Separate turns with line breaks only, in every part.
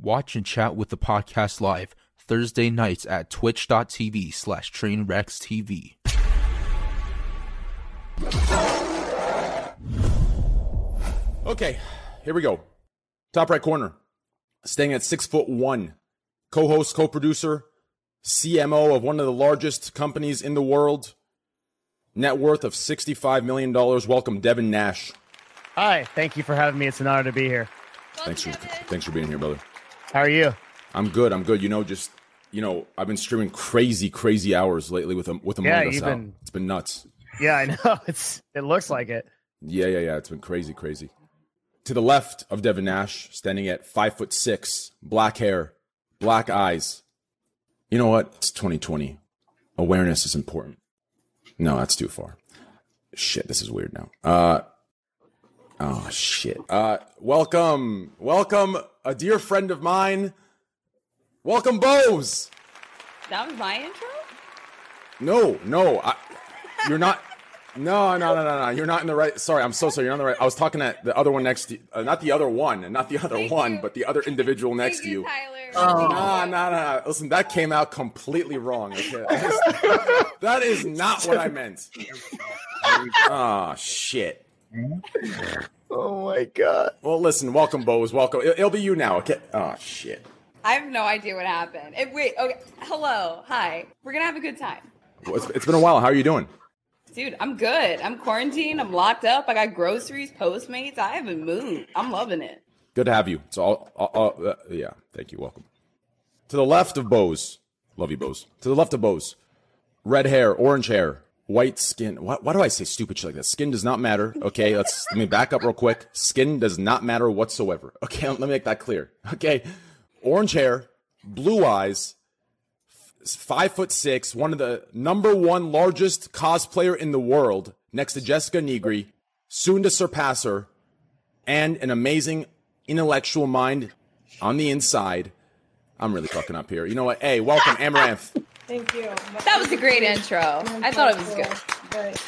watch and chat with the podcast live Thursday nights at twitch.tv slash trainwreckstv.
Okay, here we go. Top right corner, staying at six foot one, co-host, co-producer, CMO of one of the largest companies in the world, net worth of sixty-five million dollars. Welcome, Devin Nash.
Hi, thank you for having me. It's an honor to be here.
Thanks for thanks for being here, brother.
How are you?
I'm good. I'm good. You know, just you know, I've been streaming crazy, crazy hours lately with um, with Among
Yeah,
Us
you've
out.
been-
It's been nuts.
Yeah, I know. It's it looks like it.
Yeah, yeah, yeah. It's been crazy, crazy. To the left of Devin Nash, standing at five foot six, black hair, black eyes. You know what? It's 2020. Awareness is important. No, that's too far. Shit, this is weird now. Uh, oh shit. Uh, welcome, welcome, a dear friend of mine. Welcome, Bose.
That was my intro?
No, no, I, you're not. No, no, no, no, no. You're not in the right. Sorry, I'm so sorry. You're not in the right. I was talking at the other one next to uh, not the other one, and not the other
Thank
one,
you.
but the other individual next
Thank
to you.
Tyler.
Nah, nah, nah. nah. Listen, that came out completely wrong. Okay? I just- that is not what I meant. Ah, shit.
Oh my god.
Well, listen. Welcome, Bose. Welcome. It- It'll be you now. Okay. Oh shit.
I have no idea what happened. Eh, wait, okay. Hello. Hi. We're going to have a good time.
Well, it's, it's been a while. How are you doing?
Dude, I'm good. I'm quarantined. I'm locked up. I got groceries, Postmates. I haven't moved. I'm loving it.
Good to have you. So, I'll, I'll, I'll- uh, yeah, thank you. Welcome. To the left of Bose, love you, Bose. To the left of Bose, red hair, orange hair, white skin. Why, why do I say stupid shit like that? Skin does not matter. Okay, let's let me back up real quick. Skin does not matter whatsoever. Okay, let me make that clear. Okay, orange hair, blue eyes, f- five foot six, one of the number one largest cosplayer in the world, next to Jessica Negri, soon to surpass her and an amazing intellectual mind on the inside. I'm really fucking up here. You know what? Hey, welcome, Amaranth.
Thank you.
That was a great intro. I thought it was good.
But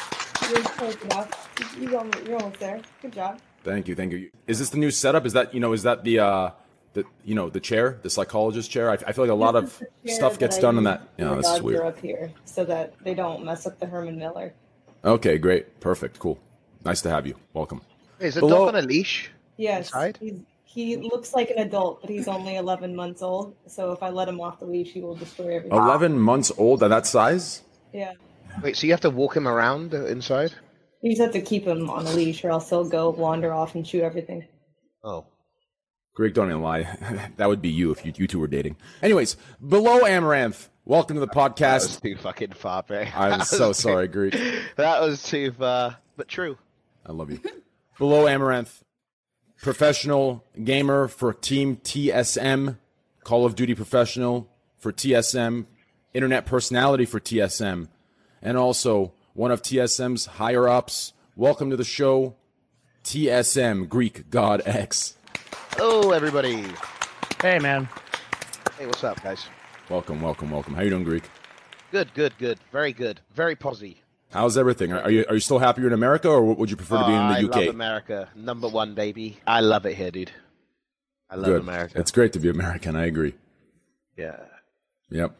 you're close enough. You- You almost, you're almost there. Good job.
Thank you, thank you. Is this the new setup? Is that you know? Is that the uh, the you know the chair, the psychologist chair? I, I feel like a lot of stuff gets done in that. You know, this is
Are
weird.
up here so that they don't mess up the Herman Miller.
Okay, great, perfect, cool. Nice to have you. Welcome.
Is a
Below-
dog on a leash?
Yes,
Inside?
he's, he looks like an adult, but he's only 11 months old. So if I let him off the leash, he will destroy everything.
Eleven months old at that size.
Yeah,
Wait, so you have to walk him around uh, inside?
you just have to keep him on a leash, or else he'll go wander off and chew everything.
Oh.
Greg, don't even lie. that would be you if you, you two were dating. Anyways, below Amaranth, welcome to the
That
podcast.
was too fucking far, bro. That
I'm
was
so
too-
sorry, Greek.
That was too far, but true.
I love you. Below Amaranth, professional gamer for Team TSM, Call of Duty professional for TSM, internet personality for TSM, and also one of TSM's higher ups. Welcome to the show, TSM Greek God X.
Hello, everybody.
Hey man.
Hey, what's up, guys?
Welcome, welcome, welcome. How you doing, Greek?
Good, good, good. Very good. Very posy.
How's everything? Are you are you still happy you're in America, or would you prefer to be in
Oh, Ah, I
the
love
UK?
America. Number one, baby. I love it here, dude. I love
Good.
America.
It's great to be American. I agree.
Yeah.
Yep.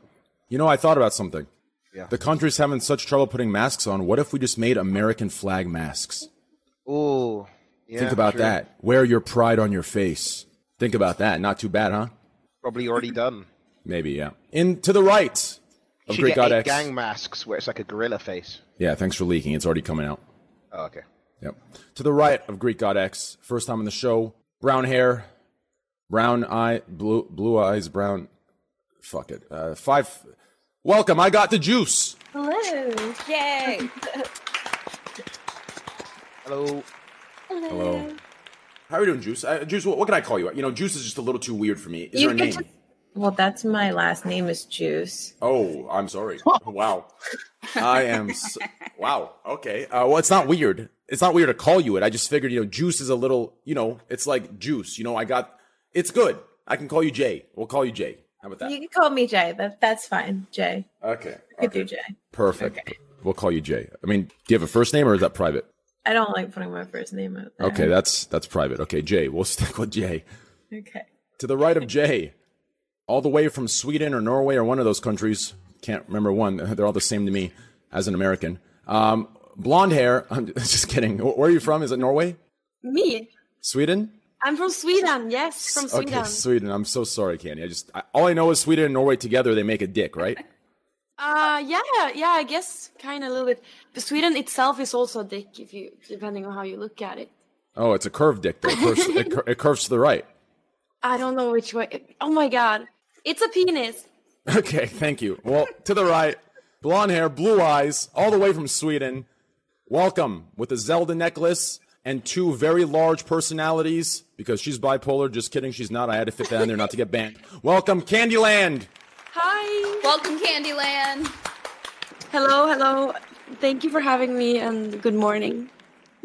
You know, I thought about something.
Yeah.
The country's having such trouble putting masks on. What if we just made American flag masks?
Ooh. Yeah,
Think about
true.
that. Wear your pride on your face. Think about that. Not too bad, huh?
Probably already done.
Maybe, yeah. In to the right of
Should
Greek
get
God
eight
X.
gang masks where it's like a gorilla face.
Yeah, thanks for leaking. It's already coming out.
Oh, okay.
Yep. To the right of Greek God X, first time on the show. Brown hair, brown eye, blue blue eyes, brown. Fuck it. Uh, five. Welcome. I got the juice.
Hello.
Yay.
Hello.
Hello.
Hello. How are you doing, Juice? Uh, Juice, what, what can I call you? You know, Juice is just a little too weird for me. Is
You
there a
could
name?
just- Well, that's my last name is Juice.
Oh, I'm sorry. Wow. I am. s wow. Okay. Uh, well, it's not weird. It's not weird to call you it. I just figured, you know, juice is a little, you know, it's like juice. You know, I got, it's good. I can call you Jay. We'll call you Jay. How about
You
that?
can call me Jay. That that's fine. Jay.
Okay.
You could do
okay.
Jay.
Perfect. We'll call you Jay. I mean, do you have a first name or is that private?
I don't like putting my first name out there.
Okay. That's, that's private. Okay. Jay. We'll stick with Jay.
Okay.
To the right of Jay, all the way from Sweden or Norway or one of those countries, can't remember one, they're all the same to me as an American. Um, blonde hair, I'm just kidding. Wh- Where are you from? Is it Norway?
Me.
Sweden?
I'm from Sweden. Yes, from Sweden.
Okay, Sweden. I'm so sorry, Candy. I just, I, all I know is Sweden and Norway together, they make a dick, right?
Uh, yeah, yeah. I guess kind of a little bit. But Sweden itself is also a dick, if you depending on how you look at it.
Oh, it's a curved dick, though. It curves, it, cur- it curves to the right.
I don't know which way. Oh my god, it's a penis.
Okay, thank you. Well, to the right, blonde hair, blue eyes, all the way from Sweden. Welcome with a Zelda necklace and two very large personalities because she's bipolar. Just kidding, she's not. I had to fit that in there not to get banned. Welcome, Candyland.
Hi.
Welcome, Candyland.
Hello, hello. Thank you for having me, and good morning.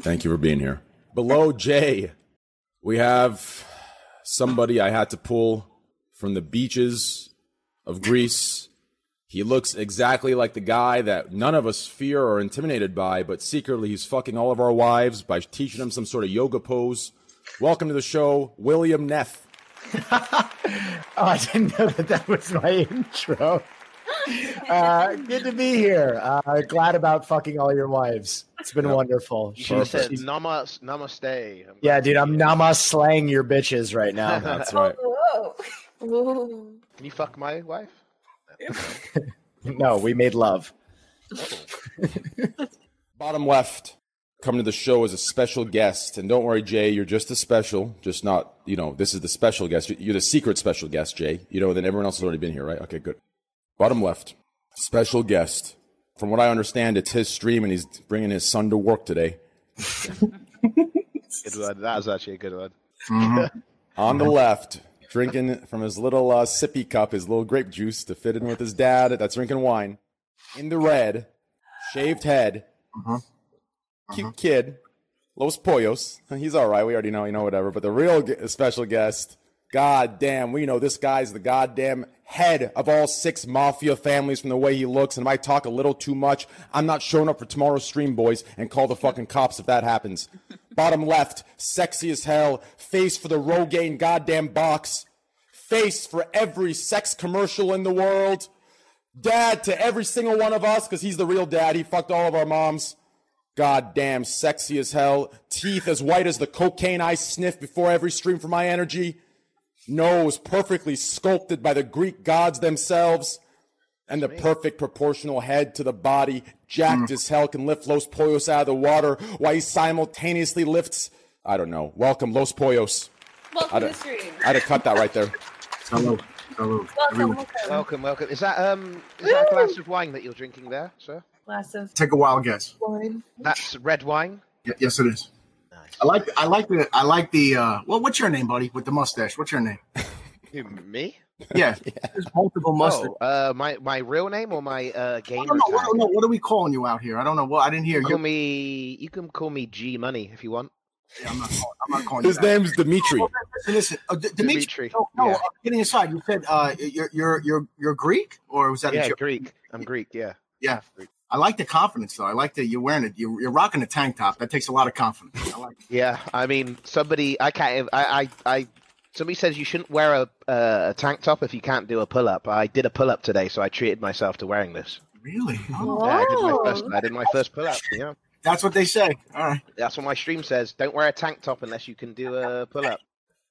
Thank you for being here. Below Jay, we have somebody I had to pull from the beaches of Greece. He looks exactly like the guy that none of us fear or intimidated by, but secretly he's fucking all of our wives by teaching them some sort of yoga pose. Welcome to the show, William Neff.
Oh, I didn't know that that was my intro. Uh, good to be here. Uh, glad about fucking all your wives. It's been
Yeah.
wonderful.
You should have said
She's-
namas, namaste. I'm
yeah,
glad
dude,
to
I'm
hear.
nama slaying your bitches right now.
That's right.
Oh,
Whoa.
Ooh.
Can you fuck my wife?
no, we made love.
Bottom left, come to the show as a special guest. And don't worry, Jay, you're just as special, just not, you know, this is the special guest. You're the secret special guest, Jay. You know, then everyone else has already been here, right? Okay, good. Bottom left, special guest. From what I understand, it's his stream and he's bringing his son to work today.
Good one. That was actually a good one.
On the left, drinking from his little uh, sippy cup, his little grape juice to fit in with his dad that's drinking wine. In the red, shaved head,
Uh-huh.
cute kid, Los Pollos. He's all right. We already know, you know, whatever. But the real gu- special guest, God damn, we know this guy's the goddamn head of all six mafia families from the way he looks. And if I talk a little too much, I'm not showing up for tomorrow's stream, boys, and call the fucking cops if that happens. Bottom left, sexy as hell, face for the Rogaine goddamn box, face for every sex commercial in the world, dad to every single one of us, because he's the real dad. He fucked all of our moms. Goddamn, sexy as hell. Teeth as white as the cocaine I sniff before every stream for my energy. Nose perfectly sculpted by the Greek gods themselves. And the perfect proportional head to the body.
Mm.
Jacked as hell can lift Los Pollos out of the water while he simultaneously lifts. I don't know. Welcome, Los Pollos. I
Welcome to
don't-
the stream.
I had to cut that right there.
Hello. Hello.
Welcome,
Everyone.
welcome.
Welcome, welcome. Is that um is that a glass of wine that you're drinking there, sir?
Glass of
Take a wild guess.
wine.
That's red wine.
Y- yes, it is.
Nice.
I like. I like the. I like the. Uh, well, what's your name, buddy, with the mustache? What's your name?
Who, me?
Yeah, there's multiple mustache.
Oh, uh, my my real name or my uh
I
gamer
don't know. I
tag?
don't know. What are we calling you out here? I don't know. Well, I didn't hear
You
you.
can Call me. You can call me G Money if you want.
Yeah, I'm not calling. I'm not calling
His
you. that.
name's Dimitri.
Well, listen, listen. Uh, D- Dimitri.
Dimitri,
No, no
yeah.
uh, kidding aside. You said uh, you're you're you're you're Greek, or was that a
Yeah,
joke?
Greek. I'm Greek. Yeah.
Yeah. I like the confidence though. I like that you're wearing it. You're, you're rocking a tank top. That takes a lot of confidence. I like. it.
Yeah, I mean, somebody, I can't, ev- I, I, I somebody says you shouldn't wear a, uh, a tank top if you can't do a pull up. I did a pull up today, so I treated myself to wearing this.
Really? Oh,
Yeah, I did my first,
Oh.
I did my first pull up. Yeah,
that's what they say. All right.
that's what my stream says. Don't wear a tank top unless you can do a pull up.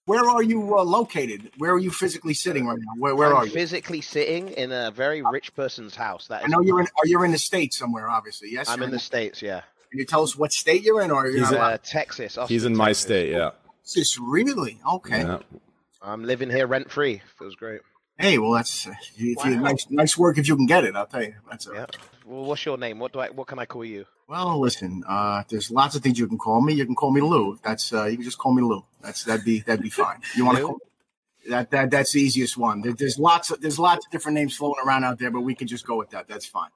Where are you uh, located? Where are you physically sitting right now? Where, where
I'm
are you?
Physically sitting in a very rich person's house. That
I
is,
know you're in. Are you in the state somewhere? Obviously, yes.
I'm
you're
in the states. Yeah,
Can you tell us what state you're in, or you're
He's
not
in-
allowed?
uh, Texas. Austin,
He's in my
Texas.
state, yeah.
Texas, really? Okay.
yeah.
I'm living here rent free. Feels great.
Hey, well, that's uh, if you,
Wow.
nice, nice work if you can get it. I'll tell you. That's all right.
Yeah. Well, what's your name? What do I? What can I call you?
Well, listen. Uh, there's lots of things you can call me. You can call me Lou. That's uh, you can just call me Lou. That's that'd be that'd be fine. You want to
Lou?
call me? that that that's the easiest one. There, there's lots of there's lots of different names floating around out there, but we can just go with that. That's fine.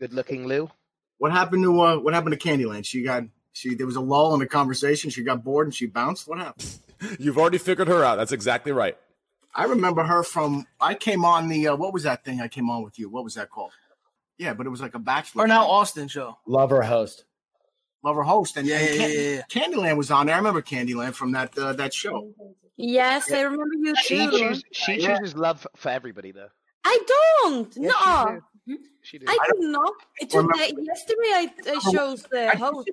Good looking Lou.
What happened to uh, what happened to Candyland? She got she there was a lull in the conversation. She got bored and she bounced. What happened?
You've already figured her out. That's exactly right.
I remember her from I came on the uh, what was that thing I came on with you? What was that called? Yeah, but it was like a bachelor.
Or now Austin show.
Love or host.
lover host and,
Yeah,
and
yeah,
Can-
yeah, yeah.
Candyland was on there. I remember Candyland from that uh, that show.
Yes, I remember you
She,
too.
choose, she chooses love for everybody, though.
I don't.
Yes,
no.
She did.
I don't know.
Remember-
Today, yesterday, I, I chose the host.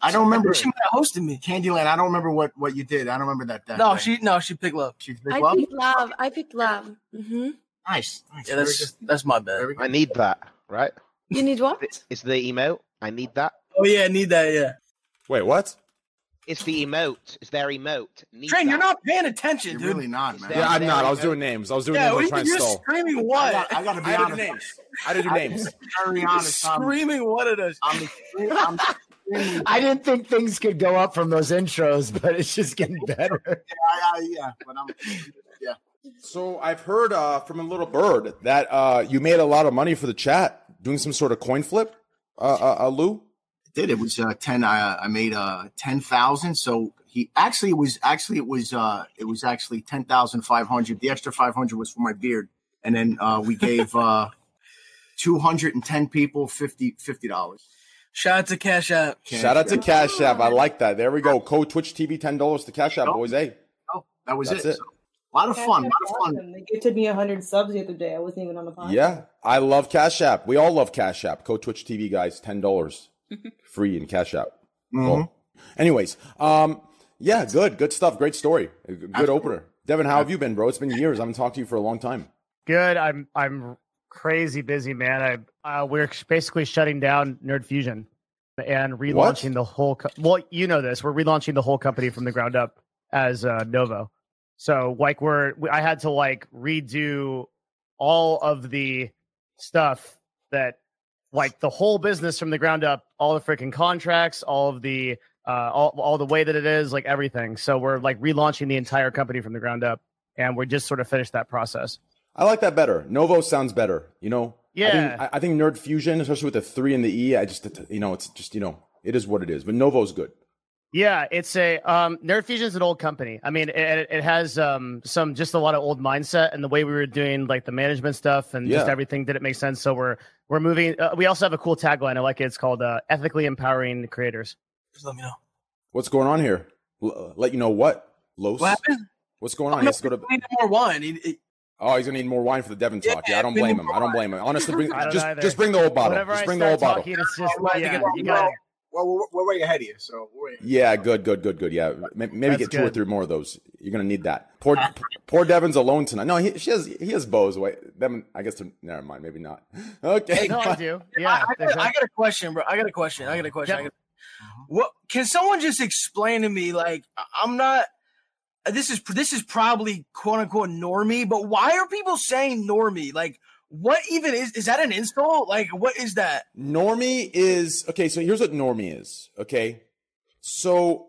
I don't remember. She might have hosted me, Candyland. I don't remember what what you did. I don't remember that. that
No,
day.
she no, she picked love.
She's big
I
love.
picked love. I picked love. hmm
Nice. nice.
Yeah,
Very
that's
good.
that's my bad.
Very good.
I need that, right?
You need what?
It's the emote. I need that.
Oh yeah, need that. Yeah.
Wait, what?
It's the emote. It's their emote. Need
Train,
that.
you're not paying attention,
You're
dude.
really not, man.
Yeah,
Yeah, I'm
there
not. I
we
was
go.
doing names. I was doing
yeah,
names. I
what
was trying
do
to
you do? You're
stall.
screaming
I,
what?
got, I gotta be
I had to do
honest.
names. I had to do
I-
names.
Very
You're
honest. I'm,
screaming what at us?
I'm, I'm extremely-
I didn't think things could go up from those intros, but it's just getting better.
I, I, yeah, but I'm. Yeah.
So I've heard uh, from a little bird that uh, you made a lot of money for the chat doing some sort of coin flip, uh, uh, uh, Lou.
did. It was uh, ten. I, I made uh, ten thousand. So he actually it was actually it was uh, it was actually ten thousand five hundred. The extra five hundred was for my beard, and then uh, we gave uh, two hundred and ten people 50 dollars.
Shout out to Cash App.
Shout out to Cash App. I like that. There we go. Code Twitch TV ten dollars to Cash App,
Nope.
boys. Hey,
Oh, that was
That's
it.
it.
So, a lot of fun. A lot of fun.
Awesome. They gifted me 100 subs the other day. I wasn't even on the podcast.
yeah, I love Cash App. We all love Cash App. Code Twitch TV guys, ten dollars free in Cash App.
Mhm.
Cool. Anyways, um, yeah, good, good stuff. Great story. A Good
Absolutely.
opener. Devin, how have you been, bro? It's been years. I haven't talked to you for a long time.
Good. I'm I'm crazy busy, man. I uh, we're basically shutting down Nerd Fusion and relaunching the whole. Co- well, you know this. We're relaunching the whole company from the ground up as uh, Novo. So like we're we, I had to like redo all of the stuff that like the whole business from the ground up, all the freaking contracts, all of the uh all, all the way that it is, like everything. So we're like relaunching the entire company from the ground up and we're just sort of finished that process.
I like that better. Novo sounds better. You know. I
Yeah.
think, I, I think Nerd Fusion, especially with the three and the E, I just you know it's just you know it is what it is. But Novo's good.
Yeah, it's a um, Nerd Fusion's an old company. I mean, it, it has um, some just a lot of old mindset and the way we were doing like the management stuff and just
Yeah.
everything didn't make sense. So we're we're moving. Uh, we also have a cool tagline. I like it. It's called uh, "Ethically Empowering Creators."
Just let me know.
What's going on here? L- uh, let you know what Los.
What happened?
What's going
Oh,
on? He
no,
has to go to.
I need more wine. He- he-
Oh, he's gonna need more wine for the Devon
Yeah,
talk. Yeah, I don't
we
blame
need
him. I don't blame him. Honestly, bring,
I don't
just
either.
just bring the whole bottle.
Whenever
just
I
bring
start
the whole bottle.
talking, it's just
Well, I
yeah,
think it-
you got it.
Well, we're, we're way ahead of you. So we're way ahead.
Yeah, good, good, good, good. Yeah, Ma- maybe
That's
get two or
good.
three more of those. You're gonna need that. Poor, poor Devin's alone tonight. No, he she has he has bows. Wait, Devin, I guess they're- never mind. Maybe not. Okay,
No, I do. Yeah,
I, I, got, I
exactly.
got a question, bro. I got a question. I got a question. I
Yeah.
got-
Uh-huh.
what can someone just explain to me? Like, I- I'm not. This is this is probably quote unquote normie, but why are people saying normie? Like, what even is is that an insult? Like, what is that?
normie is okay. So here's what normie is. Okay, so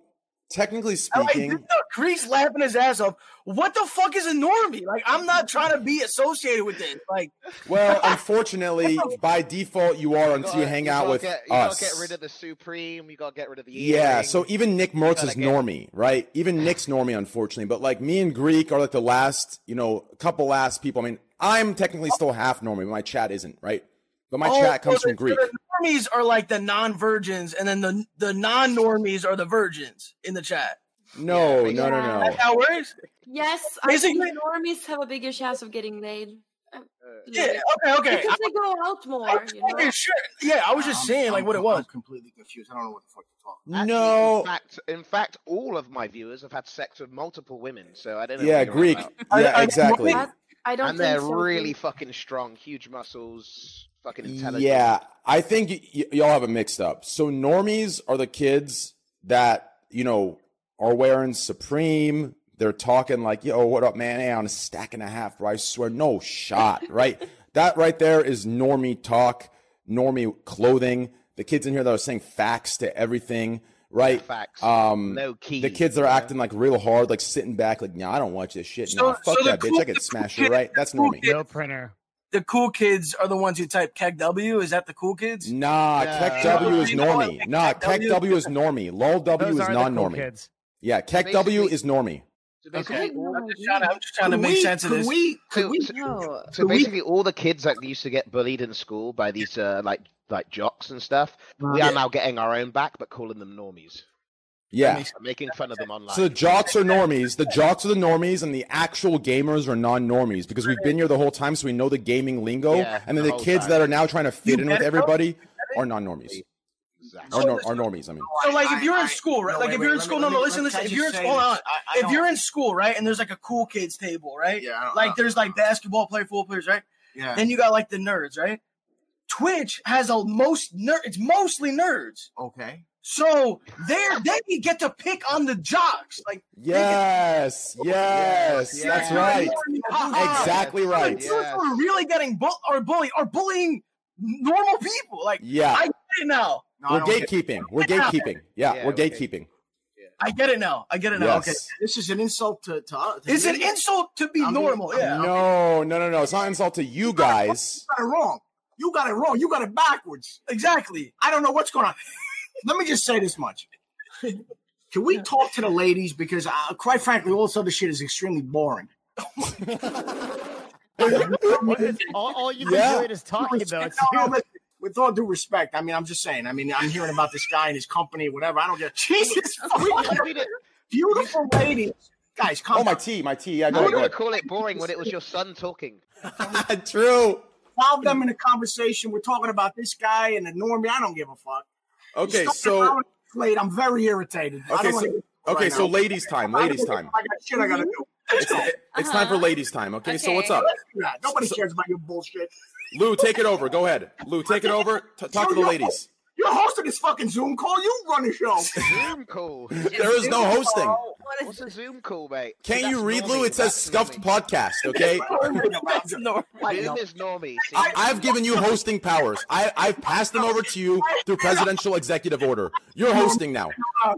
technically
Oh,
I like
speaking,
this Crease laughing his ass off. What the fuck is a normie? Like, I'm not trying to be associated with this. Like,
well, unfortunately, by default, you are until you
gotta-
hang out
gotta
with
get, you
us.
gotta get rid of the Supreme. You gotta get rid of the. E
Yeah,
earring.
so even Nick Mertz
gotta
is
get-
normie, right? Even Nick's normie, unfortunately. But like me and Greek are like the last, you know, couple last people. I mean, I'm technically still half normie, but my chat isn't, right? But my
oh,
chat comes
so
from
the-
Greek.
The normies are like the non-virgins, and then the the non-normies are the virgins in the chat.
No, no,
Yeah,
no, no.
That's how it works.
Yes, I
Basically-
think normies have a bigger chance of getting laid. Uh,
Yeah. Okay.
like,
Okay.
Because they go out
I
more,
was
you
talking
know.
shit. Yeah, I was just
I'm-
saying like
I'm-
what it
I'm
was.
completely confused. I don't know what the fuck you're talking.
Actually,
No.
In fact, in fact, all of my viewers have had sex with multiple women, so I don't know.
Yeah,
what you're on
Greek.
about.
I-
Yeah,
I-
exactly.
That's- I don't
And
think
they're
so,
really
dude.
fucking strong, huge muscles, fucking intelligent.
Yeah, I think y- y- y'all have it mixed up. So normies are the kids that you know are wearing Supreme. They're talking like, "Yo, what up, man? Hey, on a stack and a half, bro. I swear, no shot." Right? that right there is normie talk, normie clothing. The kids in here that are saying facts to everything, right?
Facts.
Um,
no key.
the kids that are acting like real hard, like sitting back, like, "Nah, I don't watch this shit.
So-
nah, fuck
so the
that bitch.
cool-
I could
the
smash
cool
her,
kid-
right? That's
the cool
normie."
kid-
No printer.
The cool kids are the ones who type keg W. Is that the cool kids?
Nah,
No.
Keck W is
You know what?
normie. Nah,
Keck
Keck
W-
W is normie. Lol W
Those
is
are the cool
non-normie.
kids.
yeah, Keck W
Basically-
is normie.
So basically,
Okay.
all,
I'm just trying to, I'm just trying to
Could
make
we-
sense of
could
this.
we- could
So-
we-
so-
No.
so basically, all the kids that used to get bullied in school by these uh, like like jocks and stuff, we are now getting our own back, but calling them normies.
Yeah.
making fun of them online.
So the jocks are normies. The jocks are the normies, and the actual gamers are non-normies because we've been here the whole time, so we know the gaming lingo.
Yeah,
and then the
the whole
kids
time.
that are now trying to fit
You
in with
better-
everybody are non-normies. Are, nor- are normies. I mean,
So like if you're in school, right? like if you're in school, no, no, listen, listen. If you're in school, hold on. if you're in school, right, and there's like a cool kids table, right?
Yeah.
like there's like basketball player, football players, right?
Yeah.
Then you got like the nerds, right? Twitch has a most nerd. It's mostly nerds.
Okay.
So there, they get to pick on the jocks. Like
yes, yes,
Yes,
that's
yes.
right.
Ha-ha.
Exactly right.
Like, dudes who are really getting bu- or bullied or bullying normal people. Like
Yeah.
I get it now.
we're gatekeeping. We're gatekeeping. Yeah, we're gatekeeping.
I get it now. I get it now. Okay.
Yes.
This is an insult to. to, to
It's an insult to be normal. Yeah.
No, no, no, no. It's not an insult to you guys.
You got it wrong. You got it wrong. You got it backwards.
Exactly.
I don't know what's going on. Let me just say this much. Can we talk to the ladies? Because, uh, quite frankly, all this other shit is extremely boring.
all, all you've been doing is talking
No,
though. It's
no, listen, with all due respect, I mean, I'm just saying. I mean, I'm hearing about this guy and his company, whatever. I don't get Jesus. fucking- beautiful ladies, guys. Come
Oh, my tea, my tea. Yeah,
I
go
would
ahead. Go
going to
ahead.
call it boring when it was your son talking.
True.
Involve them in a conversation. We're talking about this guy and the normie. I don't give a fuck.
Okay,
It's
so-
an hour late. I'm very irritated. I
Okay,
don't wanna
so
get-
okay,
right
so
now.
ladies' time.
I
Ladies'
don't-
time.
I got shit I gotta do.
It's, it's time for ladies' time. Okay, so what's up?
Yeah, Nobody cares about your bullshit.
Lou, take it over. Go ahead. Lou, take it over. T- talk to the
You're-
ladies.
You're hosting this fucking Zoom call. You run the show.
Zoom call.
There is no hosting.
Oh.
What's a Zoom call, mate?
Can't
That's
you read,
normie.
Lou? It says scuffed podcast. Okay.
That's normal.
Zoom is normie. See?
I, I've given you hosting powers. I, I've passed them over to you through presidential executive order. You're hosting now.
Uh,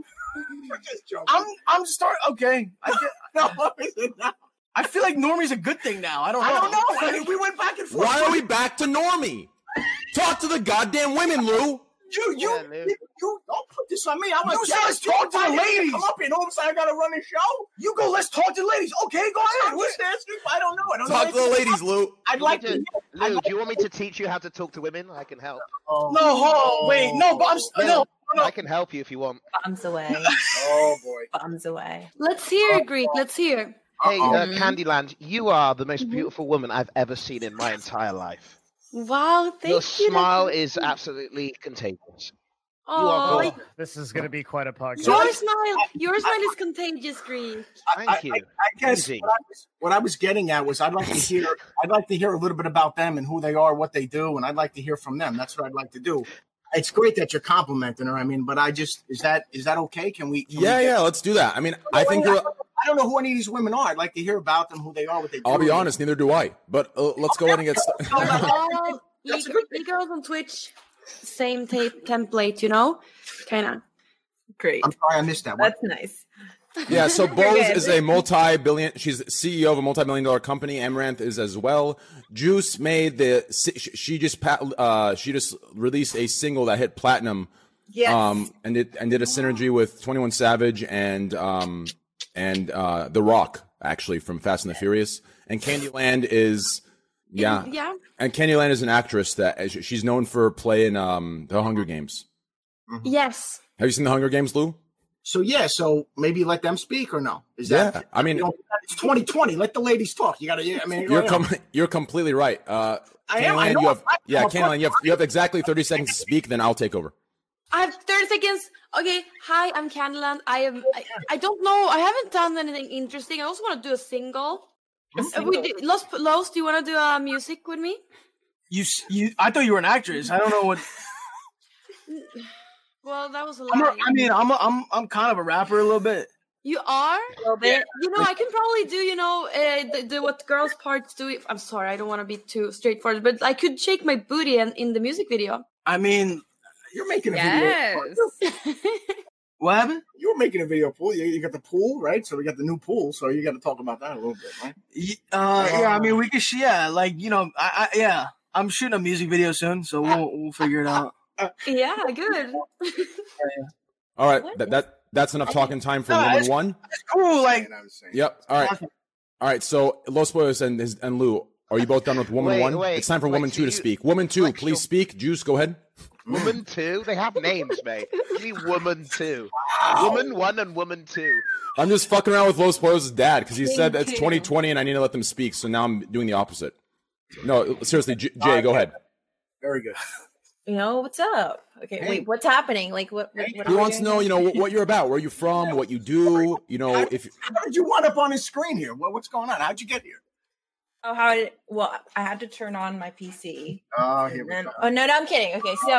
I'm I'm start okay. I get, I feel like normie's a good thing now. I don't know.
I don't know. I mean, we went back and forth.
Why are we back to normie? Talk to the goddamn women, Lou.
You, you, you, you, don't put this on me. I'm
You
a
said let's talk to the ladies.
Come up here, and all of a sudden I gotta run the show.
You go, let's talk to the ladies. Okay, go ahead.
What's the answer? I don't know. I don't
Talk
know
to the ladies, Lou.
I'd
You want
like
me
to. Oh,
Lou, do you want me to teach you how to talk to women? I can help. Oh.
No, hold on. Wait, no, but I'm s- no.
I can help you if you want.
Bombs away.
oh boy.
Bombs away.
Let's hear, it, Greek. Let's hear.
Hey,
Um,
uh, Candyland, you are the most beautiful woman I've ever seen in my entire life.
Wow, thank
Your
you.
smile is absolutely contagious. you
Aw,
are
like,
This is going to be quite a podcast.
your smile, your smile is contagious, Greek.
Thank you.
I, I guess what I, was, what I was getting at was I'd like to hear I'd like to hear a little bit about them and who they are, what they do, and I'd like to hear from them. That's what I'd like to do. It's great that you're complimenting her. I mean, but I just is that is that okay? Can we? Can we
Yeah,
get-
yeah. Let's do that. I mean, I think you're.
I don't know who any of these women are. I'd like to hear about them, who they are, what they do.
I'll be honest. Neither do I. But uh, let's go ahead and get. St-
We're all we, we girls on Twitch, same tape template, you know, kind of.
Great.
I'm sorry I missed that.
That's nice.
Yeah, so
You're
Bose
good.
is a multi-billion. She's CEO of a multi-billion dollar company. Amaranth is as well. Juice made the. si- sh- She just pa- uh, she just released a single that hit platinum. um,
Yes.
and it and did a synergy with Twenty One Savage and um and uh The Rock actually from Fast and the Furious. And Candyland is yeah
Yeah.
And Candyland is an actress that she's known for playing um The Hunger Games.
Yes.
Have you seen The Hunger Games, Lou?
So yeah, so maybe let them speak or no? Is that
yeah, I mean.
you know, it's 2020? Let the ladies talk. You gotta. Yeah, I mean,
You're
yeah.
com- you're completely right. Uh,
I am, I
Canlan,
know
you have
I'm right.
yeah,
I'm a
Canlan, you have you have exactly thirty seconds to speak. Then I'll take over.
I have 30 seconds. Okay. Hi, I'm Candeland. I am. I, I don't know. I haven't done anything interesting. I also want to do a single. Uh, we did, Los, Los, do you want to do uh, music with me?
You s- you. I thought you were an actress. I don't know what.
Well, that was a
I'm
lie.
a, I mean, I'm a, I'm I'm kind of a rapper a little bit.
You are? You know, I can probably do, you know, uh, the, the what girls' parts do. I'm sorry, I don't want to be too straightforward, but I could shake my booty and in the music video.
I mean,
You're making a video.
Yes.
What happened?
You were making a video pool. You, you got the pool, right? So we got the new pool. So you got to talk about that a little bit, right?
y- uh, yeah. I mean, we could. sh- Yeah, like you know, I, I yeah. I'm shooting a music video soon, so
Uh,
we'll we'll figure it out.
Yeah, good.
All right, that, that that's enough talking time for
No,
woman
it's-
one.
It's cool. Like
Yep. All right, all right. So Los Boyos and his, and Lou, are you both done with woman
Wait,
one?
wait,
it's time for
wait,
woman
so
two to
you-
speak. Woman two, please speak. Juice, go ahead.
Woman two? They have names, mate. Give me woman two. Woman one and woman two.
I'm just fucking around with Los Poyos' dad because he said
Thank
it's
you.
2020 and I need to let them speak. So now I'm doing the opposite. No, seriously, J- Jay, go ahead.
Very good.
You know what's up? Okay,
Hey.
wait, what's happening? Like, what? what, what
He
are we
wants to
doing
know,
here?
you know, what you're about, where you're from, what you do, you know, if
How did you wind up on his screen here? What, what's going on? How'd you get here?
Oh, how? Did, well, I had to turn on my PC.
Oh,
And then- oh no, no, I'm kidding. Okay, so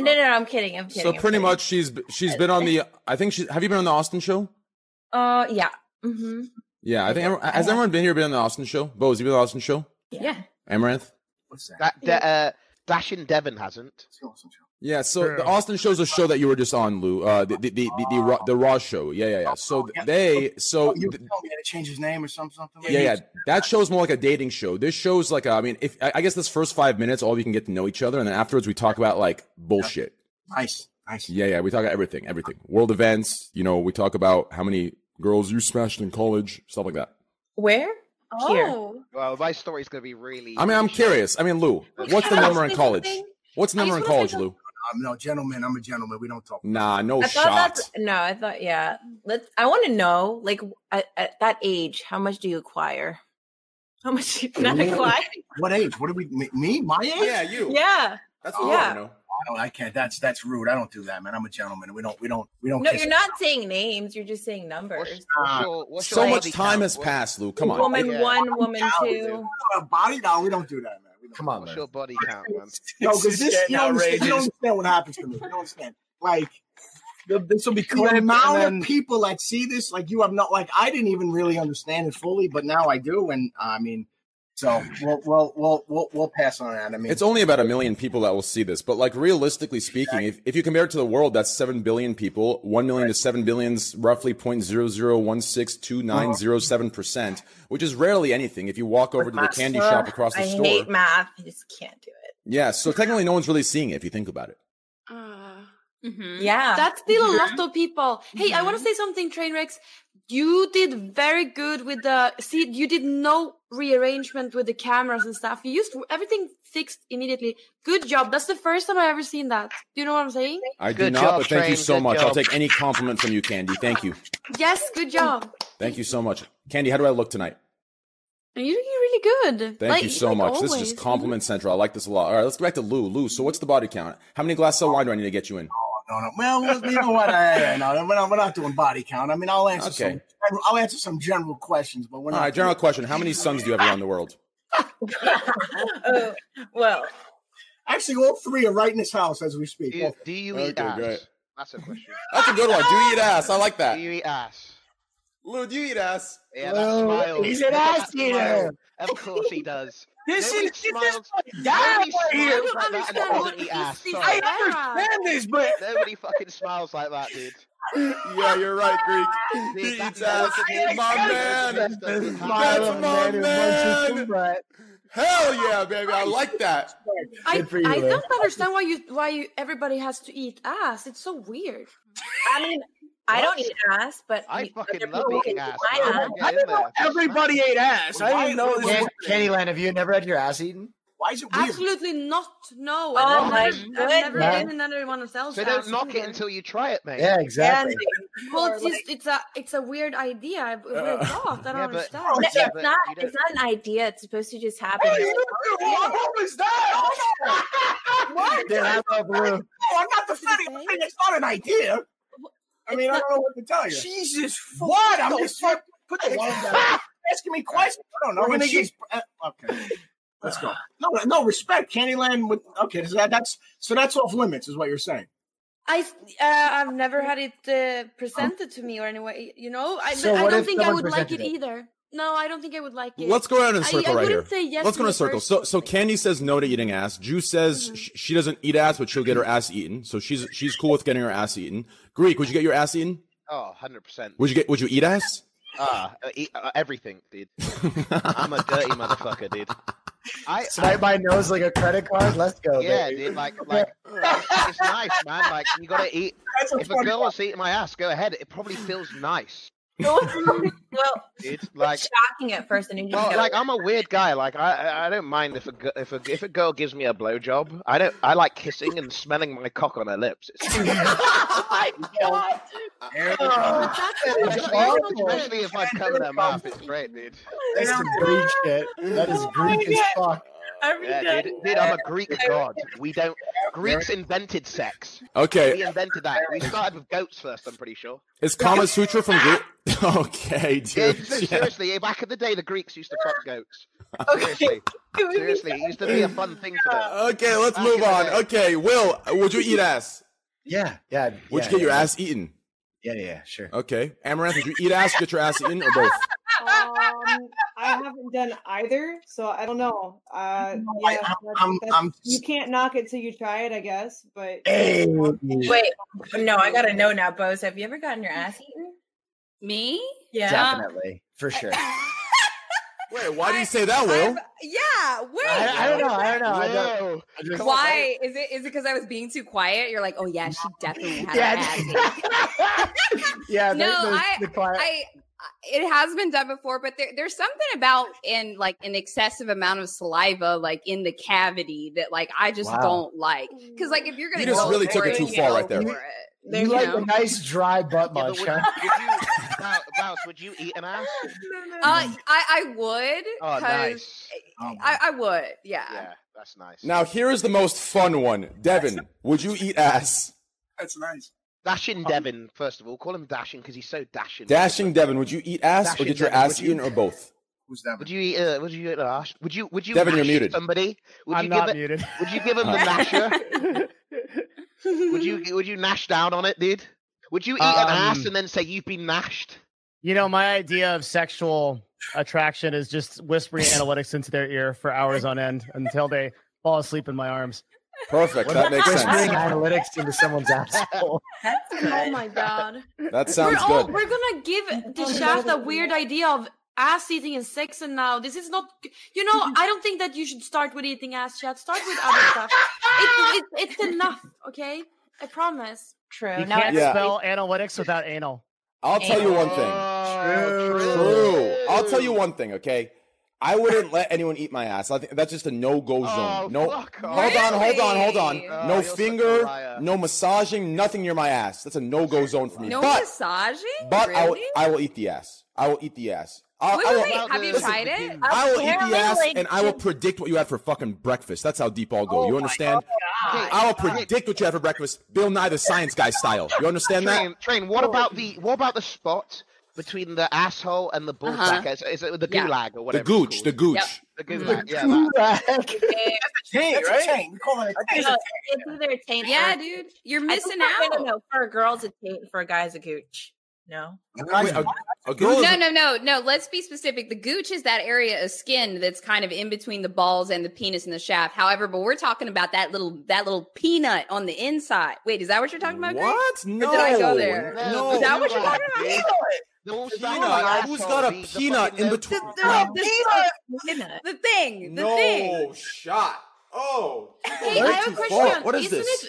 no, no, no, I'm kidding. I'm kidding.
So
I'm
pretty
kidding.
much, she's she's been on the. I think she's. Have you been on the Austin show?
Uh, yeah. Mm-hmm.
Yeah, I think. everyone-
I
Has
have.
everyone been here? Been on the Austin show? Bo, has you been on the Austin show?
Yeah.
Amaranth.
What's
that? that uh, Dash in Devon hasn't.
Yeah. So the Austin show's a show that you were just on, Lou. Uh, the the the, the, the, Raw, the Raw show. Yeah, yeah, yeah.
oh,
So they so
You were telling me to change his name or something. something like
yeah, yeah.
that?
That show's more like a dating show. This show's like, a, I mean, if I I guess this first five minutes, all of you can get to know each other, and then afterwards we talk about like bullshit.
Nice, nice.
Yeah, yeah. We talk about everything, everything. World events. You know, we talk about how many girls you smashed in college, stuff like that.
Where?
Oh. Well, my story's gonna be really.
I mean, I'm curious. I mean, Lou, what's the number in college? What's the
I
number in
just wanna
college,
say
Lou?
I'm Uh, no gentleman. I'm a gentleman. We don't talk.
Nah, no
I thought
shot.
that's no. I thought yeah. Let's. I want to know, like, at, at that age, how much do you acquire? How much do you not acquire?
What age? What do we? me- Me? My age?
Yeah, you.
Yeah. yeah.
Oh, I, don't, I can't. That's that's rude. I don't do that, man. I'm a gentleman. We don't. We don't. We don't.
No,
kiss
you're not saying names. You're just saying numbers.
so much time has passed, Lou. Come on.
Woman one, woman
down,
two.
A body? No, we don't do that, man. We don't.
Come on,
What's your body count, man?
No,
This
because
is
this, you
getting
don't, understand, you don't
outrageous.
understand what happens to me. You don't understand. Like
this will be
the
clipped and
amount
then-
of people that see this, like you have not, like I didn't even really understand it fully, but now I do, and I mean, so we'll we'll we'll we'll, we'll pass on that. I mean,
It's only about a million people that will see this, but like realistically speaking, if, if you compare it to the world, that's seven billion people. One million to seven billion's roughly point zero zero one six two nine zero seven percent, which is rarely anything. If you walk over to the candy
Ugh,
shop across the
I
store,
hate math. I just can't do it.
yeah. So technically, no one's really seeing it if you think about it.
Yeah.
Mm-hmm. That's still
Mm-hmm.
a lot of people. Hey, I want to say something, Trainwrecks. You did very good with the see. You did no rearrangement with the cameras and stuff. You used everything fixed immediately. Good job. That's the first time I've ever seen that. Do you know what I'm saying?
I do
Good
not,
job,
but thank you
Train.
so
Good
much. I'll
job.
take any compliment from you, Candy. Thank you,
Yes, good job.
thank you so much, Candy. How do I look tonight?
And You're, you're really good.
Thank
Like-
you so
like
much. This is just
always. Mm-hmm.
compliment central. I like this a lot. All right, let's go back to Lou. Lou, so what's the body count? How many glasses of wine do I need to get you in?
no, no. Well, you know what? I, I, no, we're not, we're not doing body count. I mean, I'll answer
Okay.
some. I'll answer some general questions, but we're
All
not.
right, general question. How many sons do you have around the world?
Oh, well,
actually, all three are right in this house as we speak.
Do, do you eat ass? That's a question.
That's a good one. Do you eat ass? I like that.
Do you eat ass?
Lou, do you eat ass?
Yeah, that
Lou,
smile.
he's
Look
an
at
ass
that smile.
eater.
Of course he does.
This
Nobody
is this is
smiles.
my dad
Nobody
right here.
smiles like that and
I
doesn't eat ass. Sorry.
understand this, but
Nobody fucking smiles like that, dude.
Yeah, you're right, Greek. He
Dude,
eats
that's-
ass. My man.
That's
That's
smile
my
of a
man.
man who wants
Hell yeah, baby. I like that.
I, I don't understand why you why you, everybody has to eat ass. It's so weird.
I mean, I don't eat ass, but
I fucking love eating ass,
I
man.
am.
Get in there.
everybody ate ass. I didn't know
Can-
this.
Candyland, have you never had your ass eaten?
Why is it
Absolutely not. No. I've
Oh my
never, I've never
goodness.
been in anyone else's
So
ass
don't knock it
either.
until you try it, mate.
Yeah, exactly.
Well, it's just it's a it's a weird idea, a weird
Uh,
thought. I don't
yeah, but-
understand.
No,
Yeah,
it's
but
not.
you don't-
It's not an idea. It's supposed to just happen.
Hey, look at what what was that?
What?
Yeah, I love Lou.
Oh,
No, I'm not defending. I'm saying it's not an idea. I mean, I don't know what to tell you.
Jesus,
What? I'm
the
just
fuck-
fuck- put the asking me questions. I don't know.
We're gonna
And she's- uh, okay. Let's go. No, no respect. Candyland. With, okay, so that, that's so that's off limits, is what you're saying.
I uh, I've never had it uh, presented to me or anyway. You know, I,
So
but I
what
don't
if
think I
someone
would like it,
presented it?
either. No, I don't think I would like it.
Let's go around in a
I-
circle
I
right here.
wouldn't say yes
Let's go
to
in a
the
circle.
first Mm-hmm.
So, so Candy says no to eating ass. Ju says sh she doesn't eat ass, but she'll get her ass eaten. So she's she's cool with getting her ass eaten. Greek, would you get your ass eaten?
Oh, 100%.
Would you get? Would you eat ass?
Ah, uh, eat, uh, everything, dude. I'm a dirty motherfucker, dude. I,
Swipe my nose like a credit card. Let's go.
yeah,
baby.
dude. Like, like it's, it's nice, man. Like, you gotta eat.
That's a
If a
funny-
girl wants to eat my ass, go ahead. It probably feels nice,
well,
dude. Like,
shocking at first, and then you just
well,
go,
like I'm a weird guy. Like, I, I- I don't mind if a gu- if a if a girl gives me a blowjob. I don't. I like kissing and smelling my cock on her lips. It's,
Oh my God. Oh.
Especially if I cover them up, it's great, dude.
That's some Greek shit. That is Greek as fuck.
Yeah, dude, dude, I'm a Greek god. We don't. Greeks invented sex.
Okay.
We invented that. We started with goats first. I'm pretty sure.
Is Kama Sutra from Greek? okay,
Yeah,
dude.
ser-
Yeah.
seriously, back in the day, the Greeks used to fuck goats. Seriously, seriously, it used to be a fun thing for them.
Okay, let's move on. Okay, Will, would you eat ass?
Yeah, yeah. yeah,
Would you get your
yeah.
ass eaten?
Yeah, yeah, sure.
Okay, Amaranth, would you eat ass, get your ass eaten, or both?
Um, I haven't done either, so I don't know. Uh, yeah, that's, that's- you can't knock it till you try it, I guess. But
Wait, no, I gotta know now, Bose. Have you ever gotten your ass eaten?
Me?
Yeah.
Definitely, for sure.
Wait, why do you say that, Will?
Yeah. Wait.
I, I don't know. I don't know. I don't, I just-
Why is it? Is it because I was being too quiet? You're like, oh yeah, she definitely had
Yeah,
an ass.
Yeah,
no,
there- there's
I,
the quiet-
I, it has been done before, but there, there's something about in like an excessive amount of saliva, like in the cavity, that like I just
Wow.
don't like. Because like if you're gonna,
You just
go
really
for
took it too
you
far
go
right there.
for it.
You
You
like
know?
a nice dry butt munch, huh?
Bounce, Bounce, would you eat an ass?
Uh, I, I would.
Oh,
'cause
nice.
I, I would. Yeah.
Yeah, that's nice.
Now, here is the most fun one. Devin, would you eat ass?
That's nice. Dashing Devin, first of all, call him Dashing because he's so dashing.
Dashing Devin, would you eat ass
Dashing
or get your
Devin,
ass
would you-
eaten, or both?
Who's that?
Would you eat? Uh, would you eat an ass? Would you? Would you?
Devin, you're
lash
muted.
Somebody? Would
I'm
you
not
give it,
muted.
Would you give him the
Uh.
lasher? would you? Would you gnash down on it, dude? Would you eat an ass
Um,
and then say you've been gnashed?
You know, my idea of sexual attraction is just whispering analytics into their ear for hours on end until they fall asleep in my arms.
Perfect. That makes
Whispering
sense.
analytics into someone's asshole.
Oh my god.
That sounds
we're all,
good.
We're gonna give the shaft a weird idea of ass eating and sex, and now this is not. g- You know, I don't think that you should start with eating ass, Chad. Start with other stuff. It, it, it's enough, okay? I promise. True.
You can't spell analytics without anal.
I'll tell you one thing. True. I'll tell you one thing, okay? I wouldn't let anyone eat my ass. I think that's just a no-go zone. no, hold on, hold on, hold on.
Really? Oh,
no
you're such a
finger,
liar.
no massaging, nothing near my ass. That's a no-go zone for me.
No
but
massaging.
but I, will,
really?
I will eat the ass. I will eat the ass. I,
Wait,
I will,
wait, wait, have you tried it?
I will eat the ass, and I will predict what you had for fucking breakfast. That's how deep I'll
Oh
go. you understand? I will predict what you had for breakfast, Bill Nye the Science Guy style. You understand that?
Train, train. What about the?
Oh.
What about the spot between the asshole and the bullsack? Is, is it the
Yeah.
gulag or
The
whatever?
gooch, the gooch.
The
Mm-hmm.
gulag. Yeah. that.
That's
That's a right? taint. We call it a taint.
It's either a taint.
Yeah,
or-
dude, you're
I think
missing
for- wait,
out.
No, no, for a girl's a taint, for a guy's a gooch. No.
Wait, a, a girl is
No, no, no, no. Let's be specific. The gooch is that area of skin that's kind of in between the balls and the penis and the shaft. However, but we're talking about that little that little peanut on the inside. Wait, is that what you're talking about? Greg?
What?
Or
No.
did I go there?
No.
Is that what you're talking about?
peanut. Who's got a peanut in between?
No, the, peanut. the thing. The thing.
shot. Oh.
Hey, I have a
What?
question.
What is
isn't
this?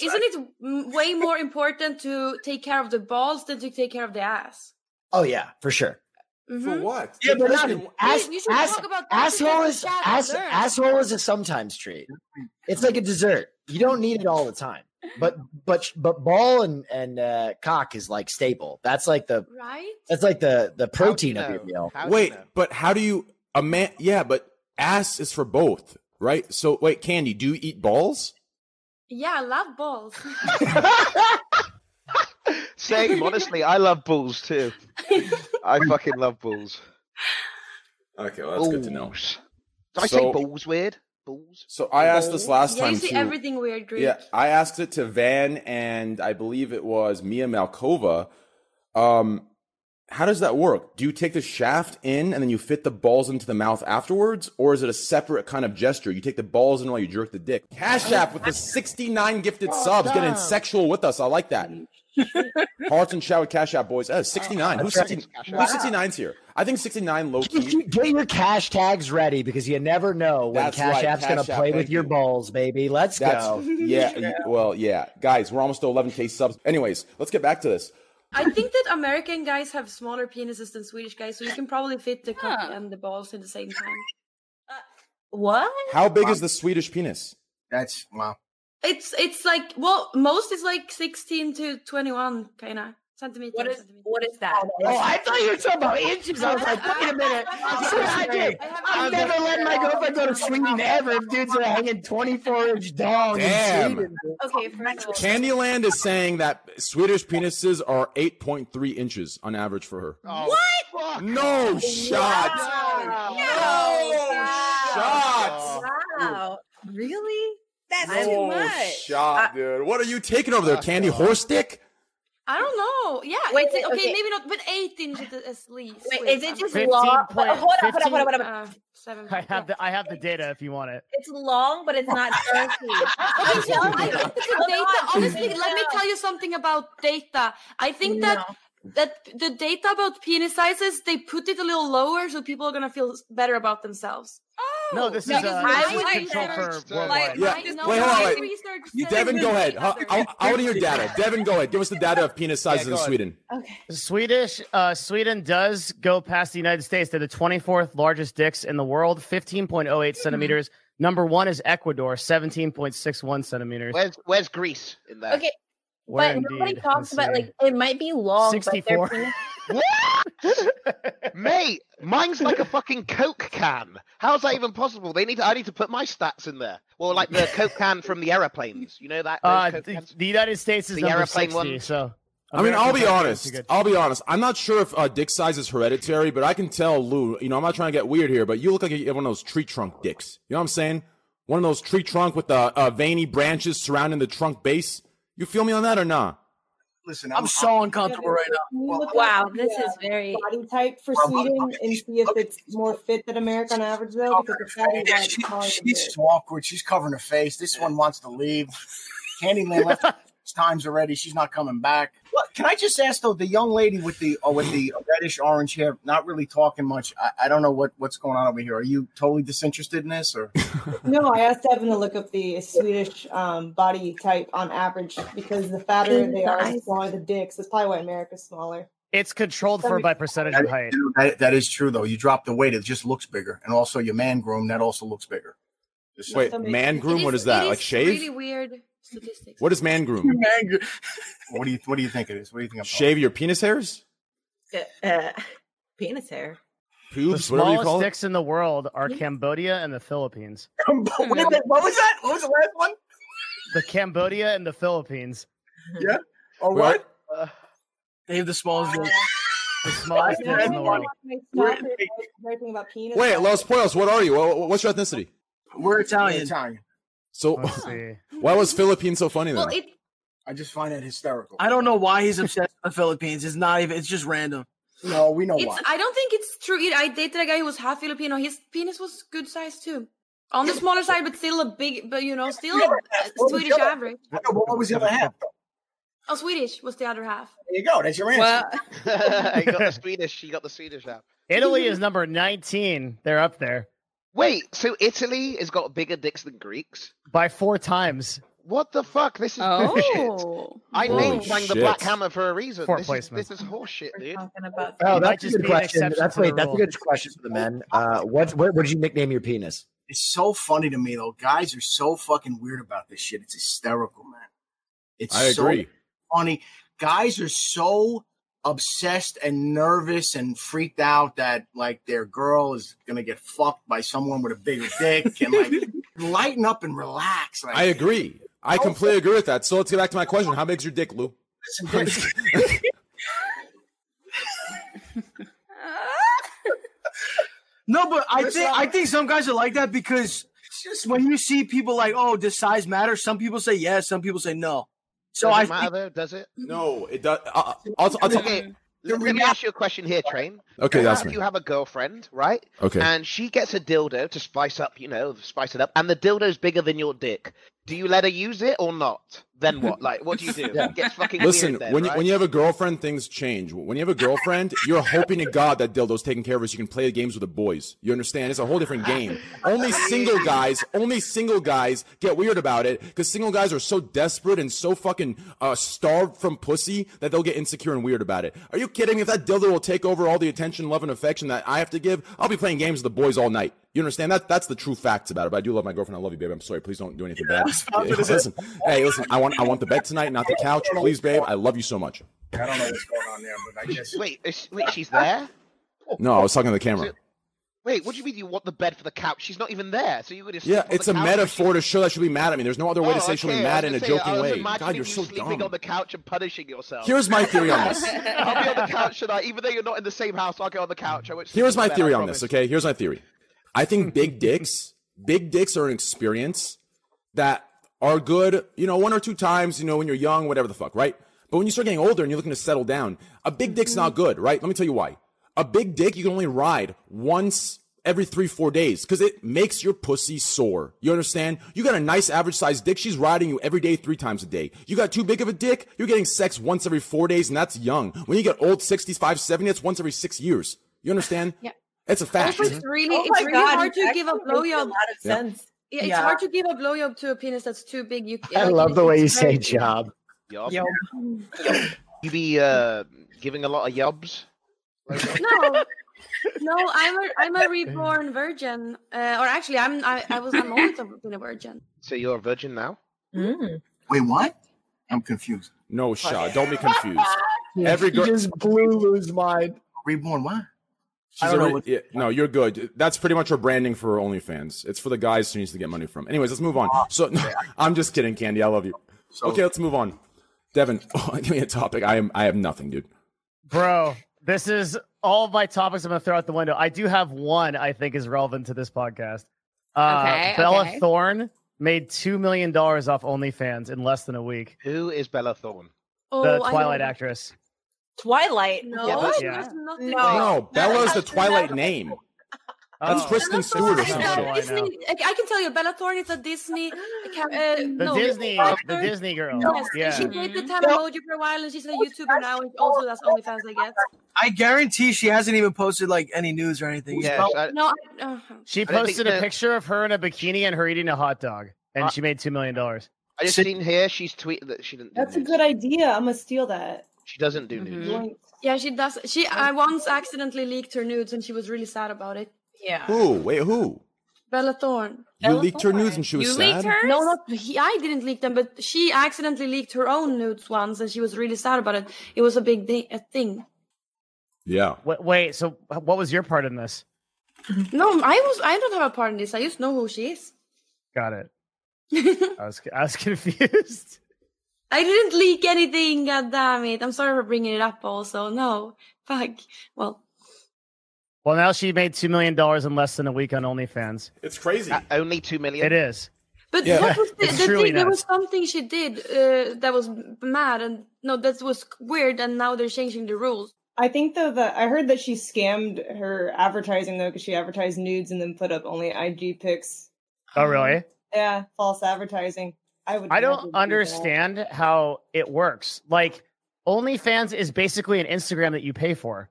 It, isn't it m- way more important to take care of the balls than to take care of the ass?
Oh yeah, for sure.
Mhm.
what?
Yeah, but not
You
ass,
should- you should
ass-
talk about that
asshole
because
is
Chad
ass,
learned.
asshole is a sometimes treat. It's like a dessert. You don't need it all the time. But but but ball and and uh, cock is like staple. That's like the
right.
That's like the the protein of your meal.
Wait, but how do you a man? Yeah, but ass is for both, right? So wait, Candy, do you eat balls?
Yeah, I love balls.
Same. Honestly, I love balls too. I fucking love balls.
Okay,
well, that's good to know. Did I
So-
say balls weird? Balls.
So I asked this last
yeah,
time
you see
too.
everything weird, Greek.
Yeah, I asked it to Van and I believe it was Mia Malkova. Um, how does that work? Do you take the shaft in and then you fit the balls into the mouth afterwards, or is it a separate kind of gesture? You take the balls in while you jerk the dick. Cash App with the 69 gifted
Oh,
subs getting sexual with us. I like that. Hearts and shout with Cash App boys. Oh, 69. Who's,
That's
69?
right.
Who's 69's here? I think 69 low key.
Get your cash tags ready because you never know when
That's
Cash
right,
App's
Cash
going to
App,
play with
thank
your balls, baby. Let's
That's
go.
yeah, y- Well, yeah, guys, we're almost to 11k subs. Anyways, let's get back to this.
I think that American guys have smaller penises than Swedish guys, so you can probably fit the cock and the balls at the same time.
Uh, What?
How big is the Swedish penis?
That's wow.
It's it's like well, most is like sixteen to twenty one, kind of. Centimeter.
What is what is that?
Oh, I thought you were talking about inches. I was like, wait a minute. Sure, I did. I've never let my girlfriend go to Sweden ever if dudes are hanging 24 inch dogs in
Damn.
Sweden.
Okay, first of all,
Candyland is saying that Swedish penises are 8.3 inches on average for her.
Oh,
Oh, What?
No shot.
Wow.
No
shot.
Wow. Really?
That's
no shot, dude. What are you taking over there, Candy? Horse dick?
I don't know. Yeah,
Wait,
it's, okay,
okay.
maybe not, but eight inches at- at least.
Wait,
Wait,
is it just
15
long? But
point-
hold on, hold on, hold on, hold on.
Uh, seven.
I have the I have the data if you want it.
It's long, but it's not girthy.
I know, I think the
Hold
data.
on.
Honestly, let me tell you something about data. I think that that the data about penis sizes they put it a little lower, so people are gonna feel better about themselves.
No, this is
Because
uh,
my
this is
research
control for
says-
worldwide.
Yeah.
I know
Wait, hold on,
my
wait.
research says
Devin,
it's
go ahead. I,
other.
I, I want to hear data. Devin, go ahead. Give us the data of penis sizes
go
in
ahead.
Sweden.
Swedish, uh, Sweden does go past the United States. They're the 24th largest dicks in the world, 15.08
Hmm.
centimeters. Number one is Ecuador, 17.61 centimeters.
Where's Where's Greece in that?
Okay.
Where
but nobody
indeed? Let's
talks about
see.
like it might be long, but
64.
they're
Mate, mine's like a fucking Coke can. How's that even possible? They need to, I need to put my stats in there. Well, like the Coke can from the aeroplanes. You know that? those
Uh,
Coke
the,
cans?
the United States is
The
number
airplane
60,
one.
so.
I mean, I'll be
American
honest. I'll be honest. I'm not sure if uh, dick size is hereditary, but I can tell Lou. You know, I'm not trying to get weird here, but you look like you have one of those tree trunk dicks. You know what I'm saying? One of those tree trunk with the uh, veiny branches surrounding the trunk base. You feel me on that or not?
Listen,
I'm so uncomfortable right now.
Wow, this is very
body type for Sweden and see if it's more fit than America on average though, because the fatty
Yeah,
guys
she-
are calling it
she's so awkward. She's covering her face. This one wants to leave. Candyman left six times already. She's not coming back. Look, can I just ask though? The young lady with the uh, with the reddish orange hair, not really talking much. I, I don't know what what's going on over here. Are you totally disinterested in this, or
No, I asked Evan to look up the Swedish um, body type on average because the fatter they are, the smaller the dicks. That's probably why America's smaller.
It's controlled for by percentage of height.
that, that is true though? You drop the weight, it just looks bigger, and also your man groom that also looks bigger. Just
Wait,
saying.
man groom? What is that? Like shave?
Really weird statistics.
What is man groom?
what do you What do you think it is? What do you think? I'm
Shave your penis hairs?
uh, penis hair.
The
Pubes? Whatever you
smallest
call it.
dicks in the world are Cambodia and the Philippines.
Wait, wait, what was that? What was the last one?
The Cambodia and the Philippines.
Yeah. Or
what? uh, They have the smallest dick.
The smallest dicks in the world.
Wait, about penis.
Wait, Los Poyos, what are you? Wha- What's your ethnicity?
We're Italian.
So,
Let's see.
why was Philippines so funny
Well,
then?
it
I just find that hysterical.
I don't know why he's obsessed with the Philippines. It's not even. It's just random.
No, we know
it's. I don't think it's true. either. I dated a guy who was half Filipino. His penis was good size too, on the smaller side, but still a big. But you know, still a
What was the
Swedish
other-
average.
I know, but what was the other half? There
Oh, Swedish was the other half.
you go. That's your answer.
you got the Swedish. You got the Swedish app.
Italy is number 19. They're up there
Wait, so Italy has got bigger dicks than Greeks?
by four times.
What the fuck? This is
Oh.
bullshit. I
Holy
named Bang the
shit.
Black Hammer for a reason.
Fort
This is,
placement.
this is horseshit, dude.
Oh,
It might
that's
just
a good
be an
question.
exception
That's
to the
wait, that's a
rule.
good question for the men. Uh, what what would you nickname your penis?
It's so funny to me though. Guys are so fucking weird about this shit. It's hysterical, man. It's
I
so
agree.
funny. Guys are so obsessed and nervous and freaked out that like their girl is gonna get fucked by someone with a bigger dick and like lighten up and relax. Like,
I agree. I completely agree with that. So let's get back to my question. How big's your dick, Lou?
listen, Dick,
No, but I think I think some guys are like that because when you see people like, oh, does size matter? Some people say yes, some people say no. So
does
I
it matter
think,
though? Does it?
No, it does. Uh, I'll, I'll tell
Okay, let, let me ask you a question here, Train.
Okay,
What
that's
if
me.
You have a girlfriend, right?
Okay.
And she gets a dildo to spice up, you know, spice it up, and the dildo's bigger than your dick. Do you let her use it or not? Then what? Like, what do you do? It gets fucking
Listen,
weird then,
when you,
right?
when you have a girlfriend, things change. When you have a girlfriend, you're hoping to God that dildo's taking care of us. You can play the games with the boys. You understand? It's a whole different game. Only single guys, only single guys get weird about it because single guys are so desperate and so fucking uh, starved from pussy that they'll get insecure and weird about it. Are you kidding me? If that dildo will take over all the attention, love, and affection that I have to give, I'll be playing games with the boys all night. You understand that? That's the true facts about it. But I do love my girlfriend. I love you, babe. I'm sorry. Please don't do anything bad.
stop
Yeah,
it.
listen, hey, listen. I want I want the bed tonight, not the couch. Please, babe. I love you so much.
I don't know what's going on there, but I guess.
Wait, is, wait, she's there.
No, I was talking to the camera.
Wait, what do you mean you want the bed for the couch? She's not even there, so you would just
Yeah,
sleep on
it's
the
a
couch.
metaphor to show that she'll be mad at me. There's no other way to
Oh,
say she'll
okay,
be
I
mad
was
in a
gonna say, uh, I
joking
was
way.
imagining
God, you're
you
so
sleeping on
dumb.
the couch and punishing yourself.
Here's my theory on this.
I'll be on the couch tonight, even though you're not in the same house. I'll get on the couch. I won't sleep
Here's
in the
my
bed,
theory
I
on this, okay? Here's my theory. I think big dicks, big dicks are an experience that are good, you know, one or two times, you know, when you're young, whatever the fuck, right? But when you start getting older and you're looking to settle down, a big dick's not good, right? Let me tell you why. A big dick you can only ride once every three, four days because it makes your pussy sore. You understand? You got a nice average sized dick, she's riding you every day, three times a day. You got too big of a dick, you're getting sex once every four days, and that's young. When you get old, 65, 70, that's once every six years. You understand?
Yeah.
It's a fact. Mm-hmm.
Also, it's really,
Oh
it's
my
really
God,
hard
you
to give a
actually make a
blowjob.
lot of
Yeah.
sense.
Yeah, it's
Yeah.
hard to give a blowjob to a penis that's too big. You,
I
like,
love
it-
the way you
it's very
say
big.
job.
Yob. You be uh, giving a lot of yobs.
No, no, I'm a I'm a reborn virgin, uh, or actually, I'm I, I was I'm always a, been a virgin.
So you're a virgin now.
Mm.
Wait, what? I'm confused.
No, Shaw, don't be confused. Every girl.
He just blew Lou's mind.
Reborn what?
She's already, yeah, no, you're good. That's pretty much her branding for her OnlyFans. It's for the guys she needs to get money from. Anyways, let's move on.
Ah,
So I'm just kidding, Candy. I love you. okay, let's move on. Devin, oh, give me a topic. I am I have nothing, dude.
Bro, this is all of my topics I'm going to throw out the window. I do have one I think is relevant to this podcast. Uh,
Okay,
Bella
okay.
Thorne made $2 million off OnlyFans in less than a week.
Who is Bella Thorne?
the Twilight actress.
Twilight.
Yeah,
No,
but- Yeah.
Oh, No, Bella's the Twilight name. That's
Oh.
Kristen Stewart or some
Bella Thorne.
shit.
I know.
Disney, I, I can tell you, Bella Thorne is a Disney. ca- Uh,
The
no,
Disney, the
actor.
Disney girl.
Yes, and
yeah.
she dated the Tana Mojo for a while, and she's a YouTuber now, and also that's OnlyFans, I guess.
I guarantee she hasn't even posted like any news or anything.
Yeah,
yet.
I-
No, I, uh,
She
I don't
posted
think
a
that-
picture of her in a bikini and her eating a hot dog, and she made $2 million.
Uh, I just seen here she's tweeted that she didn't. Do
That's a
nudes.
good idea. I'm gonna steal that.
She doesn't do nudes.
Mm-hmm.
yeah, she does. She I once accidentally leaked her nudes, and she was really sad about it. Yeah,
Who? Wait, who?
Bella Thorne.
You leaked her news and she was sad.
No, not he, I didn't leak them, but she accidentally leaked her own nudes once, and she was really sad about it. It was a big thi- a thing.
Yeah.
Wait, wait, so what was your part in this?
No, I was. I don't have a part in this. I just know who she is.
Got it. I was I was confused.
I didn't leak anything. God damn it! I'm sorry for bringing it up. Also, no, fuck. Well,
Well, now she made two million dollars in less than a week on OnlyFans.
It's crazy.
only two million.
It is.
but
Yeah.
what was the,
It's
the
truly
thing? There
nuts.
was something she did uh, that was mad, and no, that was weird. And now they're changing the rules.
I think though that I heard that she scammed her advertising though because she advertised nudes and then put up only IG pics.
Oh, really?
Yeah, false advertising. I would. never
I
do
don't
that.
understand how it works. Like, OnlyFans is basically an Instagram that you pay for.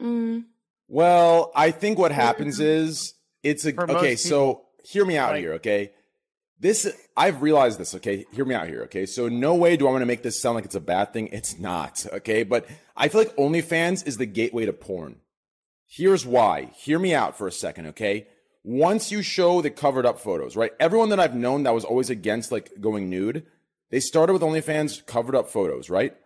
Mm-hmm.
Well, I think what happens is it's a
For most
okay. So hear me out
like-
here, okay? This I've realized this, okay? Hear me out here, okay? So no way do I want to make this sound like it's a bad thing. It's not, okay? But I feel like OnlyFans is the gateway to porn. Here's why. Hear me out for a second, okay? Once you show the covered up photos, right? Everyone that I've known that was always against like going nude, they started with OnlyFans covered up photos, right?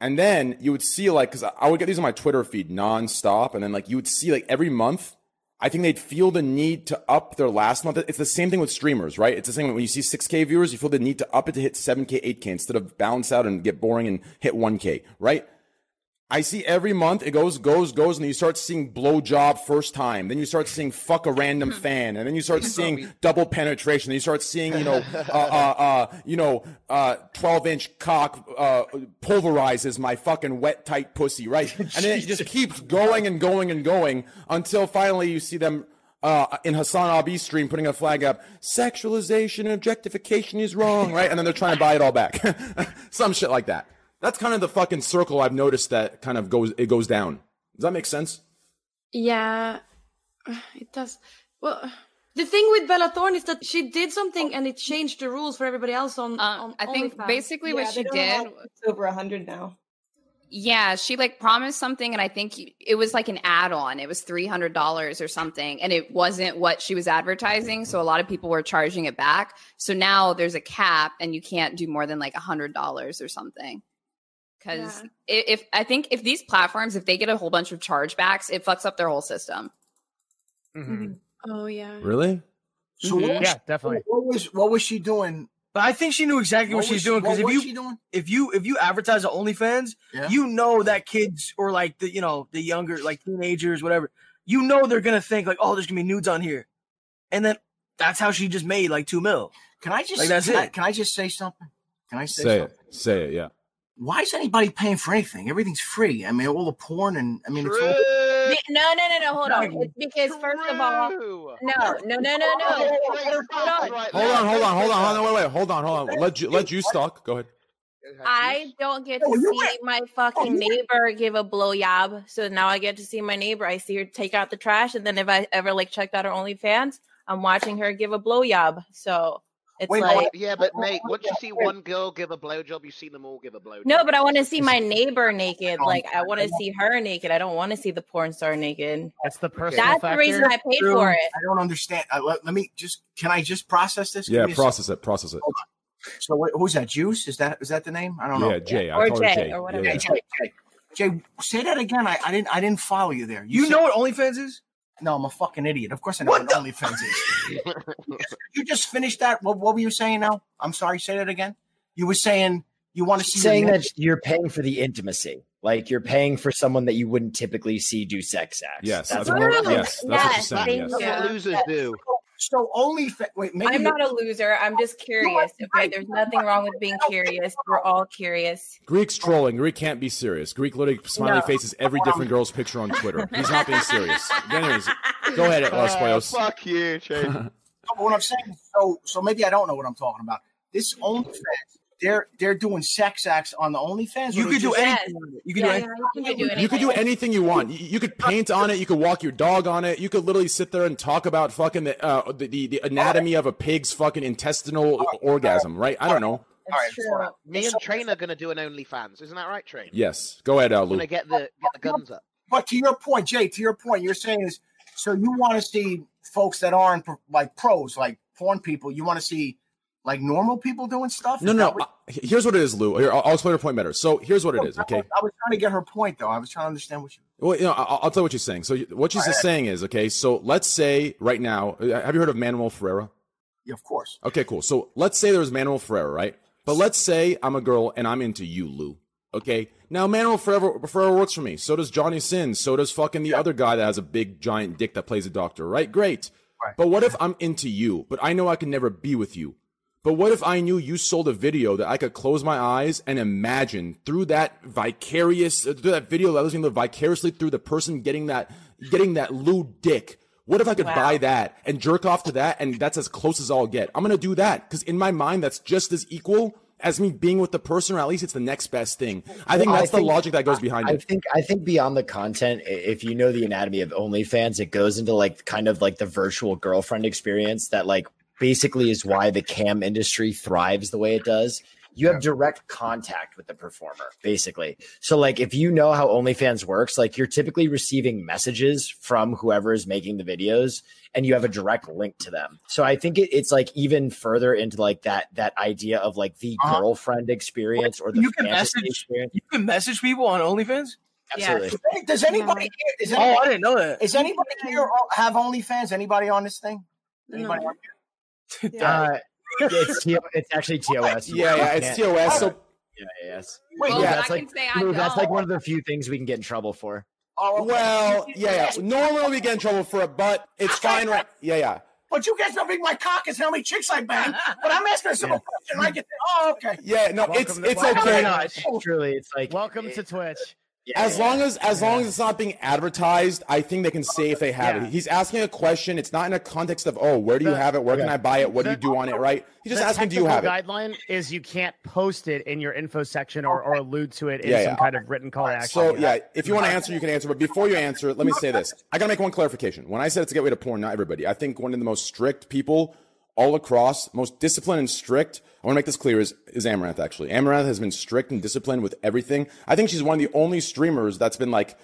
And then you would see like, cause I- I would get these on my Twitter feed nonstop. And then like you would see like every month, I think they'd feel the need to up their last month. It's the same thing with streamers, right? It's the same when you see 6K viewers, you feel the need to up it to hit 7K, 8K instead of bounce out and get boring and hit 1K, right? I see every month it goes, goes, goes, and then you start seeing blowjob first time. Then you start seeing fuck a random fan, and then you start seeing double penetration. Then you start seeing, you know, uh, uh, uh, you know, uh, twelve inch cock uh, pulverizes my fucking wet tight pussy, right? And then it just keeps going and going and going until finally you see them uh, in Hassan Abi's stream putting a flag up. Sexualization and objectification is wrong, right? And then they're trying to buy it all back, some shit like that. That's kind of the fucking circle I've noticed that kind of goes it goes down. Does that make sense?
Yeah, it does. Well, the thing with Bella Thorne is that she did something and it changed the rules for everybody else on. on
Uh, I think
OnlyFans.
basically what she
they don't
did
allow- It's over a hundred now.
Yeah, she like promised something, and I think it was like an add-on. It was three hundred dollars or something, and it wasn't what she was advertising. So a lot of people were charging it back. So now there's a cap, and you can't do more than like hundred dollars or something. Because if, if I think if these platforms, if they get a whole bunch of chargebacks, it fucks up their whole system.
Mm-hmm.
Oh yeah.
Mm-hmm. Really? Mm-hmm.
So what was- What was what was she doing?
Mm-hmm. But I think she knew exactly what,
What
she was
was-
doing because
what
if
was
you
she doing?
if you if you advertise the OnlyFans,
Yeah.
you know that kids or like the you know the younger like teenagers whatever, you know they're gonna think like oh there's gonna be nudes on here, and then that's how she just made like two mil.
Can I just
like that's
can
it?
I, can I just say something? Can I say,
Say
something?
it. Say it. Yeah.
Why is anybody paying for anything? Everything's free. I mean, all the porn and I mean, it's all,
Be- No, no, no, no. Hold on. It's because first of all, no, no, no, no, no. Hold on.
Hold on. Hold on. Hold on. Hold on. Wait. Wait. Hold on. Hold on. Let you. Let you talk. Go ahead.
I don't get
Oh,
to see my fucking neighbor give a blowjob. So now I get to see my neighbor. I see her take out the trash, and then if I ever like checked out her OnlyFans, I'm watching her give a blowjob. So it's like
yeah, but mate, once you see one girl give a blowjob, you see them all give a blowjob.
No, but I want to see my neighbor naked.
Oh,
Like I want to see her naked. I don't want to see the porn star naked.
That's the
personal That's the factor. reason I paid for it.
I don't understand. I, let, let me just. Can I just process this? Give
Yeah.
me a
Process it. Process it.
second. So wh- who's that? Juice? Is that is that the name? I don't know.
Yeah, Jay. I Or call her Jay, Jay. or whatever. Yeah,
Jay, Jay, Jay. Jay, say that again. I, I didn't I didn't follow you there.
You know what OnlyFans is?
No, I'm a fucking idiot. Of course I know what, OnlyFans is. you just finished that. What, what were you saying now? I'm sorry. Say that again. You were saying you want to see your
saying
neck-
that you're paying for the intimacy, like you're paying for someone that you wouldn't typically see do sex acts.
Yes,
that's,
that's what I'm- yes, that's what she's saying,
thank
yes.
you.
Yeah.
Losers do.
So only fa- wait. Maybe
I'm
you're-
not a loser. I'm just curious. Okay, there's nothing wrong with being curious. We're all curious.
Greek's trolling. Greek can't be serious. Greek literally smiley
No.
faces every different girl's picture on Twitter. He's not being serious. Anyways, go ahead, Los
Uh,
Pollos.
Uh, fuck you, Shane.
No, but what I'm saying, is, so so maybe I don't know what I'm talking about. This OnlyFans, they're they're doing sex acts on the OnlyFans.
You
or
could
it's
do
just-
anything with it. You could do Yeah, anything.
you
You could do anything you want. You, you could paint on it. You could walk your dog on it. You could literally sit there and talk about fucking the uh, the, the, the anatomy of a pig's fucking intestinal orgasm, right? I don't know.
Me and Train are gonna do an OnlyFans, isn't that right, Train?
Yes, go ahead, uh,
I'm gonna
Luke.
get the get the guns up.
But to your point, Jay, to your point, you're saying is so you want to see folks that aren't pro- like pros, like porn people. You want to see like normal people doing stuff.
No,
Is
no.
that what-
uh, Here's what it is, Lou. Here, I'll, I'll explain your point better. So here's what it is. Okay.
I was trying to get her point though. I was trying to understand what you.
Well, you know, I- I'll, I'll tell you what she's saying. So you- what she's
All right.
saying is, okay. So let's say right now, uh, have you heard of Manuel Ferreira?
Yeah, of course.
Okay, cool. So let's say there's Manuel Ferreira, right? But let's say I'm a girl and I'm into you, Lou. Okay. Now Manuel Ferreira, Ferreira works for me. So does Johnny Sins. So does fucking the other guy that has a big giant dick that plays a doctor, right? Great. But what if I'm into you, but I know I can never be with you? But what if I knew you sold a video that I could close my eyes and imagine through that vicarious, uh, through that video that was going to live vicariously through the person getting that, getting that lewd dick? What if I could
Wow.
buy that and jerk off to that and that's as close as I'll get? I'm going to do that because in my mind, that's just as equal as me being with the person, or at least it's the next best thing. I think
Well,
that's the logic that goes behind
I
it.
think I think beyond the content, i- if you know the anatomy of OnlyFans, it goes into like kind of like the virtual girlfriend experience that like basically is why the cam industry thrives the way it does. You have direct contact with the performer, basically. So, like, if you know how OnlyFans works, like, you're typically receiving messages from whoever is making the videos, and you have a direct link to them. So, I think it, it's like even further into like that that idea of like the
Uh-huh.
girlfriend experience or the
You can
fantasy
message-
experience.
You can message people on OnlyFans.
Absolutely.
Does any- Does anybody? Here, is
Oh,
anybody
I didn't know that.
Is anybody here all- have OnlyFans? Anybody on this thing? Anybody on here?
Uh, it's, T- it's actually TOS.
Yeah, yeah, it's TOS, so-
yeah, yes.
Oh, Wait,
Lou,
Well,
that's
I
like
can say I
Lou, that's like
don't.
one of the few things we can get in trouble for.
Oh,
Well, yeah, yeah. Normally we get in trouble for it, but it's fine, right? Yeah, yeah.
But you guys don't think my cock is how many chicks I bang. But I'm asking a simple question. I get, oh, okay.
Yeah, no, it's
Welcome to-
it's
Why
okay.
not?
Truly, it's like
welcome to Twitch.
As long as as long as it's not being advertised, I think they can say if they have
Yeah.
it. He's asking a question. It's not in a context of oh, where do you
The-
have it? Where can
okay.
I buy it? What do you do on it? Right? He's just
The
asking, do you have
technical
it?
guideline is you can't post it in your info section or, or allude to it in
Yeah,
some
yeah.
kind of written call to action.
So yeah, if you want to answer, you can answer. But before you answer, let me say this: I gotta make one clarification. When I said it's a gateway to porn, not everybody. I think one of the most strict people all across, most disciplined and strict. I want to make this clear is, is Amaranth actually. Amaranth has been strict and disciplined with everything. I think she's one of the only streamers that's been like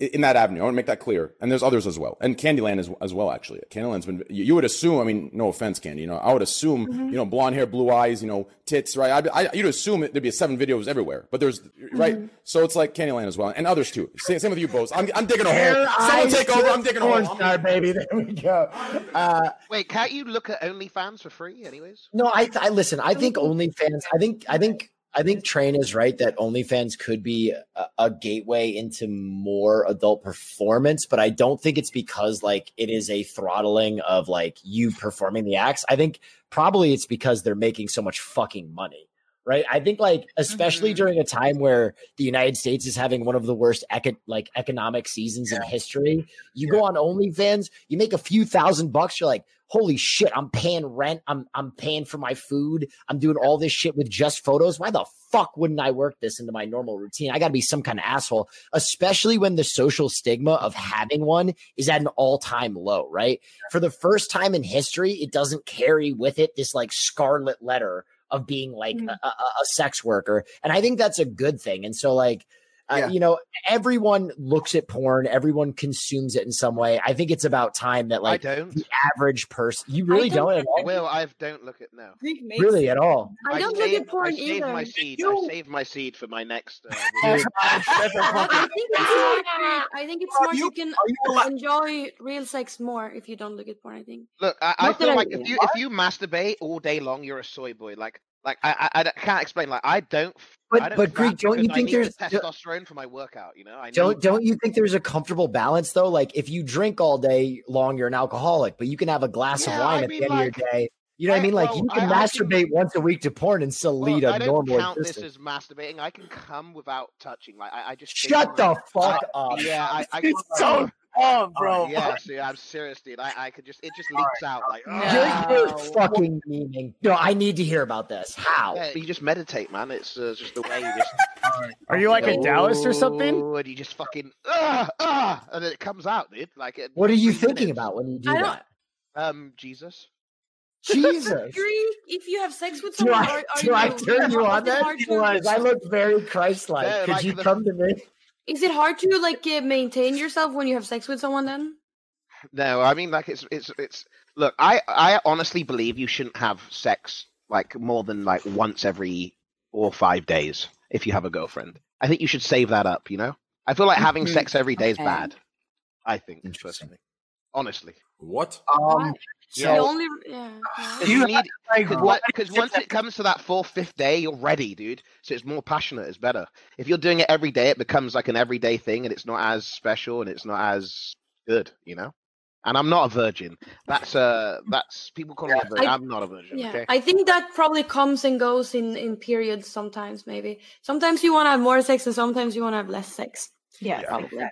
i- in that avenue. I want to make that clear. And there's others as well. And Candyland as, as well, actually. Candyland's been, you, you would assume, I mean, no offense, Candy, you know, I would assume,
Mhm.
you know, blonde hair, blue eyes, you know, tits, right? I, I, you'd assume it, there'd be seven videos everywhere, but there's, right?
Mhm.
So it's like Candyland as well. And others too. Same, same with you, Bose. I'm, I'm digging a
Hair,
hole. Someone
eyes,
take over. I'm digging a hole.
porn
I'm-
star, baby. There we go. Uh,
Wait, can't you look at OnlyFans for free, anyways?
No, I, I listen. I think OnlyFans. I think. I think. I think Train is right that OnlyFans could be a, a gateway into more adult performance, but I don't think it's because like it is a throttling of like you performing the acts. I think probably it's because they're making so much fucking money, right? I think like especially during a time where the United States is having one of the worst eco- like economic seasons in history, you go on OnlyFans, you make a few thousand bucks, you're like, holy shit, I'm paying rent, I'm I'm paying for my food, I'm doing all this shit with just photos. Why the fuck wouldn't I work this into my normal routine? I gotta be some kind of asshole, especially when the social stigma of having one is at an all-time low, right? For the first time in history, it doesn't carry with it this like scarlet letter of being like
Mm.
a, a, a sex worker. And I think that's a good thing. And so like uh, you know, everyone looks at porn. Everyone consumes it in some way. I think it's about time that, like, the average person, you really don't, at all,
Will, I don't look at no.
really at all.
I
don't look at
saved,
porn
I saved My
either.
seed. I
You-
saved my seed for my next. Uh,
I think it's smart. I think it's smart. You can
allowed-
enjoy real sex more if you don't look at porn. I think.
Look, I, I
Not that
feel
I-
like if you if you masturbate all day long, you're a soy boy. Like like I I, I can't explain. Like I don't. f-
But-
I don't
but Greek,
fat
don't you
because I
think
need the
there's-
testosterone for my workout? You know, I
Don't
need
don't you think there's a comfortable balance though? Like, if you drink all day long, you're an alcoholic, but you can have a glass
Yeah,
of wine
I
at
mean,
the end
like,
of your day. You know what I
I-
mean? Like,
well,
you can
I- I can-
masturbate once a week to porn and still lead
I
a
don't
normal
count
existence.
this as masturbating. I can come without touching. Like I, I just think
Shut the
like-
fuck
I-
up.
Yeah, I, I
It's so
dumb,
bro.
yeah, see, I'm serious, dude. I, I could just it just leaks out like. "Oh."
You're, you're fucking meaning. No, I need to hear about this. How?
Yeah, you just meditate, man. It's uh, just the way you just.
Are you like a Taoist or something?
Oh, And you just fucking ah ah, and then it comes out, dude. Like it.
What are you thinking about when you do
I don't-
that?
Um, Jesus.
Jesus.
Greek, if you have sex with
Do
someone,
I,
are, are
do I
you-
turn you on
is it
that?
hard to-
Because I look very Christ-like.
Yeah,
Could
like
you
the-
come to me?
Is it hard to like uh, maintain yourself when you have sex with someone? Then
No, I mean like it's it's it's look, I I honestly believe you shouldn't have sex like more than like once every or 5 days if you have a girlfriend. I think you should save that up, you know? I feel like having
Mm-hmm.
Mhm.
sex every day is
Okay.
bad. I think personally. Honestly.
What?
Um
The only yeah.
you need because once it comes to that fourth, fifth day, you're ready, dude. So it's more passionate. It's better. If you're doing it every day, it becomes like an everyday thing, and it's not as special and it's not as good, you know. And I'm not a virgin. That's uh, that's people call me a virgin.
I-
I'm not a virgin.
Yeah,
okay?
I think that probably comes and goes in in periods. Sometimes maybe. Sometimes you want to have more sex, and sometimes you want to have less sex.
Yes,
Yeah.
exactly.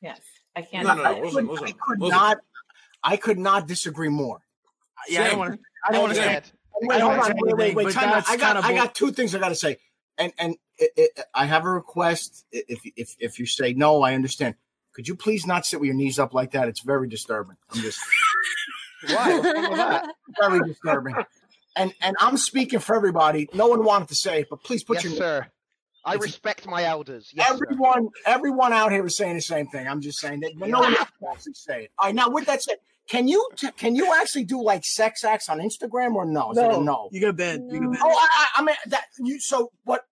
Yes, I can't.
No, no, no. Listen, listen, I could not. I could not disagree more.
Yeah, I don't wanna- I don't wanna say it.
Wait, hold on. Wait, wait, wait.
But
Time out.
that's
I got.
kinda
I
bull-
got two things I got to say, and and it, it, I have a request. I- If if if you say no, I understand. Could you please not sit with your knees up like that? It's very disturbing. I'm just.
Why? What's wrong with that?
Very disturbing. And and I'm speaking for everybody. No one wanted to say it, but please put
Yes,
your
sir. I
It's-
respect my elders. Yes, sir.
everyone, everyone out here is saying the same thing. I'm just saying that no one can actually say it. All right, now with that said, can you can you actually do like sex acts on Instagram or no? Is that a
No.
no?
You got banned. You got banned.
Oh, I, I, I mean that you. So what?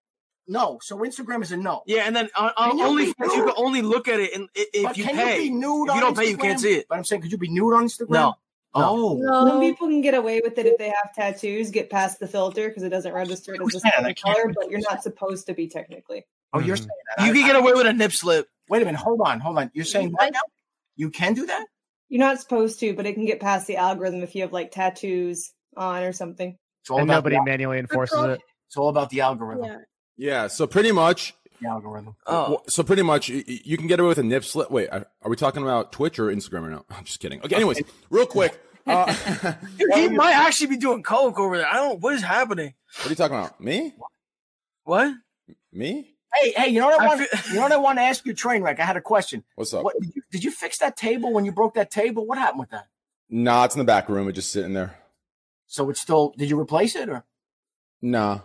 No. So Instagram is a no.
Yeah, and then on, on
Can you
only
be
you can only look at it, and i- if
But
you
can
pay,
you be nude
if
on
you don't pay, you
Instagram?
can't see it.
But I'm saying, could you be nude on Instagram?
No.
Oh.
Some people can get away with it if they have tattoos, get past the filter because it doesn't register it as a
Yeah,
skin
they can't
color, but you're not supposed to be technically.
Oh, you're
Mm-hmm.
saying that.
You can get away with a nip slip.
Wait a minute. Hold on. Hold on. You're saying what now? You can do that?
You're not supposed to, but it can get past the algorithm if you have like tattoos on or something.
It's all
And
about
nobody
the-
manually enforces it.
It's all about the algorithm.
Yeah. So pretty much.
The algorithm.
Oh. So pretty much, you, you can get away with a nip slip. Wait, are are we talking about Twitch or Instagram right now? I'm just kidding. Okay. Anyways, real quick. Uh,
Dude, he might actually be doing coke over there. I don't. What is happening?
What are you talking about? Me?
What?
Me?
Hey, hey, you know what I want? you know what I want to ask you, train wreck. I had a question.
What's up?
What, did, you, did you fix that table when you broke that table? What happened with that?
Nah, it's in the back room. It's just sitting there.
So it's still. Did you replace it or
Nah.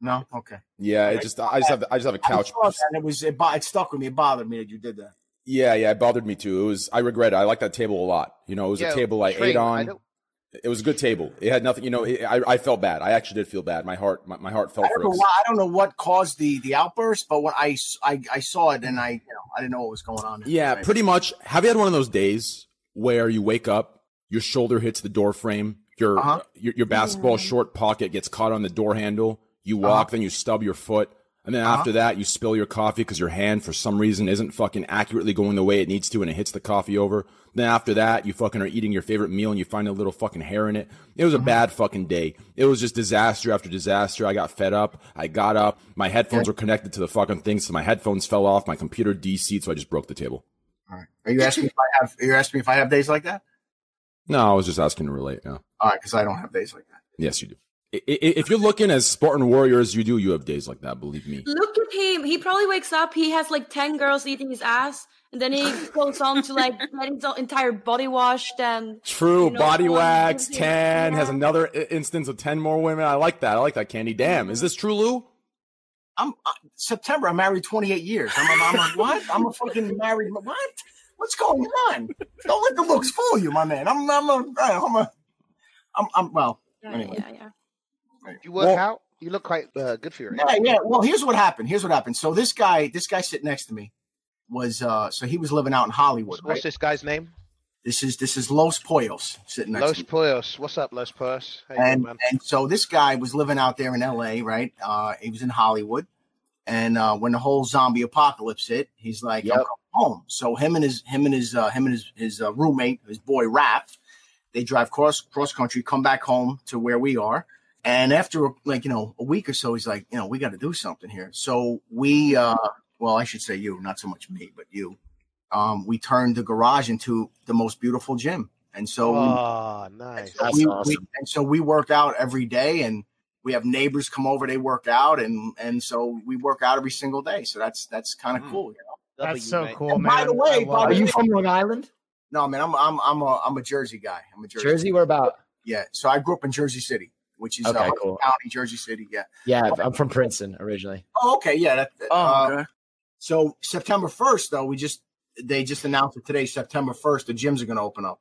no? Okay.
Yeah, it just I just have I just have a couch.
I saw that, and it was it, bo- it stuck with me. It bothered me that you did that.
Yeah, yeah, it bothered me too. It was I regret it. I like that table a lot. You know, it was
Yo,
a table I
Trey,
ate
I
on.
don't-
it was a good table. It had nothing. You know, it, I I felt bad. I actually did feel bad. My heart my, my heart felt
I don't,
for
know
it.
why, I don't know what caused the the outburst, but when I, s- I- I saw it and I you know I didn't know what was going on.
Yeah, pretty much. Have you had one of those days where you wake up, your shoulder hits the door frame, your
Uh-huh.
your, your basketball short pocket gets caught on the door handle, you walk, then you stub your foot, and then
Uh-huh.
after that you spill your coffee because your hand for some reason isn't fucking accurately going the way it needs to, and it hits the coffee over. Then after that you fucking are eating your favorite meal and you find a little fucking hair in it. It was a bad fucking day. It was just disaster after disaster. I got fed up. I got up. My headphones were connected to the fucking thing, so my headphones fell off. My computer DC'd, so I just broke the table.
Are you asking if I have? You're asking me if I have days like that?
No, I was just asking to relate. Yeah.
All right, because I don't have days like that.
Yes, you do. I- I- If you're looking as Spartan warrior as you do, you have days like that. Believe me.
Look at him. He probably wakes up. He has like ten girls eating his ass, and then he goes on to like get his entire body washed and
True.
you know,
body
um,
wax.
yeah.
Tan has another i- instance of ten more women. I like that. I like that. Candy. Damn. Is this true, Lou?
I'm uh, September. I'm married 28 years. I'm a, I'm a what? I'm a fucking married. ma- What? What's going on? Don't let the looks fool you, my man. I'm I'm a I'm a I'm, I'm well. Anyway.
Yeah, yeah.
You work
Well-
out. You look quite uh, good for your age.
Yeah, yeah. Well, here's what happened. Here's what happened. So this guy, this guy sitting next to me, was uh so he was living out in Hollywood.
What's
right?
this guy's name?
This is this is Los Poyos sitting next
Los
to me.
Poyos. What's up, Los Poyos? How you doing,
And,
man?
and so this guy was living out there in LA, right? Uh he was in Hollywood. And uh when the whole zombie apocalypse hit, he's like,
Yep.
I'm going home. So him and his him and his uh him and his, his uh, roommate, his boy Rap, they drive cross cross country, come back home to where we are. And after like, you know, a week or so, he's like, you know, we gotta do something here. So we uh well, I should say you, not so much me, but you. Um, we turned the garage into the most beautiful gym. And so we-
oh, nice.
so we- we- and so we work out every day, and we have neighbors come over. They work out, and and so we work out every single day. So that's that's kind of cool. You know?
That's so cool,
And
man.
By the
I
way,
love
by the
it.
way-
Long Island?
No, man, I'm I'm I'm a I'm a Jersey guy. I'm a Jersey.
Jersey, where about?
Yeah. So I grew up in Jersey City, which is
Okay,
uh, Hudson
cool.
County, Jersey City. Yeah.
Yeah, I'm from Princeton originally.
Oh, okay. Yeah. That, uh, So September first, though, we just they just announced it today. September first, the gyms are going to open up.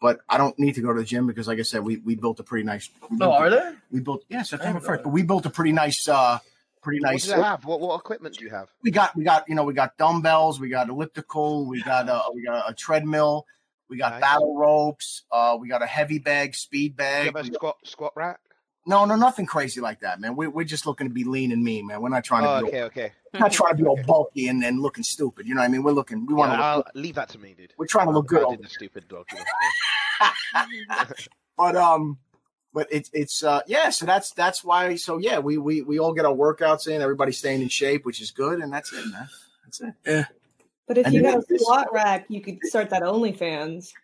But I don't need to go to the gym because, like I said, we, we built a pretty nice. we built a-
they?
We built yeah September first, but we built a pretty nice, uh pretty nice.
What do you have? What, what equipment do you have?
We got we got you know we got dumbbells, we got elliptical, we got a we got a treadmill, we got battle ropes, uh we got a heavy bag, speed
Do you have
bag.
a squat squat rack?
No, no, nothing crazy like that, man. We we're just looking to be lean and mean, man. We're not trying to
Oh,
be
okay,
all,
okay.
we're not trying to be all bulky and, and looking stupid. You know what I mean? We're looking we want
Yeah,
to
I'll
look,
leave that to me, dude.
we're trying to look good
I
over
did the stupid dog.
but um but it's it's uh yeah so that's that's why so yeah we we we all get our workouts in everybody's staying in shape which is good and that's it man that's it yeah
But if
And
you
then
got a
this-
squat rack, you could start that OnlyFans.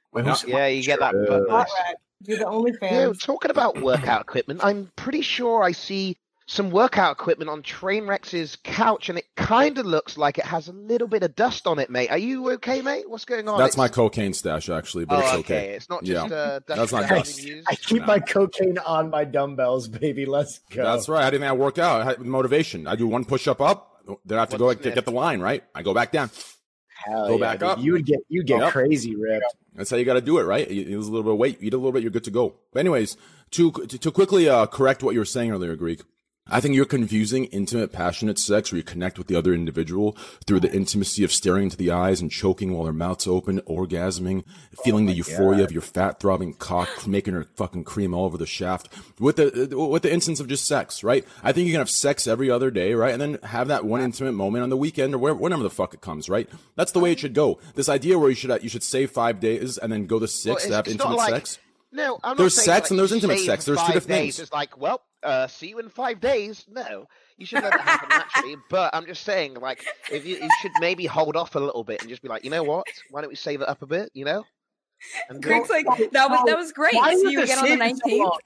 yeah, you get that.
Squat
butt
rack. Do the
Yeah,
OnlyFans.
talking about workout equipment, I'm pretty sure I see some workout equipment on Trainwreck's couch, and it kind of looks like it has a little bit of dust on it, mate. Are you okay, mate? What's going on?
That's my
Oh, It's-
cocaine stash, actually. But
Oh,
it's okay.
okay. It's not just, uh, dust
that's not
that I've
dust.
I keep my cocaine on my dumbbells, baby. Let's go.
That's right. I didn't I work out. I had motivation. I do one push up up. Then I have to go like,
sniff.
get the line right. I go back down. go
yeah,
back
dude.
up.
You would get- you'd get crazy ripped.
That's how you got to do it, right? You you lose a little bit of weight, eat a little bit, you're good to go. But anyways, to to, to quickly uh, correct what you were saying earlier, Greek. I think you're confusing intimate, passionate sex where you connect with the other individual through the intimacy of staring into the eyes and choking while their mouth's open, orgasming, feeling the euphoria of your fat throbbing cock, making her fucking cream all over the shaft with the, uh, with the instance of just sex, right? I think you can have sex every other day, right? And then have that one intimate moment on the weekend or wherever, whenever the fuck it comes, right? That's the way it should go. This idea where you should, uh, you should save five days and then go to six
Well,
to have
not
intimate
like-
sex.
No, I'm not
There's
saying
sex
like
and there's
you
intimate
shave
sex. There's two
five
different
days.
things.
It's like, well, uh, see you in five days. No, you should let it happen naturally. But I'm just saying, like, if you, you should maybe hold off a little bit and just be like, you know what? Why don't we save it up a bit? You know. And
Greg's
go-
like, that was- that was great. Why See you you again on the save it so 19th? long?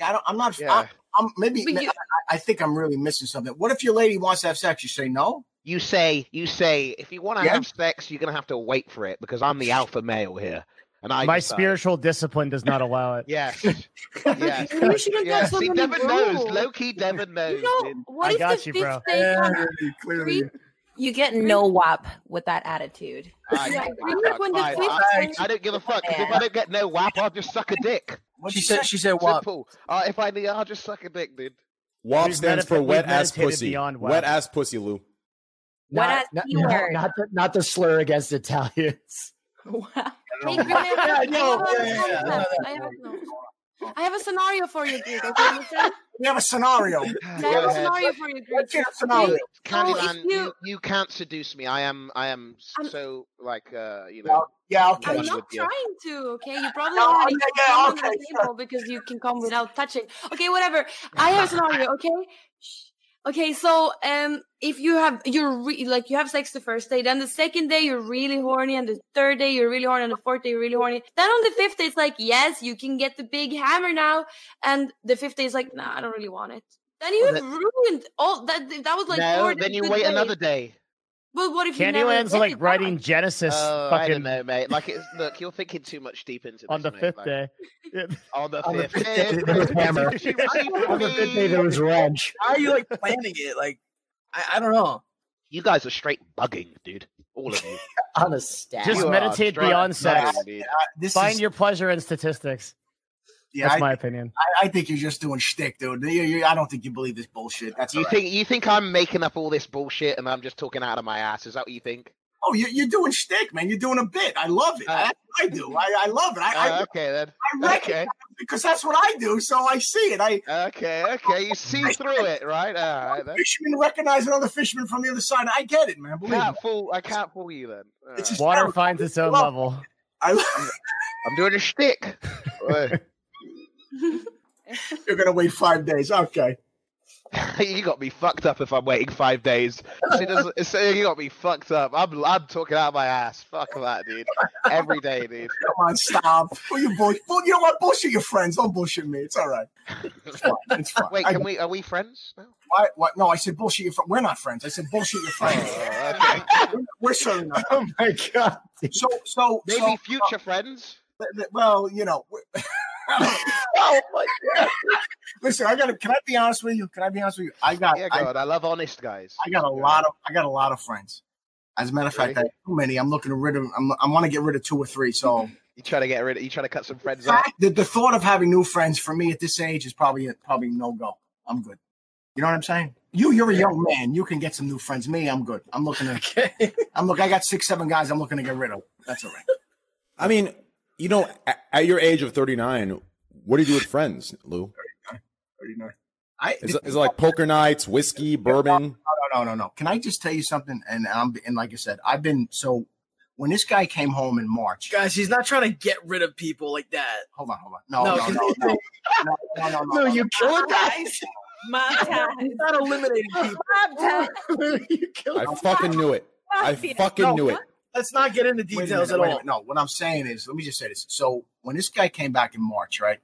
yeah i don't i'm not I, i'm maybe
But you-
I, I think i'm really missing something what if your lady wants to have sex you say no
You say, you say, if you want to
Yeah.
have sex, you're gonna have to wait for it because I'm the alpha male here. And I
My
decide.
spiritual discipline does not allow it.
Yes. yes.
We should have got
Yes. See,
someone
Devin
to
knows.
roll.
Low key, Devin knows. dude.
what
I
if
got
the
you, bro.
fifth day comes? You get no wop with that attitude.
I,
Yeah,
don't
remember
give a
when the
fuck.
fifth
I-
thing-
I don't give a fuck. 'cause if I don't get no WAP, I'll just suck a dick.
She she said- said? she said WAP.
Simple. Uh, if I need, I'll just suck a dick, dude.
WAP
We've
stands
medita-
for
we've
wet ass
meditated
pussy.
beyond WAP.
Wet ass pussy, Lou.
Not, not, no, not, the, not the slur against Italians.
Hey, Graham, I
no,
have a
yeah, yeah,
concept.
yeah, no,
I have no- I have a scenario for you, Greg. Okay, listen.
We have a scenario.
I have a scenario for you, Greg.
Let's hear a scenario.
So if
Candyman, you... You, can't seduce me. I am, I am s- so like, uh, you know.
yeah,
in
I'm
love
not
with you.
trying to, okay? You probably
No,
already
yeah,
put
yeah,
someone
okay,
on the table because you can come without touching. Okay, whatever. I have a scenario, okay? Shh. Okay, so um if you have you're re- like you have sex the first day, then the second day you're really horny, and the third day you're really horny, and the fourth day you're really horny. Then on the fifth day it's like, yes, you can get the big hammer now, and the fifth day is like, nah, I don't really want it. Then you've
that-
ruined all that. That was like
no,
four
then you
good
wait
days.
another day.
But what if you never
Candyland's
get
like
it?
writing Genesis
Oh, I don't
fucking
know, mate. Like, it's, look, you're thinking too much deep into this.
on the
mate.
fifth
Like,
day.
On the
On the
fifth
fifth
day.
day, there was hammer. On the fifth day, there was wrench.
How are you like planning it? Like, I, I don't know.
You guys are straight bugging, dude. All of you.
On a stack.
Just
You are
meditate
straight
beyond sex.
bugging, dude.
Find your pleasure in statistics.
Yeah,
That's
I-
my opinion.
I, I think you're just doing shtick, dude. You- you- I don't think you believe this bullshit. That's
You
all right.
think you think I'm making up all this bullshit and I'm just talking out of my ass? Is that what you think?
Oh, you're, you're doing shtick, man. You're doing a bit. I love it. That's what I do. I, I love it. I,
Uh,
I,
okay then.
I recognize
Okay.
it because that's what I do. So I see it. I
Okay. Okay. You see through it, right? All right then.
fishermen recognize another fisherman from the other side. I get it, man. Believe
Can't
me.
fool. I can't fool you then. All right.
Water finds its own level.
I love
I'm doing a shtick.
You're gonna wait five days. Okay.
you got me fucked up if I'm waiting five days. She doesn't. so you got me fucked up. I'm I'm talking out of my ass. Fuck that, dude. Every day, dude.
Come on, stop. Well, you bull- bull- You know what? Bullshit your friends. Don't bullshit me. It's all right. It's fine. It's fine.
Wait,
I-
can we? Are we friends? No.
Why, why, no, I said bullshit your friend. We're not friends. I said bullshit your friend.
Oh,
We're- We're certainly not.
Oh my god!
So, so
Maybe
so,
future friends.
uh, well, you know. we're- oh my god! Listen, I got. to Can I be honest with you? Can I be honest with you? I got.
Yeah,
I,
Oh God, I, love honest guys.
I got a lot of. I got a lot of friends. As a matter of fact, I have too many. I'm looking to rid of. I'm. I want to get rid of two or three. So.
You trying to get rid of? You trying to cut some friends off?
fact, the, the thought of having new friends for me at this age is probably probably no go. I'm good. You know what I'm saying? You you're a young man. You can get some new friends. Me, I'm good. I'm looking to. I'm look. I got six seven guys. I'm looking to get rid of. That's all right.
I mean, you know, at, at your age of 39, what do you do with friends, Lou?
Thirty nine. I
Is, it- is it like poker nights, whiskey, bourbon?
No, no, no, no. Can I just tell you something? And I'm and like I said, I've been so. When this guy came home in March,
Guys, he's not trying to get rid of people like that.
Hold on, hold on. No,
No,
no, no,
'cause-
no, no, no, no, no.
you killed that.
Mob ties.
He's not eliminating people.
Mob ties.
you killed
I fucking knew it. I fucking
No,
knew it.
Let's not get into
Wait a
details
minute, wait a
at all.
minute. No, what I'm saying is, let me just say this. So when this guy came back in March, right?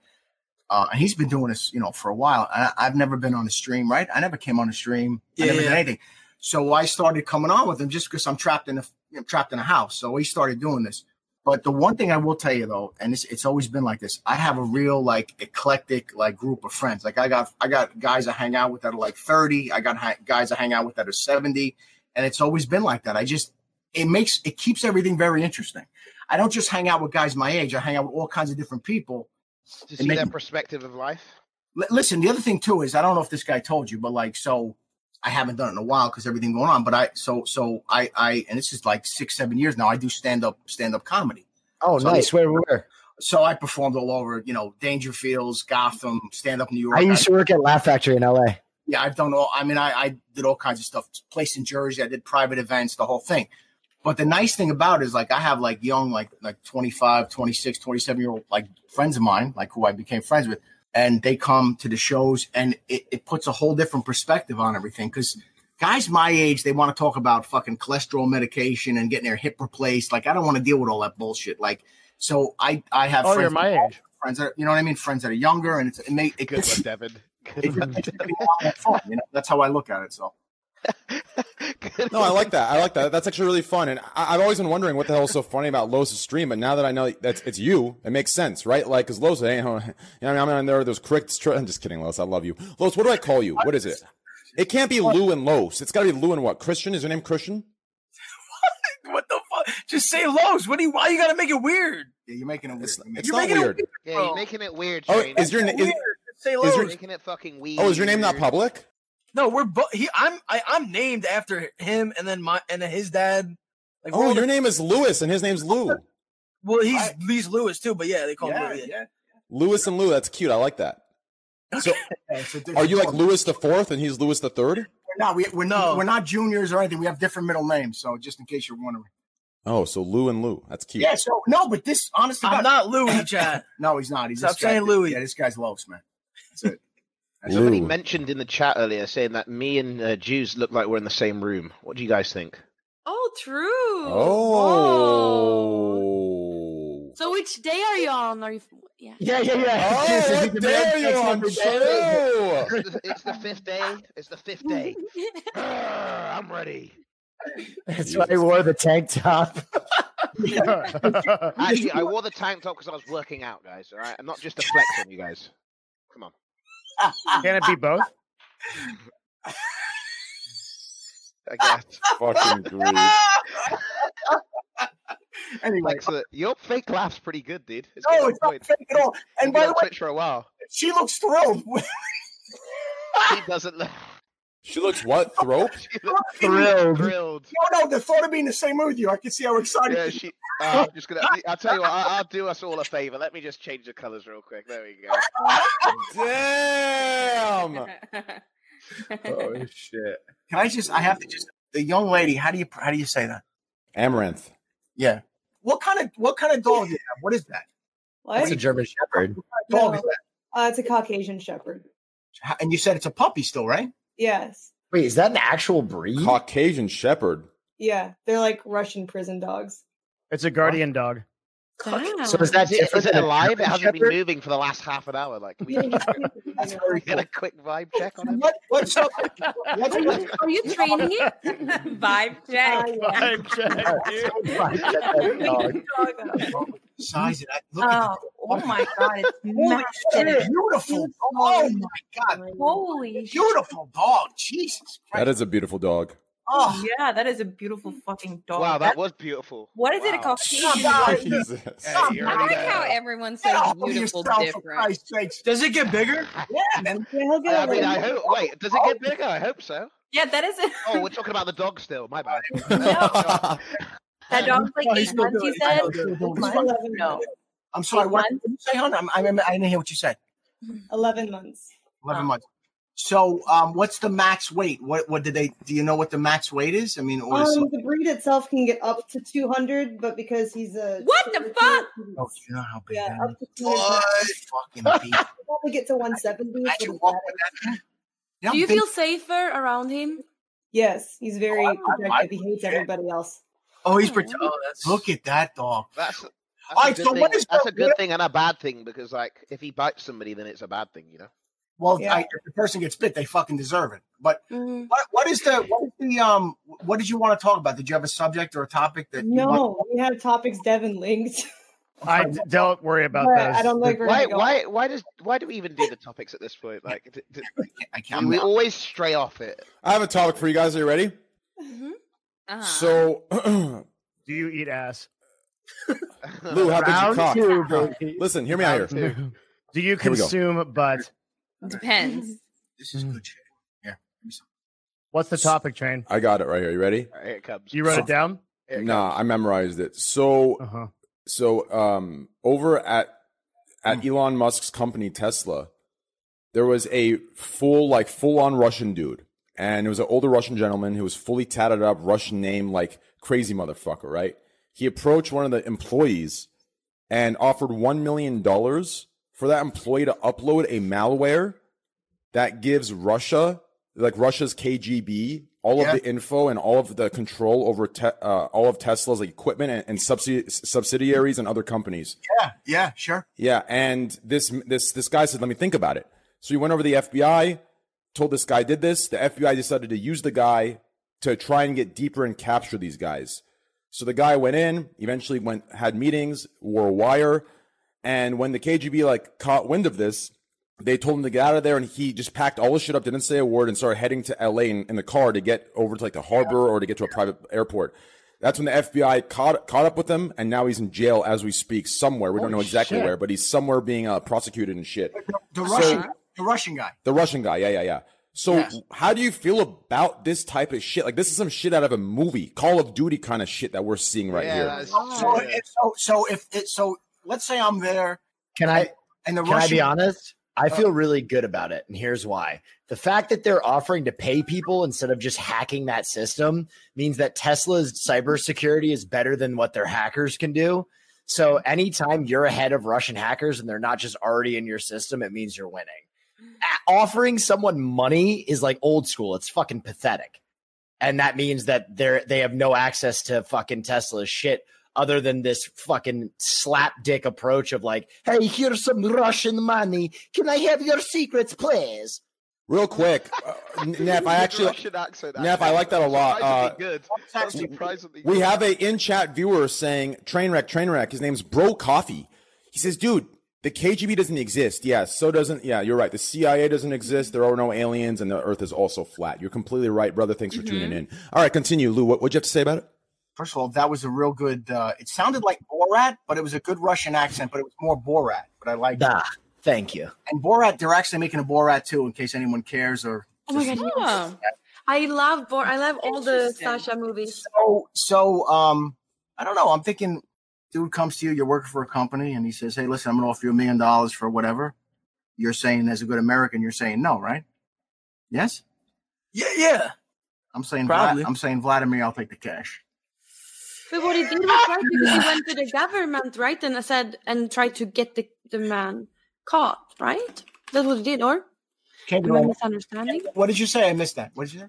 Uh, and he's been doing this, you know, for a while. I, I've never been on a stream, right? I never came on a stream.
Yeah,
I never
yeah.
did anything. So I started coming on with him just because I'm trapped in a I'm trapped in a house. So he started doing this. But the one thing I will tell you though, and it's, it's always been like this, I have a real like eclectic like group of friends. Like I got I got guys I hang out with that are like 30. I got ha- guys I hang out with that are 70, and it's always been like that. I just it makes it keeps everything very interesting. I don't just hang out with guys my age. I hang out with all kinds of different people.
To
It
see
makes-
their perspective of life.
Li- listen, the other thing too is I don't know if this guy told you, but like so I haven't done it in a while because everything going on. But I so so I I and this is like six seven years now. I do stand up stand up comedy.
Oh,
So-
nice. Where where?
So I performed all over, you know, Dangerfields, Gotham, stand up New York.
I used to work at Laugh Factory in L.A.
yeah, I've done all. I mean, I, I did all kinds of stuff. Place in Jersey, I did private events, the whole thing. But the nice thing about it is like I have like young, like like 25, 26, 27 year old like friends of mine, like who I became friends with, and they come to the shows, and it, it puts a whole different perspective on everything because. Guys my age, they want to talk about fucking cholesterol medication and getting their hip replaced. Like, I don't want to deal with all that bullshit. Like, so I, I have
Oh, you're my age.
friends that are, you know what I mean, friends that are younger, and it's it may it
Good one,
gets
Devin.
it just makes it a lot more fun, you know? That's how I look at it. So
no, I like that. I like that. That's actually really fun. And I, I've always been wondering what the hell is so funny about Losa's stream. But now that I know that's it's you, it makes sense, right? Like, because Losa ain't, you know, I mean, I'm there, those crickets. Tr- I'm just kidding, Los. I love you. Los, what do I call you? What is it? It can't be Lou and Los. It's got to be Lou and what? Christian? Is your name Christian?
what the fuck? Just say Lowe's. What do you? Why you gotta make it weird?
Yeah, you're making it weird. It's,
it's not weird.
Yeah, you're making it weird.
Oh,
Shane.
is your na- is,
Just say
is
Lowe's.
your-
making it fucking weird?
oh, is your name not public?
No, we're both. He, I'm, I, I'm named after him, and then my, and then his dad. Like, we're
Oh,
all
your
the-
name is Lewis, and his name's Lou.
Well, he's he's Lewis too, but yeah, they call him. Lou, yeah.
Lewis and Lou. That's cute. I like that. So, are you like Lewis the fourth, and he's Lewis the third?
No, we, we're no. we're not juniors or anything. We have different middle names. So just in case you're wondering.
Oh, so Lou and Lou. That's cute.
Yeah. So no, but this honestly,
I'm not Louis, Chad.
no, he's not. He's
Stop
this guy.
saying Louis.
Yeah, this guy's Lowe's, man. That's it.
Somebody
Lou.
mentioned in the chat earlier saying that me and uh, Jews look like we're in the same room. What do you guys think?
Oh, true.
Oh.
So which day are you on? Are you? Yeah.
Yeah, yeah, yeah.
Oh,
Yes,
how
if you
dare
demand
you,
sex
I'm true.
every day.
It's the, it's the fifth day. It's the fifth day. Grr, I'm ready.
That's why I wore the tank top.
Actually, I wore the tank top because I was working out, guys. All right, and not just to flex on you guys. Come on.
Can it be both?
I guess.
Fucking great.
Anyway,
Excellent. your fake laugh's pretty good, dude. It's
No,
good
it's not fake at all. And by the way,
Twitch for a while.
she looks thrilled.
She doesn't look
She looks what? Thrope?
Thrilled.
thrilled.
No, no, the thought of being in the same room with you, I can see how excited.
Yeah, she. Uh, I'm just gonna. I'll tell you what. I, I'll do us all a favor. Let me just change the colors real quick. There we go.
Damn.
oh
shit!
Can I just? I have to just. The young lady. How do you? How do you say that?
Amaranth.
Yeah. What kind of? What kind of dog do you have? What is that?
What?
That's a
German Shepherd.
Dog
No.
is that?
Uh, it's a Caucasian Shepherd.
How- And you said it's a puppy still, right?
Yes.
Wait, is that an actual breed?
Caucasian Shepherd.
Yeah. They're like Russian prison dogs.
It's a guardian dog.
So is that
Is it, is
different
it
than a
alive? It
German
hasn't
Shepherd?
been moving for the last half an hour. Like, can we
That's very
get
cool.
a quick vibe check on him.
What? What's up? What's
Are
up?
you, are you training it? Vibe check.
Vibe
Dog.
Size of that. Look at
Oh, oh my god, it's
Holy shit,
massive.
beautiful. Oh my god.
Holy shit.
Beautiful dog. Jesus Christ.
That is a beautiful dog.
Oh,
Yeah, that is a beautiful fucking dog.
Wow, that was beautiful.
what is it
Wow.
called?
Jesus.
Hey, you're
I
already
like
there.
how everyone says
get off of
beautiful
yourself for
different.
Christ's sakes.
Does it get bigger?
Yeah, man.
Yeah, he'll get
I
over
mean,
it.
I hope. Wait, does it get bigger? I hope so.
Yeah, that is it.
Oh, we're talking about the dog still. My bad.
That dog's like
Oh, he's
eight
still
months,
doing it.
you said?
I know, they're doing it.
Mine? No.
I'm sorry.
Eight
What
months?
did you say, hon? I'm, I'm, I didn't hear what you said.
11 months.
11
Oh.
months. So, um, what's the max weight? What what did they do? You know what the max weight is? I mean, or is
Um, the breed itself can get up to 200, but because he's a.
What the fuck?
oh, do you know how big
Yeah,
that is?
up to 200.
What? Fucking beast.
He'll Probably get to 170.
I
but
can
it's
walk
not-
with that thing. Yeah,
Do you
big-
feel safer around him?
Yes, he's very
Oh, I- I-
protective. He hates
yeah.
everybody else.
oh, he's
Oh,
prote-
Oh, that's.
Look at that dog.
That's.
All
That's,
right,
a good,
so
thing.
what is
that's
the-
a good
what-
thing and a bad thing because, like, if he bites somebody, then it's a bad thing, you know.
Well,
Yeah.
I, if the person gets bit, they fucking deserve it. But
Mm.
what what is the what is the um what did you want to talk about? Did you have a subject or a topic that you want-
No, we have topics Devin linked.
I d- don't worry about
but
those.
I don't like
Oh
Why? Why? Why does? Why do we even do the topics at this point? Like, d- d-
I can't.
we always stray off it.
I have a topic for you guys. Are you ready?
Uh-huh.
So,
Do you eat ass?
Lou, how big's your cock?
two,
Huh.
baby.
Listen, hear me out here.
Do you
Here we go.
consume butt?
depends.
this is good shit.
What's the topic, Train?
I got it right here. You ready?
All right, here it comes.
You wrote it down?
Here it
Nah, I memorized it. So,
Uh huh.
so um, over at at
Hmm.
Elon Musk's company Tesla, there was a full like full on Russian dude, and it was an older Russian gentleman who was fully tatted up, Russian name, like crazy motherfucker, right? He approached one of the employees and offered one million dollars for that employee to upload a malware that gives Russia, like Russia's KGB, all
Yeah.
of the info and all of the control over te- uh, all of Tesla's equipment and, and subsidi- subsidiaries and other companies.
Yeah, yeah, sure.
Yeah, and this this this guy said, "Let me think about it." So he went over to the FBI, told this guy did this. The FBI decided to use the guy to try and get deeper and capture these guys. So the guy went in, eventually went had meetings, wore a wire, and when the KGB like caught wind of this, they told him to get out of there, and he just packed all his shit up, didn't say a word, and started heading to LA in, in the car to get over to like the harbor or to get to a private airport. That's when the FBI caught caught up with him, and now he's in jail as we speak, somewhere. We don't know
Holy
exactly
shit.
where, but he's somewhere being uh, prosecuted and shit.
The
So-
Russian, the Russian guy.
the Russian guy, yeah, yeah, yeah. So
Yes.
how do you feel about this type of shit? Like this is some shit out of a movie, Call of Duty kind of shit that we're seeing right here.
So, if, so, so if it, so, let's say I'm there.
Can I?
And the
can I be
Russian-
honest? I
Uh,
feel really good about it, and here's why: the fact that they're offering to pay people instead of just hacking that system means that Tesla's cybersecurity is better than what their hackers can do. So, anytime you're ahead of Russian hackers and they're not just already in your system, it means you're winning.
Mm.
A- Offering someone money is like old school; it's fucking pathetic, and that means that they're they have no access to fucking Tesla's shit other than this fucking slap dick approach of like, hey, here's some Russian money. Can I have your secrets, please?
Real quick, uh, Neff, I actually
Russian accent,
Neff, I
actually.
like that a lot. Uh,
Surprisingly good. Surprisingly
we
good.
have a in chat viewer saying train wreck, train wreck. His name's Bro Coffee. He says, dude, the KGB doesn't exist. Yeah, so doesn't. Yeah, you're right. The CIA doesn't exist. There are no aliens, and the Earth is also flat. You're completely right, brother. Thanks for tuning in. All right, continue, Lou. What would you have to say about it?
First of all, that was a real good. Uh, it sounded like Borat, but it was a good Russian accent. But it was more Borat. But I like
that. Ah, Thank you.
And Borat, they're actually making a Borat too, in case anyone cares. Or
Oh my god! yeah. I love Bor. I love all the Sasha movies.
so, so um, I don't know. I'm thinking, dude comes to you. You're working for a company, and he says, "Hey, listen, I'm going to offer you a million dollars for whatever." You're saying, as a good American, you're saying no, right? Yes.
Yeah, yeah.
I'm saying,
Probably.
Vlad, I'm saying, Vladimir, I'll take the cash.
But what he did was right because he went to the government, right, and said and tried to get the, the man caught, right? That's what he did, or
Can't
am I misunderstanding?
What did you say? I missed that. What did you say?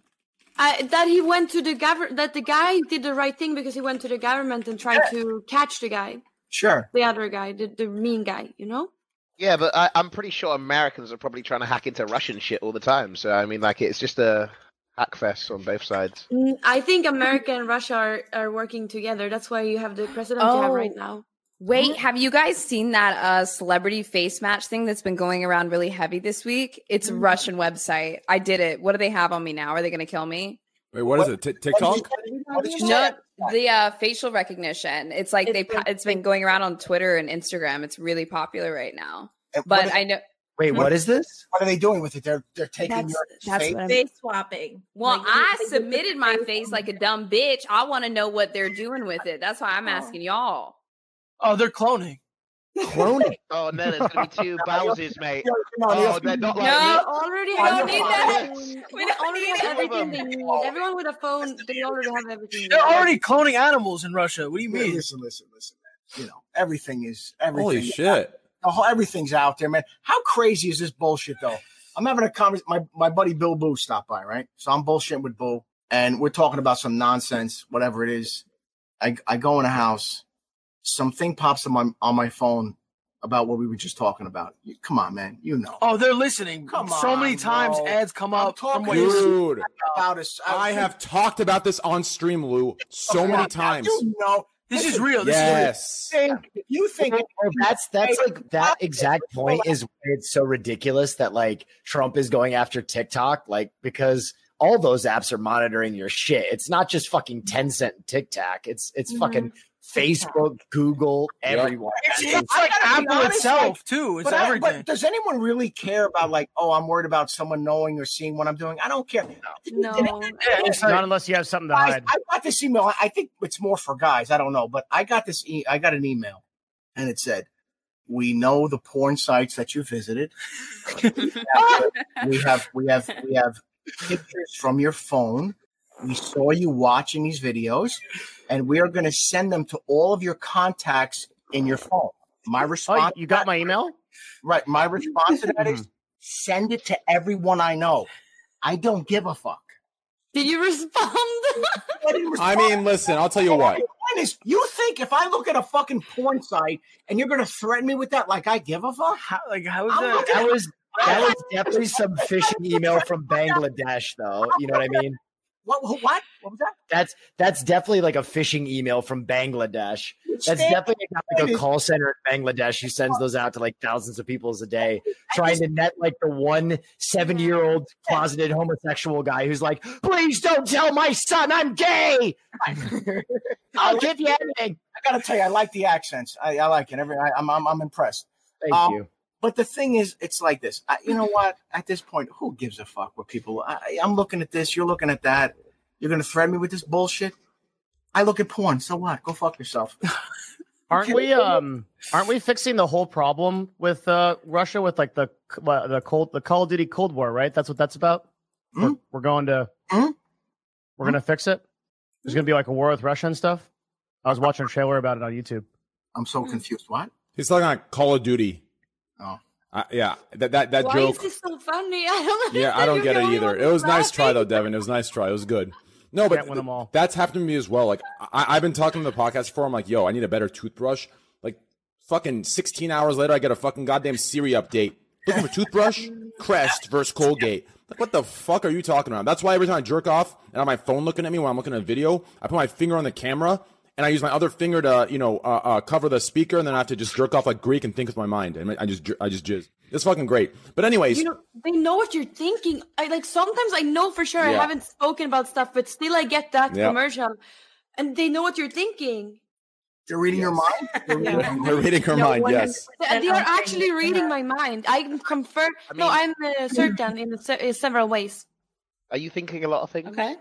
I, that he went to the government, that the guy did the right thing because he went to the government and tried to catch the guy,
Sure.
the other guy, the, the mean guy, you know?
Yeah, but I, I'm pretty sure Americans are probably trying to hack into Russian shit all the time. So I mean, like, it's just a hack fest on both sides.
Mm, I think America and Russia are, are working together. That's why you have the president you have right
Oh.
now.
Wait, have you guys seen that uh, celebrity face match thing that's been going around really heavy this week? It's a
Mhm.
Russian website. I did it. What do they have on me now? Are they going to kill me?
Wait, what is it? T- TikTok?
No, the uh, facial recognition. It's like they. Pa- it's been going around on Twitter and Instagram. It's really popular right now. But I know.
Wait, what is this?
What are they doing with it? They're they're taking
Hmm. That's-
your
that's
face.
what I'm-
Face swapping.
Well,
Like, you-
I
they-
submitted my face like a dumb bitch. I want to know what they're doing with it. That's why I'm asking y'all.
Oh, they're cloning.
Cloning.
oh no, there's gonna be two Bowser's, mate.
no, no.
Oh, they're not
No,
like me.
already
I
have
know.
everything.
We
They
don't
already
need
have
any of
everything they need. Everyone with a phone, they already have everything.
They're already cloning animals in Russia. What do you mean?
Listen, listen, listen, man. You know, everything is everything.
Holy shit.
The whole, everything's out there, man. How crazy is this bullshit, though? I'm having a conversation. My my buddy Bill Boo stopped by, right? So I'm bullshitting with Boo, and we're talking about some nonsense, whatever it is. I I go in a house, something pops on my on my phone about what we were just talking about. You- Come on, man, you know.
Oh, they're listening.
Come
so many
on,
times
bro.
ads come up. from
talking
Wales.
Dude,
About Oh us,
I have talked about this on stream, Lou, so many times.
You know,
This is
listen,
real. This
Yes.
Think, you think
That's that's like that exact point is why it's so ridiculous that like Trump is going after TikTok, like because all those apps are monitoring your shit. It's not just fucking Tencent and TikTok. It's it's
Mm-hmm.
fucking Facebook, Google, everyone.
It's, it's like
I gotta be
Apple
honest,
itself
like,
too. It's
but I-
everything.
but does anyone really care about like, oh, I'm worried about someone knowing or seeing what I'm doing? I don't care.
No.
It's not unless you have something to
Guys,
hide.
I got this email. I- I think it's more for guys. I don't know, but I got this. E- I got an email, and it said, "We know the porn sites that you visited. we have we have we have pictures from your phone. We saw you watching these videos, and we are going to send them to all of your contacts in your phone." My response.
you got my email.
Right. My response to that is send it to everyone I know. I don't give a fuck.
Did you respond?
I mean, listen, I'll tell you what.
Mine is- you think if I look at a fucking porn site and you're gonna threaten me with that, like I give a fuck?
How, like how is
I'm
that?
looking at-
How is That was definitely some phishing email from Bangladesh, though. You know what I mean?
What? What? What was that?
That's that's definitely like a phishing email from Bangladesh. That's
Same.
definitely like a call center in Bangladesh who sends those out to like thousands of people a day, trying to net like the one 70 year old closeted homosexual guy who's like, please don't tell my son I'm gay. I'll give you anything.
I gotta tell you, I like the accents. I, I like it. Every I, I'm, I'm I'm impressed. Um,
Thank you.
But the thing is, it's like this. I, you know what? At this point, who gives a fuck what people? I, I'm looking at this. You're looking at that. You're gonna threaten me with this bullshit. I look at porn. So what? Go fuck yourself.
aren't we um aren't we fixing the whole problem with uh Russia with like the uh, the cold the Call of Duty Cold War, right? That's what that's about.
Hmm?
We're, we're going to we're gonna fix it. There's gonna be like a war with Russia and stuff. I was watching a trailer about it on YouTube.
I'm so confused. What?
He's talking about Call of Duty.
Oh,
uh, yeah. That that that
Why
joke.
is this so funny? I don't.
Yeah, I
understand.
don't
You're
get
the
it
only
either.
one
It was
who's
nice try though, Devin. It was nice try. It was good. No, but th- that's happened to me as well. Like I, I've been talking to the podcast before. I'm like, yo, I need a better toothbrush. Like fucking 16 hours later, I get a fucking goddamn Siri update. Looking for toothbrush? Crest versus Colgate. Like what the fuck are you talking about? That's why every time I jerk off and I have my phone looking at me when I'm looking at a video, I put my finger on the camera and I use my other finger to you know uh, uh, cover the speaker, and then I have to just jerk off like Greek and think with my mind, and I just jer- I just jizz. It's fucking great. But anyways,
You know, they know what you're thinking. I like sometimes I know for sure I
Yeah.
haven't spoken about stuff, but still I get that
Yeah.
commercial, and they know what you're thinking.
They're reading your mind. They're reading,
They're reading her mind, yes.
They, they are actually reading my mind. I'm confirm. no, I'm uh, certain in se- uh, several ways.
Are you thinking a lot of things?
Okay.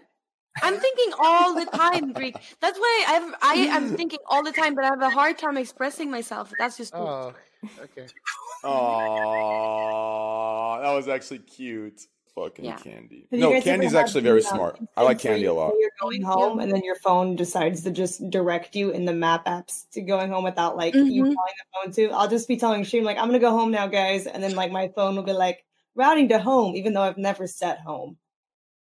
I'm thinking all the time, Greek. That's why I've, I am thinking all the time, but I have a hard time expressing myself. That's just me.
Oh, okay.
Aww, that was actually cute. Fucking
Yeah.
Candy.
Have you
No,
guys ever
Candy's
had
actually very
the, uh,
smart. I like Candy a lot.
So you're going home, and then your phone decides to just direct you in the map apps to going home without like you
Mhm.
calling the phone too. I'll just be telling Shane like I'm gonna go home now, guys, and then like my phone will be like routing to home, even though I've never set home.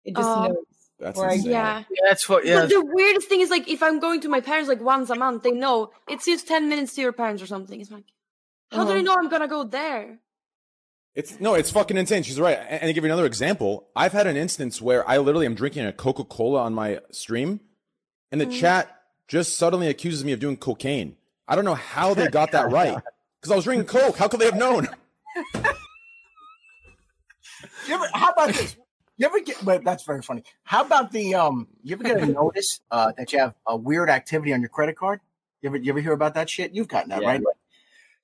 It just
Oh.
knows.
That's
where I
insane.
go.
Yeah.
that's what. Yeah.
But the weirdest thing is like if I'm going to my parents like once a month, they know it's just ten minutes to your parents or something. It's like, how do
Uh-huh.
they know I'm gonna go there?
It's no, it's fucking insane. She's right. And, and to give you another example, I've had an instance where I literally am drinking a Coca Cola on my stream, and the
Mm.
Mhm.
chat just suddenly accuses me of doing cocaine. I don't know how they got that right because I was drinking coke. How could they have known?
You ever, how about this? You ever get? But that's very funny. How about the um? You ever get a notice uh, that you have a weird activity on your credit card? You ever you ever hear about that shit? You've gotten that
Yeah.
right?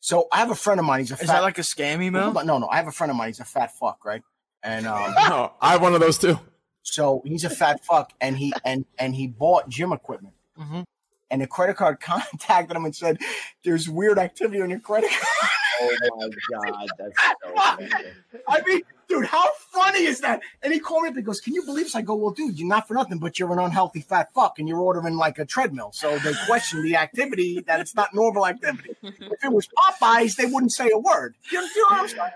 So I have a friend of mine. He's a
Is
fat,
that like a scam email?
Hold on, no, no. I have a friend of mine. He's a fat fuck, right? And um,
no, I have one of those too.
So he's a fat fuck, and he and and he bought gym equipment, and the credit card contacted him and said, "There's weird activity on your credit card."
Oh my god, that's so funny.
I mean, dude, how funny is that? And he called me up and goes, Can you believe this? I go, Well, dude, you're not for nothing, but you're an unhealthy fat fuck and you're ordering like a treadmill. So they question the activity that it's not normal activity. If it was Popeyes, they wouldn't say a word. You know, you know what I'm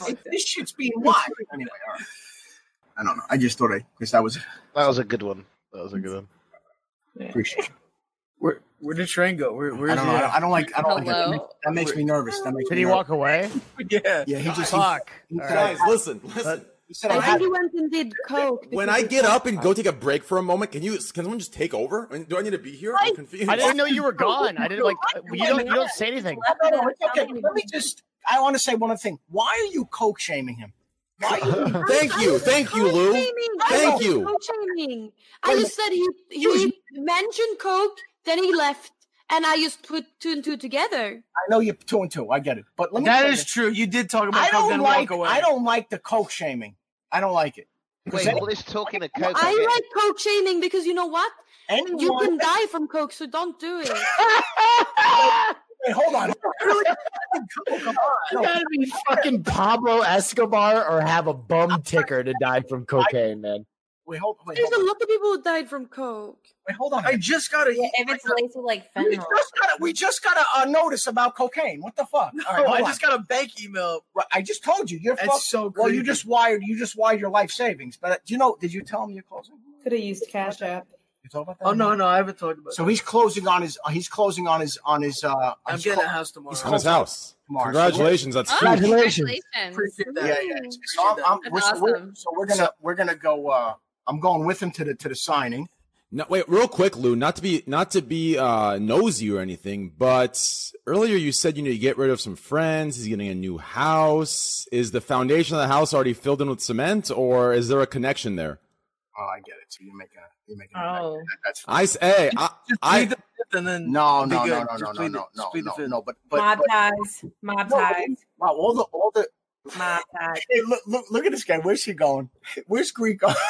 saying? It- This shit's being watched. Anyway, all right. I don't know. I just thought I, because that was.
That was a good one. That was a good one.
Appreciate
Where where did Train go? Where where
I
is
don't
he?
know. I
at?
don't, I don't like. I don't like that. That makes me nervous. That makes
Did
me
he
nervous.
walk
away?
yeah.
Yeah, he just.
Fuck.
He, he
All
said,
right.
I-
Listen, listen.
He said,
I
I had
think he went and did coke.
When
because
I
he
get
thought-
up and go take a break for a moment, can you? Can someone just take over? I mean, do I need to be here? I'm confused.
I didn't know you were gone. I didn't like you don't you don't say anything.
No, no, it's okay. Let me just. I want to say one other thing. Why are you coke shaming him? Why? Are you,
Thank you, thank you, Lou.
Shaming. I
Thank
wasn't
you.
co-shaming. I just said he he mentioned coke, then he left, and I just put two and two together.
I know you're two and two. I get it. But let me
That
say
is
this.
true. You did talk about.
I
Coke,
don't
then
like.
Walk away.
I don't like the coke shaming. I don't like it. 'Cause
Wait,
any-
all this talking of coke.
I
I'm getting-
like coke shaming because you know what? you
Anyone-
can die from coke, so don't do it.
Wait, hold on. Really? Come on.
You gotta be fucking Pablo Escobar or have a bum ticker to die from cocaine, man.
Wait, hold. Wait,
There's
hold
a
on.
lot of people who died from coke.
Wait, hold on.
I just got a.
Yeah, if it's related to like
We
fentanyl.
just got a, we just got a, a notice about cocaine. What the fuck?
No,
All right,
I
hold
just
on.
got a bank email.
Right, I just told you. You're
That's
fucked.
so
Well, you
creepy.
uh, just wired. You just wired your life savings. But you know, did you tell him you're closing?
Could have used Cash App.
You talk about that?
Oh no, no, I haven't talked about.
So he's closing on his. uh, He's closing on his. On his. Uh, on
I'm
his
getting
clo-
a house tomorrow.
his
On his
closing-
house.
tomorrow.
Congratulations,
Oh,
that's huge.
Oh, congratulations.
Appreciate that.
Yeah, yeah. So, I'm, I'm, we're, so we're, so we're gonna we're gonna go. Uh, I'm going with him to the to the signing.
No, wait, real quick, Lou. Not to be not to be uh, nosy or anything, but earlier you said you need to get rid of some friends. He's getting a new house. Is the foundation of the house already filled in with cement, or is there a connection there?
Oh, I get it. So you make a you make a
Oh.
that's
I s- hey, I, I
and then
no,
be
no,
good.
no, no,
Just
no, no,
plead the-
no,
just
no,
plead the
no,
fifth.
no. But but,
mob
but
ties. Mob
No, but-
ties.
wow, all the all the
Mob ties.
Hey, look, look, look at this guy. Where's he going? Where's Greek going?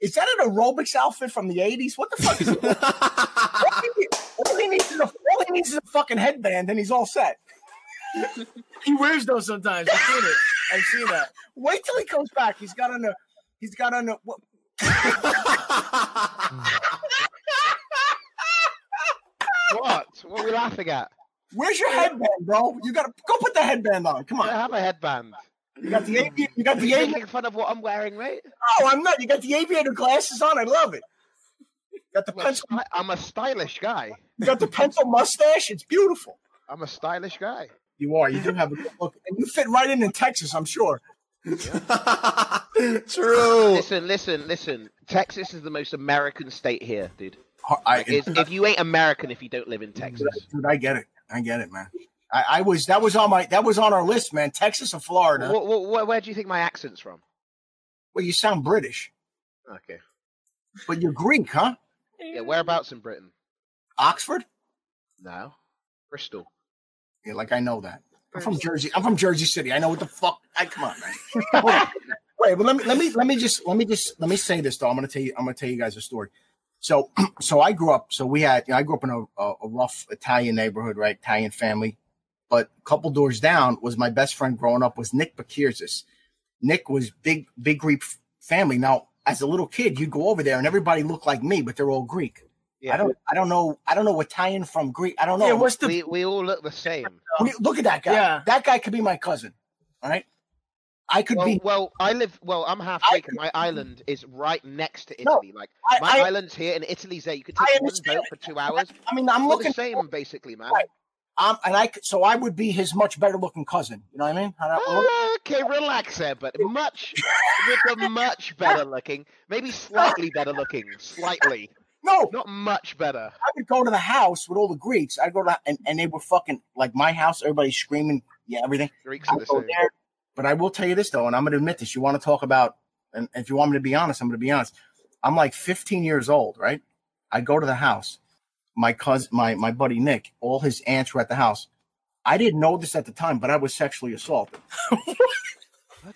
Is that an aerobics outfit from the '80s? What the fuck is? all, he, all he needs is a, all he needs is a fucking headband, and he's all set.
he wears those sometimes. I've seen it. I've seen that.
Wait till he comes back. He's got on a. He's got on a. What,
What? What are we laughing at?
where's your headband, bro? You gotta go put the headband on. Come on.
I have a headband.
You got the avi- you got the
You're
aviator.
making fun of what I'm wearing, mate.
Oh, I'm not. You got the aviator glasses on. I love it. Got the pencil.
I'm a stylish guy.
You got the pencil mustache. It's beautiful.
I'm a stylish guy.
You are. You do have a good look, and you fit right in in Texas. I'm sure.
True.
Listen, listen, listen. Texas is the most American state here, dude.
I-
Like, it's- if you ain't American, if you don't live in Texas,
Dude, I get it. I get it, man. I, I was that was on my that was on our list, man. Texas or Florida.
Wh- wh- wh- where do you think my accent's from?
Well, you sound British,
Okay.
but you're Greek, huh?
Yeah, whereabouts in Britain?
Oxford.
No, Bristol.
Yeah, like I know that. I'm from Jersey. I'm from Jersey City. I know what the fuck. I come on, man. Wait, wait, but let me let me let me just let me just let me say this though. I'm gonna tell you. I'm gonna tell you guys a story. So so I grew up. So we had. I grew up in a, a, a rough Italian neighborhood, right? Italian family. But a couple doors down was my best friend growing up was Nick Bakirzis. Nick was big big Greek family. Now as a little kid, you'd go over there and everybody looked like me, but they're all Greek. I don't I don't know I don't know Italian from Greek. I don't know.
We, we all look the same.
We- look at that guy.
Yeah.
That guy could be my cousin. All right. I could
well,
be.
Well, I live. Well, I'm half Greek, and my island is right next to
No,
Italy. like
I-
my
I-
island's here, and Italy's there. You could
I
take one
understand.
boat for two hours.
I mean, I'm
We're
looking
the same, basically, man.
Right. Um, and I could, so I would be his much better looking cousin. You know what I mean? I don't-
Ah, Okay, relax there, but much with the much better looking, maybe slightly better looking, slightly.
No,
not much better.
I would go to the house with all the Greeks. I'd go to and, and they were fucking like my house. Everybody screaming, yeah, everything.
Greeks
I'd
are the
go
same.
there. But I will tell you this though, and I'm going to admit this. You want to talk about, and if you want me to be honest, I'm going to be honest. I'm like 15 years old, right? I go to the house. My cousin, my my buddy Nick, all his aunts were at the house. I didn't know this at the time, but I was sexually assaulted.
Oh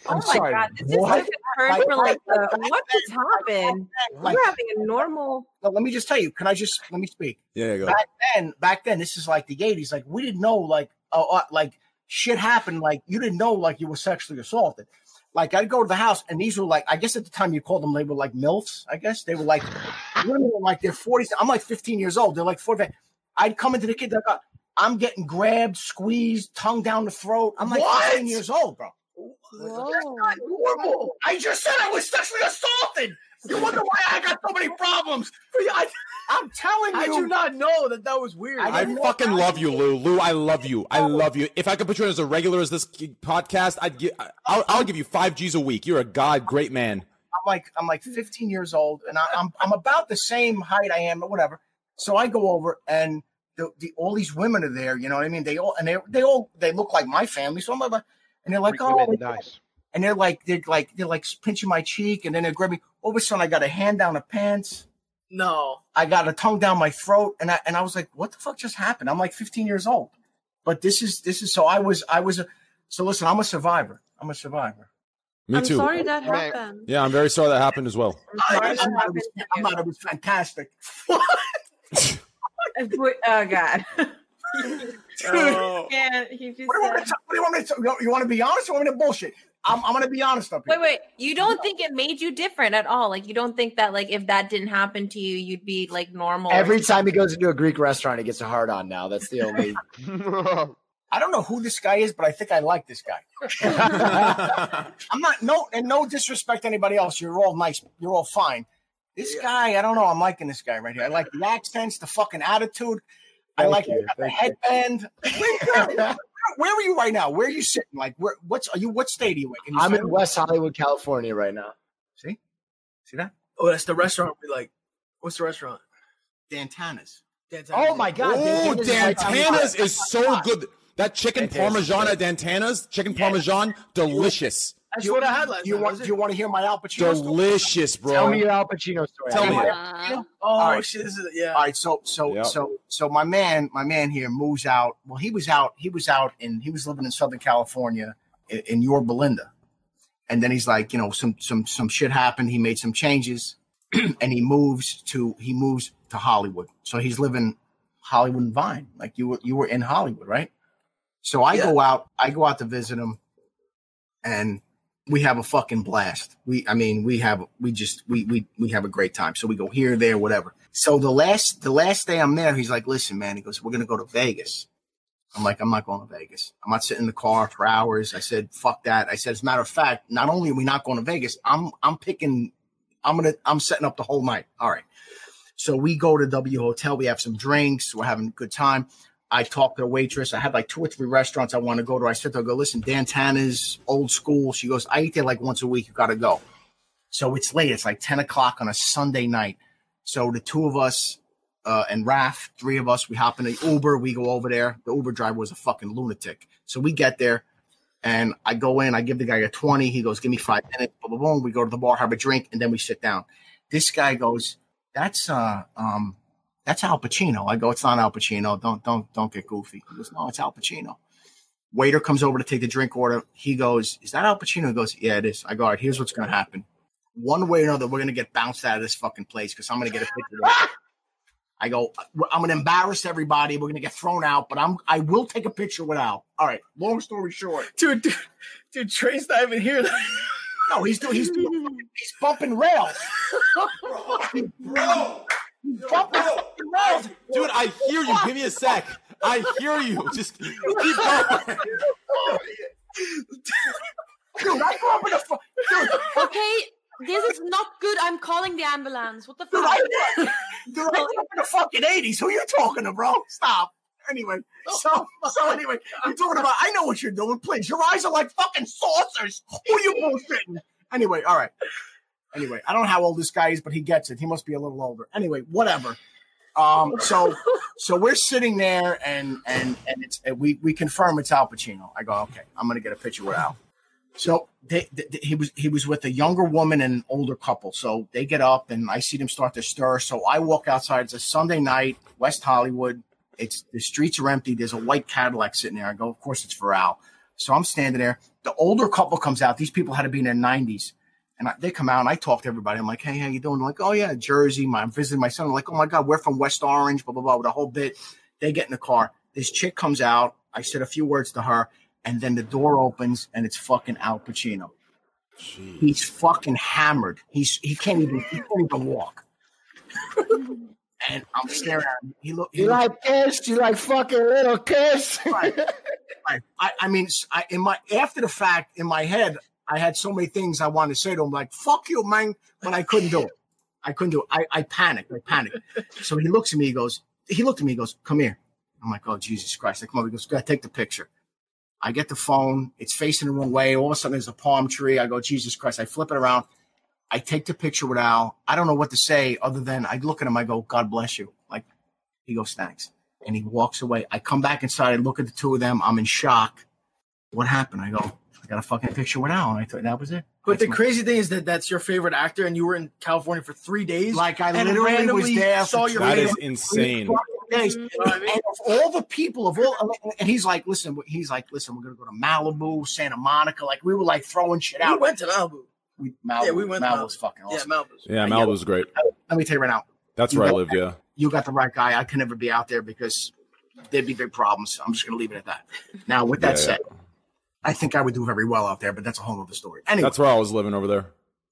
I'm
my
sorry,
god, this is
what?
like a turn
Like,
for like
like,
the, Uh, what just happened?
like-
We're having a normal
No, let me just tell you. Can I just let me speak?
Yeah, go.
Back then, back then, this is like the '80s. Like we didn't know, like, uh, uh, like shit happened. Like you didn't know, like you were sexually assaulted. Like I'd go to the house, and these were like, I guess at the time you called them, they were like milfs. I guess they were like women in like their 40s. I'm like 15 years old. They're like 45. I'd come into the kid. Like, uh, I'm getting grabbed, squeezed, tongue down the throat. I'm like
What?
15 years old, bro.
Whoa.
Normal. I just said I was sexually assaulted. You wonder why I got so many problems. I, am telling you.
I do not know that that was weird.
I, fucking love you, Lou. Lou, I love you. I love you. If I could put you in as a regular as this k- podcast, I'd gi- I- I'll, I'll give you five G's a week. You're a god, great man.
I'm like I'm like 15 years old, and I, I'm I'm about the same height I am, or whatever. So I go over, and the, the all these women are there. You know what I mean? They all and they they all they look like my family. So I'm like, and they're like,
Greek
oh,
women,
my God."
nice.
and they're like they're like they're like pinching my cheek, and then they're grabbing. All of a sudden, I got a hand down the pants.
No.
I got a tongue down my throat, and I and I was like, what the fuck just happened? I'm like 15 years old, but this is this is so I was I was a, so listen, I'm a survivor. I'm a survivor.
Me
I'm
too.
sorry that
Yeah.
happened.
Yeah, I'm very sorry that happened as well.
I, am not, I'm not. It was fantastic.
oh god.
Oh.
And he just
What do you want me to? What do you want
said,
me to? You want- You want to be honest or want me to bullshit? I'm, I'm going to be honest up here.
Wait, wait. You don't think it made you different at all? Like you don't think that like if that didn't happen to you, you'd be like normal.
Every time he goes into a Greek restaurant, he gets a hard on. Now that's the only.
I don't know who this guy is, but I think I like this guy. I'm not no and no disrespect to anybody else. You're all nice. You're all fine. This guy, I don't know. I'm liking this guy right here. I like the accents, the fucking attitude. I
Thank
like
you,
the
thank you.
headband. Where, where are you right now? Where are you sitting? Like, where? What's are you? What state are you in?
I'm in West Hollywood, California right now. See? See that?
Oh, that's the restaurant. We like, what's the restaurant?
Dantana's.
Dantana's.
Oh my God,
Oh,
Dantana's is like-
Dantana's is so good. That chicken
Dantana's is
parmesan at Dantana's, chicken parmesan, delicious.
That's what I had last you want, you want to hear my Al Pacino story?
Delicious, bro.
Tell me your
Al Pacino story.
Tell me.
Oh
All right.
shit! This is, yeah.
All right, so so
Yep.
so so my man, my man here moves out. Well, he was out. He was out, and he was living in Southern California, in, in your Belinda. And then he's like, you know, some some some shit happened. He made some changes, and he moves to he moves to Hollywood. So he's living Hollywood and Vine, like you were you were in Hollywood, right? So I go out, I go out to visit him, and we have a fucking blast. We, I mean, we have, we just, we, we, we have a great time. So we go here, there, whatever. So the last, the last day I'm there, he's like, listen, man, he goes, we're going to go to Vegas. I'm like, I'm not going to Vegas. I'm not sitting in the car for hours. I said, fuck that. I said, as a matter of fact, not only are we not going to Vegas, I'm, I'm picking, I'm going to, I'm setting up the whole night. All right. So we go to W Hotel. We have some drinks. We're having a good time. I talked to a waitress. I had like two or three restaurants I want to go to. I said to her, I go, listen, Dantana's old school. She goes, I eat there like once a week. You got to go. So it's late. It's like 10 o'clock on a Sunday night. So the two of us uh, and Raf, three of us, we hop in an Uber. We go over there. The Uber driver was a fucking lunatic. So we get there and I go in. I give the guy a 20. He goes, give me five minutes. Boom, boom, boom. We go to the bar, have a drink, and then we sit down. This guy goes, that's uh, um, that's Al Pacino. I go, it's not Al Pacino. Don't don't don't get goofy. He goes, no, it's Al Pacino. Waiter comes over to take the drink order. He goes, is that Al Pacino? He goes, yeah, it is. I go, all right, here's what's gonna happen. One way or another, we're gonna get bounced out of this fucking place because I'm gonna get a picture. of it." I go, I'm gonna embarrass everybody. We're gonna get thrown out, but I'm I will take a picture with Al. All right. Long story short,
dude, dude, dude Trey's not even here.
no, he's doing he's doing, he's bumping rails.
Bro, dude, I hear you. Give me a sec. I hear you. Just keep going.
Dude, I grew up in a fu- dude.
Okay, this is not good. I'm calling the ambulance. What the fuck?
Dude, I grew up in the fucking eighties. Who you talking to, bro? Stop. Anyway,
Oh,
so so anyway, you're talking about. I know what you're doing. Please, your eyes are like fucking saucers. Who you bullshitting? Anyway, all right. Anyway, I don't know how old this guy is, but he gets it. He must be a little older. Anyway, whatever. Um, so so we're sitting there, and and and it's and we we confirm it's Al Pacino. I go, okay, I'm gonna get a picture with Al. So they, th th- he was he was with a younger woman and an older couple. So they get up and I see them start to stir. So I walk outside. It's a Sunday night, West Hollywood. It's the streets are empty. There's a white Cadillac sitting there. I go, of course it's for Al. So I'm standing there. The older couple comes out. These people had to be in their 90s. And I, they come out and I talk to everybody. I'm like, hey, how you doing? They're like, oh yeah, Jersey. My, I'm visiting my son. I'm like, oh my God, we're from West Orange, blah, blah, blah, with a whole bit. They get in the car. This chick comes out. I said a few words to her. And then the door opens and it's fucking Al Pacino. He's fucking hammered. He's he can't even he can't even walk. and I'm staring at him. He look. He
You
look-
like kiss? You like fucking little kiss?
Right. Right. I, I mean, s- I, in my after the fact, in my head, I had so many things I wanted to say to him, like "fuck you, man," but I couldn't do it. I couldn't do it. I, I panicked. I panicked. So he looks at me. He goes. He looked at me. He goes, "Come here." I'm like, "Oh Jesus Christ!" I come over. He goes, "Go ahead, take the picture." I get the phone. It's facing the wrong way. All of a sudden, there's a palm tree. I go, "Jesus Christ!" I flip it around. I take the picture with Al. I don't know what to say other than I look at him. I go, "God bless you." Like he goes, thanks. And he walks away. I come back inside. I look at the two of them. I'm in shock. What happened? I go, I got a fucking picture with Al. And I thought that was it.
But the
That's my-
crazy thing is that that's your favorite actor, and you were in California for three days.
Like I
and
literally was
randomly
there.
Saw
for
your
three
That is
fucking
insane.
days. And of all the people, of all, and he's like, listen, he's like, listen, we're gonna go to Malibu, Santa Monica. Like we were like throwing shit out.
We went to Malibu.
We, Malibu.
Yeah, we went to
Malibu was
Malibu.
fucking
Yeah,
awesome.
Malibu.
Yeah, Malibu's great.
Let me tell you right now,
That's
You
where I
got
live. Yeah.
you got the right guy. I can never be out there because there'd be big problems. I'm just gonna leave it at that. Now, with that
Yeah,
said, I think I would do very well out there, but that's a whole other story. Anyway,
That's where I was living over there,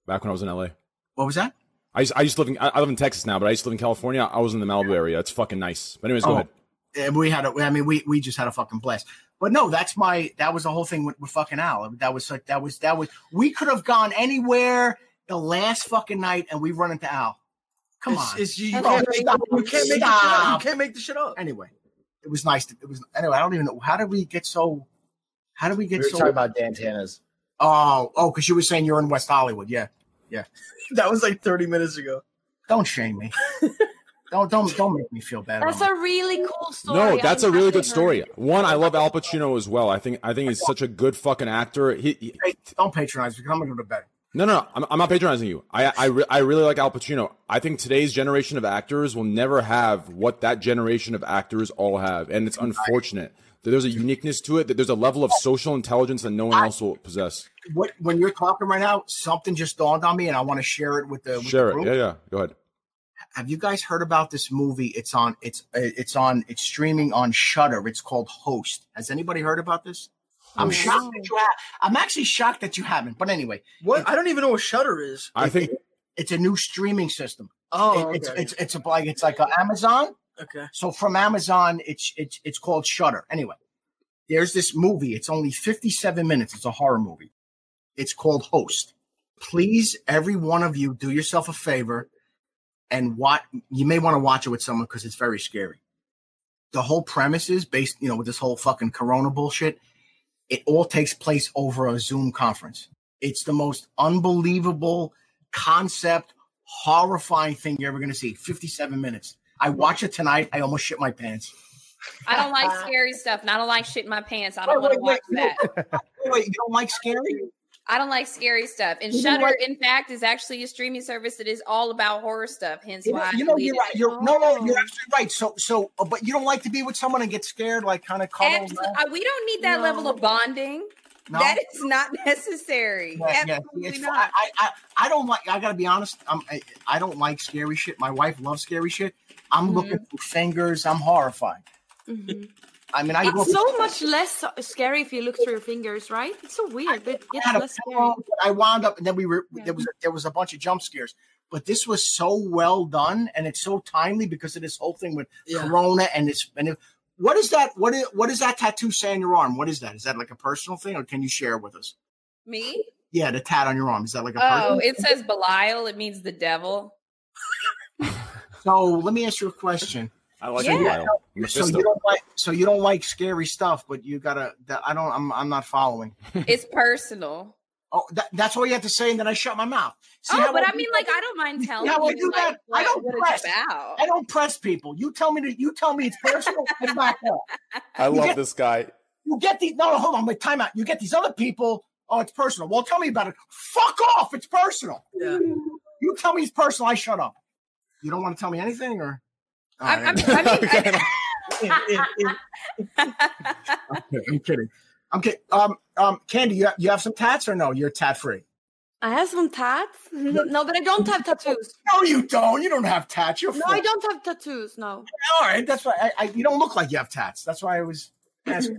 back when I was in LA.
what was that?
I used, I used to live in, I I live in Texas now, but I used to live in California. I was in the Malibu area. It's fucking nice. But anyways, go
Oh.
ahead.
And we had a, I mean, we we just had a fucking blast. But no, that's my that was the whole thing with, with fucking Al. That was like that was that was we could have gone anywhere the last fucking night and we run into Al. Come
It's-
on.
it's- you
Come
can't
on,
make-
stop.
you can't make this shit up. You
Stop.
can't make the shit up.
Anyway, it was nice. To, it was anyway. I don't even know how did we get so. How did we get
We were
so
talking about Dantana's.
Oh, oh, because you were saying you're in West Hollywood. Yeah, yeah.
that was like 30 minutes ago.
Don't shame me. don't don't don't make me feel bad.
That's a really cool story.
No, that's
I'm
a really
happy
good
for
story.
you.
One, I love Al Pacino as well. I think I think he's such a good fucking actor. He, he-
Don't patronize because I'm gonna go to bed.
no, no, no, I'm, I'm not patronizing you. I I, re- I really like Al Pacino. I think today's generation of actors will never have what that generation of actors all have, and it's unfortunate that there's a uniqueness to it. That there's a level of social intelligence that no one else will possess.
What when you're talking right now, something just dawned on me, and I want to share it with the with
Share
the
it.
group.
Yeah, yeah. Go ahead.
Have you guys heard about this movie? It's on. It's uh, it's on. It's streaming on Shutter. It's called Host. Has anybody heard about this? I'm
Host.
shocked that you have. I'm actually shocked that you haven't. But anyway,
what? I don't even know what Shutter is.
I think
it's a new streaming system.
Oh,
It- it's
okay.
it's it's a, like it's like a Amazon.
Okay.
So from Amazon, it's it's it's called Shutter. Anyway, there's this movie. It's only 57 minutes. It's a horror movie. It's called Host. Please, every one of you, do yourself a favor and watch. You may want to watch it with someone because it's very scary. The whole premise is based, you know, with this whole fucking Corona bullshit. It all takes place over a Zoom conference. It's the most unbelievable concept, horrifying thing you're ever going to see. 57 minutes. I watch it tonight. I almost shit my pants.
I don't like scary stuff, and I don't like shit in my pants. I don't want
Wait,
to
wait,
watch that.
Wait, you don't like scary?
I don't like scary stuff. And
You know
Shudder,
what?
in fact, is actually a streaming service that is all about horror stuff. Hence
You know,
why
you know
I
you're
deleted
right.
it.
You're, no, no, you're absolutely right. So, so, uh, but you don't like to be with someone and get scared, like kind of cuddle.
Absol- I- we don't need that level of bonding.
No.
That is not necessary.
Yeah, yeah.
Absolutely
It's-
not.
I, I, I don't like. I gotta be honest. I'm, I, I don't like scary shit. My wife loves scary shit. I'm looking
Mm-hmm.
for fingers. I'm horrified. I mean, I
Mm-hmm. It's
look-
so much less scary if you look through your fingers, right? It's so weird, but it's
had a
less scary.
pillow, but I wound up, and then we were there was a, there was a bunch of jump scares. But this was so well done, and it's so timely because of this whole thing with Corona and this. And it, what is that? What is what is that tattoo say on your arm? What is that? Is that like a personal thing, or can you share with us?
Me?
Yeah, the tat on your arm is that like a
Oh,
personal?
it says Belial. It means the devil.
so let me ask you a question.
I
like Yeah. Belial.
So
Mephisto.
you don't like so you don't like scary stuff, but you gotta. That, I don't. I'm I'm not following.
It's personal.
Oh, that, that's all you have to say, and then I shut my mouth. See
oh,
how
but
I-
I mean, like, I don't mind telling
how I
you
do
like,
that?
what,
I don't
what
press.
it's about.
I don't press people. You tell me to. You tell me it's personal. I back up.
I
You
love
get-
this guy.
You get these. No, hold on. Wait, time out. You get these other people. Oh, it's personal. Well, tell me about it. Fuck off. It's personal. You tell me it's personal. I shut up. You don't want to tell me anything, or
I, I mean, I mean,
I'm kidding. I'm kidding. Um, um, Candy, you have, you have some tats or no? You're tat free.
I have some tats. no, but I don't have tattoos.
No, you don't. You don't have tats. You're
No, I don't have tattoos. No.
All right. That's why I, I. You don't look like you have tats. That's why I was asking.
Mm-hmm.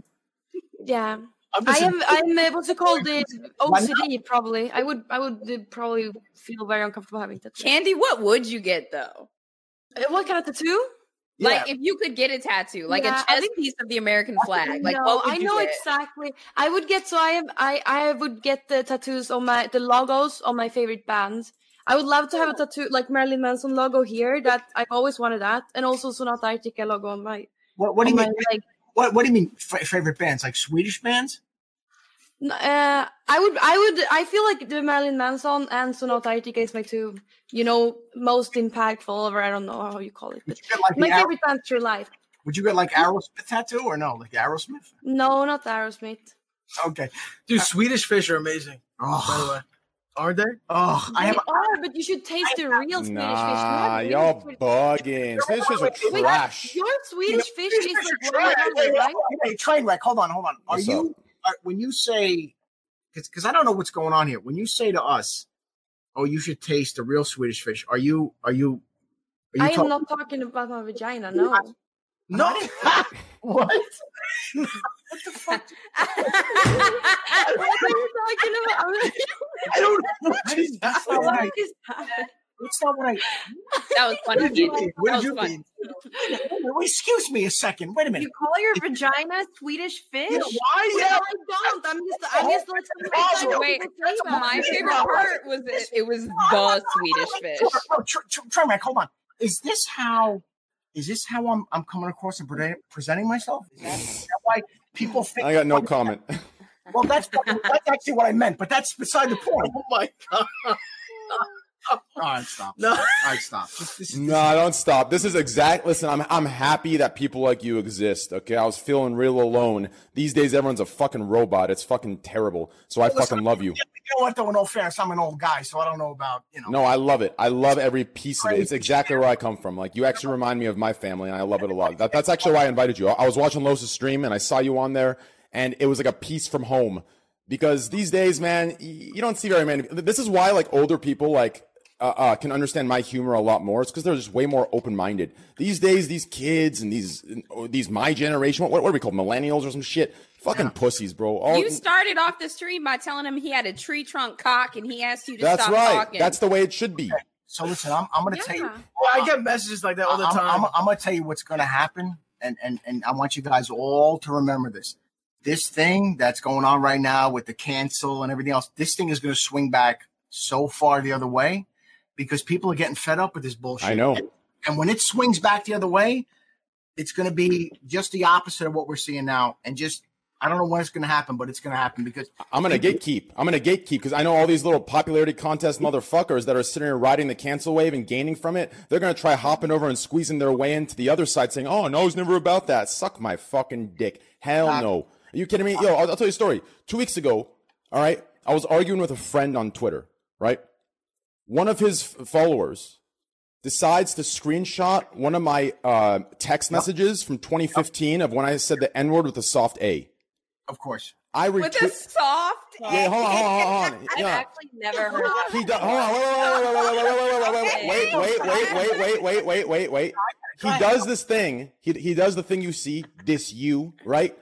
Yeah.
I'm
I
just-
am. I'm uh, what's it called? The OCD, probably. I would. I would uh, probably feel very uncomfortable having tattoos.
Candy, what would you get though?
Uh, What kind of tattoo?
Like, if you could get a tattoo, like
Yeah,
a
I
chest piece of the American flag, like,
no,
what would
I
you
know
get?
exactly. I would get so I am I I would get the tattoos on my the logos on my favorite bands. I would love to have a
Oh.
tattoo like Marilyn Manson logo here. That I've always wanted that, and also Sonata Arctica logo on my.
What, what do you
on
mean?
my leg.
What What do you mean? F- favorite bands like Swedish bands?
N- Uh, I would, I would, I feel like the Marilyn Manson and Sonata Arctica is my two, you know, most impactful, or I don't know how you call it. But
like
my
the Ar-
favorite band through life.
Would you get like Aerosmith tattoo or no? Like Aerosmith?
No, not Aerosmith.
Okay. Uh,
Dude, Swedish fish are amazing. By the way, aren't they?
Oh,
I have. are, but you should taste the real Swedish fish.
Nah,
not the
y'all
Swedish-
bugging. Swedish fish are
Wait,
trash.
Your Swedish fish is like
Wait,
one of
wait,
those,
wait,
right?
wait, train wreck. Hold on, hold on. Are
What's
you are, when you say because I don't know what's going on here. When you say to us, "Oh, you should taste the real Swedish fish," are you are you? Are you
I am
talk-
not talking about my vagina. No.
No. what?
what are you talking about?
I don't. What is,
What is that?
That's not what I.
That was
What
funny.
did you mean? What
That
did you
was
mean? Wait a minute, Excuse me a second. Wait a minute.
You call your vagina Swedish fish?
Yeah, why?
Well,
Yeah.
I don't. I'm just. I'm just
Awesome.
listening.
Wait, my favorite part was it, it was the Swedish fish.
Sure, no, tr- tr- train wreck, hold on. Is this how? Is this how I'm I'm coming across and pre- presenting myself? Is that, is that why people think?
I got no comment.
Well, that's that's actually what I meant, but that's beside the point. Oh my god!
All right, stop. No. All right, stop. Just, this,
No, don't stop. This is exact. Listen, I'm I'm happy that people like you exist. Okay, I was feeling real alone. These days, everyone's a fucking robot. It's fucking terrible. So I fucking love you.
You know what? Though, in all fairness, I'm an old guy, so I don't know about you know.
No, I love it. I love every piece of it. It's exactly where I come from. Like you actually remind me of my family, and I love it a lot. That, that's actually why I invited you. I, I was watching Losa's stream, and I saw you on there, and it was like a piece from home. Because these days, man, y- you don't see very many. This is why like older people like uh, uh, can understand my humor a lot more. It's because they're just way more open minded. These days, these kids and these or these my generation, what, what are we called, millennials or some shit? Fucking pussies, bro. All,
you started off the stream by telling him he had a tree trunk cock and he asked you to
that's
stop
right.
talking.
That's the way it should be.
So listen, I'm I'm gonna tell you.
I get messages like that all the
I'm-
time.
I'm, I'm gonna tell you what's gonna happen, and and and I want you guys all to remember this. This thing that's going on right now with the cancel and everything else, this thing is gonna swing back so far the other way because people are getting fed up with this bullshit.
I know.
And, and when it swings back the other way, it's gonna be just the opposite of what we're seeing now, and just. I don't know when it's going to happen, but it's going to happen because
I'm gonna gatekeep. I'm gonna gatekeep because I know all these little popularity contest motherfuckers that are sitting here riding the cancel wave and gaining from it. They're gonna try hopping over and squeezing their way into the other side, saying, "Oh no, it's never about that." Suck my fucking dick. Hell no. Are you kidding me? Yo, I'll, I'll tell you a story. Two weeks ago, all right, I was arguing with a friend on Twitter. Right, one of his f- followers decides to screenshot one of my uh, text messages from 2015 of when I said the N word with a soft A.
Of course.
I
With a
retweet.
soft.
Yeah, hold on, hold on, hold on.
I've
Yeah.
actually never heard. Of
He does. Hold on. Wait, wait, wait, wait, wait, wait, wait, wait, wait, wait, wait, wait, wait, wait. He does this thing. He he does the thing you see. This you right.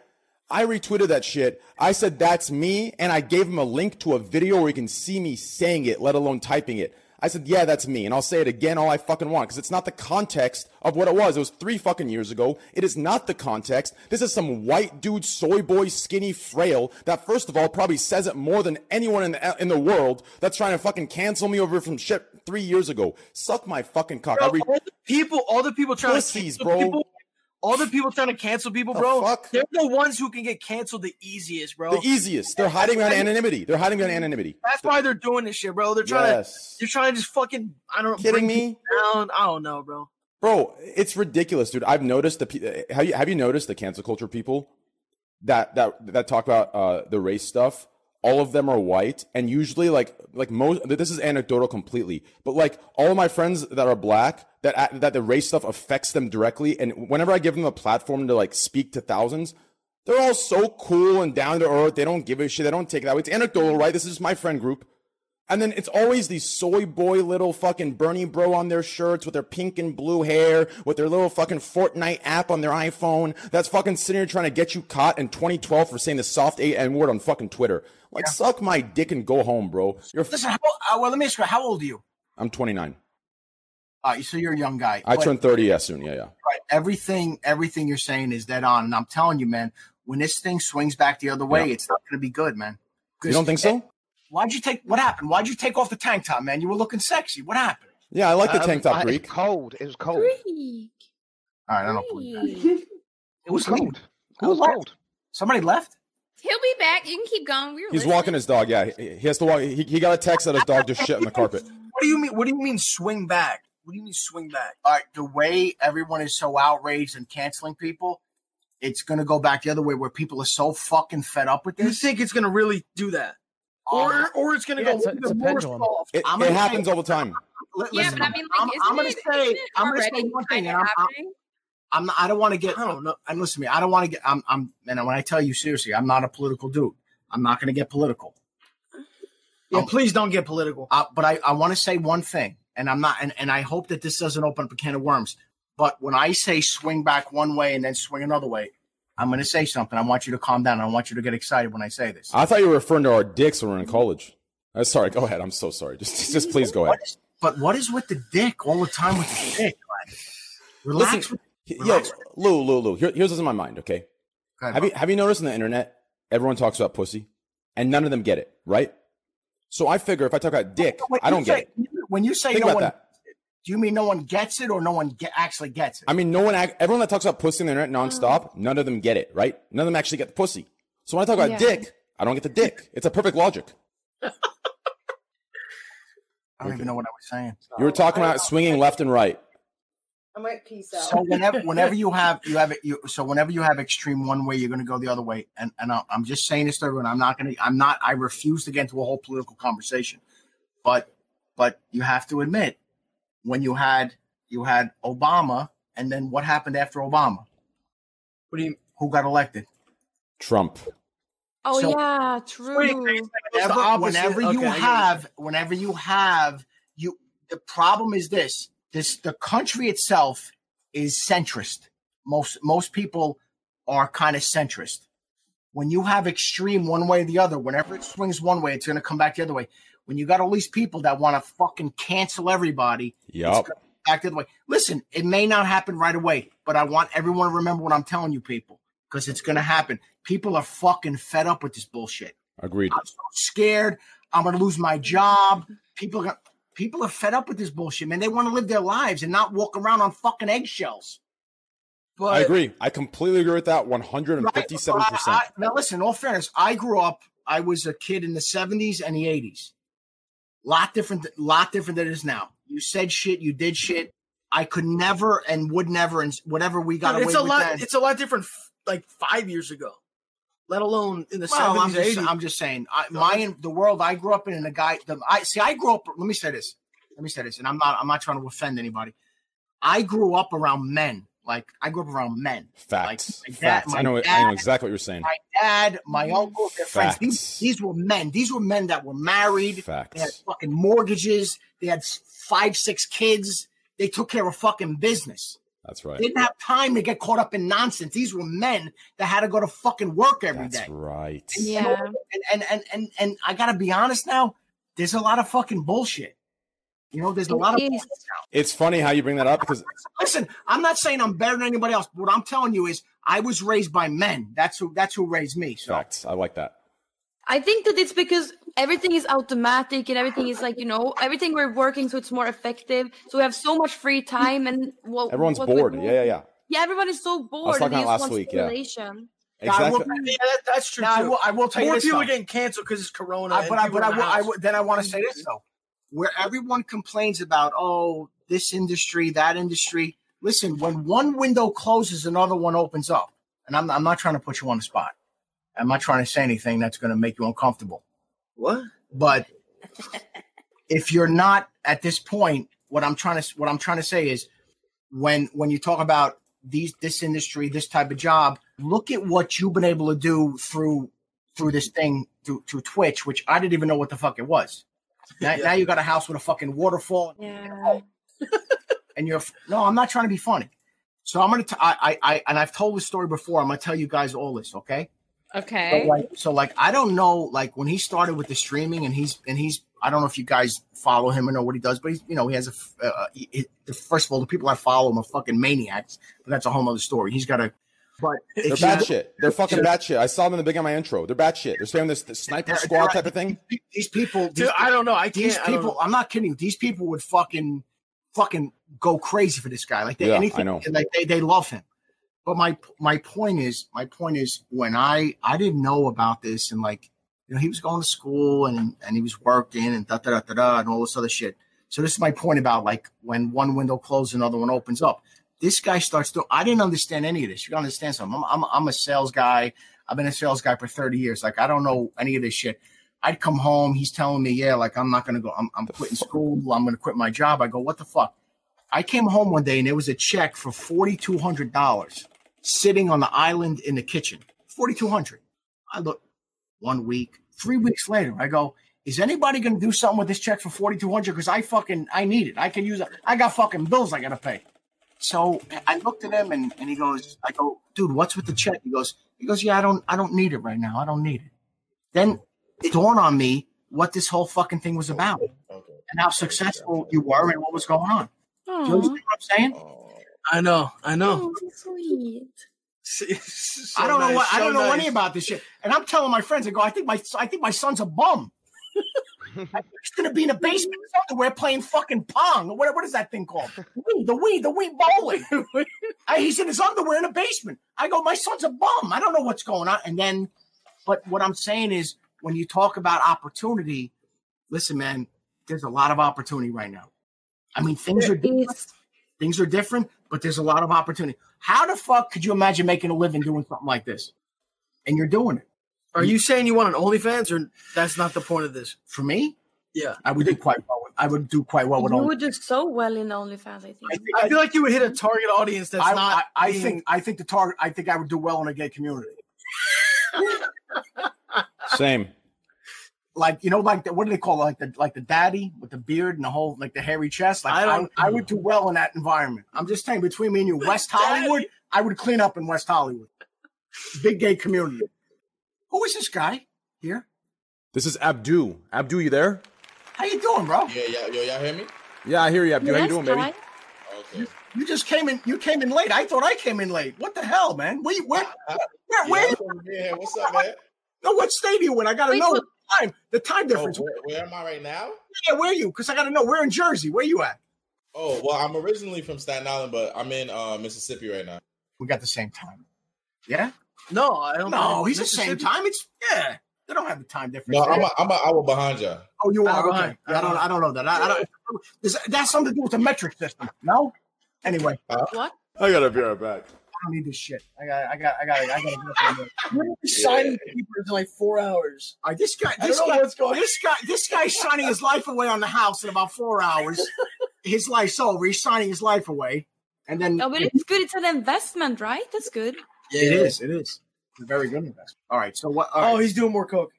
I retweeted that shit. I said that's me, and I gave him a link to a video where he can see me saying it, let alone typing it. I said, yeah, that's me, and I'll say it again all I fucking want because it's not the context of what it was. It was three fucking years ago. It is not the context. This is some white dude, soy boy, skinny, frail that first of all probably says it more than anyone in the in the world that's trying to fucking cancel me over from shit three years ago. Suck my fucking cock. I
Bro,
re-
all the people, all the people trying
Pussies,
to cancel
bro.
people, all the people trying to cancel people,
The
bro.
fuck?
They're the ones who can get canceled the easiest, bro.
the easiest. They're hiding behind anonymity. They're hiding behind anonymity.
That's why they're doing this shit, bro. They're trying
Yes.
to, they're trying to just fucking, I don't know,
Kidding
bring
me?
people down. I don't know, bro.
Bro, it's ridiculous, dude. I've noticed the pe- have you have you noticed the cancel culture people that that that talk about uh, the race stuff? All of them are white, and usually like like most. This is anecdotal completely, but like all of my friends that are black, that act- that the race stuff affects them directly. And whenever I give them a platform to like speak to thousands, they're all so cool and down to earth. They don't give a shit. They don't take it that way. It's anecdotal, right? This is my friend group. And then it's always these soy boy little fucking Bernie bro on their shirts with their pink and blue hair, with their little fucking Fortnite app on their iPhone. That's fucking sitting here trying to get you caught in 2012 for saying the soft A N word on fucking Twitter. Like, suck my dick and go home, bro. You're
listen. How, uh, well, let me ask you. How old are you?
I'm 29.
Uh, so you're a young guy.
I
But-
turned 30 yeah soon. Yeah, yeah.
Right. Everything, everything you're saying is dead on. And I'm telling you, man, when this thing swings back the other way,
Yeah.
it's not going to be good, man.
You don't think so?
Why'd you take? What happened? Why'd you take off the tank top, man? You were looking sexy. What happened?
Yeah, I like the
Um,
tank top
I-
Greek.
It's cold. It was cold.
All right, I don't believe
It was cold.
Who was
cold?
Somebody left.
He'll be back. You can keep going. We were
He's
listening.
walking his dog. Yeah, he, he has to walk. He, he got a text that his dog just shit on the carpet.
What do you mean? What do you mean swing back? What do you mean swing back? All right, the way everyone is so outraged and canceling people, it's going to go back the other way where people are so fucking fed up with this.
You think it's gonna really do that, or or it's gonna
Yeah,
go
it's a-
even
it's a
more
pendulum.
soft?
It,
I'm
it
gonna
happens
say-
all the time.
Li-
Yeah,
listen,
but I mean,
I'm,
like,
I'm
isn't
gonna
it-
say,
isn't it
I'm gonna say
already
one thing,
kinda
and I'm, I'm,
happening?
I'm not, I don't want to get, I don't know, and listen to me, I don't want to get, I'm, I'm, and when I tell you seriously, I'm not a political dude. I'm not gonna get political. Oh.
Yeah, please don't get political.
Uh, but I, I want to say one thing, and I'm not, and, and I hope that this doesn't open up a can of worms. But when I say swing back one way and then swing another way, I'm going to say something. I want you to calm down. I want you to get excited when I say this.
I thought you were referring to our dicks when we were in college. Uh, sorry, go ahead. I'm so sorry. Just, just please go ahead.
But what is with the dick all the time with the dick? Like, relax.
Listen,
with-
yo, Lou, Lou, Lou. Here, here's what's in my mind. Okay, have you have you noticed on the internet everyone talks about pussy, and none of them get it right? So I figure if I talk about dick,
When
I
you
don't get
say-
it.
When you say
Think
no
about
one,
that.
do you mean no one gets it or no one ge- actually gets it?
I mean, no one, act- everyone that talks about pussy on the
Uh-huh.
internet nonstop, none of them get it, right? None of them actually get the pussy. So when I talk about
Yeah.
dick, I don't get the dick. It's a perfect logic.
I don't even know what I was saying.
You were talking
I-
about swinging left and right.
I might peace out.
So whenever whenever you have you have it you so whenever you have extreme one way, you're going to go the other way. And and I- I'm just saying this to everyone. I'm not going to. I'm not. I refuse to get into a whole political conversation. But but you have to admit when you had you had Obama, and then what happened after Obama? What do you? Who got elected?
Trump.
Oh
So-
yeah, true.
whenever, whenever you
Okay, I get
have whenever you have you the problem is this this the country itself is centrist most most people are kind of centrist when you have extreme one way or the other whenever it swings one way it's going to come back the other way when you got all these people that want to fucking cancel everybody it's
Yup.
gonna come back the other way listen it may not happen right away but i want everyone to remember what i'm telling you people because it's going to happen people are fucking fed up with this bullshit
Agreed.
I'm so scared. I'm gonna lose my job. People are gonna- people are fed up with this bullshit, man. They want to live their lives and not walk around on fucking eggshells.
I agree. I completely agree with that 157%.
I- I- now listen, in all fairness, I grew up. I was a kid in the '70s and the '80s. Lot different, lot different than it is now. You said shit, you did shit. I could never and would never and whatever we got away
it's a
with
lot.
then-
It's a lot different. f- Like five years ago, let alone in the
Well, I'm
70s
just,
80s.
I'm just saying, I, my the world I grew up in, and the guy, the, I see, I grew up. Let me say this. Let me say this, and I'm not, I'm not trying to offend anybody. I grew up around men. Like I grew up around men.
Facts.
Like, my dad-
Facts.
my
I know, I
dad-
know exactly what you're saying.
My dad, my uncle, their friends. These, these were men. These were men that were married. They had
Facts.
fucking mortgages. They had s- five, six kids. They took care of fucking business.
That's right.
They didn't have time to get caught up in nonsense. These were men that had to go to fucking work every day.
That's right.
And- And and, and and and I gotta be honest now, there's a lot of fucking bullshit. You know, there's a lot of bullshit now.
It's funny how you bring that up because
Listen, I'm not saying I'm better than anybody else, but what I'm telling you is I was raised by men. That's who that's who raised me. So
facts. I like that.
I think that it's because everything is automatic and everything is like you know everything we're working, so it's more effective. So we have so much free time and well,
Everyone's bored. Yeah, yeah, yeah.
Yeah, everyone is so bored.
talking
and they
about last
just want
week, yeah.
stimulation.
I will-
Exactly.
Yeah, that, that's true.
Now, I
too.
will- I will tell you
More
this,
people
though.
are getting canceled because it's Corona.
I,
and
but I,
people
but
in
I,
the
will, I
house.
will, then I want to say this though, where everyone complains about oh this industry, that industry. Listen, when one window closes, another one opens up, and I'm I'm not trying to put you on the spot. I'm not trying to say anything that's going to make you uncomfortable.
What?
But if you're not at this point, what I'm trying to what I'm trying to say is when when you talk about these this industry, this type of job, look at what you've been able to do through through this thing through through Twitch, which I didn't even know what the fuck it was. Now, now you got a house with a fucking waterfall,
Yeah.
and you're f- no. I'm not trying to be funny. So I'm gonna t- I, I I and I've told this story before. I'm gonna tell you guys all this, okay?
Okay.
So like, so like, I don't know. Like when he started with the streaming, and he's and he's. I don't know if you guys follow him or know what he does, but he's you know he has a. f- Uh, uh, he- he- the first of all, the people that follow him are fucking maniacs, but that's a whole other story. He's got a. But
They're
if you-
batshit. They're fucking batshit. I saw them in the beginning of my intro. They're batshit. They're spamming this, this sniper
They're-
squad
they're-
type of thing.
These people,
Dude, I don't know. I can't.
These
I don't
people,
know.
I'm not kidding you. These people would fucking, fucking go crazy for this guy. Like they,
Yeah, I
anything,
know.
like they, they love him. But my my point is, my point is, when I I didn't know about this, and like you know, he was going to school and and he was working and da da da da da and all this other shit. So this is my point about like when one window closes, another one opens up. This guy starts to. I didn't understand any of this. You gotta understand something. I'm I'm, I'm a sales guy. I've been a sales guy for 30 years. Like I don't know any of this shit. I'd come home. He's telling me, yeah, like I'm not gonna go. I'm I'm quitting school. I'm gonna quit my job. I go, what the fuck? I came home one day and there was a check for forty two hundred dollars sitting on the island in the kitchen. Forty two hundred. I look one week, three weeks later, I go, is anybody gonna do something with this check for forty two hundred? Because I fucking I need it. I can use it. I got fucking bills I gotta pay. So I looked at him and, and he goes, I go, dude, what's with the check? He goes, he goes, yeah, I don't I don't need it right now. I don't need it. Then it dawned on me what this whole fucking thing was about.
and how successful you were and what was going on. Do you understand what I'm saying?
I know. I
Oh,
know.
Oh, sweet.
I don't know
nice,
what I
so
don't know
nice.
any about this shit, and I'm telling my friends, I go, I think my I think my son's a bum. He's gonna be in a basement with underwear playing fucking pong or what, what is that thing called? Wii, the Wii, the Wii bowling. I, he's in his underwear in a basement. I go, my son's a bum. I don't know what's going on. And then, but what I'm saying is, when you talk about opportunity, listen, man, there's a lot of opportunity right now. I mean, things are different. Things are different, but there's a lot of opportunity. How the fuck could you imagine making a living doing something like this? And you're doing it.
Are you saying you want an OnlyFans, or that's not the point of this?
For me,
yeah,
I would do quite well. With, I would do quite well with
You
all.
would do so well in OnlyFans, I think.
I feel like you would hit a target audience that's
I,
not.
I, I
being-
think I think the target. I think I would do well in a gay community.
Same.
Like you know, like the, what do they call it? like the like the daddy with the beard and the whole like the hairy chest? Like I,
don't-
I, would do well in that environment. I'm just saying, between me and you, West Hollywood, I would clean up in West Hollywood, big gay community. Who is this guy here?
This is Abdu. Abdu, you there?
How you doing, bro?
Yeah, yeah, yo, y'all hear me?
Yeah, I hear you, Abdu. How you doing, baby?
Okay.
You just came in. You came in late. I thought I came in late. What the hell, man? Where you where where, where
Yeah, I'm here. What's up, man? Oh,
No, what state are you in? I gotta
Wait,
know
so-
the time. The time difference.
where, where am I right now?
Yeah, where are you? Because I gotta know. We're in Jersey. Where you at?
Oh, well, I'm originally from Staten Island, but I'm in uh, Mississippi right now.
We got the same time. Yeah.
No, I don't.
No,
think
he's the same
Mississippi-
time. It's yeah. They don't have the time difference.
No, I'm
there.
a, I'm an hour behind you.
Oh, you are.
I'm
Okay.
behind.
Yeah, I don't. I don't know that. I, I don't. Is that- that's something to do with the metric system. No. Anyway.
Uh,
what?
I gotta be right back.
I don't need this shit. I got. I got. I got. I got.
signing papers in like four hours.
I this guy.
I
This
don't know
guy.
what's going-
This guy. This guy's signing his life away on the house in about four hours. His life's over. He's signing his life away, and then
No, but it's good. It's an investment, right? That's good.
It is. It is. A very good investment. All right. So what?
Oh, he's doing more coke.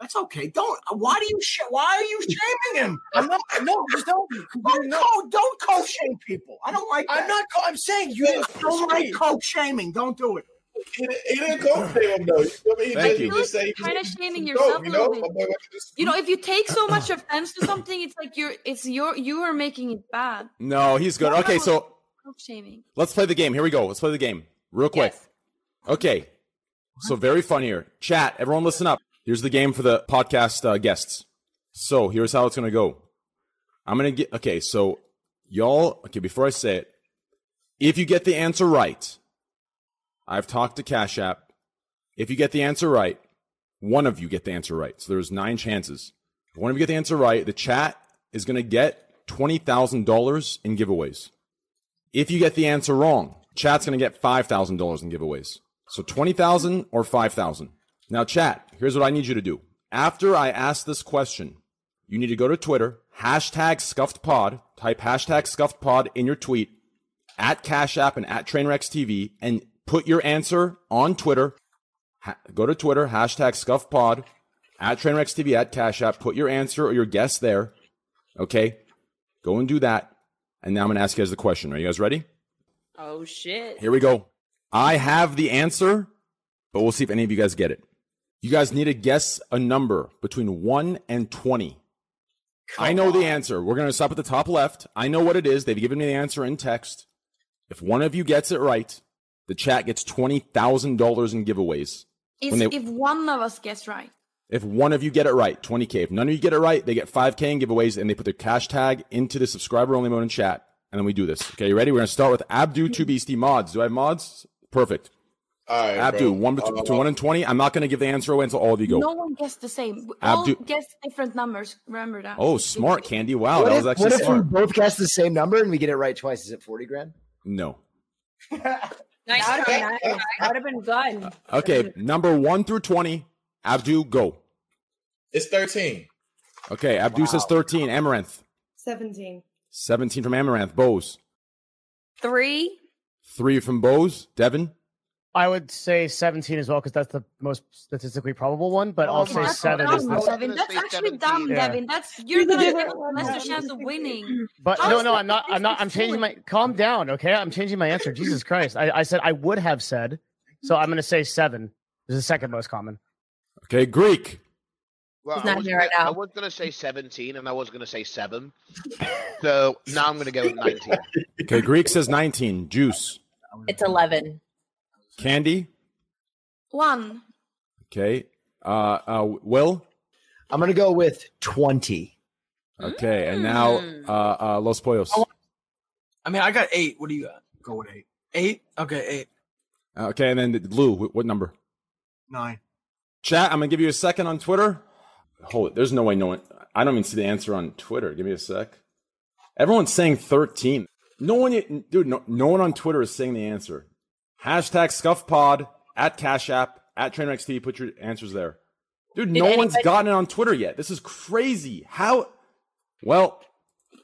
That's okay. Don't. Why do you? Sh- why are you shaming him?
I'm not. No, just don't.
Don't co- don't co shame people. I don't like.
I'm not. Co- I'm saying you didn't.
don't like co shaming. Don't do it.
He didn't co shame him though. You feel me? He
Thank
just,
you.
he just said he was
Kind of
eating
shaming
some
yourself
dope, you
a little
know?
bit.
I'm like, what you just-
You know, if you take so much offense to something, it's like you're. It's your. You are making it bad.
No, he's good. Okay, so
Shaming.
Let's play the game. Here we go. Let's play the game real quick. Okay. So very fun here. Chat, everyone listen up. Here's the game for the podcast uh, guests. So here's how it's going to go. I'm going to get, okay, so y'all, okay, before I say it, if you get the answer right, I've talked to Cash App. If you get the answer right, one of you get the answer right. So there's nine chances. If one of you get the answer right, the chat is going to get $20,000 in giveaways. If you get the answer wrong, chat's going to get $5,000 in giveaways. So 20,000 or 5,000. Now chat, here's what I need you to do. After I ask this question, you need to go to Twitter, hashtag scuffedpod, type hashtag scuffedpod in your tweet, at Cash App and at Trainwrecks TV, and put your answer on Twitter. Ha- go to Twitter, hashtag scuffedpod, at Trainwrecks TV, at Cash App, put your answer or your guess there. Okay? Go and do that. And now I'm going to ask you guys the question. Are you guys ready?
Oh shit.
Here we go. I have the answer, but we'll see if any of you guys get it. You guys need to guess a number between 1 and 20. I know the answer. We're going to stop at the top left. I know what it is. They've given me the answer in text. If one of you gets it right, the chat gets $20,000 in giveaways.
It's
When they-
if one of us gets right.
if one of you get it right, 20K. If none of you get it right, they get 5K in giveaways and they put their cash tag into the subscriber only mode in chat. And then we do this. Okay, you ready? We're going to start with Abdu 2BST mods. Do I have mods? Perfect.
All right, bro.
Abdu, one bet-
Uh,
to one and 20. I'm not going to give the answer away until all of you go.
No one gets the same. We
Abdu-
all guess different numbers. Remember that.
Oh, smart, Candy. Wow,
what
that
if,
was actually
what if
smart.
we both guess the same number and we get it right twice? Is it forty grand?
No.
Nice.
That would have been, nice. that would have been good.
Okay, number one through 20. Abdu, go.
It's 13.
Okay, Abdu says 13. Amaranth.
Seventeen.
17 from Amaranth. Bose.
Three.
Three from Bose. Devin.
I would say seventeen as well because that's the most statistically probable one.
Oh,
But I'll say
That's
seven.
dumb,
Is the,
Devin. That's actually dumb,
Yeah.
Devin. That's you're
Here's a
gonna give
different
us
one.
a lesser chance of winning.
but
How
no,
is
no,
that
I'm not. I'm not. I'm changing my. Calm down, okay? I'm changing my answer. Jesus Christ! I, I said I would have said, so I'm going to say seven. Is the second most common.
Okay, Greek.
Well,
He's
I
not
was
here right
gonna- I
now.
was gonna say seventeen, and I was gonna say seven. so now I'm gonna go with nineteen.
Okay, Greek says 19. Juice.
It's 11.
Candy.
One.
Okay. Uh, uh, Will?
I'm going to go with 20.
Okay. And now uh, uh, Los Pollos.
I mean, I got eight. What do you got? Go with eight. Eight? Okay, eight.
Uh, Okay. And then Lou, wh- what number?
Nine.
Chat, I'm going to give you a second on Twitter. Hold it. There's no way no one. I don't even see the answer on Twitter. Give me a sec. Everyone's saying 13. No one, dude, no, no one on Twitter is saying the answer. Hashtag scuffpod at Cash App at TrainRexT. Put your answers there. Dude,
Did
no one's
anybody-
gotten it on Twitter yet. This is crazy. How? Well,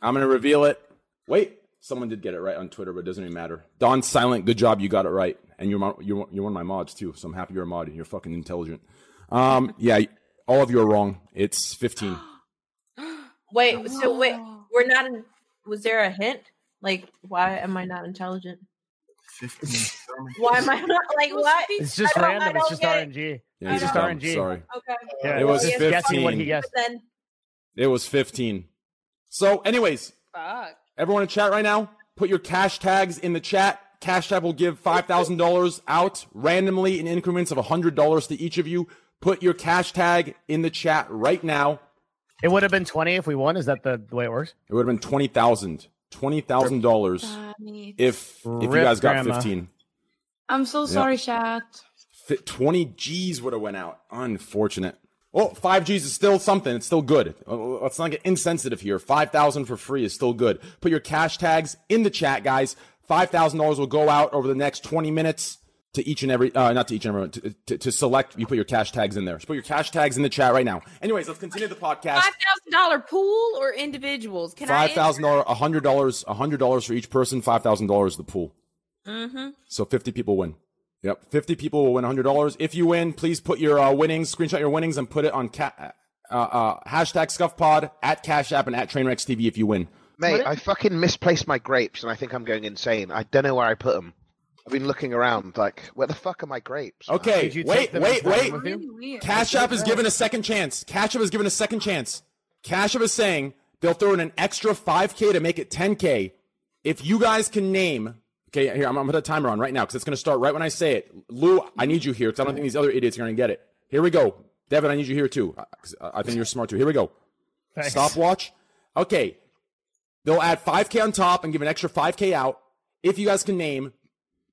I'm going to reveal it. Wait, someone did get it right on Twitter, but it doesn't even matter. Don Silent, good job. You got it right. And you're, my, you're, you're one of my mods, too. So I'm happy you're a mod and you're fucking intelligent. Um, yeah, all of you are wrong. It's 15.
Wait, so wait, we're not in. Was there a hint? Like, why am I not intelligent? Why am I not like what?
It's just
I don't- I
random.
don't
It's just
get it.
RNG.
Yeah,
it's
he's
just
dumb.
RNG.
Sorry.
Okay.
Yeah, it was
He's guessing what um,
15.
he guessed.
Then
It was 15. So, anyways,
fuck.
everyone in chat right now, put your cash tags in the chat. Cash App will give $5,000 out randomly in increments of $100 to each of you. Put your cash tag in the chat right now.
It would have been 20 if we won. Is that the, the way it works?
It would have been twenty thousand. Twenty thousand dollars if if you
Rip,
guys got
Grandma.
fifteen.
I'm so
Yeah.
sorry, chat.
Fi Twenty G's would have went out. Unfortunate. Oh, five G's is still something. It's still good. Uh, Let's not get insensitive here. Five thousand for free is still good. Put your cash tags in the chat, guys. Five thousand dollars will go out over the next twenty minutes to each and every. Uh, not to each and every. To, to, to select, you put your cash tags in there. Just put your cash tags in the chat right now. Anyways, let's continue the podcast.
Five thousand dollar pool or individuals? Can
Five thousand dollars, a hundred dollars, a hundred dollars for each person. Five thousand dollars the pool.
I? Mm-hmm.
So 50 people win. Yep, 50 people will win $100. If you win, please put your uh, winnings, screenshot your winnings, and put it on ca- uh, uh, hashtag scuffpod at Cash App and at Trainwrecks TV if you win.
Mate,
What-
I fucking misplaced my grapes, and I think I'm going insane. I don't know where I put them. I've been looking around, like, where the fuck are my grapes?
Okay, wait, wait, wait. Cash App is given a second chance. Cash App is given a second chance. Cash App is saying they'll throw in an extra 5K to make it 10K. If you guys can name, okay, here, I'm, I'm going to put a timer on right now because it's going to start right when I say it. Lou, I need you here because I don't think these other idiots are going to get it. Here we go. Devin, I need you here too. uh, 'cause I I think you're smart too. Here we go.
Thanks.
Stopwatch. Okay. They'll add 5K on top and give an extra 5K out. If you guys can name,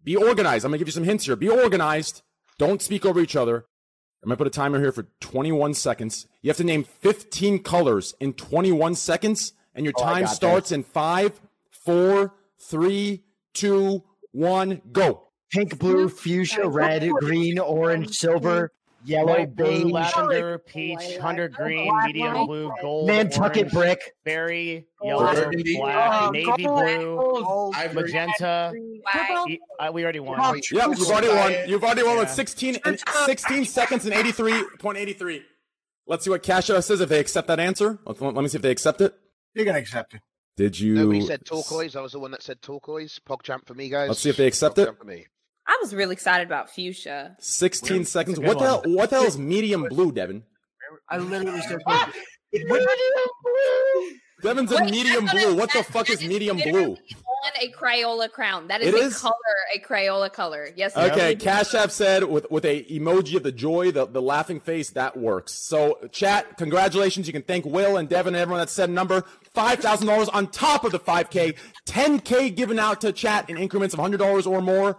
be organized. I'm going to give you some hints here. Be organized. Don't speak over each other. I'm going to put a timer here for 21 seconds. You have to name 15 colors in 21 seconds, and your
Oh, I
time
got this.
starts in five, four, three, two, one, go.
Pink, blue, fuchsia, red, green, orange, silver, yellow,
Light blue,
beige,
lavender, peach, hunter green, medium blue, gold,
Nantucket
orange,
brick.
berry, yellow,
Burgundy.
black,
Oh,
navy
gold,
blue,
ivory.
magenta. E- uh, we already won.
Yep, you've already won. You've already won with
Yeah.
16, and 16 seconds and 83.83. Let's see what Cash App says if they accept that answer. Let, let me see if they accept it.
They're gonna accept it.
Did you?
Nobody said turquoise. I was the one that said turquoise. Pogchamp for me, guys.
Let's see if they accept it.
Pogchamp for me.
I was really excited about fuchsia.
16
That's
seconds.
a good
What the, hell,
one.
what the hell is medium blue, Devin?
I literally said
Devin's a
Wait,
medium
that's what
blue.
I-
What the
that's-
fuck is medium
literally
blue?
On a Crayola crown. That is
It
a
is?
color. A Crayola color. Yes. it
Okay,
is.
Cash App said with with a emoji of the joy, the, the laughing face, that works. So chat, congratulations. You can thank Will and Devin and everyone that said a number. Five thousand dollars on top of the five K, ten K given out to chat in increments of hundred dollars or more.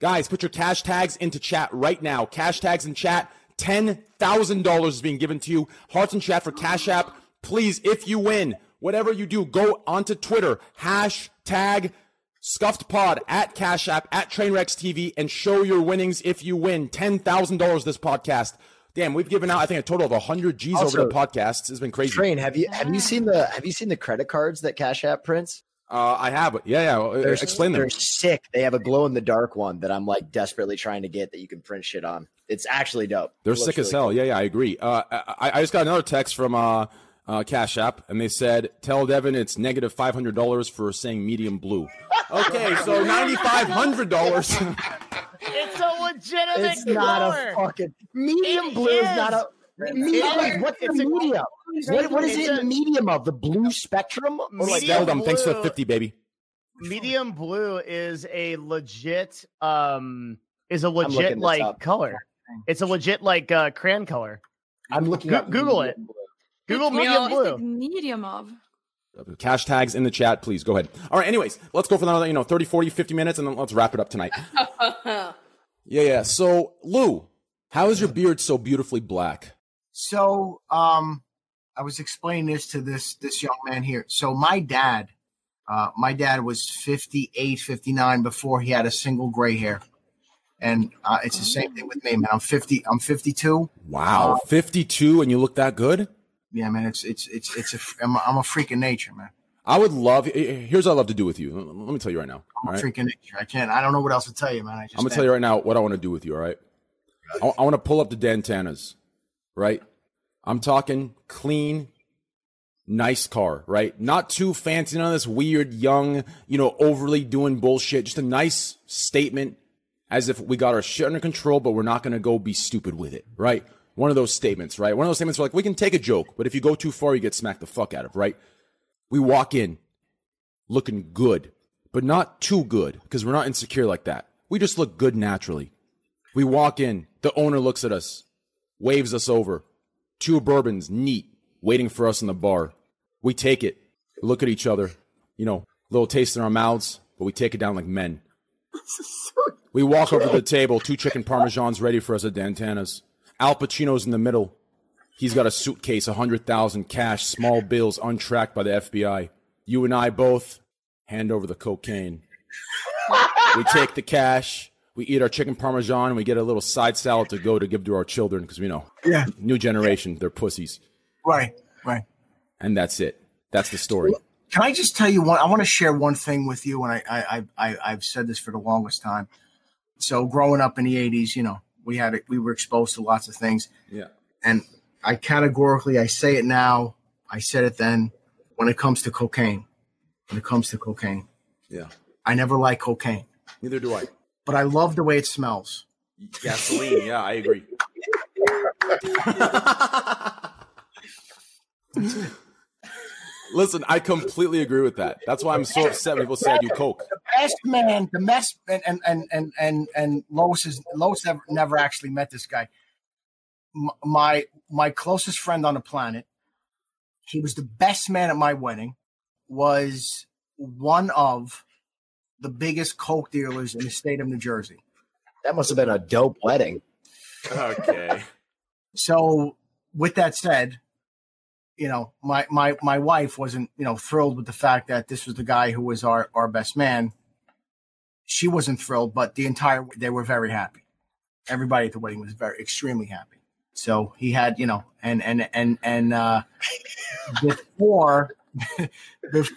Guys, put your cash tags into chat right now. Cash tags in chat. $10,000 is being given to you. Hearts in chat for Cash App. Please, if you win, whatever you do, go onto Twitter, hashtag scuffedpod at Cash App, at Trainwrecks TV, and show your winnings if you win. $10,000 this podcast. Damn, we've given out, I think, a total of 100 G's
Also-
over the podcast. It's been crazy.
Train, have you have you seen the have you seen the credit cards that Cash App prints?
Uh, I have. Yeah, yeah. well, uh,
They're,
explain them.
they're sick. They have a glow in the dark one that I'm like desperately trying to get that you can print shit on. It's actually dope.
They're
It looks
sick as
really
hell. Yeah, yeah, I agree. Uh, I, I just got another text from uh, uh, Cash App, and they said, "Tell Devin it's negative five hundred dollars for saying medium blue." Okay, so ninety five hundred dollars.
It's a legitimate
It's not a
color.
fucking medium blue. Is. not a
Wait, what's the medium? What, what is it in the medium of? The blue spectrum? Or
Or like
Medium
Zeldum, thanks for the
blue.
50, baby.
Medium blue is a legit um is a
looking
legit
this
like
up.
color. It's a legit like uh crayon color.
I'm looking
Go- Google it. Google medium blue.
medium of.
Cash tags in the chat, please. Go ahead. All right, anyways, let's go for another, you know, 30, 40, 50 minutes, and then let's wrap it up tonight. Yeah, yeah. So, Lou, how is your beard so beautifully black?
So, um, I was explaining this to this this young man here. So, my dad, uh, my dad was 58, 59 before he had a single gray hair, and uh, it's the same thing with me, man. I'm 50, I'm 52.
Wow, 52 and you look that good?
Yeah, man. It's it's it's it's a. I'm a, I'm a freak of nature, man.
I would love. eh, eh, Here's what I love to do with you. L- Let me tell you right now. all
I'm a
right?
freak of nature. I can't. I don't know what else to tell you, man. I just
I'm gonna tell you right now what I want to do with you. All right, I, I want to pull up the Dantana's. Right, I'm talking clean, nice car. Right, not too fancy. None of this weird, young, you know, overly doing bullshit. Just a nice statement, as if we got our shit under control, but we're not gonna go be stupid with it. Right, one of those statements. Right, one of those statements where like we can take a joke, but if you go too far, you get smacked the fuck out of. Right, we walk in looking good, but not too good because we're not insecure like that. We just look good naturally. We walk in, the owner looks at us, waves us over. Two bourbons, neat, waiting for us in the bar. We take it, look at each other, you know, little taste in our mouths, but we take it down like men. We walk over to the table, two chicken parmesans ready for us at Dantana's. Al Pacino's in the middle. He's got a suitcase, a hundred thousand cash, small bills, untracked by the FBI. You and I both hand over the cocaine. we take the cash. We eat our chicken parmesan. And we get a little side salad to go to give to our children because we know,
Yeah.
new generation, they're pussies,
Right, right.
and that's it. That's the story.
Can I just tell you one? I want to share one thing with you, and I, I, I, I I've said this for the longest time. So growing up in the '80s, you know, we had we were exposed to lots of things,
Yeah.
and I categorically I say it now, I said it then. When it comes to cocaine, when it comes to cocaine,
Yeah.
I never like cocaine,
Neither do I.
but I love the way it smells.
Gasoline. Yeah, I agree. Listen, I completely agree with that. That's why I'm so upset. when People say I do coke.
The best man, the best, and and and and and, and Lois is Lois never, never actually met this guy. M- My my closest friend on the planet. He was the best man at my wedding. Was one of the biggest coke dealers in the state of New Jersey.
That must have been a dope wedding.
Okay.
So, with that said, you know, my my my wife wasn't you know thrilled with the fact that this was the guy who was our our best man. She wasn't thrilled, but the entire they were very happy. Everybody at the wedding was very extremely happy. So he had you know, and and and and uh, before bef-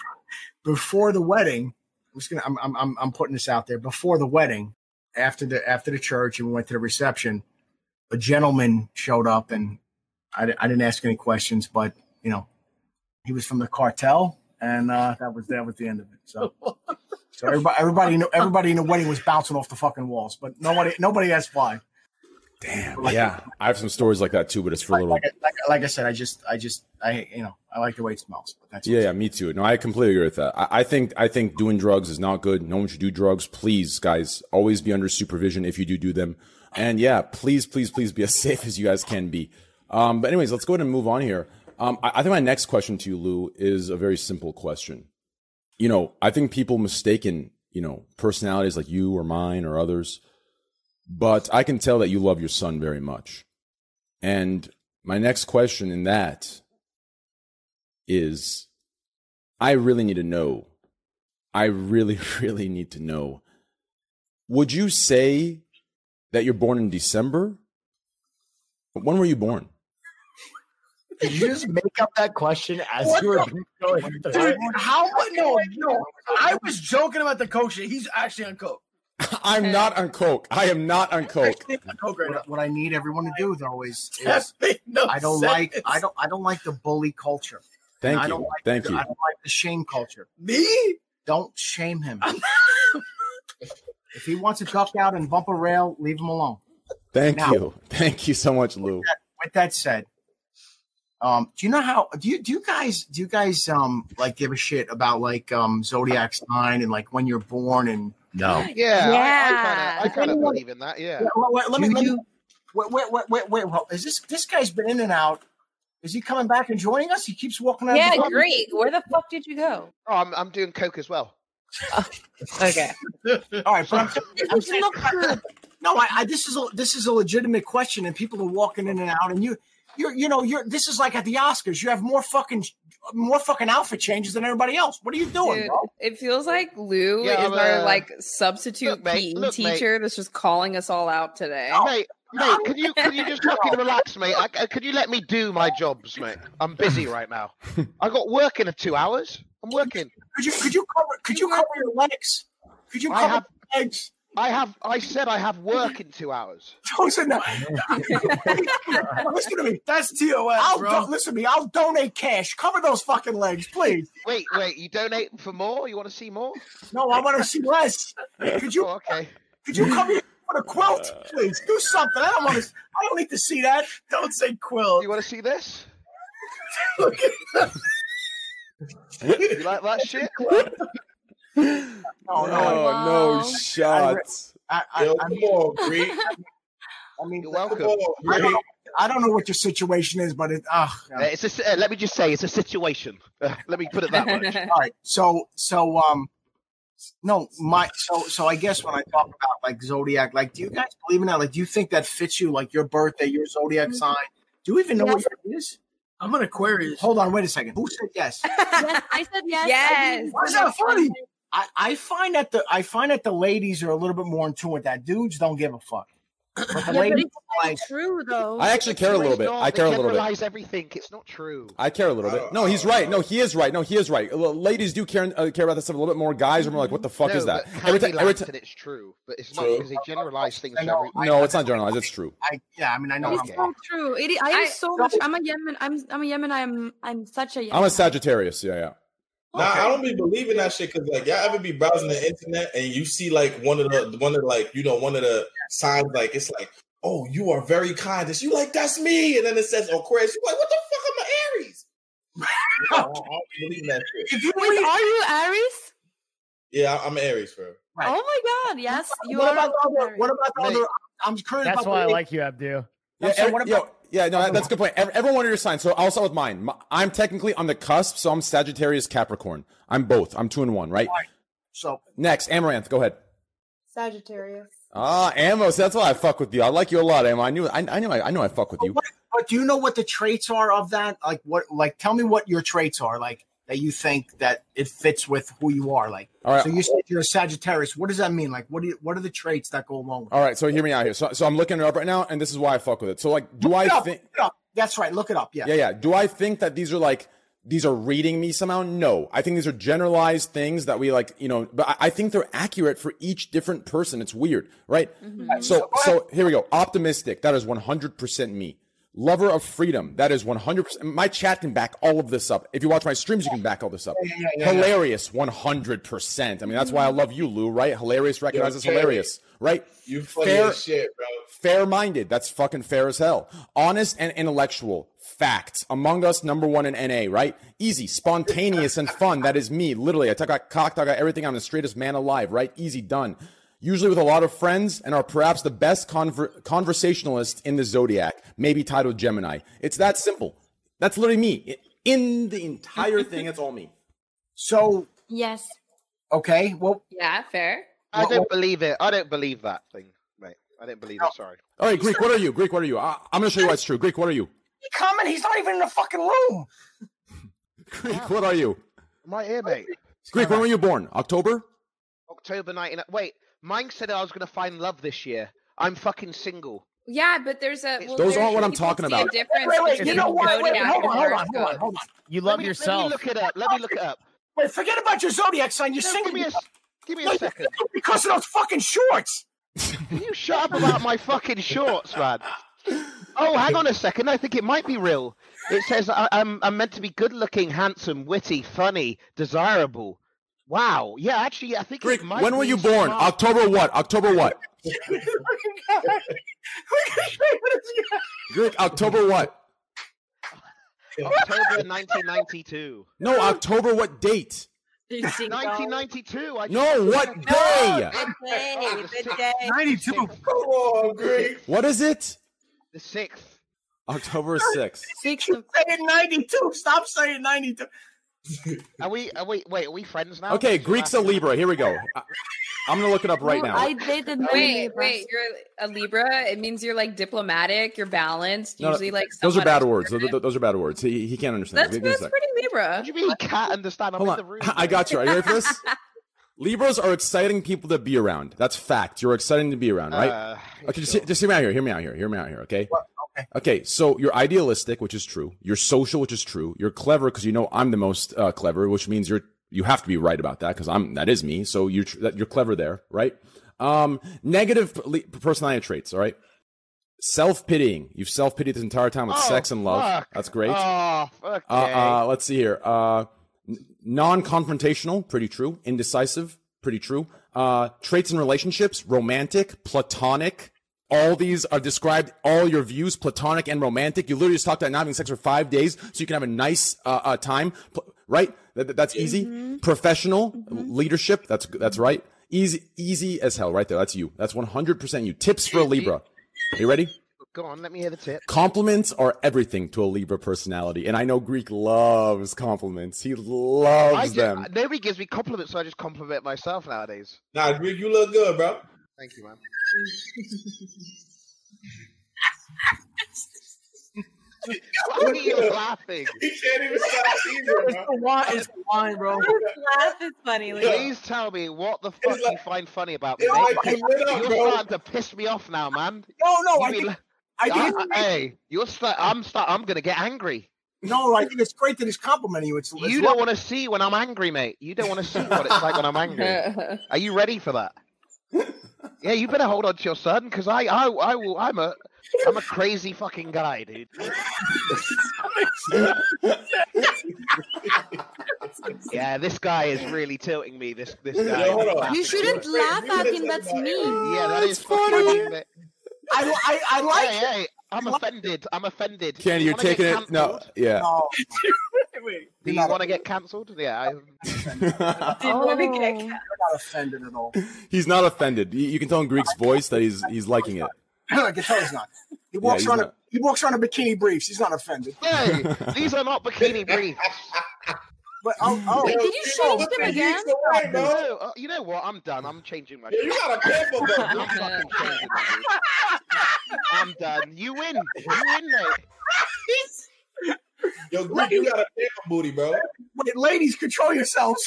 before the wedding, I'm just gonna I'm I'm- I'm I'm putting this out there. Before the wedding, after the after the church, and we went to the reception a gentleman showed up and I, I didn't ask any questions, but you know, he was from the cartel and uh, that was that was the end of it. So, so everybody everybody in the, everybody in the wedding was bouncing off the fucking walls, but nobody nobody asked why.
Damn. Yeah, I have some stories like that too, but it's for a little.
Like, I- like, I- like I said, I just I just I you know I like the way it smells. But that's
Yeah, yeah, me too. No, I completely agree with that. I, I think I think doing drugs is not good. No one should do drugs. Please, guys, always be under supervision if you do do them. And yeah, please, please, please be as safe as you guys can be. Um, but anyways, let's go ahead and move on here. Um, I, I think my next question to you, Lou, is a very simple question. You know, I think people mistaken, you know, personalities like you or mine or others, but I can tell that you love your son very much. And my next question in that is I really need to know. I really, really need to know. Would you say that you're born in December? When were you born?
Did you just make up that question as
What
you were
the-
going?
Dude, how mu- no, no. I was joking about the coach. shit. He's actually on coke.
I'm not on coke. I am not on coke.
what, what I need everyone to do though is,
That
is
made no
I don't
sense.
like I don't I don't like the bully culture.
Thank
And I
you.
Don't like
Thank
the,
you.
I don't like the shame culture.
Me?
Don't shame him. if he wants to duck out and bump a rail, leave him alone.
Thank
Now-
you. Thank you so much, Lou.
with that said, um, do you know how do you do you guys do you guys um like give a shit about like um zodiac sign and like when you're born and
no
Yeah,
Yeah.
I, I kind of believe in that. Yeah.
Well, well,
let me. Let me wait, wait, wait, wait, wait. Well, is this this guy's been in and out? Is he coming back and joining us? He keeps walking out. of
Yeah,
the room.
Greek. Where the fuck did you go?
Oh, I'm, I'm doing coke as well.
okay.
All right, but I'm, I'm
saying-
no, I, I this is a this is a legitimate question, and people are walking in and out, and you. You're, you know, you're. This is like at the Oscars. You have more fucking, more fucking outfit changes than everybody else. What are you doing,
Dude,
bro?
it feels like Lou
Yeah,
is
I'm,
our
uh,
like substitute PE
look, mate. Oh,
teacher that's just calling us all out today.
Mate, mate, can you can you just fucking relax, mate? I, I- could you let me do my jobs, mate? I'm busy right now. I got work in two hours. I'm working.
Could you could you cover could you cover your legs? Could you
I
cover
have
your legs?
I have. I said I have work in two hours.
Listen, no. listen to me. That's TOS. I'll
bro.
do- listen to me. I'll donate cash. Cover those fucking legs, please.
Wait, wait. You donate for more? You want to see more? Oh,
No, I want to see less. Could you?
okay.
Could you cover your with a quilt,
Uh.
please? Do something. I don't want to. I don't need to see that. Don't say quilt.
You want to see this?
Look at
You like that shit?
Oh, no,
no shots.
I, I,
Yo,
I
come
mean,
on, Bree.
I mean,
You're welcome.
I don't, know, I don't know what your situation is, but it. Uh,
Uh, it's a, si- uh, let me just say, it's a situation. Uh, let me put it that much.
All right. So so um no, my so so I guess when I talk about like zodiac, like do you guys believe in that? Like do you think that fits you like your birthday, your zodiac sign? Do you even know what it is? I'm an Aquarius. Hold on, wait a second. Who said yes?
yes, I said yes. I
Yes.
didn't-
Why is that funny? I, I find that the I find that the ladies are a little bit more in tune with that. Dudes don't give a fuck. But the
Yeah, but
ladies
it's not true though.
I actually care a little bit. I care a little bit.
Generalize everything. It's not true.
I care a little bit. No, he's right. No, he is right. No, he is right. L- Ladies do care uh, care about this stuff a little bit more. Guys are more like, what the fuck
No,
is that?
but Harry
Every ti- every
laughs and
ti-
it's true, but it's not
True.
because they generalize things.
I
to
know,
every-
no, it's not generalized. It's true.
I yeah, I mean I know
It's
I'm
so true. It is, I am
I-
so much. I'm a Yemen. I'm I'm a Yemen. I'm I'm such a Yemen.
I'm a Sagittarius. Yeah, yeah.
Nah, I don't be believing that shit because like y'all ever be browsing the internet and you see like one of the one of like you know one of the signs like it's like oh you are very kind. It's you like that's me, and then it says Aquarius. You like what the fuck? I'm an Aries. I don't- I don't believe in that shit.
Wait, are you Aries?
Yeah, I- I'm an Aries, bro.
Oh my God! Yes, you
what
are.
about the other,
Aries.
what about the
Mate.
other I'm curious
That's
about the
why I
ladies.
like you, Abdu.
Yeah,
so
ev-
what
yo,
about- Oh,
yeah, no, that- that's a good point. Every, everyone under your sign. So I'll start with mine. My, I'm technically on the cusp, so I'm Sagittarius Capricorn. I'm both. I'm two and one, right?
so
Next, Amaranth, go ahead.
Sagittarius.
Ah, Amos, that's why I fuck with you. I like you a lot, Amo. I knew, I, I knew, I, I knew, I fuck with you.
But do you know Oh, what the traits are of that? Like what? Like tell me what your traits are. Like that you think that it fits with who you are. Like
All right.
so you said you're a Sagittarius. What does that mean? Like what do you, what are the traits that go along with?
All right, so hear me out here. So, so I'm looking it up right now, and this is why I fuck with it. So, like, do I
it up,
think?
look it up. That's right. Look it up. Yeah.
Yeah, yeah. Do I think that these are like these are reading me somehow? No, I think these are generalized things that we like, you know. But I, I think they're accurate for each different person. It's weird, right?
Mm-hmm.
So, so here we go. Optimistic. That is 100 percent me. Lover of freedom. That is 100. percent My chat can back all of this up. If you watch my streams, you can back all this up.
Yeah, yeah, yeah, yeah.
hilarious. 100. percent I mean, that's why I love you, Lou. Right? Hilarious. Recognizes
Terry.
hilarious. Right?
You funny
Fair-
as shit, bro.
Fair minded. That's fucking fair as hell. Honest and intellectual. Facts. Among Us, number one in NA, right? Easy, spontaneous, and fun. That is me. Literally, I talk about cocked. I got everything. I'm the straightest man alive, right? Easy, done. Usually with a lot of friends and are perhaps the best conver- conversationalist in the zodiac, maybe titled Gemini. It's that simple. That's literally me. In the entire thing, it's all me.
So
Yes.
okay. Well,
Yeah, fair.
I don't believe it. I don't believe that thing, mate. I don't believe it. Sorry.
All right, Greek, what are you? Greek, what are you? I- I'm going to show you why it's true. Greek, what are you?
he coming. He's not even in the fucking room.
Greek, what are you?
Am I here, mate?
Greek, when were you born? October?
October 19. Wait, Mike said I was going to find love this year. I'm fucking single.
Yeah, but there's a well,
Those
there's-
aren't what I'm
people
talking
see
about.
A difference
Wait, wait. You
between
know what? Wait,
zodiac and
hold on. Hold on.
horoscope.
Hold on. Hold on.
You
Let
love
me- Let me
yourself.
look it up. Let me look it up.
Wait. Forget about your zodiac sign. You're
No,
single
give me a, s- give me a
Like,
second.
because of those fucking shorts.
Can you shut up about my fucking shorts, man? Oh, hang on a second. I think it might be real. It says I, I'm I'm meant to be good-looking, handsome, witty, funny, desirable. Wow. Yeah, actually, I think
Rick,
it might
when were
be
you born?
smart.
October what? October what? Rick, October what?
October 1992.
No, October what date?
1992. I
No, what day?
The day.
92. Come
on, Greg.
What is it?
The sixth.
October 6th.
Six
of saying ninety-two. Stop saying ninety-two.
Are we? Are we? Wait, are we friends now?
Okay, Greek's a Libra. Here we go. I, am gonna look it up right now.
dated
Wait, wait, you're a Libra. It means you're like diplomatic, you're balanced.
No, no,
Usually, like
those are
somewhat
bad
expert.
words. Those, are- those are bad words. He, he can't understand.
That's,
Give me a
that's
sec.
pretty Libra.
What do you mean you can't understand? I'm
Hold
in
on.
the room.
I got you. Are you ready for this? Libras are exciting people to be around. That's fact. You're exciting to be around, right?
Uh,
okay, just, just hear me out here. Hear me out here. Hear me out here. Okay. okay. So you're idealistic, which is true. You're social, which is true. You're clever because you know I'm the most uh, clever, which means you're you have to be right about that because I'm that is me. So you're tr- that- you're clever there, right? Um, negative p- personality traits. All right. Self pitying. You've self pitied this entire time with
Oh,
sex and love.
fuck.
That's great.
Oh, fuck.
Uh, uh, let's see here. Uh, n- non-confrontational, pretty true. Indecisive, pretty true. Uh, traits in relationships, romantic, platonic. All these are described. All your views, platonic and romantic. You literally just talked about not having sex for five days, so you can have a nice uh, uh, time, pl- right? That, that- that's easy. Professional leadership. That's that's right. Easy, easy as hell, right there. That's you. That's one hundred percent you. Tips for a Libra. Are you ready?
Go on, let me hear the tip.
Compliments are everything to a Libra personality, and I know Greek loves compliments. He loves
I do,
them.
Nobody gives me compliments, so I just compliment myself nowadays.
Nah, Greg, you look good, bro.
Thank you, man. Why are you laughing?
You can't even stop
It's the wine. It's the wine, bro.
Laugh is funny.
like-
Please tell me what the fuck you find funny about me.
It's
mate.
like you lit up,
you're
bro.
starting to piss me off now, man.
No, no,
You
I
be
think-
la-
I think
I-
it's-
I- hey, you're start. I'm start. I'm gonna get angry.
No, I think it's great that he's complimenting you. It's, it's
You don't want to see when I'm angry, mate. You don't want to see what it's like when I'm angry. Are you ready for that? Yeah, you better hold on to your son because I, I, I will. I'm a, I'm a crazy fucking guy, dude. yeah, this guy is really tilting me. This, this guy.
Yeah, hold on.
Bastard.
You shouldn't
laugh at him. That's mean.
Yeah, that is
funny.
Fucking,
I, I, I like
hey, hey, I'm offended. I'm offended. Do
Candy,
you
you're
wanna get
taking it. No,
cancelled?
yeah.
Do you want to get cancelled? Yeah. I,
I'm not offended at all.
He's not offended. You, you can tell in Greek's voice that he's he's liking it.
I can tell he's not. He walks
he's
around. A,
not.
he walks around in bikini briefs. He's not offended.
Hey, these are not bikini briefs.
But oh, oh
Wait, did you shave
what
them
the
again?
heck's going
No,
on, bro?
uh, you know what? I'm done. I'm changing my.
Yeah, you got a pimple, bro.
I'm fucking changing my shirt. I'm done. You win. You win, mate.
Yo, Greg, you got a pimple booty, bro.
Wait, ladies, control yourselves.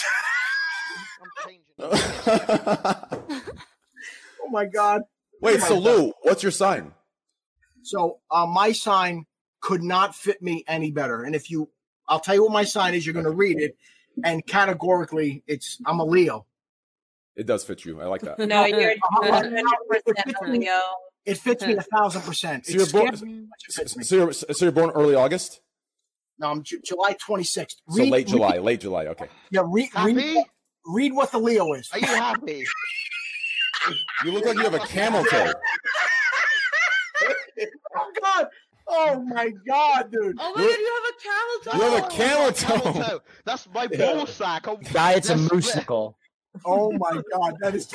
oh my god.
Wait,
Oh my
so
God.
Lou, what's your sign?
So uh, my sign could not fit me any better. And if you, I'll tell you what my sign is. You're going to read it, and categorically, it's I'm a Leo.
It does fit you. I like that.
No, you're
Uh-huh.
not 100% Leo.
It fits me a thousand percent.
So you're
It
born.
scares me.
So you're, so you're born early August.
No, I'm Ju- July 26th.
So
Read-
late July.
read-
Late July. Okay.
yeah, read, read, read what the Leo is.
Are you happy?
You look like you have a camel toe.
Oh God! Oh my God, dude!
Oh
my You're- God,
you have
You have a camel
Oh, Camel
toe.
toe. That's my ball sack. I'm-
Diet's a
that's-
moosicle.
Oh my God, that is.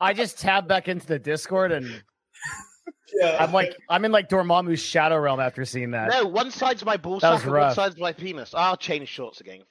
I just tab back into the Discord and I'm like I'm in like Dormammu's shadow realm after seeing that.
No, one side's my ball
That was
sack and one
rough.
side's my penis. I'll change shorts again.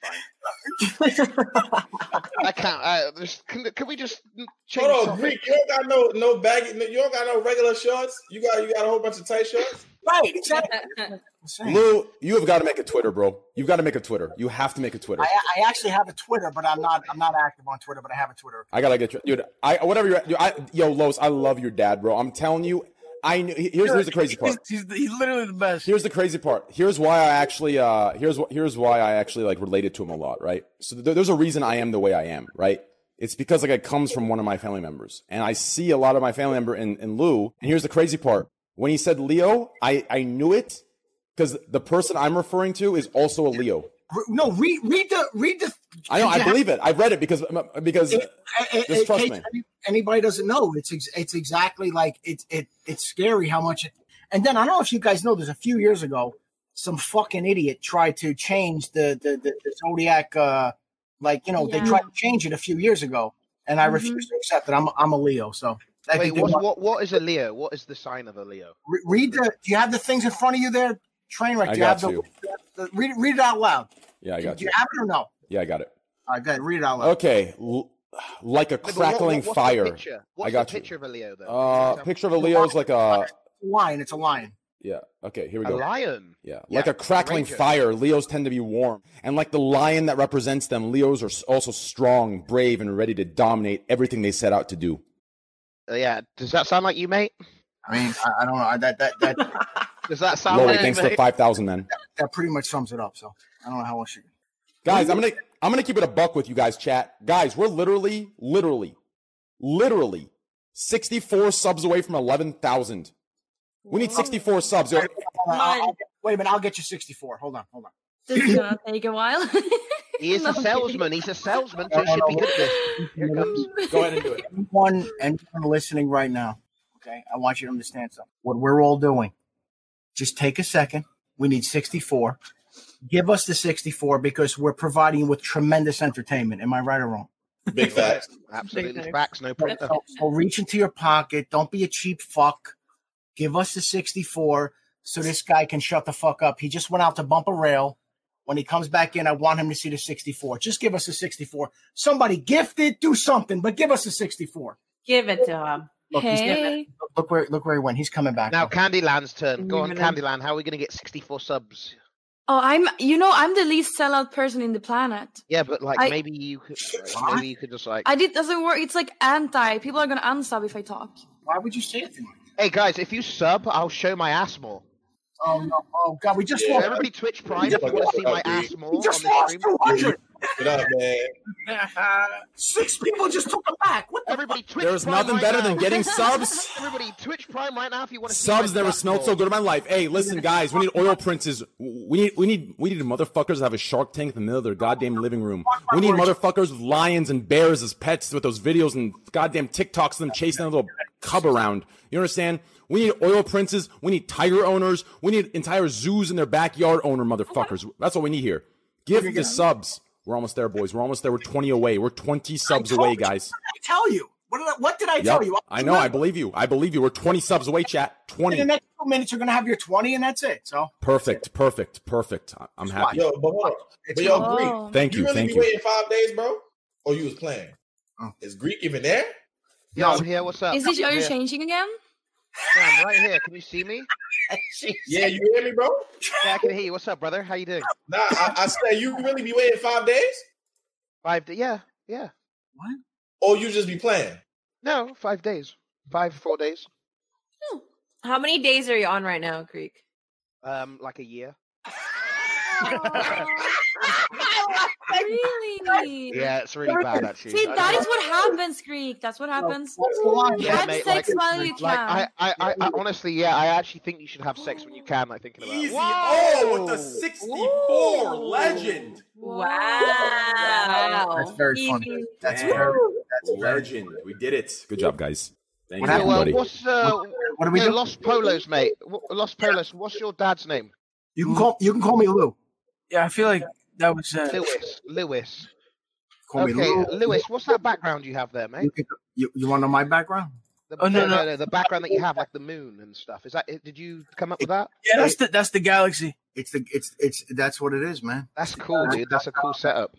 Fine. I can't. I, there's- can, can we just change?
Hold on,
topic?
Greek. You don't got no no baggy. no- You don't got no regular shorts. You got you got a whole bunch of tight shorts.
Right, exactly.
Oh,
Lou, you have got to make a Twitter, bro. You've got to make a Twitter. You have to make a Twitter.
I, I actually have a Twitter, but I'm not. I'm not active on Twitter, but I have a Twitter.
I gotta get you, dude. I whatever you're, dude, I, yo, Los, I love your dad, bro. I'm telling you, I knew. Here's here's the crazy part.
He's, he's, he's literally the best.
Here's the crazy part. Here's why I actually, uh, here's what, here's why I actually like related to him a lot, right? So there, there's a reason I am the way I am, right? It's because like it comes from one of my family members, and I see a lot of my family member in, in Lou. And here's the crazy part: when he said Leo, I I knew it because the person I'm referring to is also a Leo.
Re- No, read read the read the.
I know. I believe it. I've read it because because just trust
in
me.
case any- Anybody doesn't know it's ex- it's exactly like it it it's scary how much. It, and then I don't know if you guys know. There's a few years ago, some fucking idiot tried to change the the, the, the zodiac. Uh, like you know,
Yeah.
they tried to change it a few years ago, and I
Mhm.
refuse to accept it. I'm I'm a Leo, so I
Wait,
think they
what,
want-
what, what is a Leo? What is the sign of a Leo?
re- read the. Do you have the things in front of you there? Train wreck.
I
Do you
got
have the,
you.
the read, it- read it out loud?
Yeah, I got
Do
you.
you have it or no?
Yeah, I got it.
All right, go ahead. Read it out loud.
Okay, l- like a
but what-
crackling
what- what's the
fire.
picture?
I
What's
got
the
you.
picture
of a Leo, though?
Uh, picture of a Leo is like a
Lion. It's a lion.
yeah. Okay, here we
A
go.
lion.
Yeah, like a crackling
ranger.
fire. Leos tend to be warm, and like the lion that represents them, Leos are s- also strong, brave, and ready to dominate everything they set out to do.
Uh, yeah. Does that sound like you, mate?
I mean, I, I don't know. I, that that that.
Does that sound
Lowly,
like
thanks
you,
to
mate?
five thousand men.
that pretty much sums it up. So I don't know how else you.
Guys, I'm gonna I'm gonna keep it a buck with you guys, chat. Guys, we're literally, literally, literally 64 subs away from 11,000. We need 64 subs. Yo,
Hold on, I'll- I'll get- wait a minute, I'll get you 64. Hold on, hold on.
This is gonna take a while.
He is a salesman. He's a salesman, so he should be good at this. Here it comes.
Go ahead and do it.
Anyone, anyone listening right now, okay? I want you to understand something. What we're all doing, just take a second. We need 64. Give us the 64 because we're providing you with tremendous entertainment. Am I right or wrong?
Big facts.
Absolutely facts. No printer.
So, so reach into your pocket. Don't be a cheap fuck. Give us the 64 so this guy can shut the fuck up. He just went out to bump a rail. When he comes back in, I want him to see the 64. Just give us the 64. Somebody gift it, do something, but give us the 64.
Give it to him.
Look, he's
hey.
Look where look where he went. He's coming back.
Now Candyland's turn. Go on,
Remember them.
Candyland. How are we going to get 64 subs?
Oh, I'm. You know, I'm the least sellout person in the planet.
Yeah, but like
I-
maybe you could, uh,
What?
maybe you could just like.
I did doesn't work. It's like anti. People are gonna unsub if I talk.
Why would you say it?
Hey guys, if you sub, I'll show my ass more.
Oh no! Oh god, we just
Yeah.
lost.
Everybody Twitch Prime,
We just
if you wanna
lost-
see my ass more
We just
on the
lost
stream.
200.
Get up, man.
Six people just took it back. What the
Everybody Twitch
There's
Prime
nothing
right
better
now.
than getting subs.
Everybody Twitch Prime right now if you want to see
Subs
my
never
black
smelled
ball.
so good in my life. Hey, listen, guys, we need oil princes. We need we need we need motherfuckers that have a shark tank in the middle of their goddamn living room. We need motherfuckers with lions and bears as pets with those videos and goddamn TikToks of them chasing their little cub around. You understand? We need oil princes. We need tiger owners. We need entire zoos in their backyard owner motherfuckers. That's what we need here. Give the subs. We're almost there, boys. We're almost there. We're 20 away. We're 20 subs away, guys.
I tell you? What did I, what did I
Yep.
tell you?
I know. I believe you. I believe you. We're 20 subs away, chat.
In the
20.
next two minutes, you're gonna have your 20, and that's it. So
Perfect, perfect, perfect. I- I'm happy.
Yo, but hold on. But yo,
Wow.
Oh.
Greek.
Thank you,
really
thank
be
you.
waiting five days, bro? Or you was playing? Is Greek even there?
Oh. Yo, I'm here. What's up?
Is it? Are
I'm
you
here.
changing again?
Yeah, I'm right here. Can you see me?
Yeah, you hear me, bro?
Yeah, I can hear you. What's up, brother? How you doing?
Nah, I, I said you really be waiting five days?
Five days. Yeah, yeah.
What?
Or you just be playing?
No, five days. Five, four days.
How many days are you on right now, Greek?
Um, like a year.
really?
Yeah, it's really bad actually.
See,
I
that
know.
is what happens, Greek. That's what happens.
Yeah,
Have
mate,
sex
like,
while you
like, I,
can.
I, I, I, honestly, yeah, I actually think you should have sex when you can. Like thinking about.
Easy.
Whoa!
Oh, with the 64 legend.
Wow.
That's very funny. That's very. That's very.
Legend. We did it. Good job, guys. Thank
Yo,
you,
uh,
everybody.
what's uh,
What do we
yo,
do?
Los Polos, mate. Wh- Los Polos. What's your dad's name?
You can call. You can call me Lou.
Yeah, I feel like that was. Uh,
Lewis. Lewis.
Call me
okay,
Lou.
Lewis. What's that background you have there, mate?
You, can- you, you want to know my background?
The,
Oh, no,
no,
no.
The background that you have, like the moon and stuff. Is that? it? Did you come up with that?
Yeah, that's the that's the galaxy.
It's the it's it's that's what it is, man.
That's cool, dude. That's a cool setup.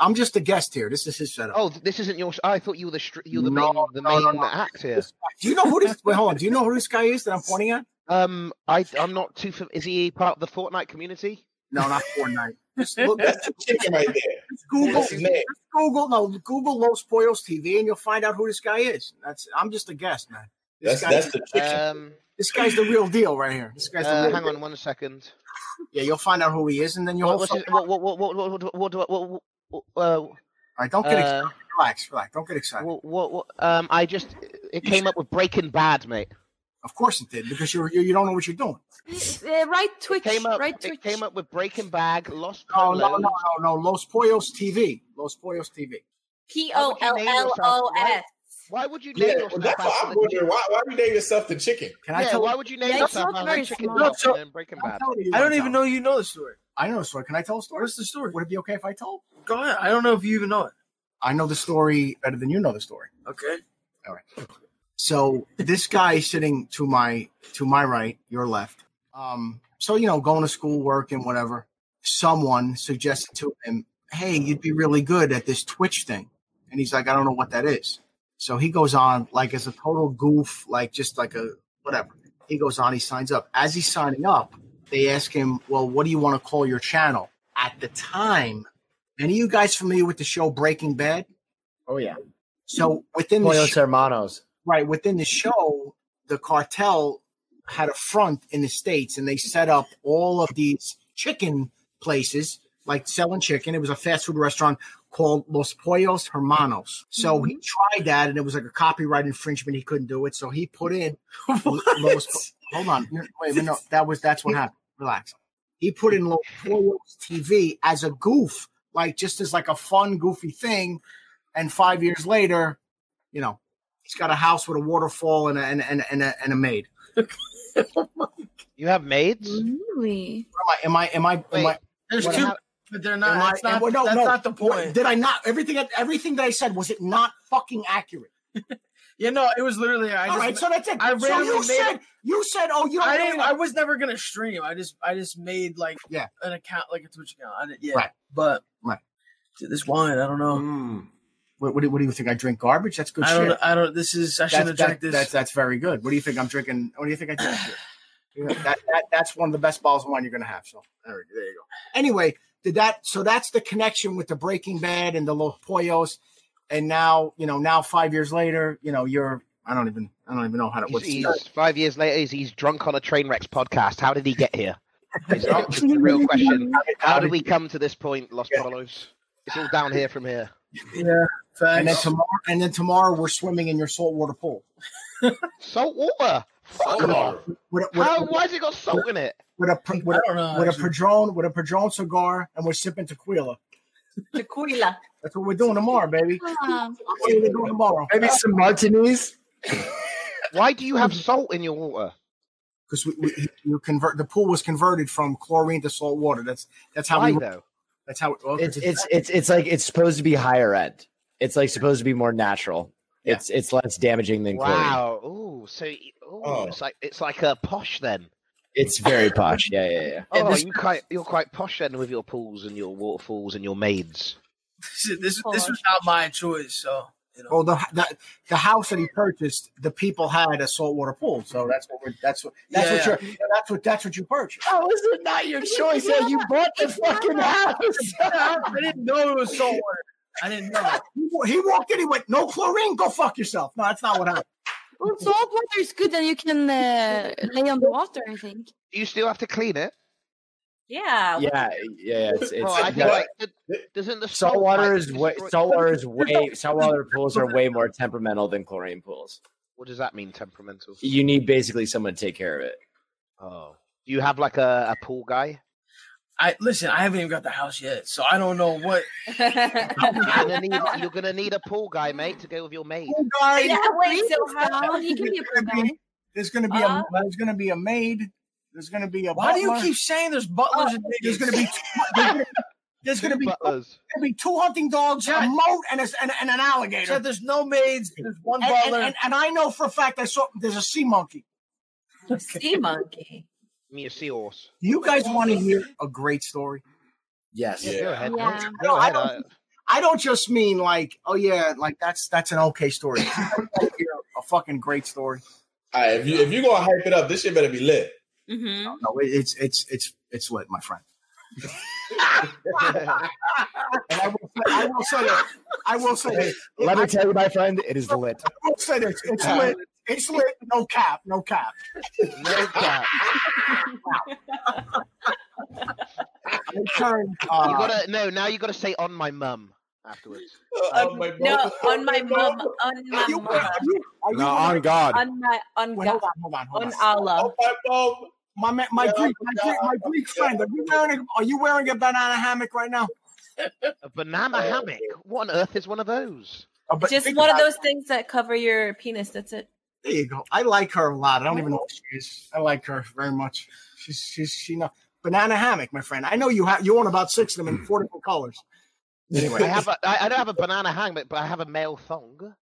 I'm just a guest here. This is his setup.
Oh, this isn't your. I thought you were the str- you were the
No,
main the
no, no,
main
no.
act here.
Do you know who this? Wait, hold on. Do you know who this guy is that I'm pointing at?
Um, I I'm not too. fam- Is he part of the Fortnite community?
No, not Fortnite. Just look,
That's the chicken right there.
just Google,
That's his name.
just Google, no, Google Los Pollos TV, and you'll find out who this guy is. That's I'm just a guest, man. This
That's- that's the chicken.
Um,
This guy's the real deal right here. This guy's the
uh,
real
hang
deal.
on one second.
Yeah, you'll find out who he is, and then you'll
What, what's
also.
his, what, what, what, what, what, what, what, what, what, uh,
All right, don't get
uh,
excited. Relax, relax. Don't get excited.
what, what, what, um, I just it came up with Breaking Bad, mate.
Of course it did because you're, you you don't know what you're doing.
Uh, right Twitch.
Came up,
right Twitch.
It came up with Breaking Bag, Lost
No, no, no,
Polos.
no, no. Los Pollos TV. Los Pollos TV.
P
O L L O S. Why would you name
Yeah, well,
yourself
that's what I'm
after the
wondering. Why, why you name yourself the chicken?
Can I tell
why would you name
Yeah,
yourself
it's not
after
very
Chicken
smart.
Nuggets
Look,
and then Breaking
I'm
Bad?
telling you
I don't
right
even
now.
know you know the story.
I know the story. Can I tell a story?
What's the story?
Would it be okay if I told?
Go ahead. I don't know if you even know it.
I know the story better than you know the story.
Okay.
All right. So this guy sitting to my to my right, your left. Um, so you know, going to school, work, and whatever. Someone suggested to him, "Hey, you'd be really good at this Twitch thing," and he's like, "I don't know what that is." So he goes on, like as a total goof, like just like a whatever. He goes on, he signs up. As he's signing up, they ask him, "Well, what do you want to call your channel?" At the time, any of you guys familiar with the show Breaking Bad?
Oh yeah.
So within the
Pollos
sh-
Hermanos.
right within the show, the cartel had a front in the states, and they set up all of these chicken places, like selling chicken. It was a fast food restaurant called Los Pollos Hermanos. So he tried that, and it was like a copyright infringement. He couldn't do it, so he put in Los. Hold on, you're- wait a minute. No, that was that's what happened. Relax. He put in Los Pollos TV as a goof, like just as like a fun, goofy thing. And five years later, you know, he's got a house with a waterfall and a, and, and, and, a, and a maid.
Oh
you have maids?
Really?
Am I? Am I? Am I? Am I
There's
what
two,
hap-
but they're not.
am I-
that's not,
am- well, no,
that's
no.
not the
What-
point.
Did I not? Everything that everything that I said was it not fucking accurate?
Yeah, no, it was literally. I
All
just,
right, so that's it.
I
So
randomly
you
made
said-
it.
you said, oh, you don't
I
know
didn't.
that.
I was never gonna stream. I just, I just made like
yeah.
an account, like a Twitch account. I didn't, yeah,
Right.
but
right. Mm.
This wine, I don't know.
What, what, do, what do you think? I drink garbage? That's good
I don't.
shit.
I don't. This is. I shouldn't have
That's- that-
drank this.
That's that's very good. What do you think I'm drinking? What do you think I drink? here? You know, that, that that's one of the best bottles of wine you're gonna have. So there, we- there you go. Anyway, did that? So that's the connection with the Breaking Bad and the Los Pollos, and now you know. Now five years later, you know you're. I don't even. I don't even know how to.
He's,
What's
he's- five years later, he's, he's drunk on a train wrecks podcast. How did he get here? Is the the real question. How did we come to this point, Los Polos? It's all down here from here.
yeah.
And then tomorrow, and then tomorrow we're swimming in your saltwater pool.
Salt water. Fuck off.
With a- with a-
How, why's it got salt in it?
With a pr- with
I don't
a
know,
with a
actually.
padron with a padron cigar, and we're sipping tequila.
Tequila.
That's what we're doing tomorrow, baby.
Um,
That's what we're doing tomorrow.
Maybe some martinis.
Why do you have salt in your water?
because we, we you convert the pool was converted from chlorine to salt water. That's that's how
Why,
we
though?
That's how well,
It's
'cause
it's it's it's like it's supposed to be higher end. It's like supposed to be more natural. It's it's less damaging than chlorine.
Wow. Ooh, so ooh,
Oh.
it's like it's like a posh then.
It's very posh. Yeah, yeah, yeah.
Oh, you quite you're quite posh then with your pools and your waterfalls and your maids.
This, this was not my choice. So
well the, the the house that he purchased, the people had a saltwater pool, so that's what we're that's what that's
Yeah.
what you're that's what that's what you purchased.
How Oh, is it not your choice? Yeah, you bought the fucking house.
I didn't know it was saltwater. I didn't know.
He wa- He walked in. He went, "No chlorine. Go fuck yourself." No, that's not what happened.
well, salt water is good, and you can uh, lay on the water. I think.
Do you still have to clean it?
Yeah.
Yeah, yeah. It's it's
Well, I feel like the- doesn't the salt
saltwater
like
is way
destroy-
saltwater is way saltwater pools are way more temperamental than chlorine pools.
What does that mean, temperamental?
You need basically someone to take care of it.
Oh, do you have like a, a pool guy?
I listen. I haven't even got the house yet, so I don't know what.
You're gonna need, you're gonna need a pool guy, mate, to go with your maid.
Oh,
Yeah, wait, so how he can be a pool guy?
There's gonna be
Uh-huh.
a there's gonna be a maid. There's gonna be a.
Why do you
butler.
keep saying there's butlers? and
There's gonna be there's gonna be
butlers.
There'll be two hunting dogs, a moat, and, a, and, and an alligator.
Said there's no maids. There's one
and, and,
butler.
and, and I know for a fact I saw there's a sea monkey.
Sea monkey.
Me a seahorse.
Do you guys want to hear a great story?
Yes.
Yeah, go ahead.
Yeah.
man.
No,
Go
I
ahead.
don't. I don't just mean like, oh yeah, like that's that's an okay story. I wanna hear a fucking great story.
All right, if you if you gonna hype it up, this shit better be lit.
Mm-hmm.
No, it, it's it's it's it's lit, my friend. And I will, say- I will say this. I will say this.
Let me tell you, my friend, it is lit.
I will say this. It's lit. It's lit. No cap. No cap.
No doubt.
I'm turned.
you
Uh,
gotta no. Now you gotta say on my mum. afterwards.
Uh,
On, no, on my mom, on my
You-
mama.
No, on God.
on my on
Wait,
God,
hold on, hold on, hold
on
on.
Allah.
My ma- my Greek, my Greek, my Greek friend. Are you wearing? a- Are you wearing a banana hammock right now?
A banana hammock. What on earth is one of those?
Oh,
Just one of those things that cover your penis. That's it.
There you go. I like her a lot. I don't even know who she is. I like her very much. She's she's she know banana hammock, my friend. I know you have you own about six of them in four different colors. Anyway,
I have a, I, I don't have a banana hammock, but I have a male thong.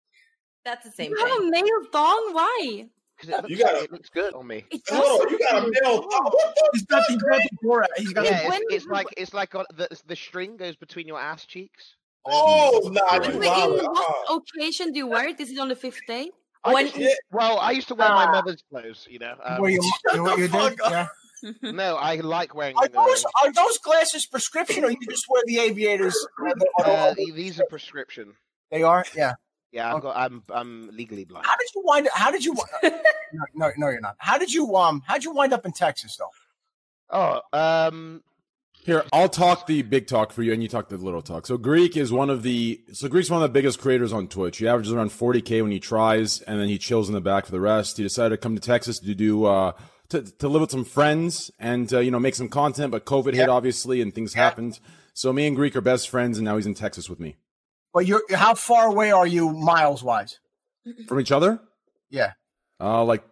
That's the same
You have a male thong? Why?
'Cause It looks,
You got a-
it looks good on me.
Hold on, you got a male
thong.
He's got the, he's got the Borat. He's got
yeah,
the
it's, it's like it's like got the the string goes between your ass cheeks.
Oh, nah,
Wait,
you
in
wild.
what occasion do you wear it? Is it on the fifth day?
I just- well, I used to wear my mother's clothes, you know. Um,
Were you-
Shut you- the you did? fuck up.
no, I like wearing.
Are those
uh,
are those glasses prescription, or you just wear the aviators?
uh, these are prescription.
They are, yeah.
Yeah, I've got. I'm I'm legally blind.
How did you wind? How did you? wi- No, no, no, you're not. How did you um? How'd you wind up in Texas though?
Oh, um,
Here, I'll talk the big talk for you, and you talk the little talk. So Greek is one of the so Greek's one of the biggest creators on Twitch. He averages around 40k when he tries, and then he chills in the back for the rest. He decided to come to Texas to do uh to, to live with some friends and uh, you know make some content, but COVID hit obviously, and things happened. So me and Greek are best friends, and now he's in Texas with me.
But you're how far away are you miles wise?
From each other,
Yeah.
uh, like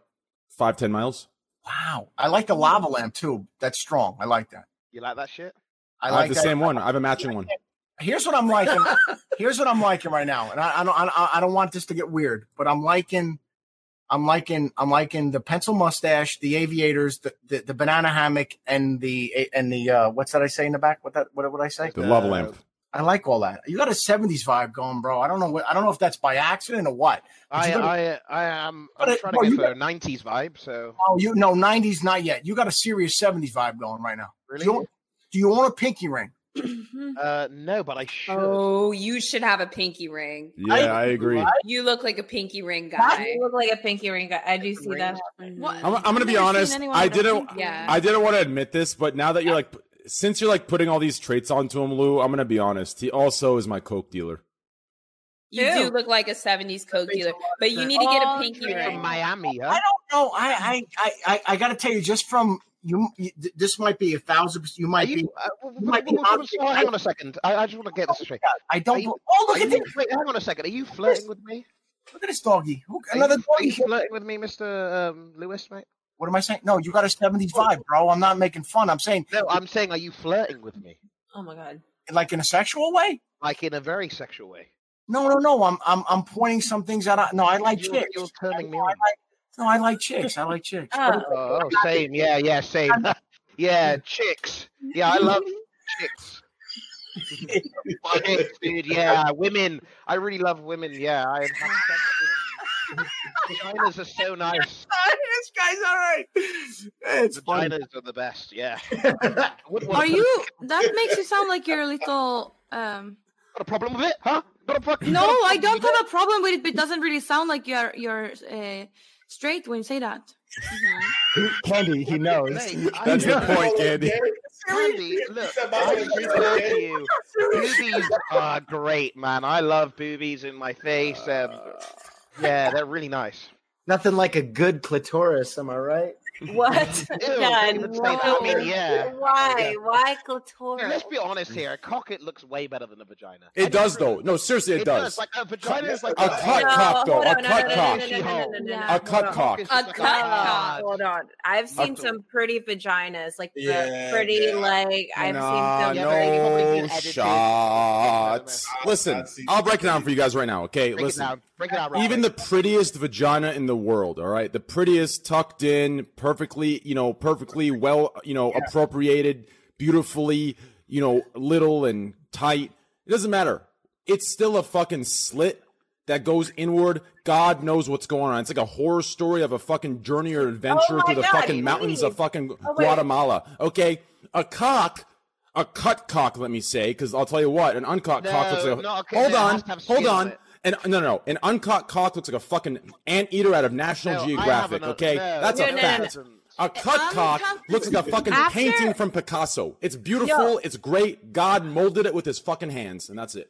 five ten miles.
Wow. I like the lava lamp too. That's strong. I like that.
you like that shit?
I
I,
like
have the
that.
same one. I have a matching one.
Here's what I'm liking. Here's what I'm liking right now, and I, I don't, I, I don't want this to get weird, but I'm liking, I'm liking, I'm liking the pencil mustache, the aviators, the the, the banana hammock, and the and the uh, what's that I say in the back? What that? What would I say?
The lava lamp.
I like all that. You got a '70s vibe going, bro. I don't know. What, I don't know if that's by accident or what. but
I
you gotta-
I I am.
But
I'm
it-
trying
well,
to
you
go for a '90s vibe. So
Oh, you no '90s, not yet. You got a serious '70s vibe going right now. Do you, own- do you own a pinky ring?
uh, no, but I should.
Oh, you should have a pinky ring.
Yeah, I agree.
You look like a pinky ring guy.
I look like a pinky ring guy. I do see that. What?
I'm, I'm gonna be honest. I didn't.
Yeah.
I didn't want to admit this, but now that you're like, since you're like putting all these traits onto him, Lou, I'm gonna be honest. He also is my coke dealer.
You do look like a 70s Coke dealer, but you need to get a pinky ring.
Miami,
I don't know. I I I I, I got to tell you, just from you, you, th- this might be a thousand. percent- You might be.
uh,
you might be
Well,
obvious.
so hang on a second. I, I just want to get this straight.
Oh I don't.
Are you-
oh, look
are
at
you-
this.
Wait, hang on a second. Are you flirting with me?
Look at this doggy. Who,
Are
another
you, are
doggy.
you flirting with me, Mister um, Lewis, mate?
What am I saying? No, you got a seventies vibe, bro. I'm not making fun. I'm saying
No, I'm saying, are you flirting with me?
Oh my god.
like in a sexual way.
Like in a very sexual way.
No, no, no. I'm I'm I'm pointing some things out. I- No, I like
You're-
chicks.
you're turning me
I
on.
like, no, I like chicks. I like chicks.
Oh, oh, same. Yeah, yeah, same. yeah, chicks. Yeah, I love chicks. Fuck it, dude. Yeah, women. I really love women. Yeah, I have sex with Vaginas are so nice.
this guy's all right. It's
funny. Vaginas are the best. Yeah. Wouldn't wanna
Are
put-
you? That makes you sound like you're a little. Um,
Got a problem with it, huh? Got a fucking
no, I don't have a problem with it, but it doesn't really sound like you're you're uh, straight when you say that.
Candy, he knows.
That's the point, Candy.
Andy, look, I love you. Boobies are great, man. I love boobies in my face. Um,
Uh.
yeah, they're really nice.
Nothing like a good clitoris, am I right?
What?
Ew,
God,
don't say that. I mean,
whoa.
yeah.
Why?
Yeah.
Why clitoris?
Let's be honest here. A cocket looks way better than a vagina.
It does though. No, seriously, it, does.
Like a vagina is like
A cut
No,
cock though.
hold
A
on, no, no,
cut
no,
cock.
no, no, no, no, no, no,
A
no.
cut cock.
A cut cock.
cock.
Hold on. I've seen some pretty vaginas, like the
Yeah,
pretty,
yeah.
like I've
Nah,
seen some.
no shots. Listen, I'll break it down for you guys right now. Okay,
Break it
listen.
down. Break it down. Rob.
Even the prettiest vagina in the world, all right? The prettiest tucked in, perfectly, you know, perfectly well, you know, appropriated, beautifully, you know, little and tight. It doesn't matter. It's still a fucking slit that goes inward. God knows what's going on. It's like a horror story of a fucking journey or adventure
Oh my
through the
God,
fucking
you
mountains of
mean?
fucking
Oh, wait.
Guatemala. Okay? A cock, a cut cock, let me say, because I'll tell you what, an uncut
No,
cock looks like. a-
no, okay,
hold
no, it
on,
has to have
hold
skin
on.
on it.
And no, no, no, an uncut cock looks like a fucking anteater out of National
No, I have
Geographic.
another-
Okay,
no,
that's
no,
a
no, no,
fact.
no.
A cut
I'm
cock
confused.
looks like a fucking
After-
painting from Picasso. It's beautiful. It's great. God molded it with his fucking hands, and that's it.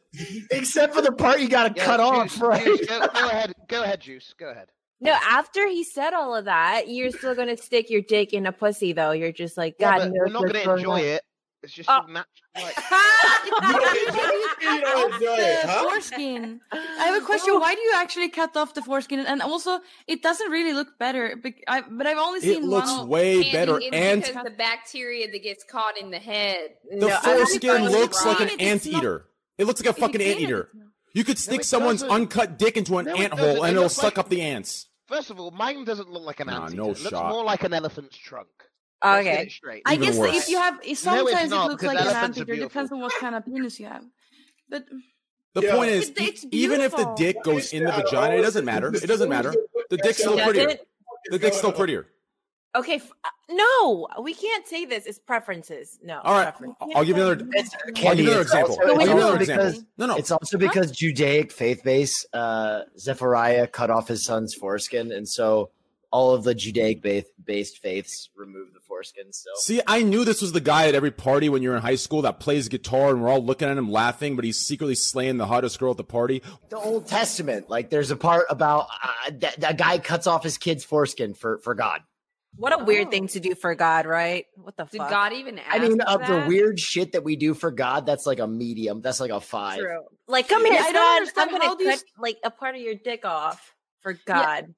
Except for the part you got
Yeah, Juice, Juice, go, go ahead. Go ahead, Juice. Go ahead.
No, after he said all of that, you're still gonna stick your dick in a pussy though. You're just like,
Yeah,
God
but
knows
we're not
what's
gonna
going
enjoy
on."
it. It's just a match.
you don't enjoy it,
the
huh?
foreskin. I have a question. Why do you actually cut off the foreskin? And also, it doesn't really look better. bec- I- But I've only
It
seen
looks
one.
way Andy, better it's and-
because the bacteria that gets caught in the head.
The foreskin looks like an anteater. It looks like a
It
fucking
did,
anteater. You could stick
it
someone's
doesn't.
uncut dick into an
No, it
ant
doesn't.
hole
It
and it'll
looks
suck
like-
up the ants.
First of all, mine doesn't look like an
Nah,
anteater.
no
it looks
shot.
more like an elephant's trunk. Let's get
Okay.
it straight.
I
Even
guess
worse.
if you have,
No, it's
sometimes
not,
it looks
because
like an
elephants are
anteater. It depends on what kind of penis you have. But
The
Yeah.
point is,
It- it's
e- even if the
beautiful.
dick goes in the vagina, it doesn't matter. It doesn't matter. The dick's still
Does
prettier.
it?
The dick's still prettier.
Okay, f- uh, no, we can't say this. It's preferences. No.
All right, I'll give you another. I'll give
Candy,
you another
it's
example.
also-
I'll give you another
it's also
example.
because- It's also because Judaic faith base, uh, Zephariah cut off his son's foreskin, and so all of the Judaic faith based faiths remove the foreskin. So
See, I knew this was the guy at every party when you're in high school that plays guitar and we're all looking at him laughing, but he's secretly slaying the hottest girl at the party.
the Old Testament, like there's a part about uh, that, that guy cuts off his kid's foreskin for for God.
What a weird thing to do for God, right? What the
Did
fuck?
God even ask?
I mean,
for
of the
that?
weird shit that we do for God, that's like a medium. That's like a five.
True. Like, come here,
Yeah, I don't
son.
understand
I'm gonna
how
cut
these-
like a part of your dick off for God. And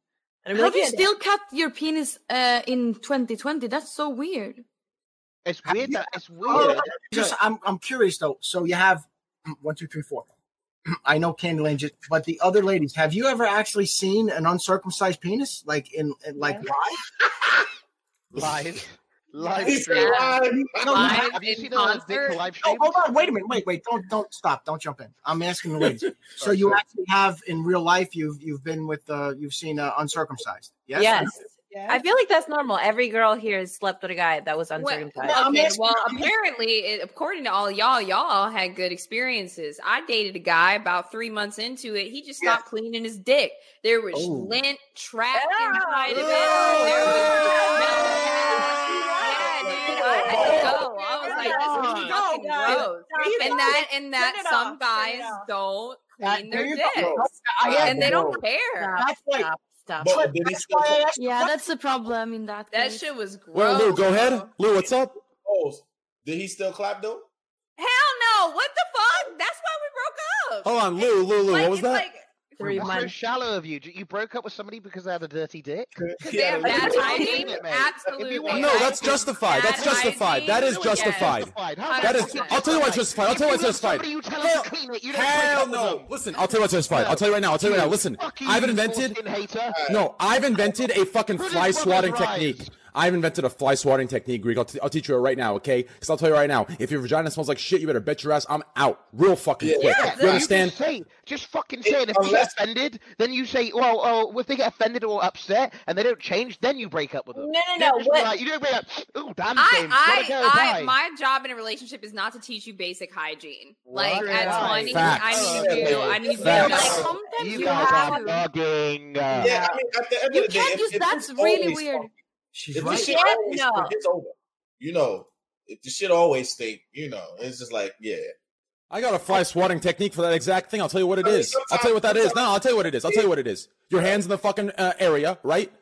I'm
how
like,
do you
yeah,
still cut your penis uh, in 2020? That's so weird.
It's weird. That, it's
weird.
Just, I'm, I'm curious though. So you have mm, one, two, three, four. I know Candyland, just, but the other ladies, have you ever actually seen an uncircumcised penis, like in, in- like live?
Live. Live
He said
stream.
live.
No,
Live
have you
in
seen a dick
concert.
live stream?
Oh, hold on, wait a minute, wait, wait, don't, don't stop, don't jump in. I'm asking the ladies. so you actually have in real life, you've you've been with, uh, you've seen uh, uncircumcised. Yes.
I feel like that's normal. Every girl here has slept with a guy that was uncircumcised.
Well, okay, well apparently, it, according to all y'all, y'all had good experiences. I dated a guy about three months into it. He just stopped cleaning his dick. There was
Oh.
lint trapped inside of it. There was.
Oh.
Yeah, dude, I had to go. I was like, this is fucking gross. And that, and that, some guys don't clean
there
their
you go.
dicks,
I am
and they
gross.
don't care.
Stop, stop,
stop.
But did he still
Yeah, that's the problem in that.
That shit was
Well,
gross.
Lou, go ahead. Lou, what's up?
Did he still clap though?
Hell no! What the fuck? That's why we broke up.
Hold on, Lou, Lou, Lou.
Like,
What was
it's
that?
like-
Three
Three
That's so
months.
shallow of you. You broke up with somebody because they had a dirty dick.
Because they have bad hygiene. Absolutely.
Oh, No, that's justified. That's justified. That is justified. That is. I'll tell you why it's justified. I'll tell you why it's justified.
Somebody you tell us to clean it. You don't
Hell
break up with
no!
them.
Listen, I'll tell you what's justified. I'll tell you right now. I'll tell you right now. Listen,
Fuck you,
I've
you
invented.
foreskin hater.
No, I've invented a fucking
Put it
fly
on the
swatting
rise.
technique. I've invented a fly swatting technique, Greek. I'll, t- I'll teach you it right now, okay? Because I'll tell you right now, if your vagina smells like shit, you better bet your ass I'm out real fucking quick. you understand?
Just, say, just fucking say it. If they get
unless-
offended, then you say, well, oh, if they get offended or upset and they don't change, then you break up with them.
No, no,
You
no,
don't just be
what-
like- you don't break up. Ooh, damn
I,
James,
I,
gotta go,
I,
bye."
my job in a relationship is not to teach you basic hygiene. Like
What?
at
Right.
twenty,
Facts.
I need you. I need you.
Facts.
Like
sometimes
you
you
guys
have
are
to.
bugging.
Yeah, I mean, at the end
You
of the day,
can't
if-
just.
if
That's
it's
really
always
weird.
If
right.
the shit
Yeah,
always
no.
stink, it's over. You know, if the shit always stink, you know, it's just like, yeah.
I got a fly swatting technique for that exact thing. I'll tell you what it is. I'll tell you what that is. No, I'll tell you what it is. I'll tell you what it is. Your hands in the fucking uh, area, right?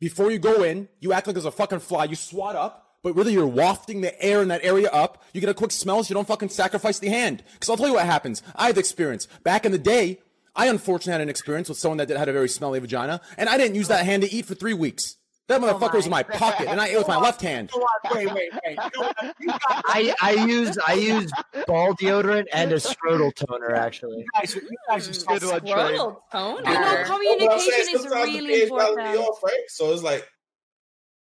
Before you go in, you act like there's a fucking fly. You swat up, but really you're wafting the air in that area up. You get a quick smell so you don't fucking sacrifice the hand. Because I'll tell you what happens. I had the experience. Back in the day, I unfortunately had an experience with someone that did- had a very smelly vagina, and I didn't use that hand to eat for three weeks. That motherfucker was in Oh my pocket, and I ate with my left hand.
Wait, wait, wait.
I I use I use ball deodorant and a scrotal toner actually.
guys, you guys are so
Good one, Trey. Scrotal
toner.
Oh,
You know,
That's what I'm saying.
communication is
Sometimes the
really
pH balance be
important.
off, right? So it's like,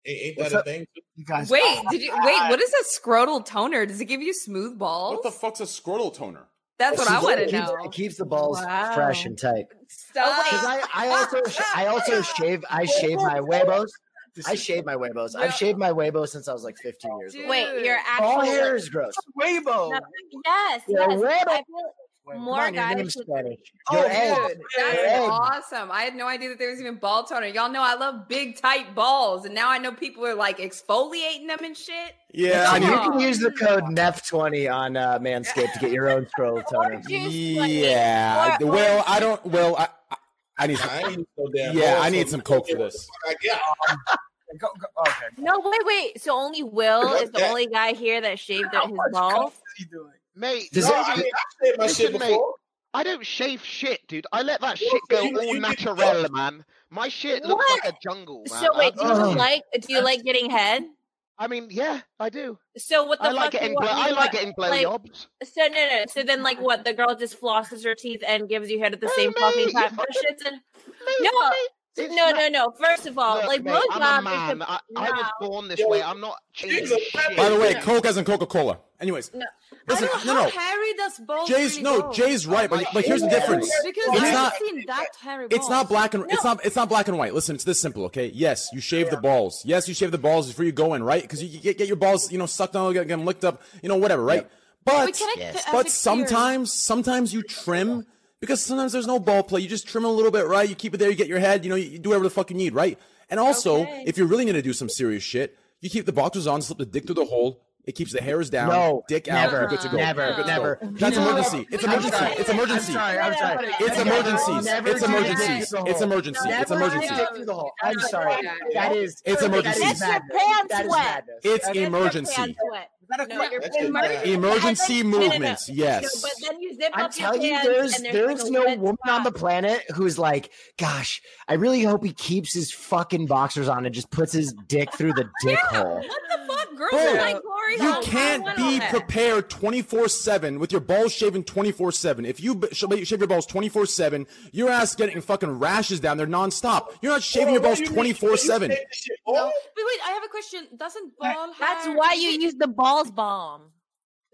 ain't, ain't that
What's
a
up?
thing?
You guys,
Wait, did you wait? What is a scrotal toner? Does it give you smooth balls? What the
fuck's a scrotal toner?
That's what I want to
Keeps-
know.
It keeps the balls
Wow.
fresh and tight.
Stop.
'Cause I, I also sh- I also shave I shave my huevos. I shave my huevos. I've shaved my huevos since I was like 15 years old.
Wait, your actual
All hair is gross.
Weibo. yes,
Yeah,
yes.
Weibo.
I feel,
Wait,
More
come on, your
guys
name's
should-
Spanish.
Oh,
Your
dude,
egg.
That's
Your egg.
awesome. I had no idea that there was even ball toner. Y'all know I love big tight balls, and now I know people are like exfoliating them and shit.
Yeah, and you
Come
can use the code NEF20 on uh, Manscaped to get your own scroll toner.
Yeah.
Or-
Will, I don't. Will, I. I, I need
I
some.
ain't so damn
yeah,
old,
I
so
need some coke for this.
No, wait, wait. So only Will is the only guy here that shaved his balls.
Mate,
Does
no,
it-
I mean,
I shaved my shit
listen,
before.
I don't shave shit, dude. I let that
Well,
shit
so
go
you-
all
you did-
natural, man. My shit looks
What?
like a jungle, man.
So wait, do
I-
you like do you like getting head?
Oh. I mean, yeah, I do.
So what the
I like
fuck?
getting
you want
blo-
me
I
to-
like getting blowjobs.
So no, no. So then, like, what? The girl just flosses her teeth and gives you head
Uh,
at the same fucking time. Her shit's in- no, no, no, no. First of all,
Look,
like,
mate, I'm a
blowjob is
man. I, I was
no.
born this way. I'm not changing shit.
By the way, coke as in Coca Cola. Anyways,
No.
Listen,
I don't
no,
know
no.
how hairy does balls
Jay's
really
no,
go.
Jay's right, but, but here's the difference.
Because
it's
I've
not.
seen that hairy balls.
It's not black and it's not it's not black and white. Listen, it's this simple, okay? Yes, you shave the balls. Yes, you shave the balls before you go in, right? Because you you get, get your balls, you know, sucked on, get, get them licked up, you know, whatever, right? But
Wait, can I- Yes. as a
but
clear-
sometimes sometimes you trim because sometimes there's no ball play. You just trim a little bit, right? You keep it there, you get your head, you know, you, you do whatever the fuck you need, right? And also,
Okay.
if you're really gonna do some serious shit, you keep the boxers on, slip the dick through the hole. It keeps the hairs down,
No,
dick
never,
out, you're good to go.
never,
You're good to
never.
go. That's
No.
emergency. It's
I'm
emergency.
sorry.
It's emergency.
I'm sorry, I'm sorry.
It's
Never,
emergencies.
never
It's
do
emergencies.
that.
It's emergencies. It's
Never
emergencies.
do that. I'm sorry. That is
It's emergency.
That is
Get
madness. That is madness.
It's emergency. Emergency movements, yes.
but then you zip
I'm
up your
telling you,
pants
there's
and
there's
like a
no
wet-
woman on the planet who's like, gosh, I really hope he keeps his fucking boxers on and just puts his dick through the dick hole.
What the fuck, girls
Bro,
are like glory
you
holes. I
can't
don't
be
know.
prepared 24 7 with your balls shaven 24 7. If you b- sh- shave your balls 24 7, your ass getting fucking rashes down there nonstop. You're not shaving your balls 24 7.
No, but wait, I have a question. Doesn't ball
That's why you use the balls bomb.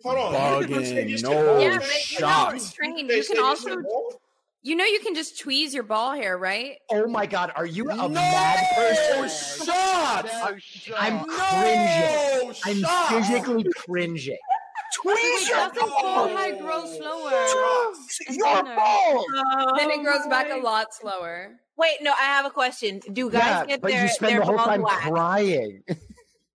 Hold
Bugging, no
yeah, but you know,
shot.
it's trained. You can also, you know, you can just tweeze your ball hair, right?
Oh my god, are you a mad person?
Shot!
I'm
No
cringing. I'm
shot!
physically cringing.
Tweeze your doesn't ball hair grow slower?
And your thinner. balls!
Then it grows back a
my-
lot slower.
Wait, no, I have a question. Do guys
Yeah,
get
but
their,
you spend
their
the whole
balls
time
waxed?
crying.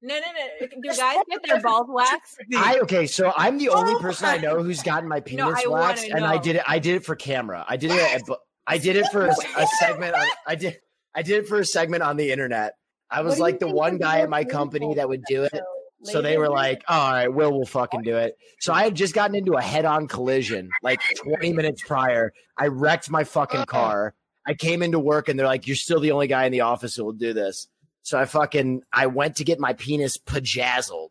No, no, no. Do guys get their balls waxed?
I okay, so I'm the only person I know who's gotten my penis
Oh, I wanna
waxed, and I
know.
did it. I did it for camera. I did it. At, bu- I did it for a, a segment. On, I did. I did it for a segment on the internet. I
What
was
do you
like the
think
one
would
guy
look
at my company that would do it. So they
Laser
were
hair?
like, "All right, Will will fucking do it." So I had just gotten into a head-on collision like 20 minutes prior. I wrecked my
Oh.
fucking car. I came into work and they're like, "You're still the only guy in the office who will do this." So I fucking I went to get my penis pajazzled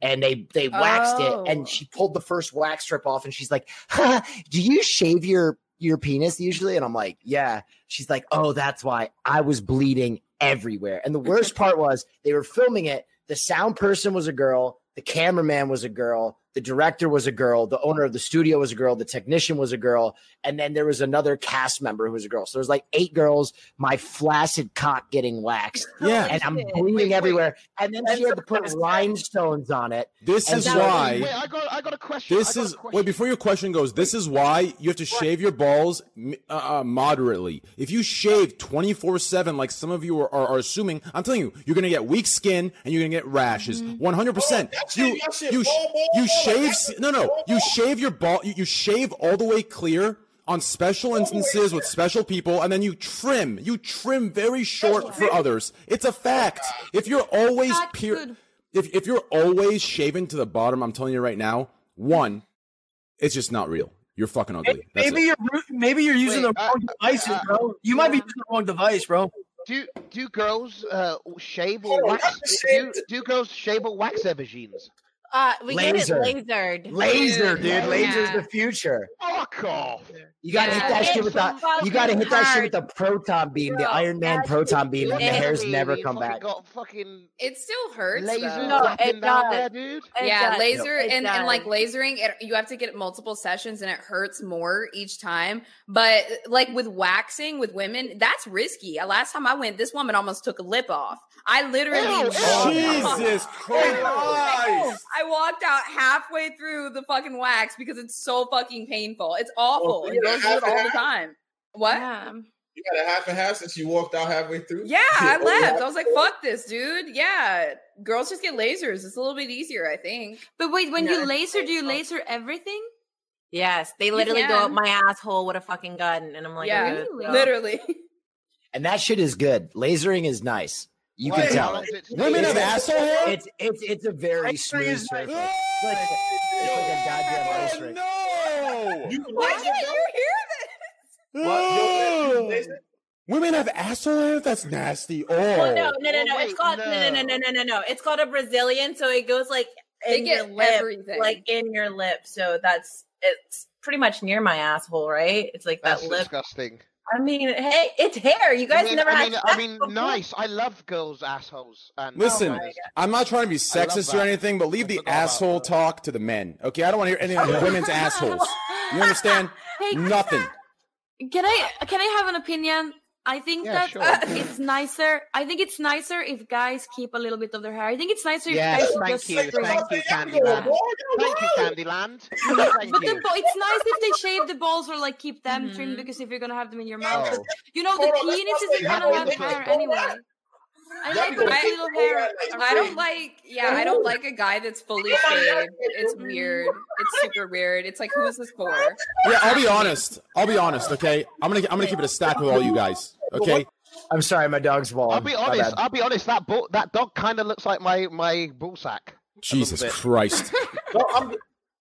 and they they waxed
Oh.
it and she pulled the first wax strip off and she's like "Huh, do you shave your your penis usually and i'm like yeah she's like oh that's why i was bleeding everywhere and the worst part was they were filming it the sound person was a girl the cameraman was a girl the director was a girl the owner of the studio was a girl the technician was a girl and then there was another cast member who was a girl so there was like eight girls my flaccid cock getting waxed
Yeah.
and i'm bleeding everywhere and then she had to put rhinestones on it
This
And
is
so-
why. This
I got
is wait before your question goes. This is why you have to shave your balls m- uh, uh, moderately. If you shave twenty four seven, like some of you are, are, are assuming, I'm telling you, you're gonna get weak skin and you're gonna get rashes.
Mm-hmm.
One hundred
Oh,
percent. You
that shit
you
ball,
sh-
ball,
you
ball,
shave
like
s- no no you shave your ball you, you shave all the way clear on special instances with special people and then you trim you trim very short for others it's a fact if you're always pure if, if you're always shaven to the bottom i'm telling you right now one it's just not real you're fucking ugly That's
Maybe
it.
you're ru- maybe you're using
Wait,
the wrong devices, bro. You might be using the wrong device, bro.
Do do girls uh, shave
Oh,
or
Hold on,
wax?
that's
Do, do girls shave or wax their vagines?
Uh, we
Laser.
get it lasered.
Laser, dude. Laser's the future.
Fuck off.
You gotta hit that
Yeah.
shit with the.
It's
You gotta hit that shit with the
hard.
proton beam, the
Bro,
Iron Man
that's
proton beam, and the
it.
hairs
Dude,
never
you
come
fucking
back.
Got fucking
It still hurts.
Laser
though.
No, weapon it down does. there, dude. It
yeah,
does.
laser
It
and, and
does.
like lasering, it, you have to get multiple sessions and it hurts more each time. But like with waxing with women, that's risky. Uh, Last time I went, this woman almost took a lip off. I literally
Jesus Christ!
I walked out halfway through the fucking wax because it's so fucking painful. It's That's awful.
Well,
It
you
goes
have
with
to
all the
have-
time. What?
You got a half and half since you walked out halfway through.
Yeah, I
Oh,
left.
yeah.
I was like, fuck this, dude. Yeah. Girls just get lasers. It's a little bit easier, I think.
But wait, when
Yeah,
you
it's
laser, do you laser everything?
Yes, they
You
literally go up
can.
my asshole with a fucking gun, and I'm like,
Yeah,
"Good
really?
girl."
Literally.
Oh,
And that shit is good. Lasering is nice. You
Wait,
can tell
how
it.
is it- Women have asshole hair?
It's it's it's a very smooth surface. It's like, it's like a goddamn ice rink.
No.
Why can't you hear this?
Women have asshole hair? That's nasty. Oh.
Well, no, no, no, no. It's called no. no, no, no, no, no, no. It's called a Brazilian, so it goes like
They
in
get
your lip,
everything.
like in your lip. So that's it's pretty much near my asshole, right? It's like
That's
that lip.
disgusting.
I mean, hey, it's hair. You guys
I mean,
never
I
had.
mean,
sex
I mean,
before.
nice. I love girls' assholes. And
Listen, I'm not trying to be
I love
sexist or
that.
anything, but leave the asshole talk to the men. Okay, I don't want to hear anything about women's assholes. You understand?
Hey,
Nothing.
Can I can I have an opinion? I think
Yeah,
that
sure.
uh, it's nicer. I think it's nicer if guys keep a little bit of their hair. I think it's nicer if
Yes,
guys
thank
just
you,
straight.
thank you, Candyland. Thank you, Candyland. Thank
but
you.
the bo- it's nice if they shave the balls or like keep them trimmed
Mm-hmm.
because if you're gonna have them in your mouth,
Oh.
you know the
Hold on, that's
penises
not
are
like that.
gonna have
That's not
hair
like oh, that.
anyway. I like a little hair.
I don't like. Yeah, I don't like a guy that's fully shaved. It's weird. It's super weird. It's like, who's this for?
Yeah, I'll be honest. I'll be honest. Okay, I'm gonna I'm gonna keep it a stack with all you guys. Okay.
I'm sorry, my dog's
Oh,
wall.
I'll be honest. I'll be honest. That bull, that dog kind of looks like my my ball sack.
Jesus Christ.
No, I'm,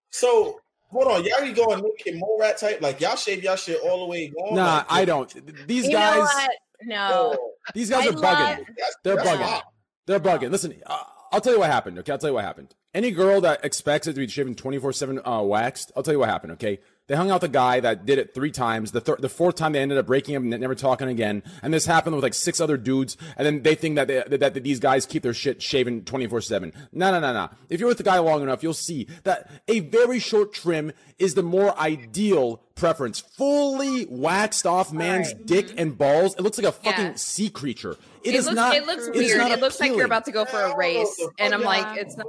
so hold on, y'all be going naked mole rat type? Like y'all shave y'all shit all the way gone?
Nah,
Like,
I don't. These
You know
guys.
what? No.
These guys
I
are bugging.
love-
They're
that's
bugging.
wild.
They're bugging. Listen, I- I'll tell you what happened. Okay, I'll tell you what happened. Any girl that expects it to be shaven twenty four seven uh, waxed, I'll tell you what happened. Okay, they hung out the guy that did it three times. The thir- the fourth time they ended up breaking him, and never talking again. And this happened with like six other dudes. And then they think that they, that, that these guys keep their shit shaven twenty four seven. No, no, no, no. If you're with the guy long enough, you'll see that a very short trim is the more ideal preference. Fully waxed off man's dick and balls. It looks like a fucking
Mm-hmm. Yeah.
sea creature.
It,
is
looks.
not.
it looks
is
weird.
not
It looks like you're
appealing.
about to go for a race, and I'm like,
Yeah.
it's not.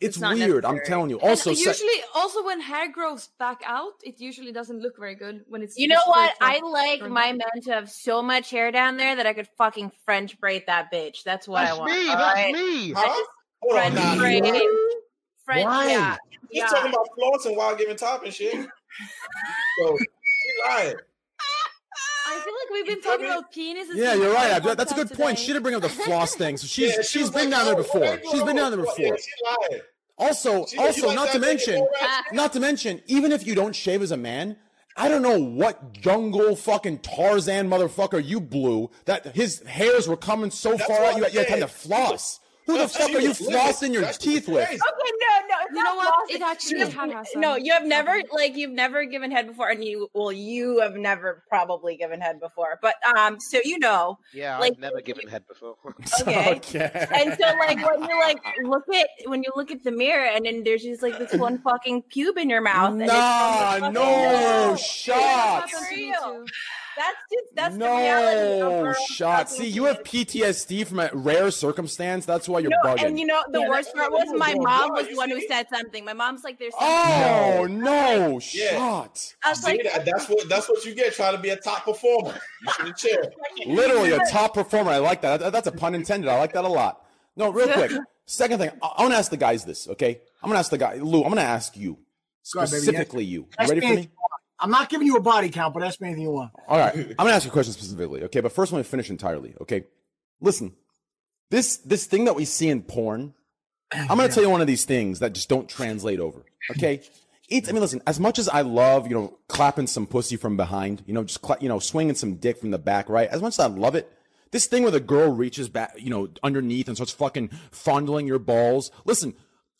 It's,
not
weird. I'm
necessary.
telling you.
And
Also, se-
usually, also when hair grows back out, it usually doesn't look very good when it's.
You know what?
straight
I
up.
like my men to have so much hair down there that I could fucking French braid that bitch. That's what I
That's
want.
me,
all
that's
right?
me.
I
Huh?
just
Hold on,
French
nah,
braid.
you-
French, yeah.
She's
yeah.
talking about flossing while giving top and shit. so she lying.
I feel like we've been talking about penises.
yeah,
and
you're right.
hair
Abdul. That's a
contact
good point. She
today.
didn't bring up the floss thing. So she's
Yeah, she
she's
was
been
like,
down there
oh,
before.
okay,
She's been down there
oh, yeah,
before.
She lying.
Also,
She- she
also
like
not
that
to
thing,
mention,
all right.
not to mention, even if you don't shave as a man, I don't know what jungle fucking Tarzan motherfucker you blew that his hairs were coming so
That's
far
what
out you
I'm
had, you had time to
saying.
floss. Who the
That's-
fuck
she
are you
was livid.
flossing your
That's
teeth with?
crazy.
Okay, no, no. it's
You
not
know what?
lost.
It actually
You've-
had us,
No,
um,
you have never like you've never given head before, and you well, you have never probably given head before. But um, so you know,
Yeah,
Like-
I've never given head before.
Okay. and so like when you like look at when you look at the mirror, and then there's just like this one fucking pube in your mouth. and it's
Nah,
from the fucking-
no
That's
shots.
for real. That's just that's the reality. of
No
girls
shot.
fucking
See, you have PTSD from a rare circumstance. That's why oh, you're
No,
bugging.
and you know the
Yeah,
worst
that's
part
what
was
you
my
were
mom
doing.
was the
You
one who
see?
said something. My mom's like, "There's something
Oh no,
Yeah.
shot!
I was
See,
like,
that- that's what that's what you get trying to be a top performer. You should chill.
Literally a top performer. I like that. That- That's a pun intended. I like that a lot. No, real quick. Second thing, I, I want to ask the guys this. Okay, I'm gonna ask the guy Lou. I'm gonna ask you
Go ahead, baby.
specifically. You you
Ask
ready for
anything
me?
you want. I'm not giving you a body count, but ask me anything you want.
All right, I'm gonna ask you a question specifically. Okay, but first, I want to finish entirely. Okay, listen. This this thing that we see in porn, I'm gonna tell you one of these things that just don't translate over. Okay. It's, I mean, listen. As much as I love, you know, clapping some pussy from behind, you know, just cla- you know, swinging some dick from the back, right? As much as I love it, this thing where the girl reaches back, you know, underneath and starts fucking fondling your balls. Listen,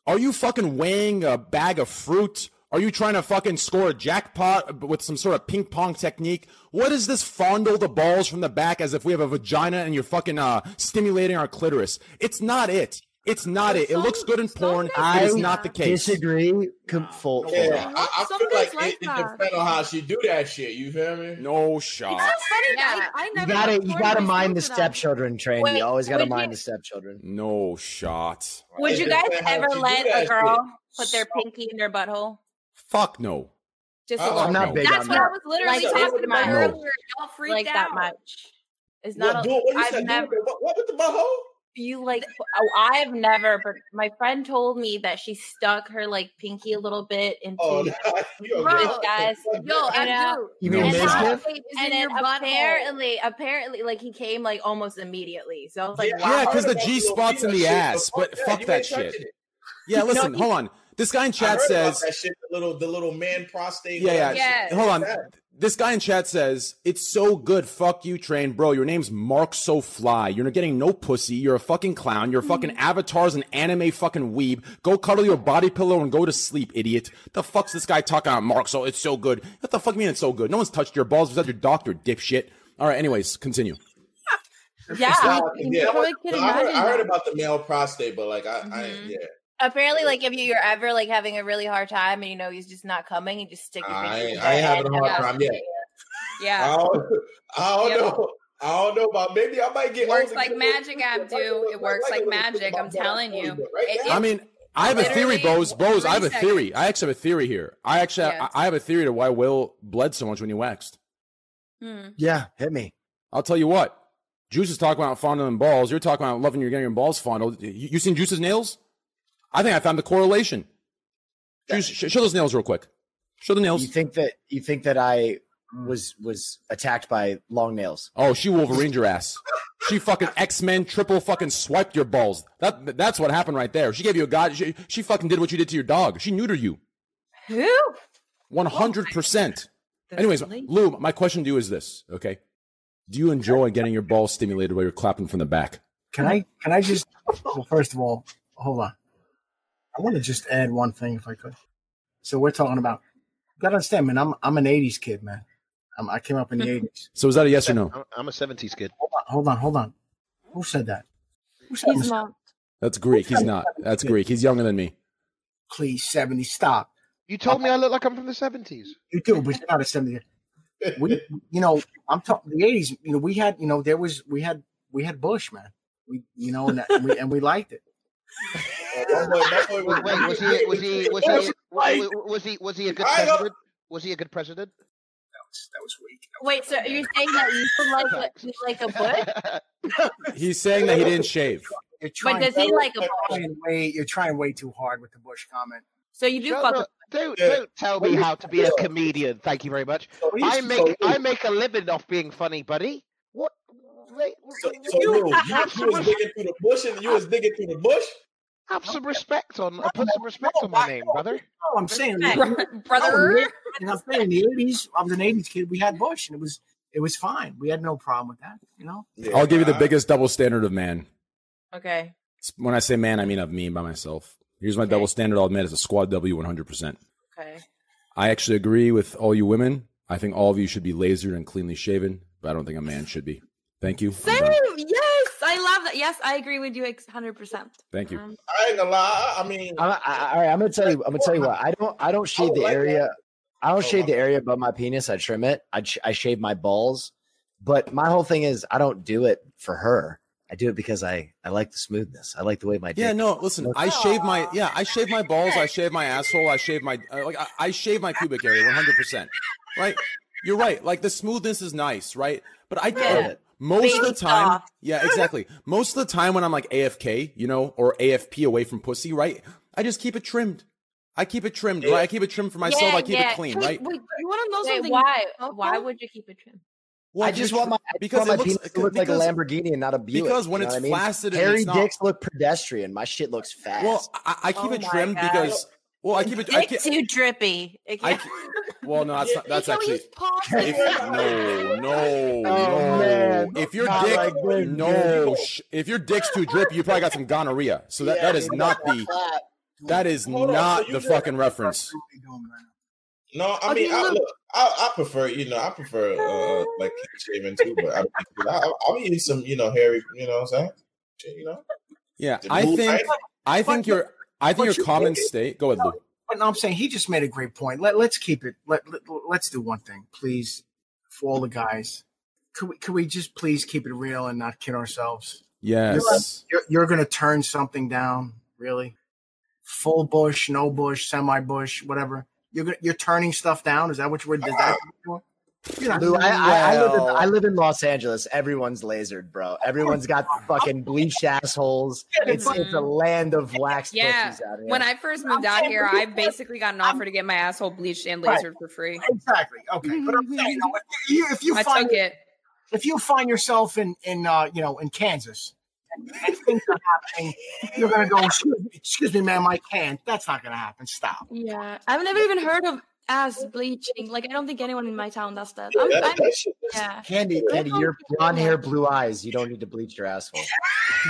are you fucking weighing a bag of fruit? Are you trying to fucking score a jackpot with some sort of ping pong technique? What is this fondle the balls from the back as if we have a vagina and you're fucking uh, stimulating our clitoris? It's not it. It's not it. It looks good in porn. It is not the case.
disagree com- full,
Yeah, I, I
Some
feel
guys
like,
like
it, it
that.
depends on how she do that shit. You feel me?
No
It's
shot.
so funny. that I, I
You
never.
gotta,
got
you
torn
gotta
myself
mind the
to that.
stepchildren, train.
Wait,
you always gotta
would
mind
you-
the stepchildren.
No shot.
Would you guys
Depends how
ever
she do
let
that
a
shit.
girl put their pinky in their butthole?
Fuck no.
Just
Oh, I'm not big
That's
on
what
that.
I was literally
Like,
talking about
no.
earlier. Don't freak
Like that
out. that much. It's
What,
not.
do it- what you
I've
said, do it
never.
with
What, with the butthole?
You like? Oh, I've never. But my friend told me that she stuck her like pinky a little bit into
Oh, no,
this
you're good.
guy's.
Yo, I
and,
do. You mean
and,
Miz
then-
Giff?
wait,
Is
and
in
then
your butthole.
apparently, apparently, like he came like almost immediately. So I was like, wow.
yeah, because the G spot's in the ass,
Oh,
but fuck that shit. Yeah, listen, hold on. This guy in
I
chat
heard about
says
that shit, the little the little man prostate.
Yeah, yeah.
whatever.
Hold on. This guy in chat says, It's so good. Fuck you, train. Bro, your name's Mark So Fly. You're not getting no pussy. You're a fucking clown.
Mm-hmm.
Your fucking avatar's an anime fucking weeb. Go cuddle your body pillow and go to sleep, idiot. The fuck's this guy talking about Mark So? It's so good. What the fuck you mean it's so good? No one's touched your balls besides your doctor, dipshit. All right, anyways, continue.
Yeah,
yeah.
no one could
No, I, heard,
imagine
I heard
that. Mm-hmm.
about the male prostate, but like I, I yeah.
Apparently, like if you're ever like having a really hard time and you know he's just not coming, you just stick your
I
finger in
ain't,
his
I ain't
head
having a
and
hard
that's
time yet.
it. Yeah.
I don't, I don't
Yeah.
know. I don't know about maybe I might get
works
older.
like magic, Abdu. It works like magic. I'm telling you. It- it-
I mean, I have a theory,
literally-
Bose. Bose, I have a
three seconds.
theory. I actually have a theory here. I actually,
Yeah.
I, I have a theory to why Will bled so much when he waxed.
Hmm.
Yeah, hit me. I'll tell you what. Juice is talking about fondling balls. You're talking about loving your getting your balls fondled. You, you seen Juice's nails? I think I found the correlation. Juice, sh- show those nails real quick. Show the nails.
You think that you think that I was was attacked by long nails?
Oh, she Wolverined your ass. She fucking X Men triple fucking swiped your balls. That that's what happened right there. She gave you a god. She, she fucking did what you did to your dog. She neutered you.
Who?
One hundred percent. Anyways, Lou, my question to you is this, okay? Do you enjoy getting your balls stimulated while you're clapping from the back?
Can I? Can I just? Well, first of all, hold on. I want to just add one thing, if I could. So we're talking about. You gotta understand, man. I'm I'm an '80s kid, man. i I came up in the '80s.
So is that a yes or no?
I'm- I'm a 70s kid.
Hold on, hold on. Who said that? Who said
He's
this?
not.
That's Greek. He's not. That's Greek. He's younger than me.
Please, seventy, stop.
You told me I look like I'm from the 70s.
You do, but you're not a seventy. We, you know, I'm talking the '80s. You know, we had, you know, there was, we had, we had Bush, man. We, you know, and, that, and, we, and we liked it.
Wait, wait, was he was he was he was he was he, was he a good president? Was he a good president?
That was weak.
Wait, so you're saying that you like a, you like a butt?
He's saying that he didn't shave.
You're
But does he like a butt?
trying way, you're trying way too hard with the Bush comment.
So you do
No,
fuck.
no,
a-
don't, don't tell me how to be a comedian. Thank you very much.
we
I
used to
make
go-
I make a living off being funny, buddy. What? Wait,
So, so Lou, you, you was digging through the bush and you was digging through the bush.
Have some respect on. Put some respect on my name, brother.
No, I'm saying,
brother.
And I'm saying, in the '80s, I was an '80s kid. We had Bush, and it was, it was fine. We had no problem with that. You know.
I'll give you the biggest double standard of man.
Okay.
When I say man, I mean of me by myself. Here's my double standard. I'll admit it's a squad W 100%.
Okay.
I actually agree with all you women. I think all of you should be lasered and cleanly shaven, but I don't think a man should be. Thank you. I'm
Same.
done.
Yes, I love that. Yes, I agree with you 100%.
Thank
Um,
you.
I ain't gonna lie. I mean,
I'm, I, I- all right, I'm gonna tell you. I'm gonna tell you what. I don't. I don't shave the area. I
Oh,
don't shave the area above my penis. I trim it. I sh- I shave my balls. But my whole thing is, I don't do it for her. I do it because I I like the smoothness. I like the way my
Yeah,
dick-
no. Listen, I shave my yeah, I shave my balls, I shave my asshole, I shave my uh, like I, I shave my pubic area 100. percent Right? You're right. Like the smoothness is nice, right? But I
Yeah.
most of the
Baby
time,
soft.
yeah, exactly. Most of the time when I'm like AFK, you know, or AFP away from pussy, right? I just keep it trimmed. I keep it trimmed, right? I keep it trimmed for myself. I keep it clean,
Wait,
right?
Wait,
you want to know
Wait,
something?
Why? Why would you keep it trim?
I just want my I just
because
want my
it looks-
penis to look
because-
like a Lamborghini and not a Buick.
because when
you know
it's
what I mean?
flaccid and
hairy
it's not-
dicks look pedestrian. My shit looks fast.
Well, I, I keep
Oh
it
my
trimmed
God.
because well, I keep it I keep,
Dick too drippy. It
I
can't-
Well, no, that's not, that's actually if, no, no, no.
Oh, man.
If your
Not
dick,
like this,
no,
dude.
sh- if your dick's too drippy, you probably got some gonorrhea. So that, that is not the that is
Hold on,
not
so you
the
just-
fucking reference.
No, I
Oh,
mean,
you
I,
look-
look, I, I prefer, you know, I prefer uh, like shaving too, but I, I, I'm eating some, you know, hairy, you know what I'm saying? You know,
Yeah,
The
I
move-
think I
But-
think your I
but
think your
you-
common state. Go ahead, Lou.
But no, I'm saying he just made a great point. Let Let's keep it. Let, let Let's do one thing, please, for all the guys. Could we, could we just please keep it real and not kid ourselves?
Yes.
You're, you're, going to turn something down, really? Full bush, no bush, semi bush, whatever.
You're gonna, you're turning stuff down. Is that what you were? Is that
Uh, Lou, I, I, I, live in, I live in Los Angeles. Everyone's lasered, bro. Everyone's got fucking bleached assholes. It's, it's a land of wax
Yeah.
pussies out here.
When I first moved out here, I basically got an offer to get my asshole bleached and
Right.
lasered for free.
Exactly. Okay, but I'm saying, you know, if you, if you
I
find
took it.
if you find yourself in in uh, you know in Kansas and, and things are happening, you're gonna go. Excuse me, excuse me, ma'am, I can't. That's not gonna happen. Stop.
Yeah, I've never even heard of ass bleaching. Like, I don't think anyone in my town does that.
Yeah,
I'm,
that-
I'm,
that shit
yeah.
Candy, Candy, your blonde hair, blue eyes. You don't need to bleach your asshole.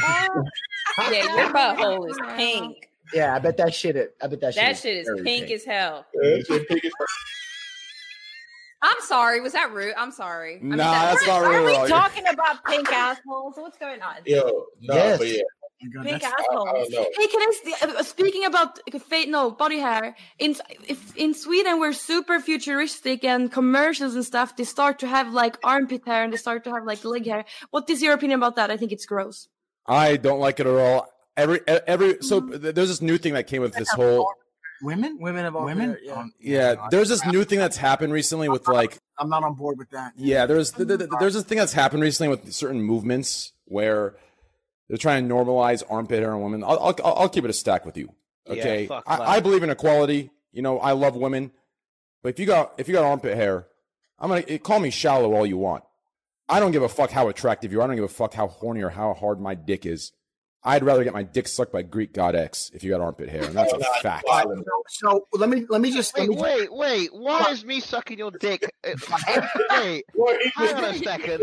Yeah, your butthole is pink.
Yeah, I bet that shit. It, I bet that shit.
That shit is
very
pink as hell.
Yeah, that
I'm sorry. Was that rude? I'm sorry. I mean,
Nah,
that-
that's not rude at all.
about pink assholes. What's going on?
Yo, no,
Yes.
but yeah.
Pink
I
assholes.
don't know.
Hey, can I? s- uh, Speaking about fate, no body hair. In S- if in Sweden, we're super futuristic and commercials and stuff. They start to have like armpit hair and they start to have like leg hair. What is your opinion about that? I think it's gross.
I don't like it at all. Every e, every so th- there's this new thing that came with this whole
women,
women of all
women.
Um,
yeah. There's this new thing that's happened recently with like
I'm not on board with that.
yeah. There's th- th- th- there's this thing that's happened recently with certain movements where they're trying to normalize armpit hair on women. I'll I'll, I'll keep it a stack with you.
Yeah,
Okay,
fuck love.
I, I believe in equality. You know, I love women, but if you got if you got armpit hair, I'm gonna eh, call me shallow all you want. I don't give a fuck how attractive you are. I don't give a fuck how horny or how hard my dick is. I'd rather get my dick sucked by Greek god X if you got armpit hair, and that's a fact.
All right, so, so let me let me just let
Wait,
me just-
wait, wait. Why is me sucking your dick? eh, wait, hang on a second.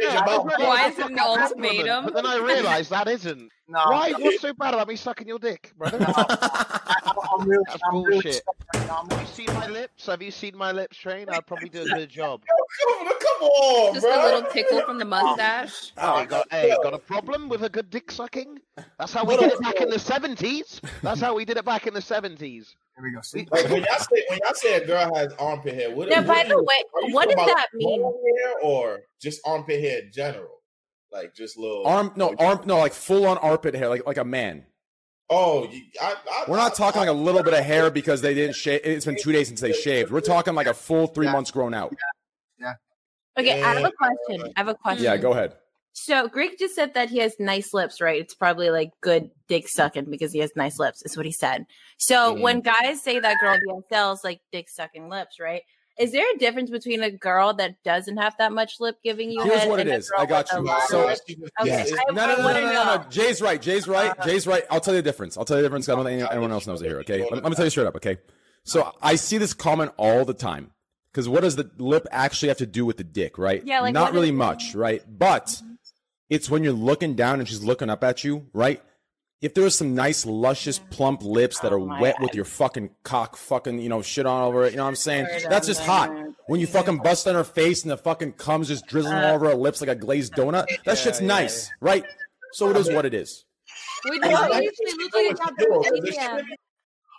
Yeah, I was ready
Why
to
is it
fuck
an
that woman,
ultimatum?
But then I realized that isn't.
No.
Oh,
Why? What's so bad about me sucking your dick, brother?
I'm really,
That's
I'm really
bullshit. Have you seen my lips? Have you seen my lips, Train? I'd probably do a good job.
Come on,
Just a little tickle from the mustache.
Oh, you got, hey, got a problem with a good dick sucking? That's how we did it back in the seventies. That's how we did it back in the seventies.
Here we go.
Like when y'all say when y'all say a girl has armpit hair, what?
Now,
what
by
do
the
you-
way,
are you
what
talking
does
about
that mean?
long Hair or just armpit hair in general, like just little
Arm no arm no like full on armpit hair like like a man.
Oh, you, I, I,
We're not talking like a little bit of hair because they didn't shave. It's been two days since they shaved. We're talking like a full three months grown out.
Okay, I have a question. I have a question.
Yeah, go ahead.
So Greg just said that he has nice lips, right? It's probably like good dick sucking because he has nice lips, is what he said. So
Mhm.
when
Mm-hmm.
guys say that girl DSL's like dick sucking lips, right? Is there a difference between a girl that doesn't have that much lip giving you?
Here's
head
what it
and a
is.
girl
I got
with a
you.
lot?
So
Yes. I-
no, no, no,
I
no,
wanna Uh-huh.
no, no, no. Jay's right. Jay's right. Jay's right. I'll tell you the difference. I'll tell you the difference. 'cause I don't think anyone else knows it here. Okay. Let, let me tell you straight up. Okay. So I see this comment all the time because what does the lip actually have to do with the dick? Right.
Yeah, like, what
not
is
really
it?
much. Right. But it's when you're looking down and she's looking up at you. Right. If there's some nice, luscious, plump lips
Oh
that are wet with your fucking cock, fucking, you know, shit all over it, you know what I'm saying?
Word
That's
on my
just hot. When you fucking bust on her face and the fucking comes just drizzling all over her lips like a glazed donut, that shit's
yeah,
nice, right? So it is what it is.
We
It's
don't
nice
usually look
know
like
what
that.
you do,
but
but it's
yeah.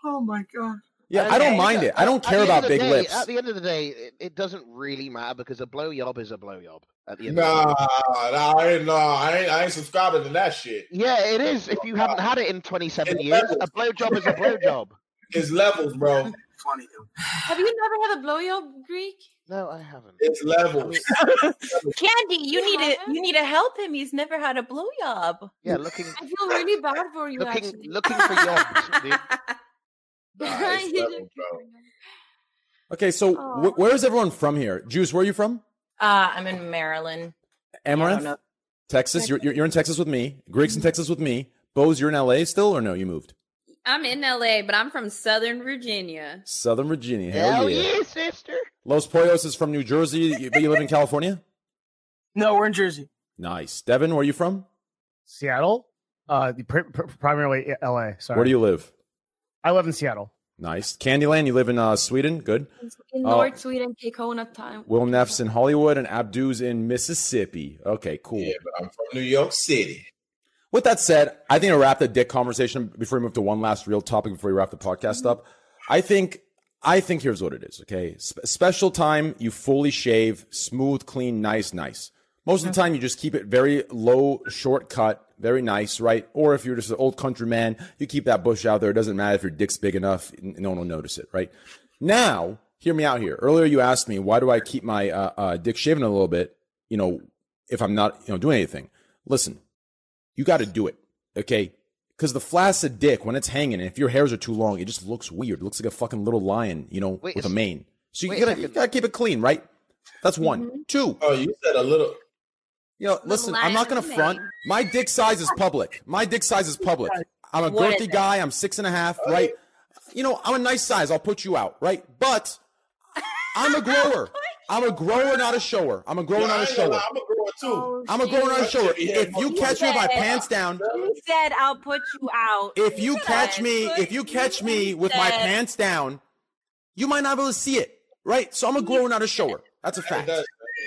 Oh my god.
Yeah, I don't
Okay.
mind it. I don't
At
care
the end
about
of the
big
day- uh,
lips.
At the end of the day, it, it doesn't really matter because a blowjob is a blowjob. At the end
Nah,
of the day.
nah, I ain't, nah, I ain't, I ain't subscribing to that shit.
Yeah, it is. If you haven't had it in 27 years, a blowjob is a blowjob.
It's levels, bro.
Funny.
Have you never had a blowjob, Greek?
No, I haven't.
It's levels.
Candy, you need to you need to help him. He's never had a blowjob.
Yeah, looking
I feel really bad for you.
looking
actually.
looking for jobs, dude.
You look-
Okay, so wh- where is everyone from here? Juice, where are you from?
Uh, I'm in Maryland.
Amaranth?
know.
Texas? You're, you're, you're in Texas with me. Greg's in Texas with me. Bose, you're in LA still or no? You moved?
I'm in LA, but I'm from Southern Virginia.
Southern Virginia. Hell yeah.
sister.
Los Poyos is from New Jersey, you- but you live in California?
No, we're in Jersey.
Nice. Devin, where are you from?
Seattle, uh, the pri- pri- primarily L.A. Sorry,
Where do you live?
I live in Seattle.
Nice. Candyland, you live in uh, Sweden? Good.
In
Uh,
North Sweden, Kekona time.
Will Neff's in Hollywood and Abdu's in Mississippi. Okay, cool.
Yeah, but I'm from New York City.
With that said, I think to wrap the dick conversation before we move to one last real topic before we wrap the podcast up, I think I think here's what it is. Okay, Sp- special time you fully shave, smooth, clean, nice, nice. Most of the time you just keep it very low, shortcut, very nice, right? Or if you're just an old country man, you keep that bush out there. It doesn't matter if your dick's big enough; n- no one will notice it, right? Now, hear me out here. Earlier, you asked me why do I keep my uh, uh, dick shaven a little bit? You know, if I'm not you know doing anything. Listen, you got to do it, okay? Because the flaccid dick, when it's hanging, and if your hairs are too long, it just looks weird. It looks like a fucking little lion, you know,
Wait,
with a
is-
mane. So you
wait a
gotta,
second.
you gotta keep it clean, right? That's one. Two.
Oh, you said a little.
You know, listen,
lion
I'm not gonna
with a
front. My dick size is public. My dick size is public. I'm a
What is
girthy
it?
guy. I'm six and a half,
Oh,
right? You know, I'm a nice size. I'll put you out, right? But I'm a grower. I'm a grower, not a shower. I'm a grower,
Yo, I
not a
ain't gonna
shower.
lie, I'm a grower too.
I'm a grower, not a shower. If you catch me with my
Oh, said-
pants down,
You said I'll put you out.
if you catch me, if you catch me with my
said-
pants down, you might not be able to see it, right? So I'm a grower, not a shower. That's a fact.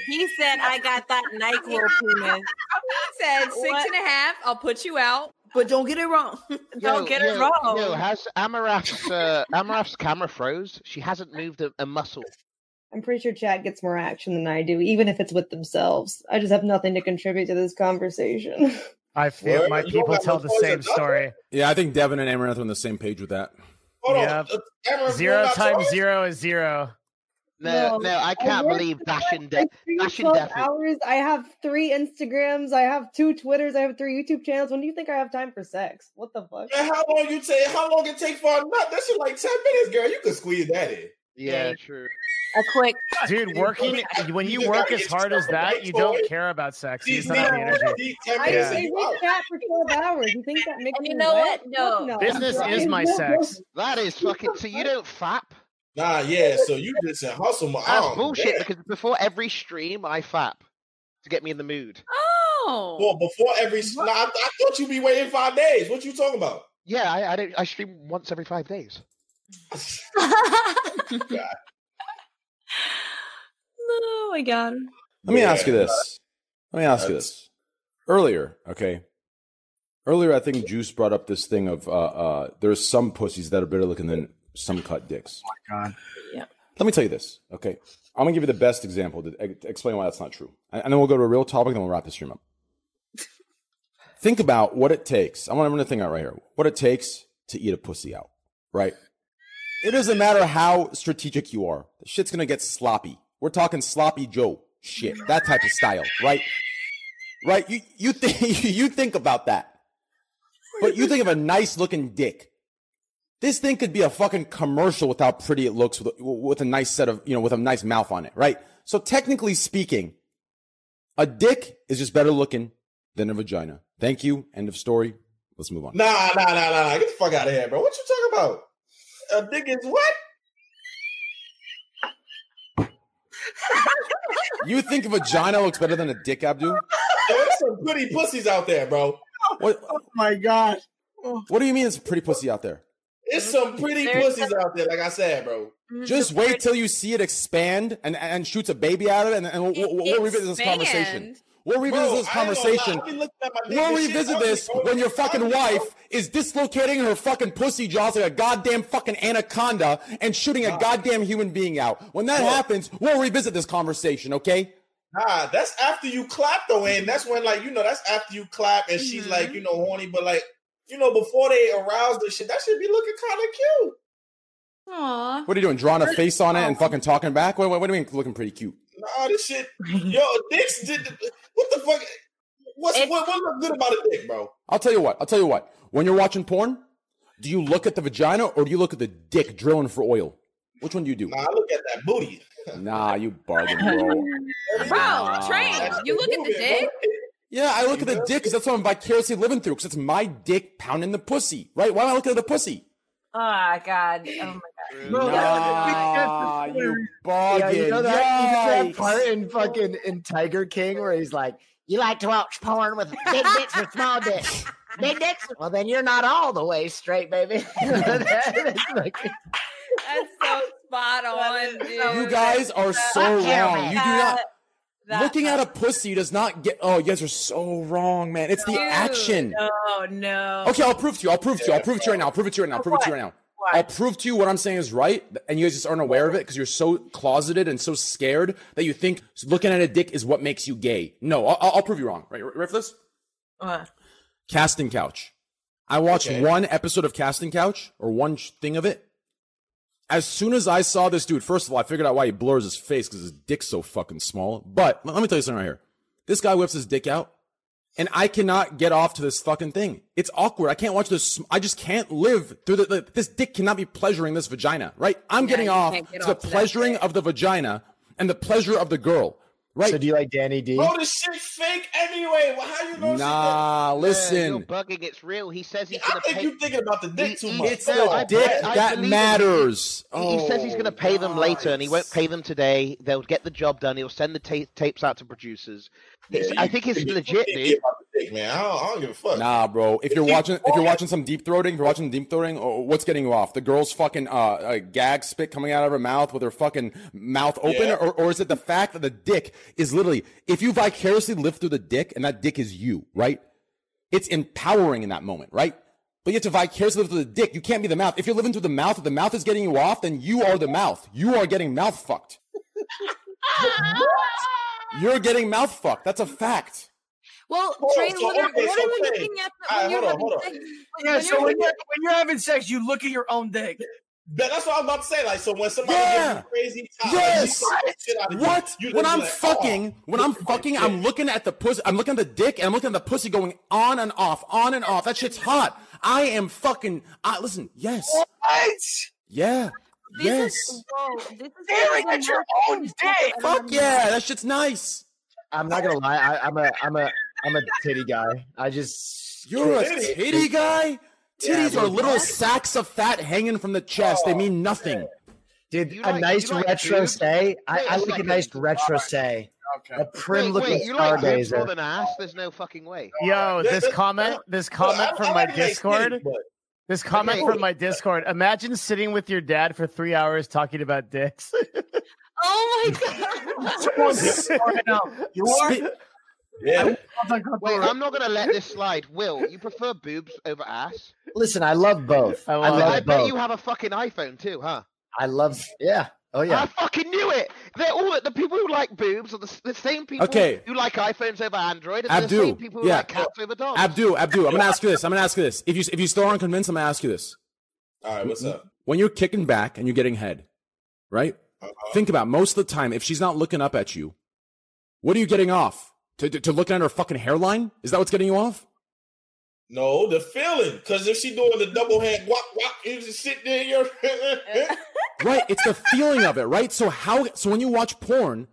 He said I got that NyQuil penis.
He said six
What?
and a half. I'll put you out, but don't get it wrong.
Don't get it wrong.
Yo, has Amaraf's, uh, Amaraf's camera froze? She hasn't moved a, a muscle.
I'm pretty sure Chad gets more action than I do, even if it's with themselves. I just have nothing to contribute to this conversation.
I feel
Word?
my
You
people
don't
tell
have
the
no
same
poison,
story.
Yeah, I think Devin and Amaranth are on the same page with that.
Hold on,
Yep.
uh, Amaranth
Zero
ruined my
times
choice?
zero is zero.
No, no, I can't
worked
believe
for
Bashin
like
De- Bashin
12
Defi.
hours. I have three Instagrams. I have two Twitters. I have three YouTube channels. When do you think I have time for sex? What the fuck?
Man, how long you take? How long it take for a nut? That shit like ten minutes, girl. You could squeeze that in.
Yeah, true.
A quick
Dude, working when you work as hard as that, you don't care about sex. You just don't have the energy.
I
Yeah.
stay with Chad for 12 hours. You think that makes
And you
me
know
wet?
what? No.
Fuck
Business is my sex.
That is fucking. So you don't fap?
Nah, yeah. So you just in hustle mode. I
That's
don't
bullshit.
care.
Because before every stream, I fap to get me in the mood.
Oh.
Well, before every, nah, I, I thought you'd be waiting five days. What you talking about?
Yeah, I, I don't. I stream once every five days.
Oh my god.
Let me ask you this. Let me ask you this. Earlier, okay. Earlier, I think Juice brought up this thing of uh, uh, there's some pussies that are better looking than some cut dicks. Oh my god.
Yeah.
Let me tell you this, okay? I'm gonna give you the best example to, to explain why that's not true, and and then we'll go to a real topic, and then we'll wrap the stream up. think about what it takes. I want everyone to think out right here. What it takes to eat a pussy out, right? It doesn't matter how strategic you are. The shit's gonna get sloppy. We're talking sloppy Joe shit, that type of style, right? Right? You you think you think about that, but you think of a nice looking dick. This thing could be a fucking commercial with how pretty it looks with, with a nice set of you know with a nice mouth on it, right? So technically speaking, a dick is just better looking than a vagina. Thank you. End of story. Let's move on.
Nah, nah, nah, nah, nah. Get the fuck out of here, bro. What you talking about? A dick is what?
You think a vagina looks better than a dick, Abdu?
There's some pretty pussies out there, bro.
What?
Oh my god.
What do you mean it's pretty pussy out there?
It's some pretty
There's
pussies out there, like I said, bro.
Just wait till you see it expand and and shoots a baby out of it, and, and we'll, we'll, we'll revisit this conversation.
Expand?
We'll revisit
Bro,
this
I ain't gonna lie.
conversation.
I be looking at my dick
We'll
and shit.
revisit
I be-
this
bro,
when your fucking wife is dislocating her fucking pussy jaws like a goddamn fucking anaconda and shooting a goddamn human being out. When that happens, we'll revisit this conversation, okay?
Nah, that's after you clap though, and that's when like you know that's after you clap and she's like you know horny, but like you know before they arouse the shit, that should be looking kind of cute.
Aww.
What are you doing? Drawing a face on it and fucking talking back? What, what, what do you mean looking pretty cute?
Nah, this shit, yo, dicks did what the fuck? What's what, what look good about a dick, bro?
I'll tell you what. I'll tell you what. When you're watching porn, do you look at the vagina or do you look at the dick drilling for oil? Which one do you do?
Nah, I look at that booty.
Nah, you bargain, bro.
Bro, Train, you look at the dick.
Yeah, I look at the dick because that's what I'm vicariously living through because it's my dick pounding the pussy, right? Why am I looking at the pussy?
Oh god. Oh my god.
Nah, you
Yeah,
bargain.
you know that, you know that
Yikes.
part in fucking in Tiger King where he's like, "You like to watch porn with big dicks or small dicks, big dicks." Well, then you're not all the way straight, baby. It's like-
That's so spot on, dude.
You guys are so wrong. You do not.
that-
Looking at a pussy does not get. Oh, you guys are so wrong, man. It's the action.
No, no.
Okay, I'll prove to you. I'll prove to you. I'll prove to you right now. I'll prove it to you right now. I'll prove it to you right now. I'll prove to you what I'm saying is right, and you guys just aren't aware of it because you're so closeted and so scared that you think looking at a dick is what makes you gay. No, I'll, I'll- I'll prove you wrong. Right, right for this?
What?
Casting Couch. I watched
Okay.
one episode of Casting Couch or one sh- thing of it. as soon as I saw this dude, first of all, I figured out why he blurs his face because his dick's so fucking small. But let me tell you something right here. This guy whips his dick out, and I cannot get off to this fucking thing. It's awkward. I can't watch this. I just can't live through the. the- this dick cannot be pleasuring this vagina, right? I'm
Yeah,
getting
you
off
can't get
to the
off to that
pleasuring of the vagina and the pleasure of the girl, right? So
do you like Danny D?
Bro, this shit fake anyway. How you gonna
Nah,
see that?
listen.
You're bugging. It's real. He says he's
I
gonna
think
pay.
you're thinking about the dick too much.
It's
Come
no,
on.
I-
Dick,
I- I
that
believe him.
matters.
He, he says he's going to pay them later, and he won't pay them today. They'll get the job done. He'll send the ta- tapes out to producers. It's,
Yeah,
I
you-
think it's
you-
legit,
you
dude.
about the dick, man. I don't, I don't give a fuck.
Nah, bro. If you're watching, if you're watching some deep throating, if you're watching deep throating, oh, what's getting you off? The girl's fucking uh, uh gag spit coming out of her mouth with her fucking mouth open,
Yeah.
or, or is it the fact that the dick is literally, if you vicariously live through the dick and that dick is you, right? It's empowering in that moment, right? But you have to vicariously live through the dick. You can't be the mouth. If you're living through the mouth, if the mouth is getting you off, then you are the mouth. You are getting mouth fucked. You're getting mouth fucked. That's a fact.
Well,
Hold on,
Train,
so,
what are,
okay,
what
so
are we
Train.
looking at
All right,
when you're
hold on,
having
hold on.
sex?
Yeah,
When
so
you're
when you're, when you're having sex, you look at your own dick.
That- that's what I'm about to say. Like, so when somebody
Yeah.
gives you crazy time,
Yes. What?
You,
when
just
I'm
like, "Oh,
fucking, when I'm fucking, I'm looking at the pussy. I'm looking at the dick, and I'm looking at the pussy going on and off, on and off. That shit's hot. I am fucking. I listen. Yes. What? Yeah.
This
yes.
is, whoa, this is
Staring
what
at your
happens
own
when you-
dick.
Fuck yeah, that shit's nice.
I'm not gonna lie, I, I'm a I'm a I'm a titty guy. I just
You're a titty guy.
Yeah,
Titties are
but-
little sacks of fat hanging from the chest. they mean nothing.
Dude,
You
a
like-
nice
you like
retro
boobs?
say. I,
Wait,
I
you
like,
like
a
boobs?
nice retro say. A prim
Wait,
looking
wait, you like boobs more
stargazer.
than ass? There's no fucking way.
Yo, this comment, this comment
I- I
from my
like nice
Discord.
things, but-
This comment
Okay.
from my Discord. Imagine sitting with your dad for three hours talking about dicks.
Oh my
god!
you
are.
Yeah.
Wait, I'm not gonna let this slide. Will you prefer boobs over ass?
Listen, I love both. I,
I,
love
I bet
both.
you have a fucking iPhone too, huh?
I love yeah. Oh yeah.
I fucking knew it. They're all the people who like boobs are the, s- the same people
Okay.
who like iPhones over Android, and
Abdu,
the same people who
yeah.
like cats over dogs.
Abdu, Abdu, I'm gonna ask you this. I'm gonna ask you this. If you if you still aren't convinced, I'm gonna ask you this.
All right, what's up?
When you're kicking back and you're getting head, right?
Uh-huh.
Think about it. most of the time if she's not looking up at you, what are you getting off? To, to, to looking at her fucking hairline? Is that what's getting you off?
No, the feeling. Because if she doing the double hand walk, walk, you just sit there. You're
Right? It's the feeling of it, right? So how so when you watch porn,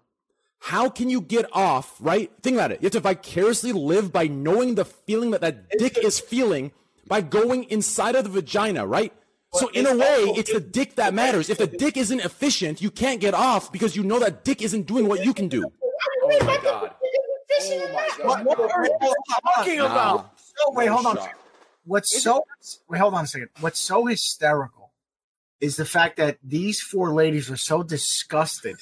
how can you get off, right? Think about it. You have to vicariously live by knowing the feeling that that dick is feeling by going inside of the vagina, right? So in a way, it's the dick that matters. If the dick isn't efficient, you can't get off because you know that dick isn't doing what you can do.
Oh my god.
Oh my God. What are you talking
Nah.
about? So, wait, hold on.
Shut up.
What's so wait, hold on a second. What's so hysterical is the fact that these four ladies are so disgusted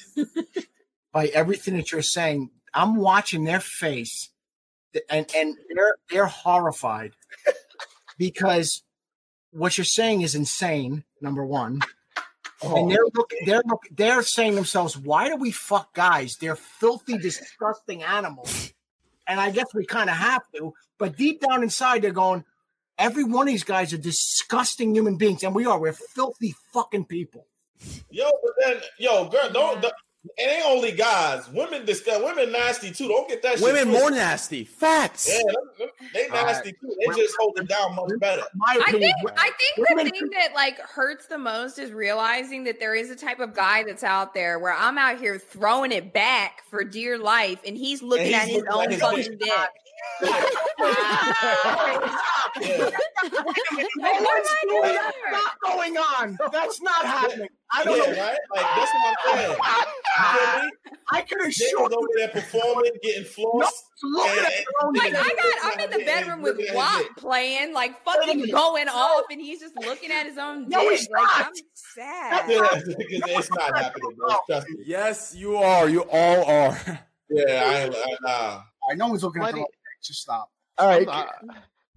by everything that you're saying. I'm watching their face th- and and they're they're horrified because what you're saying is insane, number one. And they're looking, they're looking, they're saying to themselves, why do we fuck guys? They're filthy, disgusting animals. And I guess we kind of have to, but deep down inside, they're going, every one of these guys are disgusting human beings, and we are. We're filthy fucking people.
Yo, but then, yo, girl, don't. don't- it ain't only guys. Women discuss. Women nasty too. Don't get that. shit
Women more
twisted.
nasty. Facts.
Yeah, them- them- they
All
nasty
right.
too. They just hold it down much better.
I think I think the thing that like hurts the most is realizing that there is a type of guy that's out there where I'm out here throwing it back for dear life, and he's looking
he's
at his
looking
own
at his
fucking dick.
Why am
What's
I
going-
doing
that's not going on. That's not happening. I don't
yeah,
know.
right? Like that's what I'm saying. You feel me?
I could have
showed over there performing, getting flossed.
look at it.
Like I got, I'm in the bedroom with WAP playing, like fucking going off, and he's just looking at his own dick.
No, he's
Like,
not.
I'm sad.
Yeah, because it's not happening, bro. Trust me.
Yes, you are. You all are.
Yeah, I ain't. I- Nah.
I know he's looking
at the
Just stop.
All
right.
I'm, uh,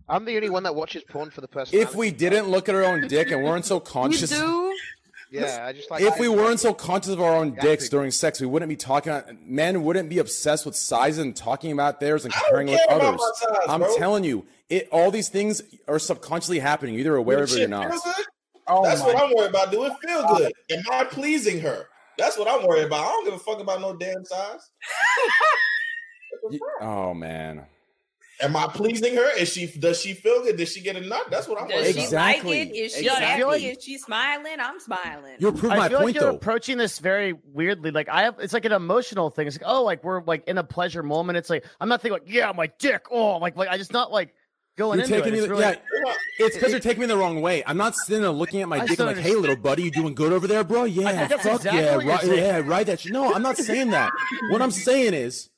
I'm the only one that watches porn for the person.
If we didn't look at our own dick and weren't so conscious,
yeah, I just like.
if we weren't so conscious of our own dicks during sex, we wouldn't be talking. About, men wouldn't be obsessed with size and talking about theirs and comparing with
care about
others.
my size,
I'm
bro.
telling you, it all these things are subconsciously happening. You're either aware of it or
Shit,
you're not.
feels good?
Oh
That's
my
what I'm worried about. Do it feel good? Am I pleasing her? That's what I'm worried about. I don't give a fuck about no damn size.
Oh man.
Am I pleasing her? Is she does she feel good? Did she get a nut? That's what I'm worried
Does
about.
she like it? Is she happy? Is she smiling? I'm smiling.
I feel like you're approaching this very weirdly. Like I have, it's like an emotional thing. It's like, oh, like we're like in a pleasure moment. It's like I'm not thinking like, yeah, my dick. Oh, like like I just not like going
You're
into
taking
it.
me
It's
the,
really-
yeah, it's because you're taking me the wrong way. I'm not sitting there looking at my
I
dick
still
and like, hey, little buddy, you doing good over there, bro? Yeah,
that's
fuck
exactly
yeah,
what you're
right,
saying.
yeah, right. That shit. no, I'm not saying that. What I'm saying is,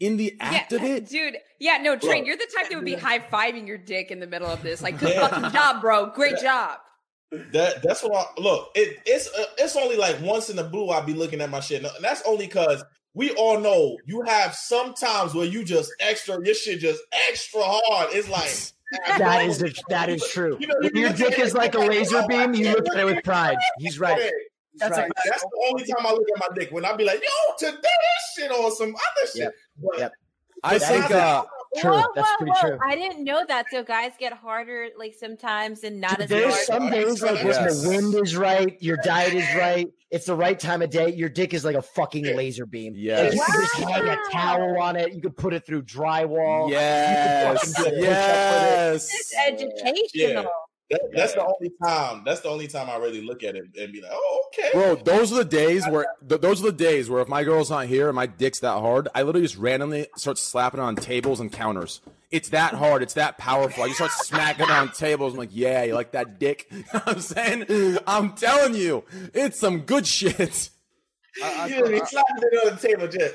in the act of it,
Dude, yeah, no, Train,
Bro.
you're the type that would be high fiving your dick in the middle of this. Like, good fucking job, bro. Great job.
That that's what I look. It, it's uh, it's only like once in a blue I be looking at my shit, and that's only because we all know you have some times where you just extra your shit just extra hard. It's like
That is a, that is true.
You know,
When
you
your
look
dick
at
is
it,
like a
it's
laser
like,
beam, you
yeah,
look at it with pride. He's right.
That's,
right.
that's the only time I look at my dick when I be like, yo, today this shit or some other shit. But
I
That
think
is-
uh,
Whoa, whoa, whoa. I didn't know that. So guys get harder, like sometimes, and not as
There's
hard.
some days like when
Yes.
the wind is right, your diet is right, it's the right time of day. Your dick is like a fucking laser beam.
Yes.
Like, you can just hang a towel on it. You could put it through drywall. Yes.
Yes.
educational.
yeah. That, that's the only time. That's the only time I really look at it and be like, oh, okay.
bro, those are the days where th- those are the days where if my girl's not here and my dick's that hard, I literally just randomly start slapping on tables and counters. It's that hard. It's that powerful. I just start smacking on tables. I'm like, yeah, you like that dick? I'm saying, I'm telling you, it's some good shit.
you didn't even slap it on the table, Jet.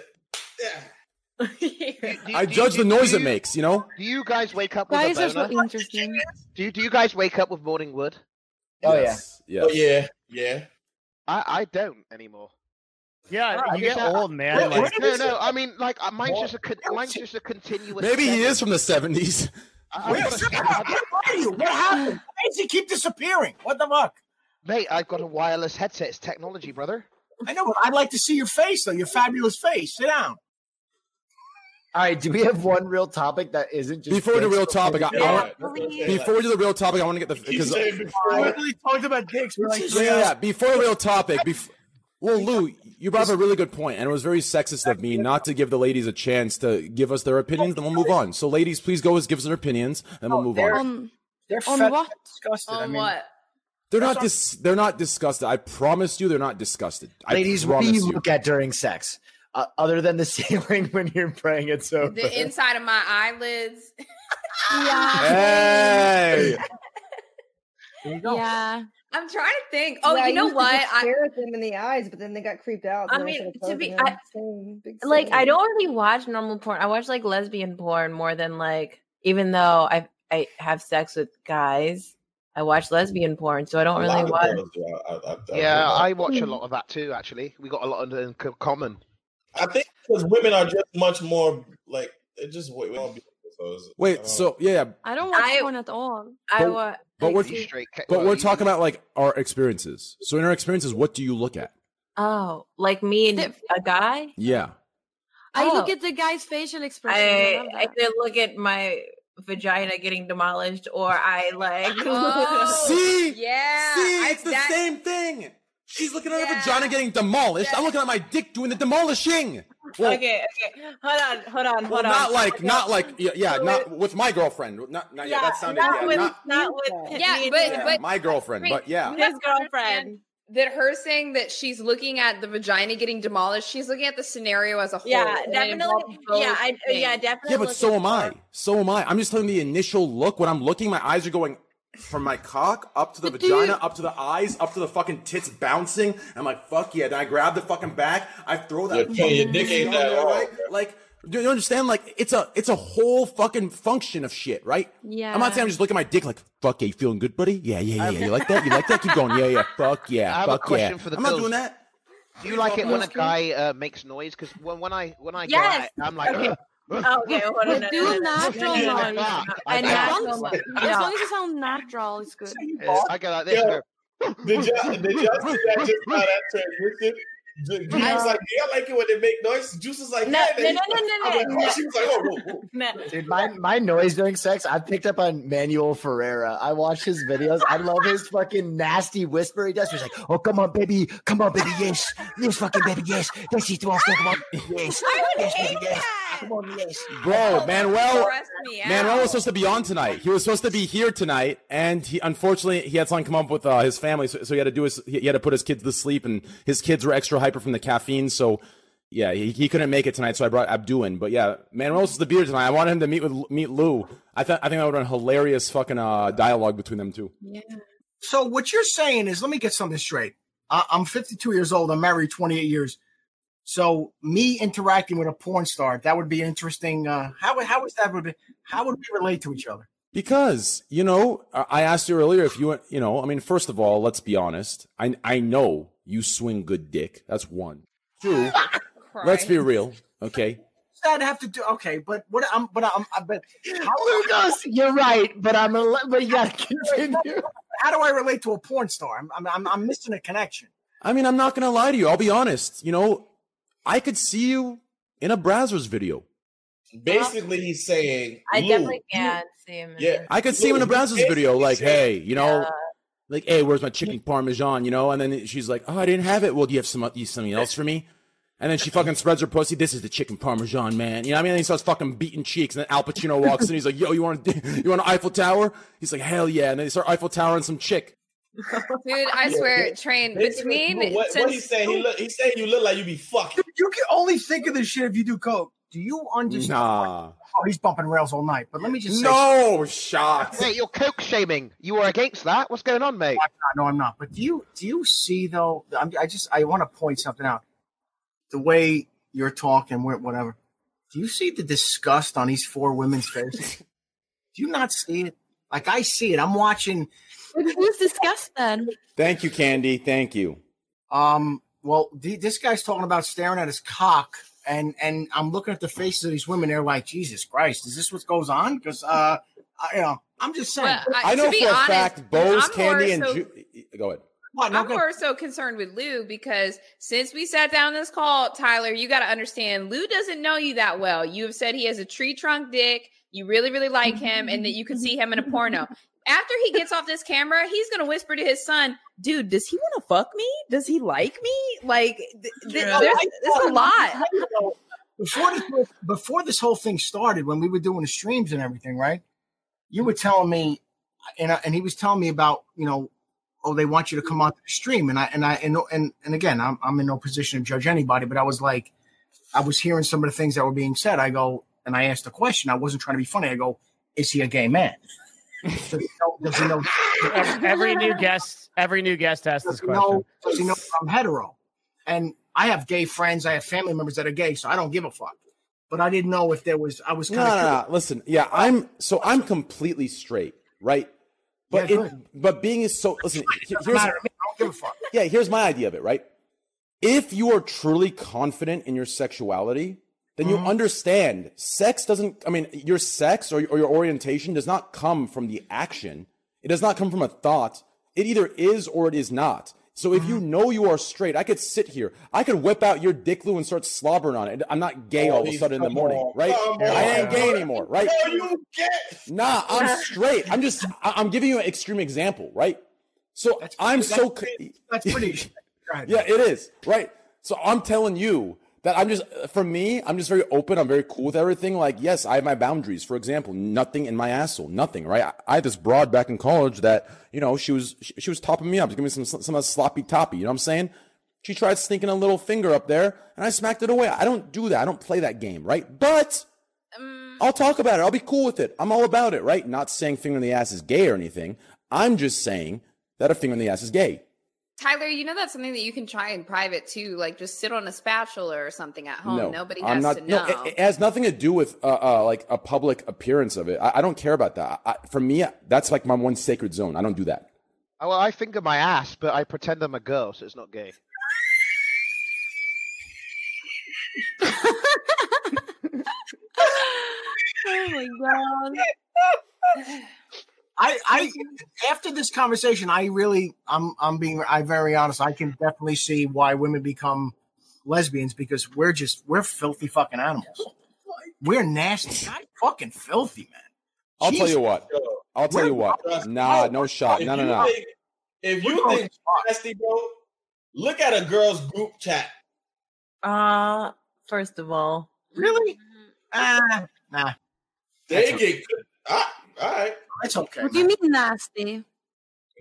I judge the noise it makes. You know,
Do you guys wake up with
Guys are
a
so
boner? interesting. Do you, do you guys wake up with morning wood?
Oh, Yes, yeah. yes.
Oh, yeah. Yeah.
I, I don't anymore.
Yeah,
I
you
just-
get old, man.
No,
like-
no, no, I mean, like, uh, mine's just a con- mine's just a continuous.
maybe he
seven.
is from the '70s.
I've got a-
Where are you? What happened? Why does he keep disappearing? What the fuck?
Mate, I've got a wireless headset. It's technology, brother.
I know, but I'd like to see your face, though. Your fabulous face. Sit down.
All right. Do we have one real topic that isn't just
Before we do the real
dicks?
topic, I, I want,
Yeah.
before we do the real topic, I want to get the because
We literally talked about dicks for like
yeah,
three
yeah,
hours.
yeah. Before real topic, bef- well, Lou, you brought up a really good point, and it was very sexist of me not to give the ladies a chance to give us their opinions. Then we'll move on. So, ladies, please go as give us their opinions, and
Oh,
we'll move on.
They're
on
fat-
what?
disgusted.
On what?
They're not dis- They're not disgusted. I promise you, they're not disgusted. I
Ladies, what
promise
do you
you.
look at during sex? Uh, other than the ceiling when you're praying it's over.
The inside of my eyelids.
Hey.
Yeah.
I'm trying to think. Oh,
Yeah, I
you know
used to
what?
just
I,
stare at them in the eyes, but then they got creeped out.
I
so
mean,
started
to
closing
be-
them.
I-
Same big
Like
circle.
I don't really watch normal porn. I watch like lesbian porn more than like even though I I have sex with guys, I watch lesbian porn, so I don't really watch.
Yeah, I watch a lot of that too. Actually, we got a lot in co- common.
I think because women are just much more like it just wait.
Wait, so yeah,
I don't watch
porn at all.
I
But-
wa-
but we're
like,
but we're talking about like our experiences. So, in our experiences, what do you look at?
oh, like me and a guy.
Yeah,
I look
Oh.
at the guy's facial expression.
I I either look at my vagina getting demolished, or I like.
Oh,
See?
yeah.
See,
I-
it's the
that-
same thing. She's looking at her
Yeah.
vagina getting demolished. I'm looking at my dick doing the demolishing. Well,
okay, okay, hold on, hold on,
well,
hold on.
not like, not like, yeah, yeah, not with my girlfriend. Not, not yeah, that sounded,
not
yeah,
with,
not
not with
Yeah,
me and
but-
you.
yeah, my girlfriend,
Wait,
but yeah.
you have
His
to understand That her saying that she's looking at the vagina getting demolished, she's looking at the scenario as a whole.
Yeah,
and it
definitely.
involves both
Yeah, I,
things.
yeah, definitely.
Yeah, but so am I. So am I. I'm just telling you the initial look when I'm looking, my eyes are going from my cock up to the vagina, up to the eyes, up to the fucking tits bouncing. I'm like, fuck yeah. Then I grab the fucking back. I throw that.
Yeah, your
fucking
dick
pussy
ain't
on
that
there,
long,
right? Like, do you understand? Like, it's a it's a whole fucking function of shit, right? I'm not saying I'm just looking at my dick like, fuck yeah, you feeling good, buddy? Yeah, yeah, yeah, yeah. You like that? You like that? Keep going. Yeah, yeah. Fuck yeah.
I have a
fuck
question
yeah.
for the
I'm not
girls.
doing that.
Do you like it when a
Yes.
guy uh, makes noise? Because when, when I when I
Yes.
go out, I'm like,
Okay. Oh.
"Ugh, ugh,
Okay,
ugh,
hold on.
ugh,
no,
ugh,
Do
ugh, ugh,
natural
ugh,
noise.
ugh,
A
ugh, ugh."
natural noise. As
Yeah.
long as it sounds natural, it's good.
Yeah, I go like this.
Did y'all, did y'all see that just how that transition? Juice was like, yeah, I like it when they make noise. Juice was like, yeah.
no,
they-
no, no,
I'm like,
no,
oh,
no.
She was like, oh, whoa, whoa.
Dude, my, my noise during sex, I picked up on Manuel Ferreira. I watch his videos. I love his fucking nasty whisper he does. He's like, oh, come on, baby. Come on, baby. Yes. Yes, fucking baby. Yes. Yes, it's all. Come on. Yes. Yes, baby. Yes. Come on, yes.
Bro, Manuel,
Stress me out.
Manuel was supposed to be on tonight. He was supposed to be here tonight, and he unfortunately he had something come up with uh, his family, so, so he had to do his he he had to put his kids to sleep, and his kids were extra hyper from the caffeine, so yeah, he, he couldn't make it tonight. So I brought Abduin, but yeah, Manuel was supposed to be here tonight. I wanted him to meet with meet Lou. I thought I think that would have been hilarious fucking uh, dialogue between them two.
So what you're saying is, let me get something straight. I- I'm 52 years old. I'm married 28 years. So me interacting with a porn star, that would be interesting. Uh, how would- how is that would be, how would we relate to each other?
Because you know, I I asked you earlier if you you know, I mean, first of all, let's be honest. I I know you swing good dick. That's one. Two. let's be real, okay?
I'd have to do okay, but what I'm but I'm I- but how,
Lucas, you're right, but I'm a, but you gotta
continue. How do I relate to a porn star? I'm I'm I'm, I'm missing a connection.
I mean, I'm not gonna lie to you. I'll be honest. You know, I could see you in a Brazzers video.
Basically, he's saying,
Uh-huh. I
Lou,
definitely can't see him.
yeah,
I could see him in a Brazzers video, like, hey, you know,
Yeah.
like, hey, where's my chicken parmesan? You know, and then she's like, oh, I didn't have it. Well, do you have some you something else for me? And then she fucking spreads her pussy. This is the chicken parmesan, man. You know what I mean? And he starts fucking beating cheeks. And then Al Pacino walks in. He's like, Yo, you want a, you want an Eiffel Tower? He's like, Hell yeah! And then they start Eiffel Towering some chick.
Dude, I swear, train
Basically,
between
what, what
since-
he's saying, he look, he's saying you look like you be fucking.
You can only think of this shit if you do coke. Do you understand?
Nah.
Oh, he's bumping rails all night. But let me just say
No shots.
Wait, you're coke shaming. You are against that. What's going on, mate?
No, I'm not. But do you do you see though? I'm, I just I want to point something out. The way you're talking, wh- whatever. Do you see the disgust on these four women's faces? do you not see it? Like I see it. I'm watching.
Who's disgust then?
Thank you, Candy. Thank you.
Um. Well, the, this guy's talking about staring at his cock, and and I'm looking at the faces of these women. They're like, Jesus Christ, is this what goes on? Because uh, I, you know, I'm just saying.
Well, I-
I know
to be
for
honest,
a fact, Bose,
I'm
Candy,
more
and
so-
Ju- go ahead.
I'm more so concerned with Lou because since we sat down this call, Tyler, you got to understand Lou doesn't know you that well. You have said he has a tree trunk dick. You really, really like him, and that you can see him in a porno. After he gets off this camera, he's gonna whisper to his son, "Dude, does he want to fuck me? Does he like me? Like, th- th-
Yeah.
there's,
I-
there's a lot."
before this whole- before this whole thing started, when we were doing the streams and everything, right? You were telling me, and I, and he was telling me about you know, oh, they want you to come on the stream, and I and I and and, and again, I'm I'm in no position to judge anybody, but I was like, I was hearing some of the things that were being said. I go and I asked a question. I wasn't trying to be funny. I go, is he a gay man? Does he know- does he know-
Ev- Every new guest, every new guest asks this
does he know,
question.
does he know I'm hetero? And I have gay friends, I have family members that are gay, so I don't give a fuck. But I didn't know if there was. I was kind
No,
of.
no, no. Listen, yeah, I'm so I'm completely straight, right? But
Yeah,
it, but being is so. Listen, he-
Doesn't
here's
matter to me. I don't give a fuck.
yeah, here's my idea of it, right? If you are truly confident in your sexuality, then
Mm-hmm.
you understand sex doesn't. I mean, your sex or, or your orientation does not come from the action. It does not come from a thought. It either is or it is not. So if you
Mm-hmm.
know you are straight, I could sit here. I could whip out your dick, Lou, and start slobbering on it. I'm not gay all of a
Please,
sudden in the
come
morning,
on,
right?
come
I
on.
ain't gay anymore, right?
No, you get.
Nah, I'm straight. I'm just, I- I'm giving you an extreme example, right? So I'm so. co-
That's pretty.
yeah, it is, right? So I'm telling you that I'm just, uh, for me, I'm just very open. I'm very cool with everything. Like, yes, I have my boundaries. For example, nothing in my asshole, nothing, right? I, I had this broad back in college that, you know, she was, she, she was topping me up, giving me some, some of that sloppy toppy. You know what I'm saying? She tried sneaking a little finger up there and I smacked it away. I don't do that. I don't play that game, right? But.
Mm-hmm.
I'll talk about it. I'll be cool with it. I'm all about it, right? Not saying finger in the ass is gay or anything. I'm just saying that a finger in the ass is gay.
Tyler, you know that's something that you can try in private too. Like, just sit on a spatula or something at home.
no,
Oh, Nobody
I'm
has
not,
to know.
No, it, it has nothing to do with uh, uh, like a public appearance of it. I, I don't care about that. I, for me, that's like my one sacred zone. I don't do that.
Oh, well, I finger my ass, but I pretend I'm a girl, so it's not gay.
Oh my god.
I, I after this conversation, I really, I'm, I'm being, I very honest. I can definitely see why women become lesbians because we're just we're filthy fucking animals. We're nasty. I'm fucking filthy, man.
I'll tell
Jesus.
you what. I'll tell you what. Nah, no shot.
If
No, no,
you
no.
think- If you think nasty, bro, look at a girl's group chat.
Uh, first of all,
really? Ah, nah.
They
That's
get ah, all right.
That's okay.
What do you mean nasty?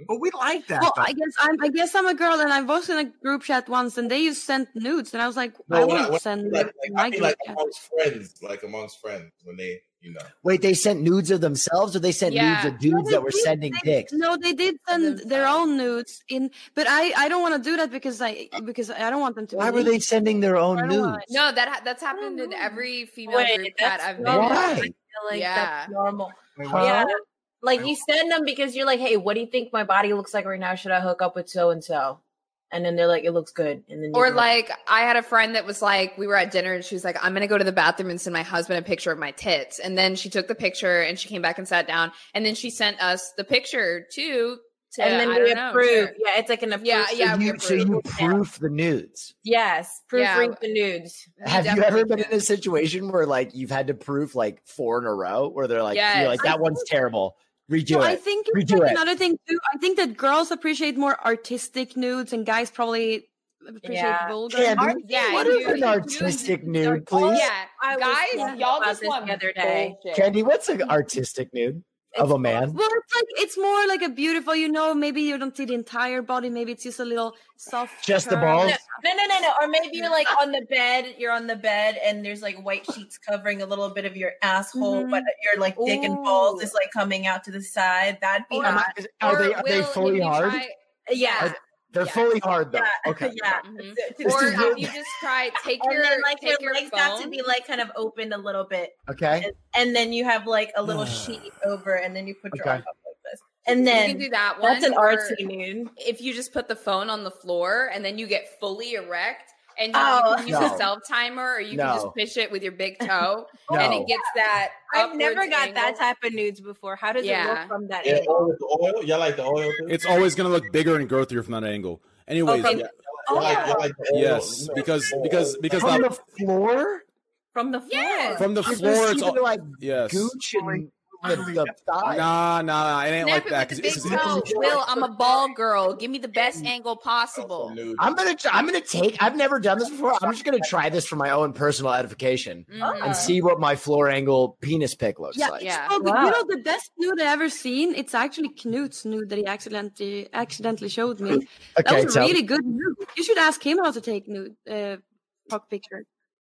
But we like that.
Well, I guess I'm. I guess I'm a girl, and I was in a group chat once, and they used to send nudes, and I was like, I
No, when I-
wouldn't
when I
send
mean,
nudes
like, like,
in my
I mean,
group
like
chat.
amongst friends, like amongst friends when they, you know.
Wait, they sent nudes of themselves, or they sent
Yeah.
nudes of dudes that were
did
sending dicks?
No, they did send their own nudes in, but I I don't want to do that because I because I don't want them to.
Why
be
were they
naked.
sending their own nudes?
No, that ha- that's happened in every female
Wait,
group that
that's
I've been.
normal.
in.
Why? I feel like that's normal.
what?
Yeah. Like you send them because you're like, hey, what do you think my body looks like right now? Should I hook up with so and so? And then they're like, it looks good. And then
Or
you're
like I had a friend that was like, we were at dinner and she was like, I'm gonna go to the bathroom and send my husband a picture of my tits. And then she took the picture and she came back and sat down. And then she sent us the picture too. To,
and then
I
we
don't know,
approve.
share.
Yeah, it's like an approve.
Yeah, yeah,
so
we
you, so you proof the nudes.
Yes,
Yeah.
proofread the nudes.
Have you ever been in a situation where like you've had to proof like four in a row, where they're like,
Yes.
you're like that one's terrible, redo
No,
it,
I think it's
redo
like
it.
another thing too. I think that girls appreciate more artistic nudes, and guys probably appreciate
Yeah.
vulgar.
Candy,
nudes.
what is an artistic nude, please?
I was
guys,
thinking
y'all
about
just
this
want
the other day.
bullshit.
Candy, what's an artistic nude of a man?
Well, it's like it's more like a beautiful, you know. Maybe you don't see the entire body. Maybe it's just a little soft.
Just the
curve.
balls?
No, no, no, no. Or maybe you're like on the bed, you're on the bed, and there's like white sheets covering a little bit of your asshole,
Mm-hmm.
but your like dick and balls is like coming out to the side. That'd be
Or-
hot.
Am I- are they- are they fully hard?
Yeah.
Are- They're fully hard though. Okay.
Yeah.
This
Or
is
have
real-
you
just try take
and
your-
then, like
take
your,
your
legs have to
phone.
be like kind of opened a little bit,
Okay.
and, and then you have like a little sheet over, and then you put your
Okay.
arm up like this, and then
you can do that one.
That's an
or
artsy nude.
If you just put the phone on the floor and then you get fully erect and
Oh.
you can use
No.
a self timer or you can
No.
just push it with your big toe
No.
and it gets that.
I've never
upwards
got that
angle.
type of nudes before. How does it
Yeah.
look from that
Yeah,
angle?
Oil with the oil. Y'all like the oil? Too?
It's always gonna look bigger and girthier from that angle. Anyways,
Okay.
yeah.
Y'all like, y'all like the oil?
Oh,
yes, because because because
From
that-
the floor,
from the floor,
from the
Is this
floor, it's
even,
all
like
yes.
gooch and the, the thigh.
Nah, nah, nah, it ain't
Snap
like that.
it with
'cause
the big
it's-
toe. Will, I'm a ball girl. Give me the best angle possible.
I'm gonna tr- I'm gonna take. I've never done this before. I'm just gonna try this for my own personal edification
Mhm.
and see what my floor angle penis pic looks
Yeah,
like.
yeah. But you know the best nude I ever seen. It's actually Knut's nude that he accidentally accidentally showed me.
Okay,
that was a
tell
really
me.
good nude. You should ask him how to take nude uh, cock picture.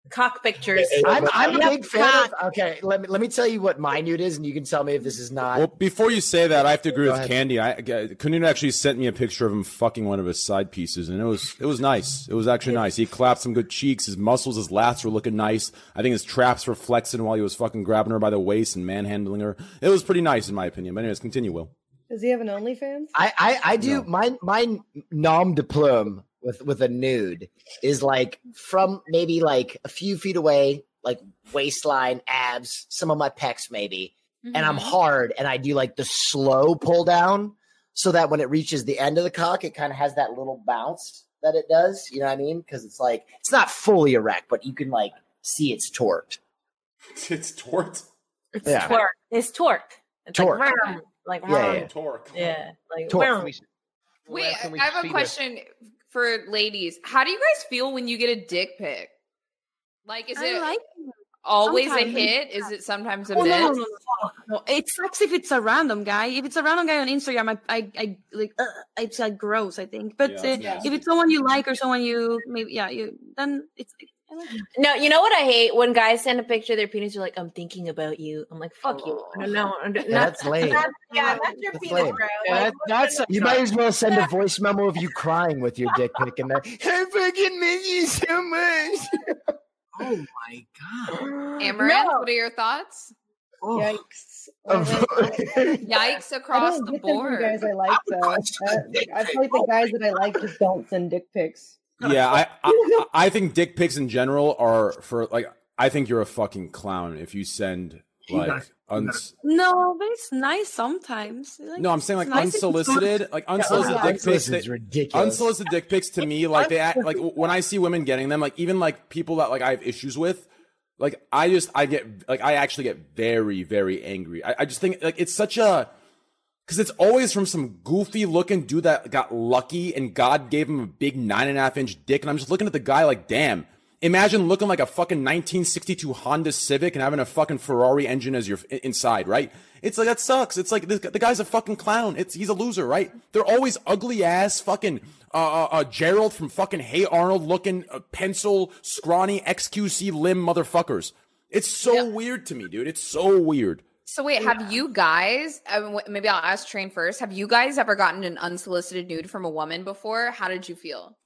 Cock pictures.
I'm, I'm a
Yeah,
big fan of. Okay, let me let me tell you what my nude is, and you can tell me if this is not.
Well, before you say that, I have to agree
Go
with
ahead.
Candy. I Kunun actually sent me a picture of him fucking one of his side pieces, and it was it was nice. It was actually nice. He clapped some good cheeks. His muscles, his lats were looking nice. I think his traps were flexing while he was fucking grabbing her by the waist and manhandling her. It was pretty nice in my opinion. But anyways, continue, Will.
Does he have an OnlyFans?
I I, I do my my nom de plume with with a nude is like from maybe like a few feet away, like waistline, abs, some of my pecs maybe, and I'm
Mhm.
hard and I do like the slow pull down so that when it reaches the end of the cock, it kind of has that little bounce that it does. You know what I mean? Because it's like it's not fully erect, but you can like see it's torqued.
It's torqued.
It's
Yeah.
twerk. It's twerk. It's
Twerk.
like round. Like
Yeah,
round.
yeah.
Torque.
Yeah. Like
Torque.
round.
Wait,
can we
I have
see
a
this?
question for ladies. How do you guys feel when you get a dick pic? Like, is
I
it
like
always
Sometimes.
a hit? Is it sometimes a
Oh,
miss?
no, no, no, no, no. It sucks if it's a random guy. If it's a random guy on Instagram, I, I, I like uh, it's like gross. I think, but
Yeah,
uh,
it's nasty.
if it's someone you like or someone you maybe yeah, you then it's. I like it.
No, you know what I hate when guys send a picture of their penis. You're like, I'm thinking about you. I'm like, fuck you. No, no,
Yeah,
no,
that's lame.
That's, yeah, that's your
That's
penis,
lame.
bro.
Yeah,
Like,
that's you might as well send a voice memo of you crying with your dick pic in there.
I fucking miss you so much.
oh my god.
Amaranth, what are your thoughts?
Yikes.
Yikes
I
across
don't
the
get them from
board.
guys I like though. That- I feel like the guys that I like just don't send dick pics.
Yeah, I, I I think dick pics in general are for like I think you're a fucking clown if you send
You
Like,
guys-
uns-
No, but it's nice sometimes.
no, I'm saying like
it's nice if you-
unsolicited, like unsolicited dick pics.
Unsolicited's
that-
ridiculous.
Unsolicited dick pics to me, like they act like when I see women getting them, like even like people that like I have issues with, like I just I get like I actually get very very angry. I, I just think like it's such a because it's always from some goofy looking dude that got lucky and God gave him a big nine and a half inch dick. And I'm just looking at the guy like, damn. Imagine looking like a fucking 1962 Honda Civic and having a fucking Ferrari engine as your i- inside, right? It's like that sucks. It's like this, guy- the guy's a fucking clown. It's he's a loser, right? They're always ugly ass fucking uh, uh, uh, Gerald from fucking Hey Arnold looking uh, pencil scrawny XQC limb motherfuckers. It's so weird to me, dude. It's so weird.
So wait, have you guys? I mean, wh- maybe I'll ask Train first. Have you guys ever gotten an unsolicited nude from a woman before? How did you feel?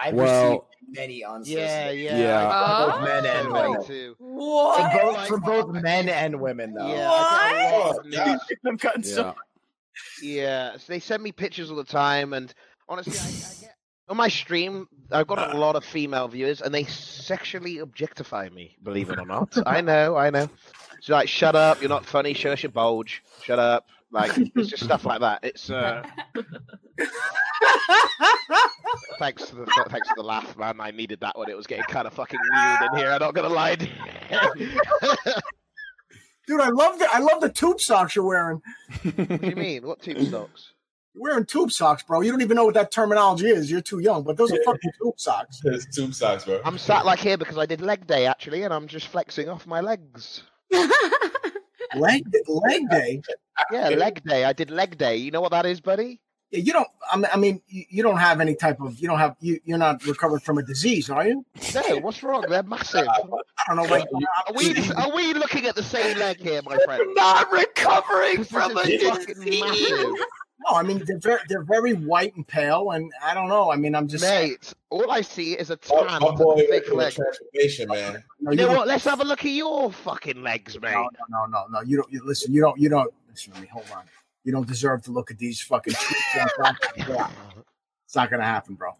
I've
Well-
received many
Yeah,
unsolicited.
yeah.
Yeah.
Oh.
Both men and
Me
women.
too.
From both, from both men and women, though.
Yeah, I got a lot of nudes.
I've gotten so
Yeah, so they send me pictures all the time, and honestly, I, I get on my stream, I've got a lot of female viewers, and they sexually objectify me. Believe it or not, I know, I know. So like, shut up, you're not funny. Show us your bulge. Shut up. Like it's just stuff like that. It's uh. thanks to the thanks to the laugh, man. I needed that one. It was getting kind of fucking weird in here. I'm not gonna lie. to you.
Dude, I love the I love the tube socks you're wearing.
what do you mean? What tube socks?
You're wearing tube socks, bro. You don't even know what that terminology is. You're too young, but those are fucking tube socks.
It's tube socks, bro.
I'm sat like here because I did leg day actually, and I'm just flexing off my legs.
leg leg day.
Yeah, leg day. I did leg day. You know what that is, buddy?
Yeah, you don't. I mean, I mean, you you don't have any type of. You don't have. You, you're not recovered from a disease, are you?
No. What's wrong? They're massive.
I don't know. Like,
Are we are we looking at the same leg here, my friend?
not recovering
from a disease.
No, I mean they're very, they're very white and pale, and I don't know. I mean, I'm just
mate. All I see is a
Oh,
tan,
my boy went
thick
through a
leg.
transformation, man.
No,
You know
you-
what? Let's have a look at your fucking legs, mate.
No, no, no, no, no. You don't. You, listen, you don't. You don't. Listen to me. Hold on. You don't deserve to look at these fucking. yeah. It's not gonna happen, bro.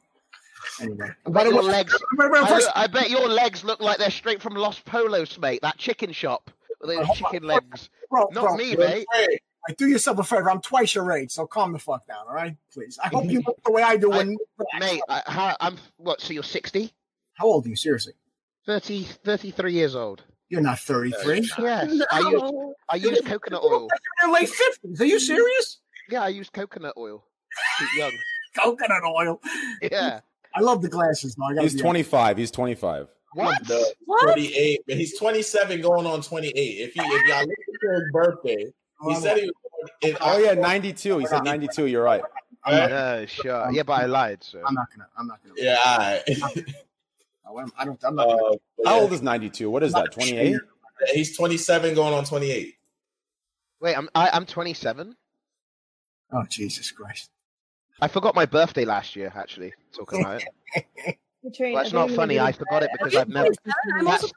Anyway,
I
By
bet
the
your
way-
legs.
wait, wait,
I-
first-
I, bet your legs look like they're straight from Los Polos, mate. That chicken shop with those chicken legs.
bro,
Not
bro,
me,
you're
mate.
afraid. Like, do yourself a favor. I'm twice your age, so calm the fuck down, all right? Please. I hope you look the way I do when.
Mate, I, how, I'm what? So you're 60?
How old are you? Seriously,
30, 33 years old.
you're not 33.
Yes, I
No.
use I use coconut oil.
You're late 50s. Are you serious?
Yeah, I use coconut oil. Keep young.
Coconut oil.
Yeah.
I love the glasses, though. I gotta
He's
be honest.
25. He's 25.
What?
The 28, but he's 27 going on 28. If he if y'all look at his birthday,
Oh,
he said he was born in
Oh yeah, 92. He said 92. You're right.
Yeah, sure. Yeah, but I lied. So.
I'm not gonna. I'm not gonna.
Yeah, all right.
Oh, No, I'm- I don't. I'm not.
Uh,
How old is 92? What is that? 28?
Yeah, He's 27 going on 28.
Wait, I'm I, I'm 27.
Oh Jesus Christ!
I forgot my birthday last year. Actually, talking about it. Well, that's not funny. I forgot it because I've never. That's,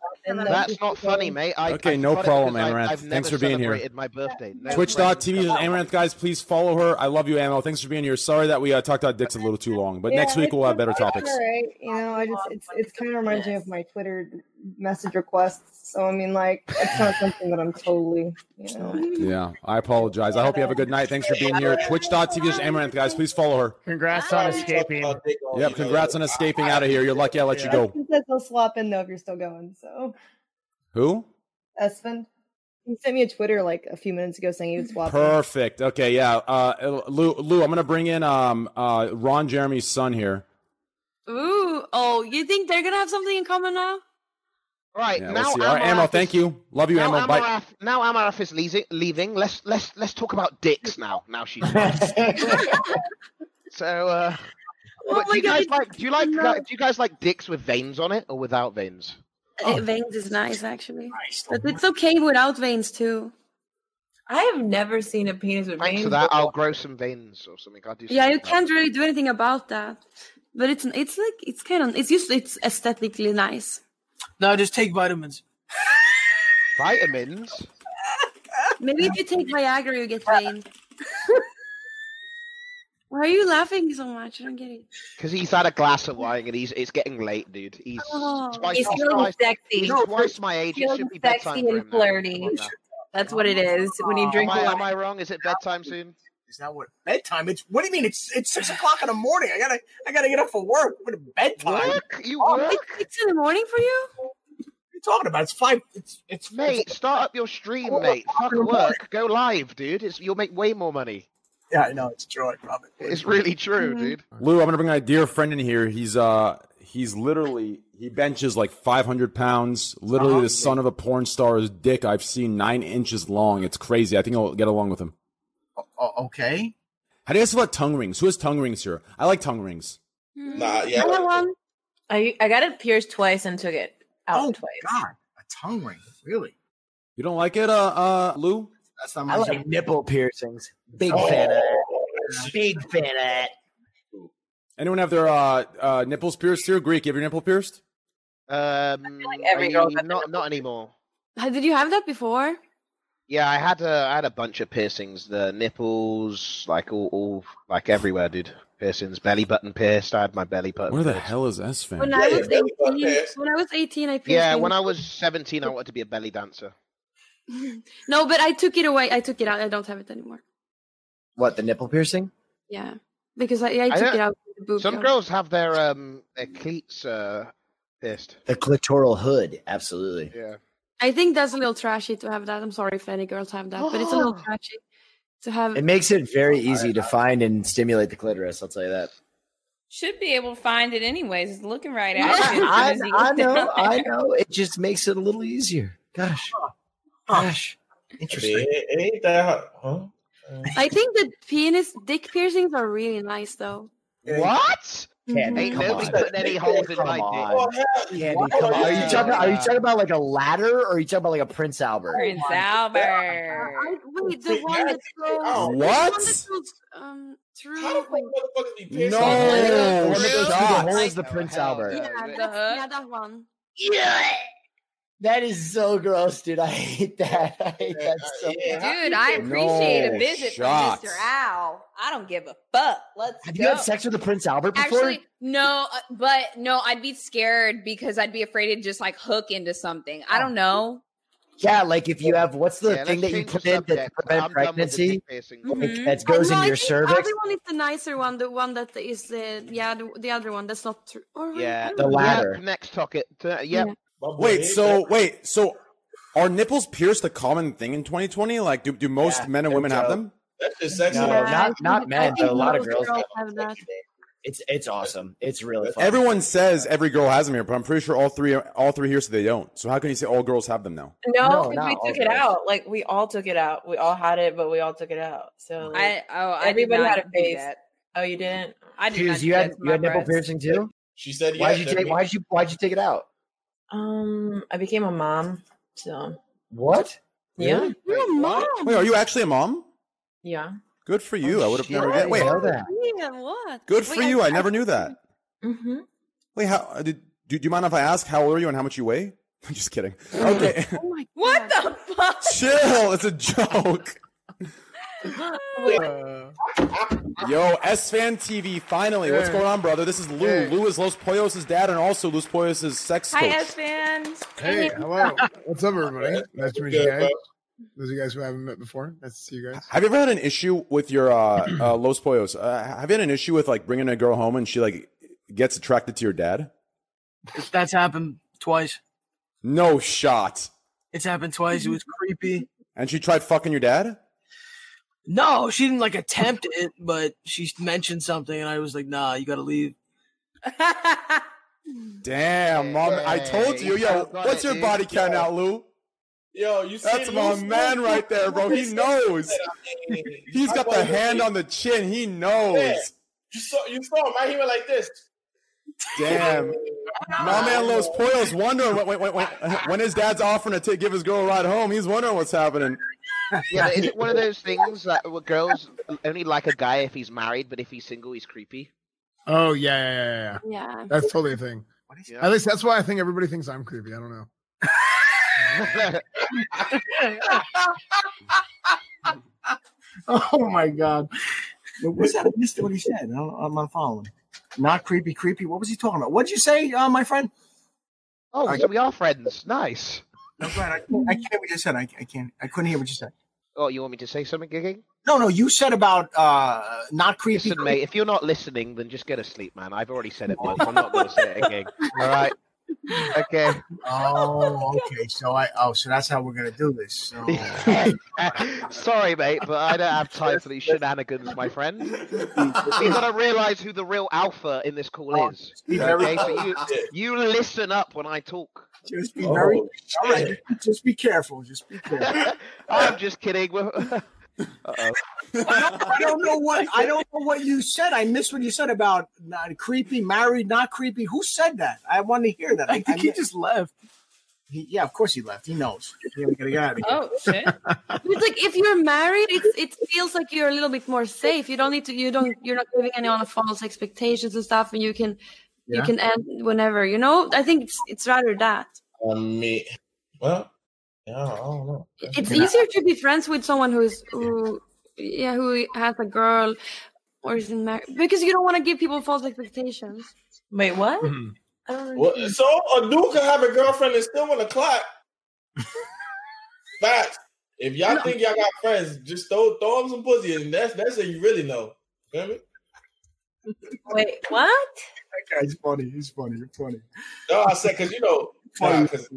that's not funny, mate. I,
Okay,
I
no
forgot it
problem,
because I-
Amaranth.
I've never
Thanks for being here.
celebrated My birthday. No
Twitch.tv is Amaranth, guys. Please follow her. I love you, Ammo. Thanks for being here. Sorry that we uh, talked about dicks a little too long, but
Yeah,
next week
it's
we'll have better
it's
topics.
All right, you know, I just it's it's kind of reminds me of my Twitter message requests. So I mean, like, it's not something that I'm totally, you know.
Yeah, I apologize. I hope you have a good night. Thanks for being here. Twitch.tv is Amaranth, guys. Please follow her.
Congrats on escaping.
Yep, congrats on escaping out of here. You're lucky I let you go.
Espen says they'll swap in though if you're still going. So
Who?
Espen, he sent me a Twitter like a few minutes ago saying he would swap. in.
Perfect. Okay, yeah. Uh, Lou, Lou, I'm gonna bring in um uh Ron Jeremy's son here.
Ooh, oh, you think they're gonna have something in common now?
All right,
Yeah,
now
we'll see. All right, Ammo,
Amaranth
thank you. Love you,
now
Ammo. Bye.
Amarath, now Amarath is leasing, leaving. Let's let's let's talk about dicks now. Now she's so. uh
Oh
but do you guys like? Do you like? Do you guys like dicks with veins on it or without veins?
Oh.
Uh, veins is nice, actually. But it's okay without veins too. I have never seen a penis with
Thanks for that. I'll grow some veins or something. I'll do.
Yeah,
something
you
like
can't really do anything about that. But it's it's like it's kind of it's just it's aesthetically nice.
No, just take vitamins.
Vitamins.
Maybe if you take Viagra, you get veins. Why are you laughing so much? I don't get it.
Because he's had a glass of wine and he's it's getting late, dude. He's
Oh.
twice,
He's feeling
twice,
sexy.
He's twice my age. It
Feeling
should be bedtime
sexy
for
and
him. now.
flirty. That's what it is when you drink
Am I,
wine.
am I wrong? Is it bedtime soon?
Is that what bedtime? It's what do you mean? It's it's six o'clock in the morning. I gotta I gotta get up for work. What a bedtime?
Work? You
work?
It's six in the morning for you?
What are you talking about? It's five. It's it's
Mate, start up your stream, mate. Fuck work. Go live, dude. It's, you'll make way more money.
Yeah, I know. It's true. I probably.
It's really true,
Mm-hmm.
Mhm.
dude.
Lou, I'm gonna bring my dear friend in here. He's uh he's literally he benches like 500 pounds. Literally the son of a porn star's dick I've seen nine inches long. It's crazy. I think I'll get along with him.
oh,
O- okay.
How do you guys feel about tongue rings? Who has tongue rings here? I like tongue rings.
Nah, yeah.
I got one. I, I got it pierced twice and took it out
Oh,
twice.
God, a tongue ring, really?
You don't like it, uh, uh, Lou?
That's not
I like nipple piercings. Big
Oh.
fan of that. Big fan of that.
Anyone have their uh, uh nipples pierced here? Greek, you have your nipple pierced?
Um,
every
I-
girl's
not not anymore.
Uh, Did you have that before?
Yeah, I had a I had a bunch of piercings. The nipples, like all, all like everywhere, dude. Piercings, belly button pierced. I had my belly button.
Where the
pierced.
hell is S fan?
When I was 18, when I was 18, I pierced
Yeah,
my
when I was seventeen, I wanted to be a belly dancer.
No, but I took it away. I took it out. I don't have it anymore.
What the nipple piercing?
Yeah, because I, I took
don't-
it out. with The boob
Some
job.
girls have their um their cleats uh pierced.
The clitoral hood, absolutely.
Yeah.
I think that's a little trashy to have that. I'm sorry if any girls have that, but it's a little trashy to have.
It makes it very easy to find and stimulate the clitoris. I'll tell you that.
Should be able to find it anyways. It's looking right at you. as soon
I,
as you
I
get down
know, I
there.
know. It just makes it a little easier. Gosh, gosh,
Interesting. It, it ain't that hard. Huh?
I think that penis dick piercings are really nice, though.
What?
Candy,
Ain't
come
nobody
on.
putting any holes in my
on.
dick.
Candy, come on. Are you talking? Are you talking about like a ladder, or are you talking about like a Prince
Oh
Albert?
Prince Albert.
Wait, the one that goes.
Oh.
What?
the one that goes, um, through. How the fuck
motherfuckers be
No, the one that goes through the
shots.
hole is the Prince
Oh,
Albert.
Yeah, that's, yeah, that one.
Yeah. That is so gross, dude. I hate that. I hate that so much.
Dude, I appreciate
No
a visit
shots.
from Mr. Owl. I don't give a fuck. Let's
Have
go.
you had sex with the Prince Albert before?
Actually, no, uh, but no, I'd be scared because I'd be afraid to just like hook into something. I don't know.
yeah, like if you have what's the
Yeah,
thing that
let's
you
change
put
the
in to
subject.
prevent
I'm done with the
pregnancy?
dick
Mm-hmm.
Like, that
Uh,
goes
no,
in
I
your
think
cervix.
The other one is the nicer one. The one that is the yeah, the, the other one that's not true. Or wait, Oh, I
Yeah,
don't
The
know.
ladder.
Yep, next topic. Uh, yep.
Wait, so wait, so are nipples pierced a common thing in 2020? Like, do do most men and women have them?
That's just sexy.
No,
Yeah, I
not
think-
not
I
men,
think
but a lot of
most
girls.
girls
have that.
It's it's awesome. It's really fun.
Everyone says every girl has them here, but I'm pretty sure all three all three here say they don't. So how can you say all girls have them now?
No,
No,
'cause
not
we
all
took it
girls.
out. Like we all took it out. We all had it, but we all took it out. So
I- oh, I did
everybody
not
had a
do
face.
that.
Oh, you didn't.
I
Cheers, you had you had nipple piercing too.
She said,
"Why'd
yes,
you
that'd
take?
be-
Why'd you why'd you take it out?
Um, I became a mom. So
What?
yeah,
Really? Wait, are you actually a mom?
yeah.
Good for you. I would have never.
shit.
wait,
I didn't know
Yeah, what?
good for you. I, never knew that.
Mm-hmm.
Wait, how uh, did? Do, do you mind if I ask how old are you and how much you weigh? I'm just kidding. Okay,
Oh
What the fuck?
chill. It's a joke. Yo, S Fan TV. Finally, what's
Hey.
going on, brother? This is Lou.
Hey.
Lou is Los Poyos' dad and also Los Poyos' sex
Hi,
coach.
S fans.
Hey, hello. What's up, everybody? Nice to meet you guys. Those of you guys who I haven't met before, nice to see you guys.
Have you ever had an issue with your uh, uh, Los Poyos? Uh, have you had an issue with like bringing a girl home and she like gets attracted to your dad?
That's happened twice.
No shot.
It's happened twice. It was creepy.
And she tried fucking your dad?
No, she didn't like attempt it, but she mentioned something, and I was like, "Nah, you gotta leave."
Damn, mom! I told you, yo.
Hey,
What's your
hey,
body count
yo.
out, Lou?
Yo, you see
That's my
Lou's-
man right there, bro. He knows. He's got the hand on the chin. He
Yeah.
knows.
You saw, you saw him right here like this.
Damn. My man Los Poyos wondering when, when, when, when, when his dad's offering to take, give his girl a ride home. He's wondering what's happening.
Yeah, but is it one of those things that well, girls only like a guy if he's married, but if he's single, he's creepy?
Oh yeah, yeah, yeah, yeah.
Yeah.
That's totally a thing.
Yeah.
At least that's why I think everybody thinks I'm creepy. I don't know.
Oh my god.
What was that? I missed what he said. I don't, I'm not following. Not creepy, creepy. What was he talking about? What did you say, uh, my friend?
Oh, so we are friends. Nice.
No, Brad, I, can't- I can't hear what you said. I, I can't. I couldn't hear what you said.
Oh, you want me to say something, Gigging?
No, no. You said about uh, not creepy.
Listen, mate, if you're not listening, then just go to sleep, man. I've already said it once. I'm not going to say it again. All right. Okay.
Oh, okay. So I. Oh, so that's how we're gonna do this. So.
Sorry, mate, but I don't have time for these shenanigans, my friend. You gotta realize who the real alpha in this call is.
be Oh, very-
Okay, so you, you listen up when I talk. Oh,
Just be very. all right. Just be careful. Just be careful.
I'm just kidding. We're- Uh-oh.
I don't know what I don't know what you said. I missed what you said about not creepy, married, not creepy. Who said that? I want to hear that. I, think he just left. He, yeah, of course he left. He knows. Yeah, we gotta get out of here.
Oh, shit. it's like if you're married, it's, it feels like you're a little bit more safe. You don't need to. You don't. You're not giving anyone false expectations and stuff, and you can,
Yeah.
you can end whenever. You know. I think it's it's rather that.
Um, me. Well, yeah, I don't know.
It's easier to be friends with someone who's who, yeah, who has a girl or is in married because you don't want to give people false expectations.
Wait, what?
I don't
Well, so a dude can have a girlfriend and still want to clock. Facts. If y'all think y'all got friends, just throw throw them some pussy, and that's that's how you really know. Feel me?
Wait, what?
That guy's funny. He's funny. You're funny.
No, I said because you know, because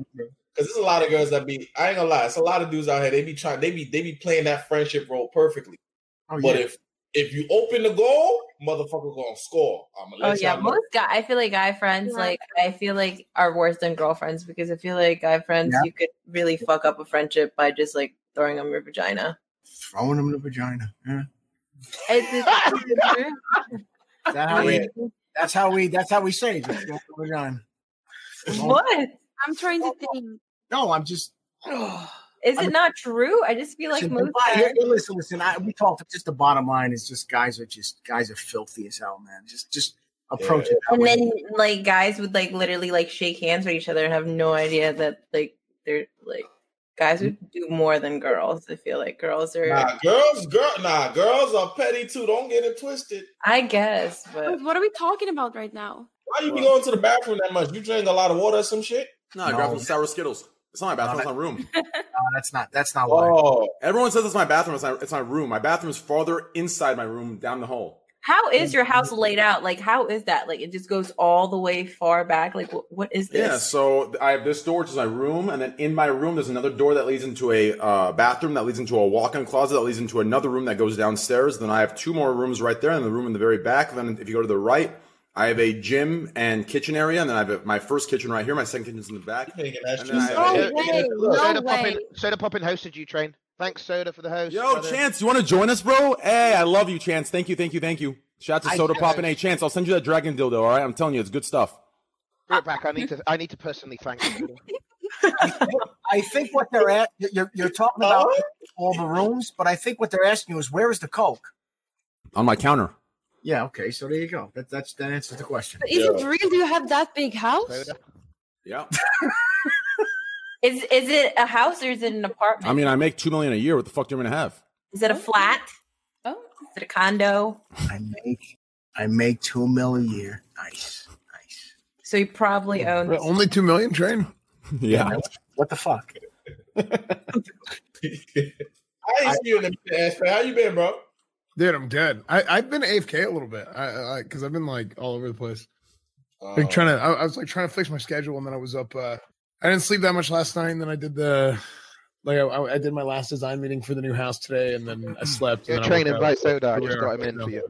there's a lot of girls that be. I ain't gonna lie, it's a lot of dudes out here. They be trying. They be they be playing that friendship role perfectly.
Oh,
but
yeah.
if if you open the goal, motherfucker gonna score. I'm gonna
Oh
let
yeah,
y'all know.
most guy. I feel like guy friends, like I feel like are worse than girlfriends because I feel like guy friends,
Yeah.
you could really fuck up a friendship by just like throwing them your vagina.
Throwing him in the vagina. Yeah.
It's just-
Is that how we, that's how we. That's how we say it. Just throw him in the vagina.
what?
I'm trying to think.
No, I'm just.
Is
I'm-
it not true? I just feel like
Listen,
most
I-
guys-
listen, listen. I, we talked. Just the bottom line is just guys are just guys are filthy as hell, man. Just just approach it. That
and
way.
then like guys would like literally like shake hands with each other and have no idea that like they're like guys would do more than girls. I feel like girls are.
Nah, girls, girl, nah, girls are petty too. Don't get it twisted.
I guess, but
Wait, what are we talking about right now?
Why you be going to the bathroom that much? You drink a lot of water or some shit?
No, I grabbed some sour Skittles. It's not my bathroom. It's my room.
that's not. That's not.
Oh, everyone says it's my bathroom. It's my, it's my room. My bathroom is farther inside my room, down the hall.
how is your house laid out? Like, how is that? Like, it just goes all the way far back. Like, what, what is
Yeah,
this?
so th- I have this door, which is my room, and then in my room, there's another door that leads into a uh, bathroom, that leads into a walk-in closet, that leads into another room that goes downstairs. Then I have two more rooms right there, and the room in the very back. Then if you go to the right, I have a gym and kitchen area, and then I have a- my first kitchen right here. My second kitchen's in the back. And then I have a-
soda poppin', soda poppin' hosted you, train. Thanks, soda, for the host.
Yo, Chance, you want to join us, bro? Hey, I love you, Chance. Thank you, thank you, thank you. Shout out
I-
to Soda Pop and hey, Chance, I'll send you that dragon dildo. All right, I'm telling you, it's good stuff.
Bring it back. I need to. I need to personally thank you.
I think what they're at. You're you're talking about all the rooms, but I think what they're asking you is where is the coke?
On my counter.
Yeah. Okay. So there you go. That that's that answers the question.
But is it real? Do you have that big house?
Yeah.
Is is it a house or is it an apartment?
I mean, I make two million a year. What the fuck do you want to have?
Is it a flat?
Oh,
is it a condo?
I make I make two mil a year. Nice.
So he probably owns.
But only two million train.
Yeah.
What the fuck?
I ain't see you in a minute, Ash. man. How you been, bro?
Dude, I'm dead. I, I've been AFK a little bit I because I've been like all over the place. Like trying to, I, I was like trying to fix my schedule, and then I was up. uh I didn't sleep that much last night, and then I did the like I, I did my last design meeting for the new house today, and then I slept.
You're
and then I woke
training,
up.
right, Soda? I
Here we
just
are.
got him in for you.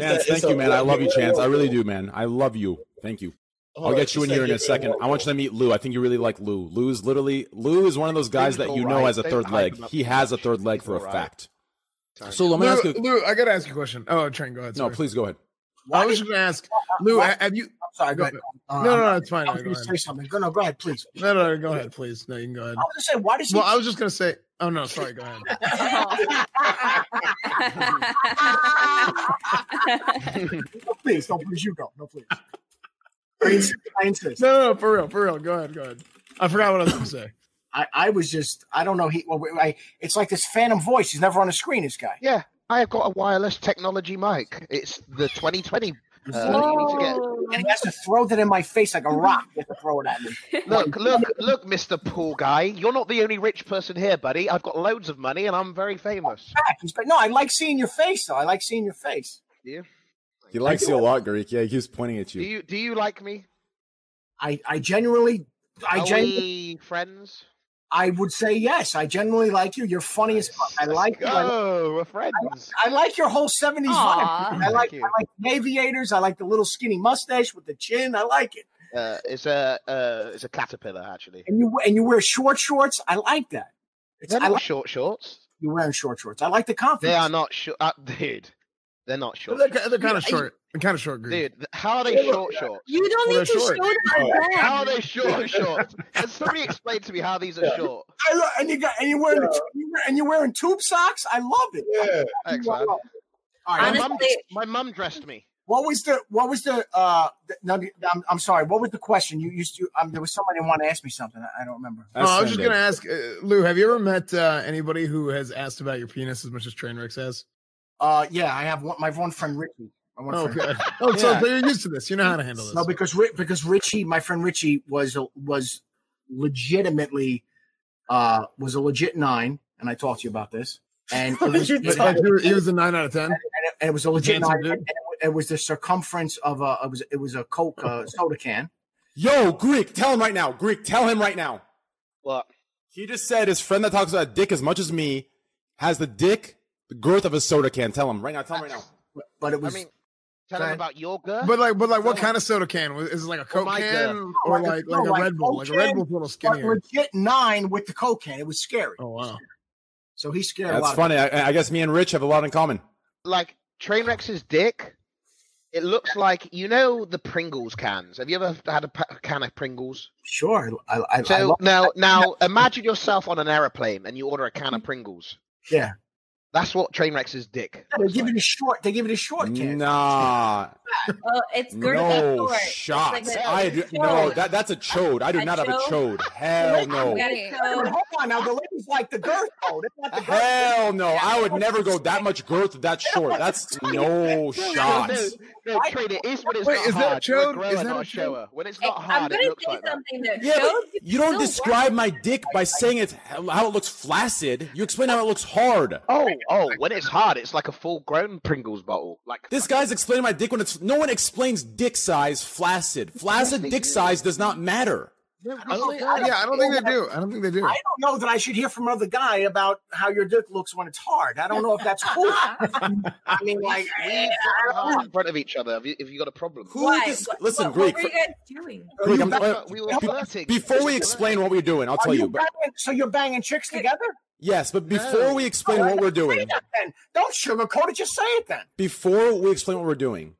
Chance, thank you, man. I love you, Chance. I really do, man. I love you. Thank you. I'll
Alright,
get you
you
in
said
here in
you're
a second.
welcome.
I want you to meet Lou. I think you really like Lou. Lou is literally Lou is one of those guys that you know
alright.
has a
Don't
third
hype
leg.
him up
He
too
has a third leg for a
alright.
fact. So let me
Lou,
ask you.
Lou, I gotta ask you a question. Oh, train, go ahead.
No, please go ahead.
I was just gonna ask, Lou, ha- have you?
I'm sorry. Go ahead. Uh,
No, no, no, it's fine.
I was
Go
going to
ahead.
say something. Go no, go ahead, please.
No, no, no, go ahead, please. No, you can go ahead.
I was gonna say, why does he-
Well, I was just gonna say. Oh no, sorry. Go ahead.
please, don't please you go. No, please. I insist. I insist.
No, no, no, for real, for real. Go ahead, go ahead. I forgot what I was gonna say.
I, I was just I don't know. He well, I, it's like this phantom voice. He's never on the screen. This guy.
Yeah. I have got a wireless technology mic. It's the 2020. Uh, that you need to get.
And he has to throw that in my face like a rock. He has to throw it at me.
Look, look, look, Mr. Pool Guy. You're not the only rich person here, buddy. I've got loads of money and I'm very famous.
Back. He's- But no, I like seeing your face, though. I like seeing your face.
Yeah.
He likes you a lot, Greek. Yeah, he keeps pointing at you.
you do you like me?
I I genuinely, I
Are
genuinely,
we friends?
I would say yes. I genuinely like you. You're funny as fuck. I like you. I like-
Oh, we're friends.
I like your whole '70s
Aw.
vibe. I like I like the aviators. I like the little skinny mustache with the chin. I like it.
Uh, it's a uh, it's a caterpillar actually.
And you and you wear short shorts. I like that. It's
They're
I
not
like
short shorts.
you wearing short shorts. I like the confidence.
They are not short, uh, dude. They're not short.
They're,
shorts.
ki- they're kind of
Yeah,
short. They're kind of short. Greek.
Dude, th- how are they
They look-
short shorts?
You don't Well, need they're to short. show them
Oh,
that.
How are they short shorts? Can somebody explain to me how these are short?
I lo- and you got and you wearing you wear- and you wearing tube socks. I love it.
Thanks,
I
man.
love it. All
my,
right.
mum, my mum dressed me.
What was the what was the uh the, no, I'm, I'm sorry. What was the question? You used to um, there was somebody who wanted to ask me something. I, I don't remember.
Oh, I was just gonna ask, uh, Lou. Have you ever met uh, anybody who has asked about your penis as much as Trainwreck has?
Uh, yeah, I have one. My one friend Richie. My one
Oh,
friend.
okay. Oh, so
Yeah.
you're used to this. You know how to handle this.
No, because Ri- because Richie, my friend Richie, was a, was legitimately uh was a legit nine, and I talked to you about this. And it was,
You
it-
talked- you were- he was a nine out of ten.
and it, and it was a legit
Handsome
nine.
dude.
and It, it was the circumference of a it was it was a Coke uh, soda can.
Yo, Greek, tell him right now. Greek, tell him right now.
What?
He just said his friend that talks about dick as much as me has the dick, the girth of a soda can. Tell him right now. Tell him right now.
But it was.
I mean, tell them about your girl.
But like, but like, what kind of soda can? Was- Is it
Oh,
like a Coke
my
can
God.
or
No,
like
no,
like a Red Bull? Like a
Coke
Red
can,
Bull's a little
oh, but
skinnier.
Legit nine with the Coke can. It was scary. Oh
wow.
So he scared a
That's
lot. of
funny. I, I guess me and Rich have a lot in common.
like Trainwreck's dick. It looks like you know the Pringles cans. Have you ever had a pa- can of Pringles?
Sure. I, I, I
So
love-
now, now imagine yourself on an aeroplane and you order a can of Pringles.
Yeah.
That's what Trainwreck's dick.
They give it a short. They give it a short can.
Nah.
Oh, it's good.
No
for it.
shots.
It's like a-
I do, no, that, that's a chode. I do not have a chode. Hell no.
Hold on now. The ladies like the girth though. That's not the girth.
Hell no. I would never go that much girth that short. That's no Oh, shots.
No, no, Train, it is when it's
Wait,
not
is that
hard. You're a
chode?
grower,
Is that
not
a
a
chode?
shower. When it's not
I'm
hard,
gonna
it looks
say
like that.
something that
Yeah,
shows
but you don't describe my dick by saying it's how it looks flaccid. You explain how it looks hard.
Oh, oh, when it's hard, it's like a full-grown Pringles bottle. Like
This guy's explaining my dick when it's no one explains dick size flaccid. Flaccid dick size does not matter.
I
Oh
don't think, yeah, I don't think they do. I don't think they do.
I don't know that I should hear from another guy about how your dick looks when it's hard. I don't know if that's cool. I mean, like,
we've got hard in front of each other. Have you, have you got a problem?
Who Why? dis- What- listen, what- Greek, what were you
guys doing?
Greek, I'm-
That's what we were
be-
flirting.
before we explain what we're doing, I'll
are
tell
you
you. But,
banging- so you're banging chicks together? Oh,
yes, but before we explain what we're doing,
Then don't sugarcoat it. Just say it then.
before we explain what we're doing,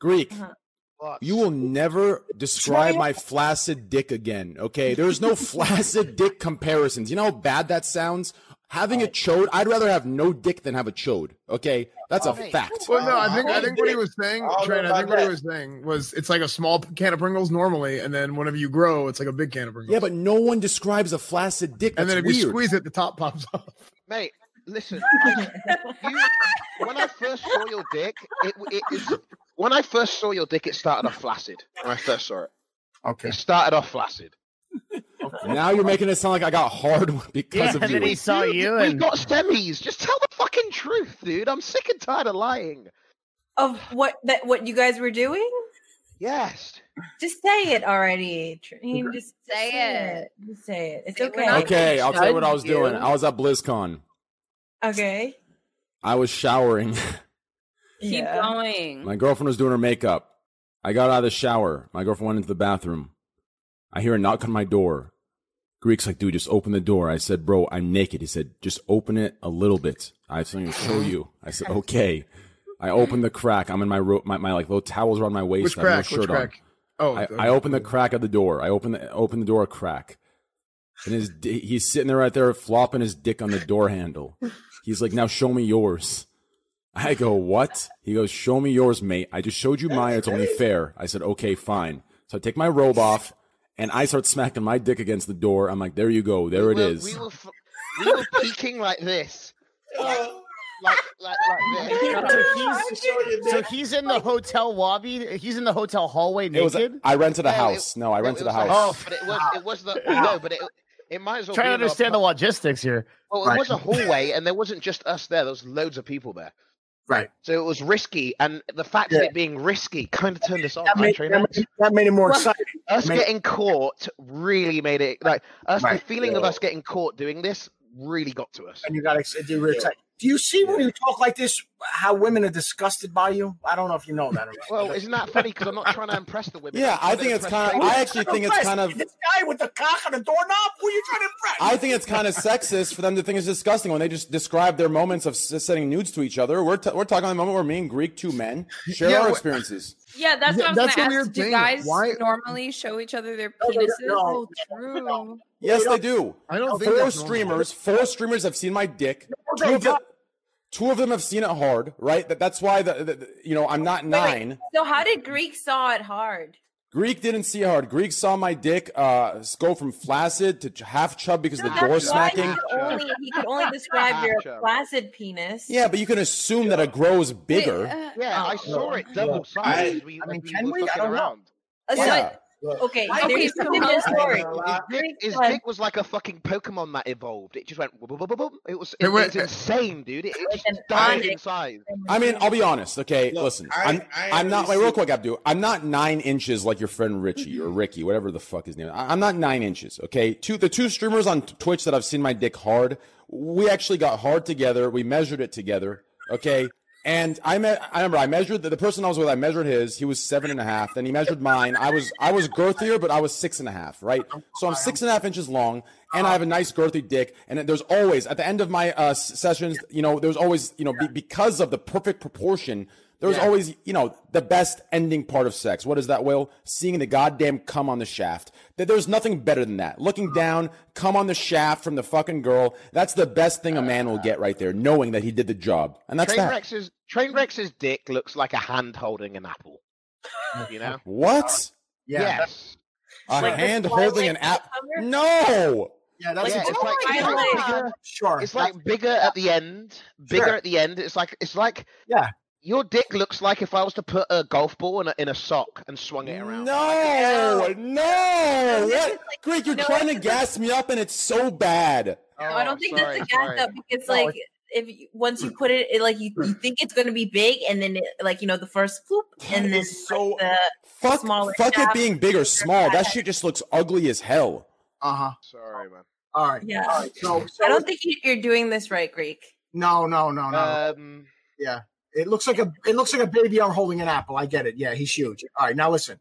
Greek,
Uh-huh.
Uh-huh.
you will never describe my flaccid dick again. Okay, there's no flaccid dick comparisons. You know how bad that sounds. Having a chode, I'd rather have no dick than have a chode. Okay, that's a fact.
Well, no, I think
Oh,
I think what he was saying, Train. I think what he was saying was it's like a small can of Pringles normally, and then whenever you grow, it's like a big can of Pringles.
Yeah, but no one describes a flaccid dick.
and then if
That's
you
weird.
squeeze it, the top pops off.
Mate, listen. you, when I first saw your dick, it, it, it when I first saw your dick, it started off flaccid. When I first saw it,
okay,
it started off flaccid.
Now you're making it sound like I got hard because of you.
Dude, we got semis. Just tell the fucking truth, dude. I'm sick and tired of lying.
of what that what you guys were doing.
Yes.
Just say it already. Trine, Just say,
it.
Just say it. It's
we're
okay.
not
Okay, I'll tell you what I was doing. I was at BlizzCon.
Okay.
I was showering.
Keep going.
My girlfriend was doing her makeup. I got out of the shower. My girlfriend went into the bathroom. I hear a knock on my door. Greek's like, dude, just open the door. I said, bro, I'm naked. He said, just open it a little bit. I have something to show you. I said, okay. I open the crack. I'm in my ro- my, my like little towels around my waist.
Which
I have no
crack? Which
shirt on.
crack? Oh,
I,
okay.
I open the crack of the door. I open the open the door crack, and his di- he's sitting there right there flopping his dick on the door handle. He's like, "Now show me yours." I go, "What?" He goes, "Show me yours, mate. I just showed you mine. It's only fair." I said, "Okay, fine." So I take my robe off, and I start smacking my dick against the door. I'm like, "There you go. There it
Well,
is."
We were, f- we were peeking like this. like like like this.
So he's, so he's in the hotel lobby. He's in the hotel hallway
It was.
naked.
I rented a
No, it-
house. no, I rented a
was a-
house.
Oh,
But it was it was the no, but it it might as well
Trying to
be in a-
understand the logistics here.
Well, it was a hallway, and there wasn't just us there. There was loads of people there.
Right.
So it was risky, and the fact of
Yeah.
it being risky kind of turned us off.
That made,
right,
that
Trina?
made- that made it more
Well,
exciting.
Us
Made-
getting caught really made it like us.
Right.
The feeling of
Yeah.
us getting caught doing this really got to us.
and you got ex- you were excited. Do you see when you talk like this how women are disgusted by you? I don't know if you know that. Or not.
Well, isn't that funny? Because I'm not trying to impress the women.
Yeah,
I'm
I
trying to
think it's
impress
kind of.
them.
I actually think it's kind of.
this guy with the cock on the doorknob. Who are you trying to impress?
I think it's kind of sexist for them to think it's disgusting when they just describe their moments of s- sending nudes to each other. We're, t- we're talking about the moment where me and Greek, two men, share
Yeah,
our
wh-
experiences.
Yeah, that's
Yeah,
what I was
that's
gonna
a
ask.
weird
Do
thing.
guys
Why-
normally show each other their
No, no, no,
penises?
no.
oh, true.
Yes, they do.
I don't think
four
that's normal.
streamers. Four streamers have seen my dick.
they
Two of, them, two of them have seen it hard, right? That, that's why the, the, the- you know I'm not nine.
So how did Greek saw it hard?
Greek didn't see hard. Greek saw my dick uh, go from flaccid to ch- half chub because of the door
That's why
smacking.
He could only, he could only describe your flaccid penis.
Yeah, but you can assume that it grows bigger.
uh,
yeah, I saw it double
I-
sized. We, I mean, we can we? I don't around.
Uh, so-
Yeah.
okay,
Why
there's
did
something in
you-
this story.
His dick, his
said-
dick was like a fucking Pokemon that evolved. It just went. boom, boom, boom, boom. It was. It,
It went-
was insane, dude. It, it
just
died
onyx.
in size.
I mean, I'll be honest. Okay, listen,
I-
I, am
I
I'm not. Wait,
really
real quick, Abdu. I'm not nine inches like your friend Richie or Ricky, whatever the fuck his name. Is. I, am not nine inches. Okay, two the two streamers on Twitch that I've seen my dick hard. We actually got hard together. We measured it together. Okay, and I me- I remember I measured the, the person I was with. I measured his. He was seven and a half. Then he measured mine. I was I was girthier, but I was six and a half. Right. So I'm six and a half inches long, and I have a nice girthy dick. And there's always at the end of my uh, s- sessions, you know, there's always you know be- because of the perfect proportion. There's
Yeah.
always, you know, the best ending part of sex. What is that, Will? Seeing the goddamn cum on the shaft. That there's nothing better than that. Looking down, cum on the shaft from the fucking girl. That's the best thing a man will get right there, knowing that he did the job. And that's
Train
that.
Rex's Train Rex's dick looks like a hand holding an apple. You know?
What?
Yes.
A hand holding an app. No.
Yeah,
that's
Yeah,
it's like,
it's
it's
like-
like bigger,
sure.
It's like bigger at the end, bigger at the end. It's like it's like
yeah.
Your dick looks like if I was to put a golf ball in a, in a sock and swung it around.
No, Oh, no. What? Greek, you're
no,
trying to
it's-
gas me up, and it's so bad.
No, I don't think
Oh, sorry,
that's a gas
sorry.
up because
No,
like if you, once you put it, it like you, you think it's gonna be big, and then it, like you know the first floop, and then so the
Fuck,
smaller
fuck it
shaft.
being big or small. That shit just looks ugly as hell.
Uh huh.
Sorry, man.
All right.
Yeah.
All right. So,
I don't think you- you're doing this right, Greek.
No, no, no, no.
Um,
yeah, it looks like a it looks like a baby arm holding an apple. I get it. Yeah, he's huge. All right, now listen.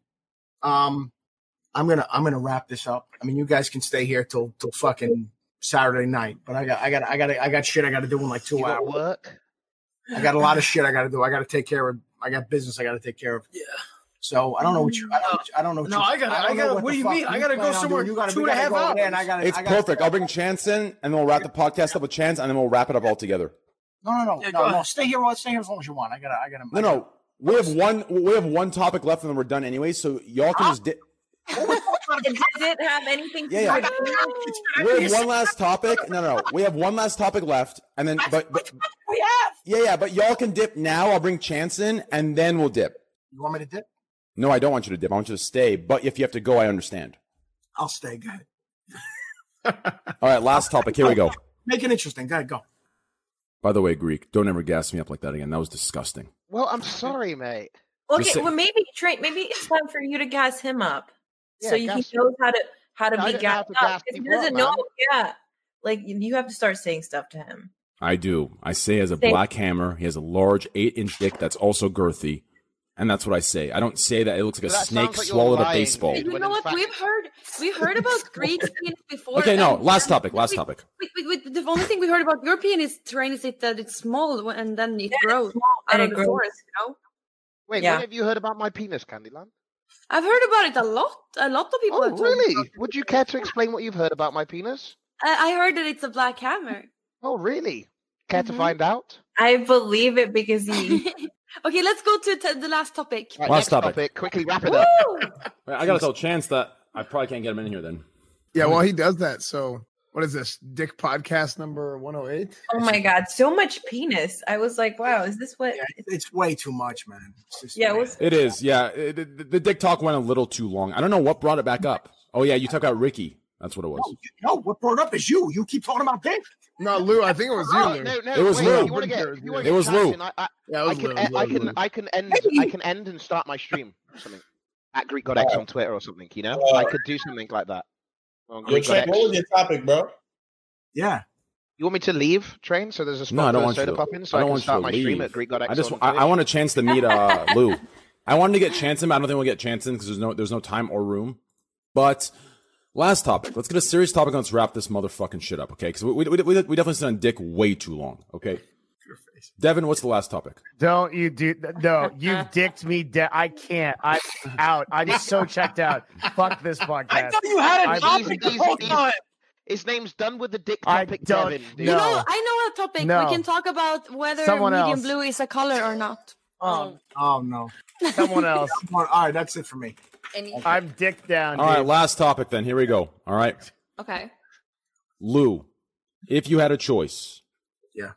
Um, I'm gonna I'm gonna wrap this up. I mean, you guys can stay here till till fucking Saturday night, but I got I got I got I got shit I got to do in like two
You got
hours.
work?
I got a lot of shit I got to do. I got to take care of. I got business I got to take care of. Yeah. So I don't know what you. I don't. I don't know. What
No,
you,
I gotta- I
don't know
gotta-
the
what do you
fuck
mean? I gotta go
plan on
somewhere
doing. You gotta- we
two and a
gotta
half
go over there, And
hours.
I gotta.
It's
I gotta
perfect. I'll bring Chance in, and then we'll wrap the podcast up with Chance, and then we'll wrap it up all together.
No, no, no,
Yeah, go
no, no.
ahead.
Stay here. well, Stay here as long as you want. I gotta. I gotta.
No, no, we have one. We have one topic left, and then we're done anyway. So y'all can just. Di-
Does it have anything to
Yeah,
do
yeah.
with
Oh,
we have one last topic. No, no, no. We have one last topic left, and then but, but
we have.
yeah, yeah. But y'all can dip now. I'll bring Chance in, and then we'll dip.
You want me to dip?
No, I don't want you to dip. I want you to stay. But if you have to go, I understand.
I'll stay. Go ahead.
All right, last topic. Here we go.
Make it interesting. Go ahead. Go.
By the way, Greek, don't ever gas me up like that again. That was disgusting.
Well, I'm sorry, mate.
Okay,
Just say-
well maybe Trey, maybe it's time for you to gas him up, so
Yeah,
you he
gas-
knows how to how to
Yeah, I
be
don't know how
gassed
to
up.
gas
'cause he
people up,
doesn't
man.
know. Yeah, like you you have to start saying stuff to him.
I do. I say he has a
Say-
black hammer. He has a large eight inch dick that's also girthy. And that's what I say. I don't say that it looks like a
That
snake
sounds like you're
swallowed a
lying,
baseball.
dude. You know what? We've heard we heard about Greek penis before.
Okay, no,
and-
last topic. Last
Wait,
topic.
Wait, wait, wait, the only thing we heard about your penis terrain is it that it's small and then it grows out
and
of
it
the
grows.
forest. You know,
Wait,
Yeah.
when have you heard about my penis, Candyland?
I've heard about it a lot. A lot of people.
Oh,
have told me about
really?
it.
Would you care to explain what you've heard about my penis?
I, I heard that it's a black hammer.
Oh, really? Care
Mm-hmm.
to find out?
I believe it because he.
Okay, let's go to t- the last topic.
Right, Last next topic. topic.
Quickly wrap
it up. I gotta tell Chance that I probably can't get him in here then.
Yeah, well, he does that, so what is this? Dick podcast number 108?
Oh my god, so much penis. I was like, wow, is this what
it's way too much, man.
Yeah, it was
It is, yeah. It- it- the dick talk went a little too long. I don't know what brought it back up. Oh yeah, you took out Ricky. That's what it was.
No, what brought up is you. You keep talking about dick.
No, Lou, I think it was
Oh, no, no,
It was
wait,
Lou.
You wanna get, you wanna
It
get
was Lou.
traction, I, I,
yeah, it was
I can,
Lou,
e-
Lou,
I can,
Lou.
I can end, I can end and start my stream or something. At Greek God X on Twitter or something, you know? I could do something like that. On
Yo,
Greek God
Trent,
X.
what was your topic, bro?
Yeah.
You want me to leave, train? So there's a spot
No, I don't
for a
want you.
soda
To,
pop in, so
I
I,
don't
can
want
start
you
my
to leave.
stream at Greek God X
I just
on
I,
Twitch.
I want a chance to meet uh Lou. I wanted to get chance him. I don't think we'll get chance him because there's no there's no time or room. But last topic. Let's get a serious topic. and Let's wrap this motherfucking shit up, okay? Because we, we, we, we definitely sit on dick way too long, okay? Devin, what's the last topic?
Don't you do th- no? You dicked me. De- I can't. I'm out. I'm so checked out. Fuck this podcast. I thought
you had
a topic the whole time. His name's done with the dick
I
topic,
don't
Devin. dude.
know.
You know, Oh, I know a topic.
No.
We can talk about whether
Someone
medium
else.
blue is a color or not.
Um,
Oh no.
Someone else.
All right, that's it for me.
I'm dick down.
All right,
dude.
last topic then. Here we go. All right.
Okay.
Lou, if you had a choice.
Yeah.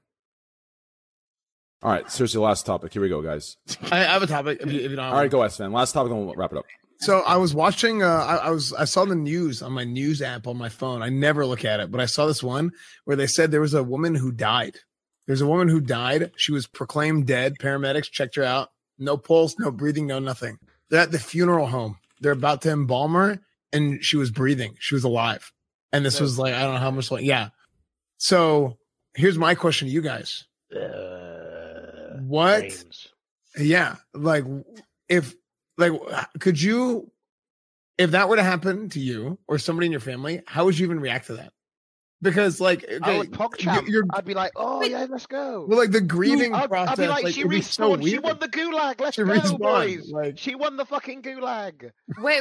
All right, seriously, last topic. Here we go, guys.
I, I have a topic. If you, if you don't
All right, go S Van. Last topic, and we'll wrap it up.
So I was watching. Uh, I, I was. I saw the news on my news app on my phone. I never look at it, but I saw this one where they said there was a woman who died. There's a woman who died. She was proclaimed dead. Paramedics checked her out. No pulse, no breathing, no nothing. They're at the funeral home. They're about to embalm her, and she was breathing. She was alive. And this was like I don't know how much. Long, yeah. So here's my question to you guys. what? Yeah, like if like could you if that were to happen to you or somebody in your family, how would you even react to that? Because like
I
okay,
would pog
you-
champ.
you're
I'd be like, oh yeah, let's go.
Well, like, the grieving
I'd, I'd
process,
be like,
like,
she
would be
respawned.
so
she
weird.
won the gulag. Let's
She
go,
respawned,
boys.
like-
she won the fucking gulag.
Wait,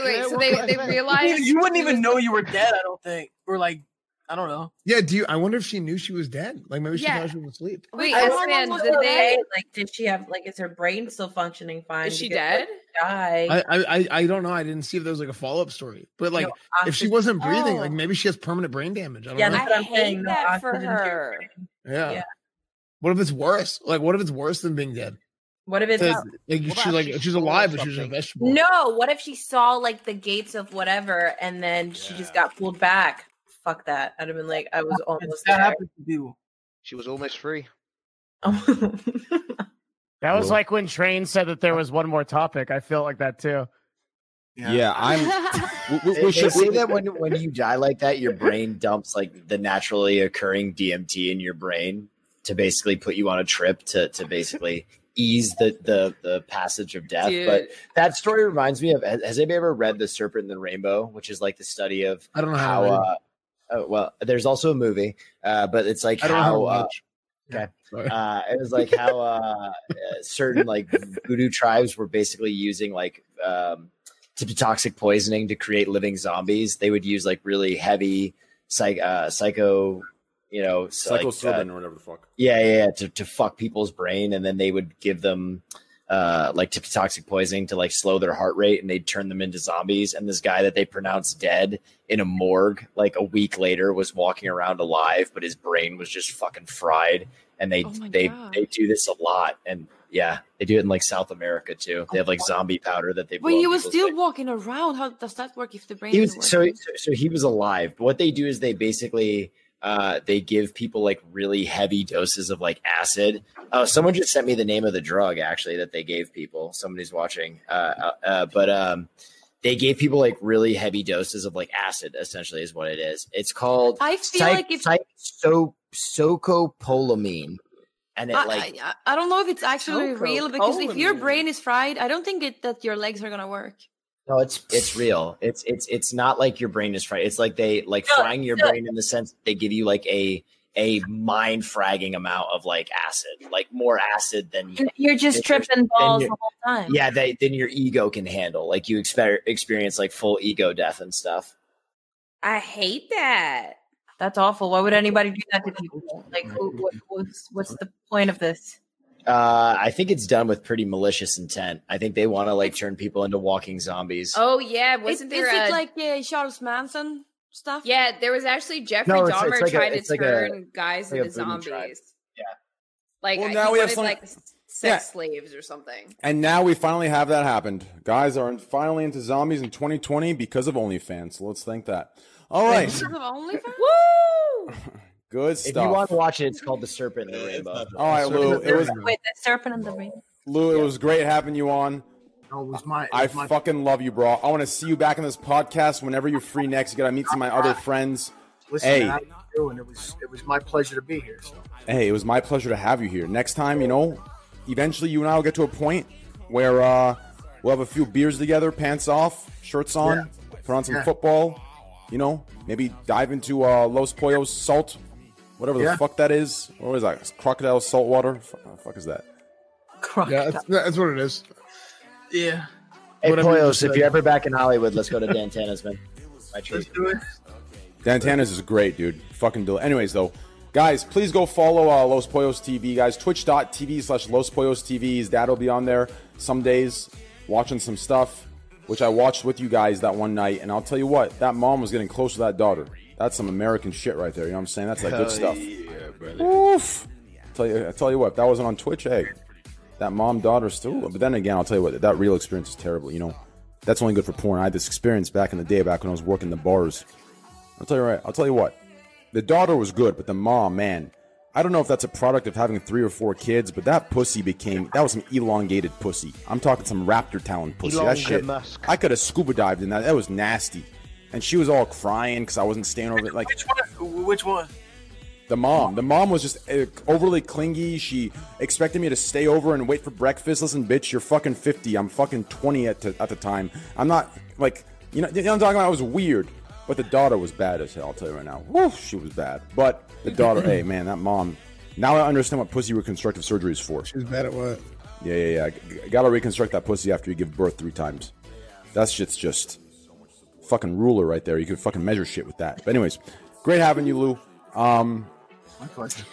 wait.
Yeah,
so
well,
they,
like
they
that.
realized
You wouldn't even know you were dead. I don't think. Or like, I don't know.
yeah. Do you? I wonder if she knew she was dead. Like maybe she
Yeah.
thought she was asleep.
Wait,
I
I
don't
understand.
know
Did
what
they
they-
like? Did she have like? Is her brain still functioning fine?
Is she
Because,
dead?
like, Die.
I, I I- I don't know. I didn't see if there was like a follow up story. But like,
No,
if she
oxygen-
wasn't breathing,
Oh.
like maybe she has permanent brain damage. I don't
yeah,
know.
that's what I'm saying. No
that for
oxygen to your
her.
brain.
yeah.
yeah.
What if it's worse? Like, what if it's worse than being dead?
What if it's
Like, she's like she's alive, but she's a vegetable.
no? What if she saw like the gates of whatever, and then she just got pulled back? Fuck that! I'd have been like, I was almost
That
there.
happened to you.
She was almost free.
That was
Lou.
like when Train said that there was one more topic. I feel like that too.
Yeah, I'm. we-
They,
we- we
they
should-
say that when when you die like that, your brain dumps like the naturally occurring DMT in your brain to basically put you on a trip to to basically ease the the the passage of death.
Dude.
But that story reminds me of has has anybody ever read The Serpent and the Rainbow, which is like the study of
I don't know how to read.
uh, oh, well, there's also a movie, uh, but it's like
I don't know
how
how
uh,
much.
Okay. Uh, it was like how uh, uh, certain like voodoo tribes were basically using like um, to- toxic poisoning to create living zombies. They would use like really heavy psych uh, psycho, you know, s- like,
Psilocybin
uh,
or whatever the fuck.
yeah, yeah, yeah to, to fuck people's brain, and then they would give them uh, like to toxic poisoning to like slow their heart rate, and they'd turn them into zombies. And this guy that they pronounced dead in a morgue like a week later was walking around alive, but his brain was just fucking fried. And they
Oh my
they
God.
they do this a lot, and yeah, they do it in like South America too. They have like zombie powder that they.
Oh But
blow
he
up
was
people's
still walking around. How does that work if the brain
he was
is
so,
working?
so so he was alive but what they do is they basically uh they give people like really heavy doses of like acid oh someone just sent me the name of the drug actually that they gave people somebody's watching uh, uh, uh but um they gave people like really heavy doses of like acid essentially is what it is it's called
I feel like if-
so socopolamine and it
I,
like
I, I don't know if it's actually
Choco
real because if your
Colamine.
brain is fried, I don't think it, that your legs are gonna work.
No, it's it's real. It's it's it's not like your brain is fried. It's like they like frying your brain in the sense that they give you like a a mind fragging amount of like acid, like more acid than
You're just
than your-
tripping
than
balls the
your-
whole time.
Yeah, they, then your ego can handle. Like you exper- experience like full ego death and stuff.
I hate that. That's awful. Why would anybody do that to people? Like, who, what, what's, what's the point of this?
Uh, I think it's done with pretty malicious intent. I think they want to like turn people into walking zombies.
Oh yeah, wasn't
Is-
there
is
a
it like uh, Charles Manson stuff?
Yeah, there was actually Jeffrey
No, it's-
Dahmer
it's like a-
tried
it's
to
like a-
turn guys
like a
into
voodoo tribe.
zombies. Yeah, like
Well,
I-
now
he
we have
wanted,
some-
like s-
Yeah.
sex slaves or something.
And now we finally have that happened. Guys are finally into zombies in 2020 because of OnlyFans. So let's thank that. All right.
Woo!
Good
If
stuff.
you want to watch it, it's called The Serpent and the Rainbow.
All right, Lou. It was
Wait, the serpent and the rainbow.
Lou. It was great having you on.
No, it was my.
I fucking love you, bro. I want to see you back on this podcast whenever you're free next. You gotta meet some of my other friends.
Listen,
hey,
I do, and it was it was my pleasure to be here. So
hey, it was my pleasure to have you here. Next time, you know, eventually you and I will get to a point where uh, we'll have a few beers together, pants off, shirts on, put on some
Yeah.
football, you know, maybe dive into uh, Los Pollos salt, whatever
Yeah.
the fuck that is. What is that? Crocodile salt water? Fuck, the fuck is that?
Yeah, that's, that's what it is. Yeah.
Hey,
Whatever you
Poyos,
just
if
said.
you're ever back in Hollywood, let's go to Dantana's, man. My treat.
Dantana's is great, dude. Fucking del- Anyways, though, guys, please go follow uh, Los Pollos TV, guys. Twitch.tv slash Los Pollos TV. His dad will be on there some days watching some stuff, which I watched with you guys that one night. And I'll tell you what, that mom was getting close to that daughter. That's some American shit right there. You know what I'm saying? That's like good stuff. Uh, Oof. Tell you, I tell you what, if that wasn't on Twitch, hey, that mom daughter still. But then again, I'll tell you what, that real experience is terrible. You know, that's only good for porn. I had this experience back in the day, back when I was working the bars. I'll tell you right. I'll tell you what. The daughter was good, but the mom, man, I don't know if that's a product of having three or four kids, but that pussy became that was some elongated pussy. I'm talking some raptor talon pussy. that
Elon
shit.
Musk.
I could have scuba dived in that. That was nasty. And she was all crying because I wasn't staying over it. Like
Which one?
the mom. The mom was just uh, overly clingy. She expected me to stay over and wait for breakfast. Listen, bitch, you're fucking 50. I'm fucking 20 at, t- at the time. I'm not, like, you know, you know what I'm talking about? I was weird. But the daughter was bad as hell, I'll tell you right now. Woo, she was bad. But the daughter, hey, man, that mom. Now I understand what pussy reconstructive surgery is for.
She's bad at what?
Yeah, yeah, yeah. G- g- gotta reconstruct that pussy after you give birth three times. That shit's just fucking ruler right there. You could fucking measure shit with that. But anyways, great having you, Lou. Um,
my pleasure.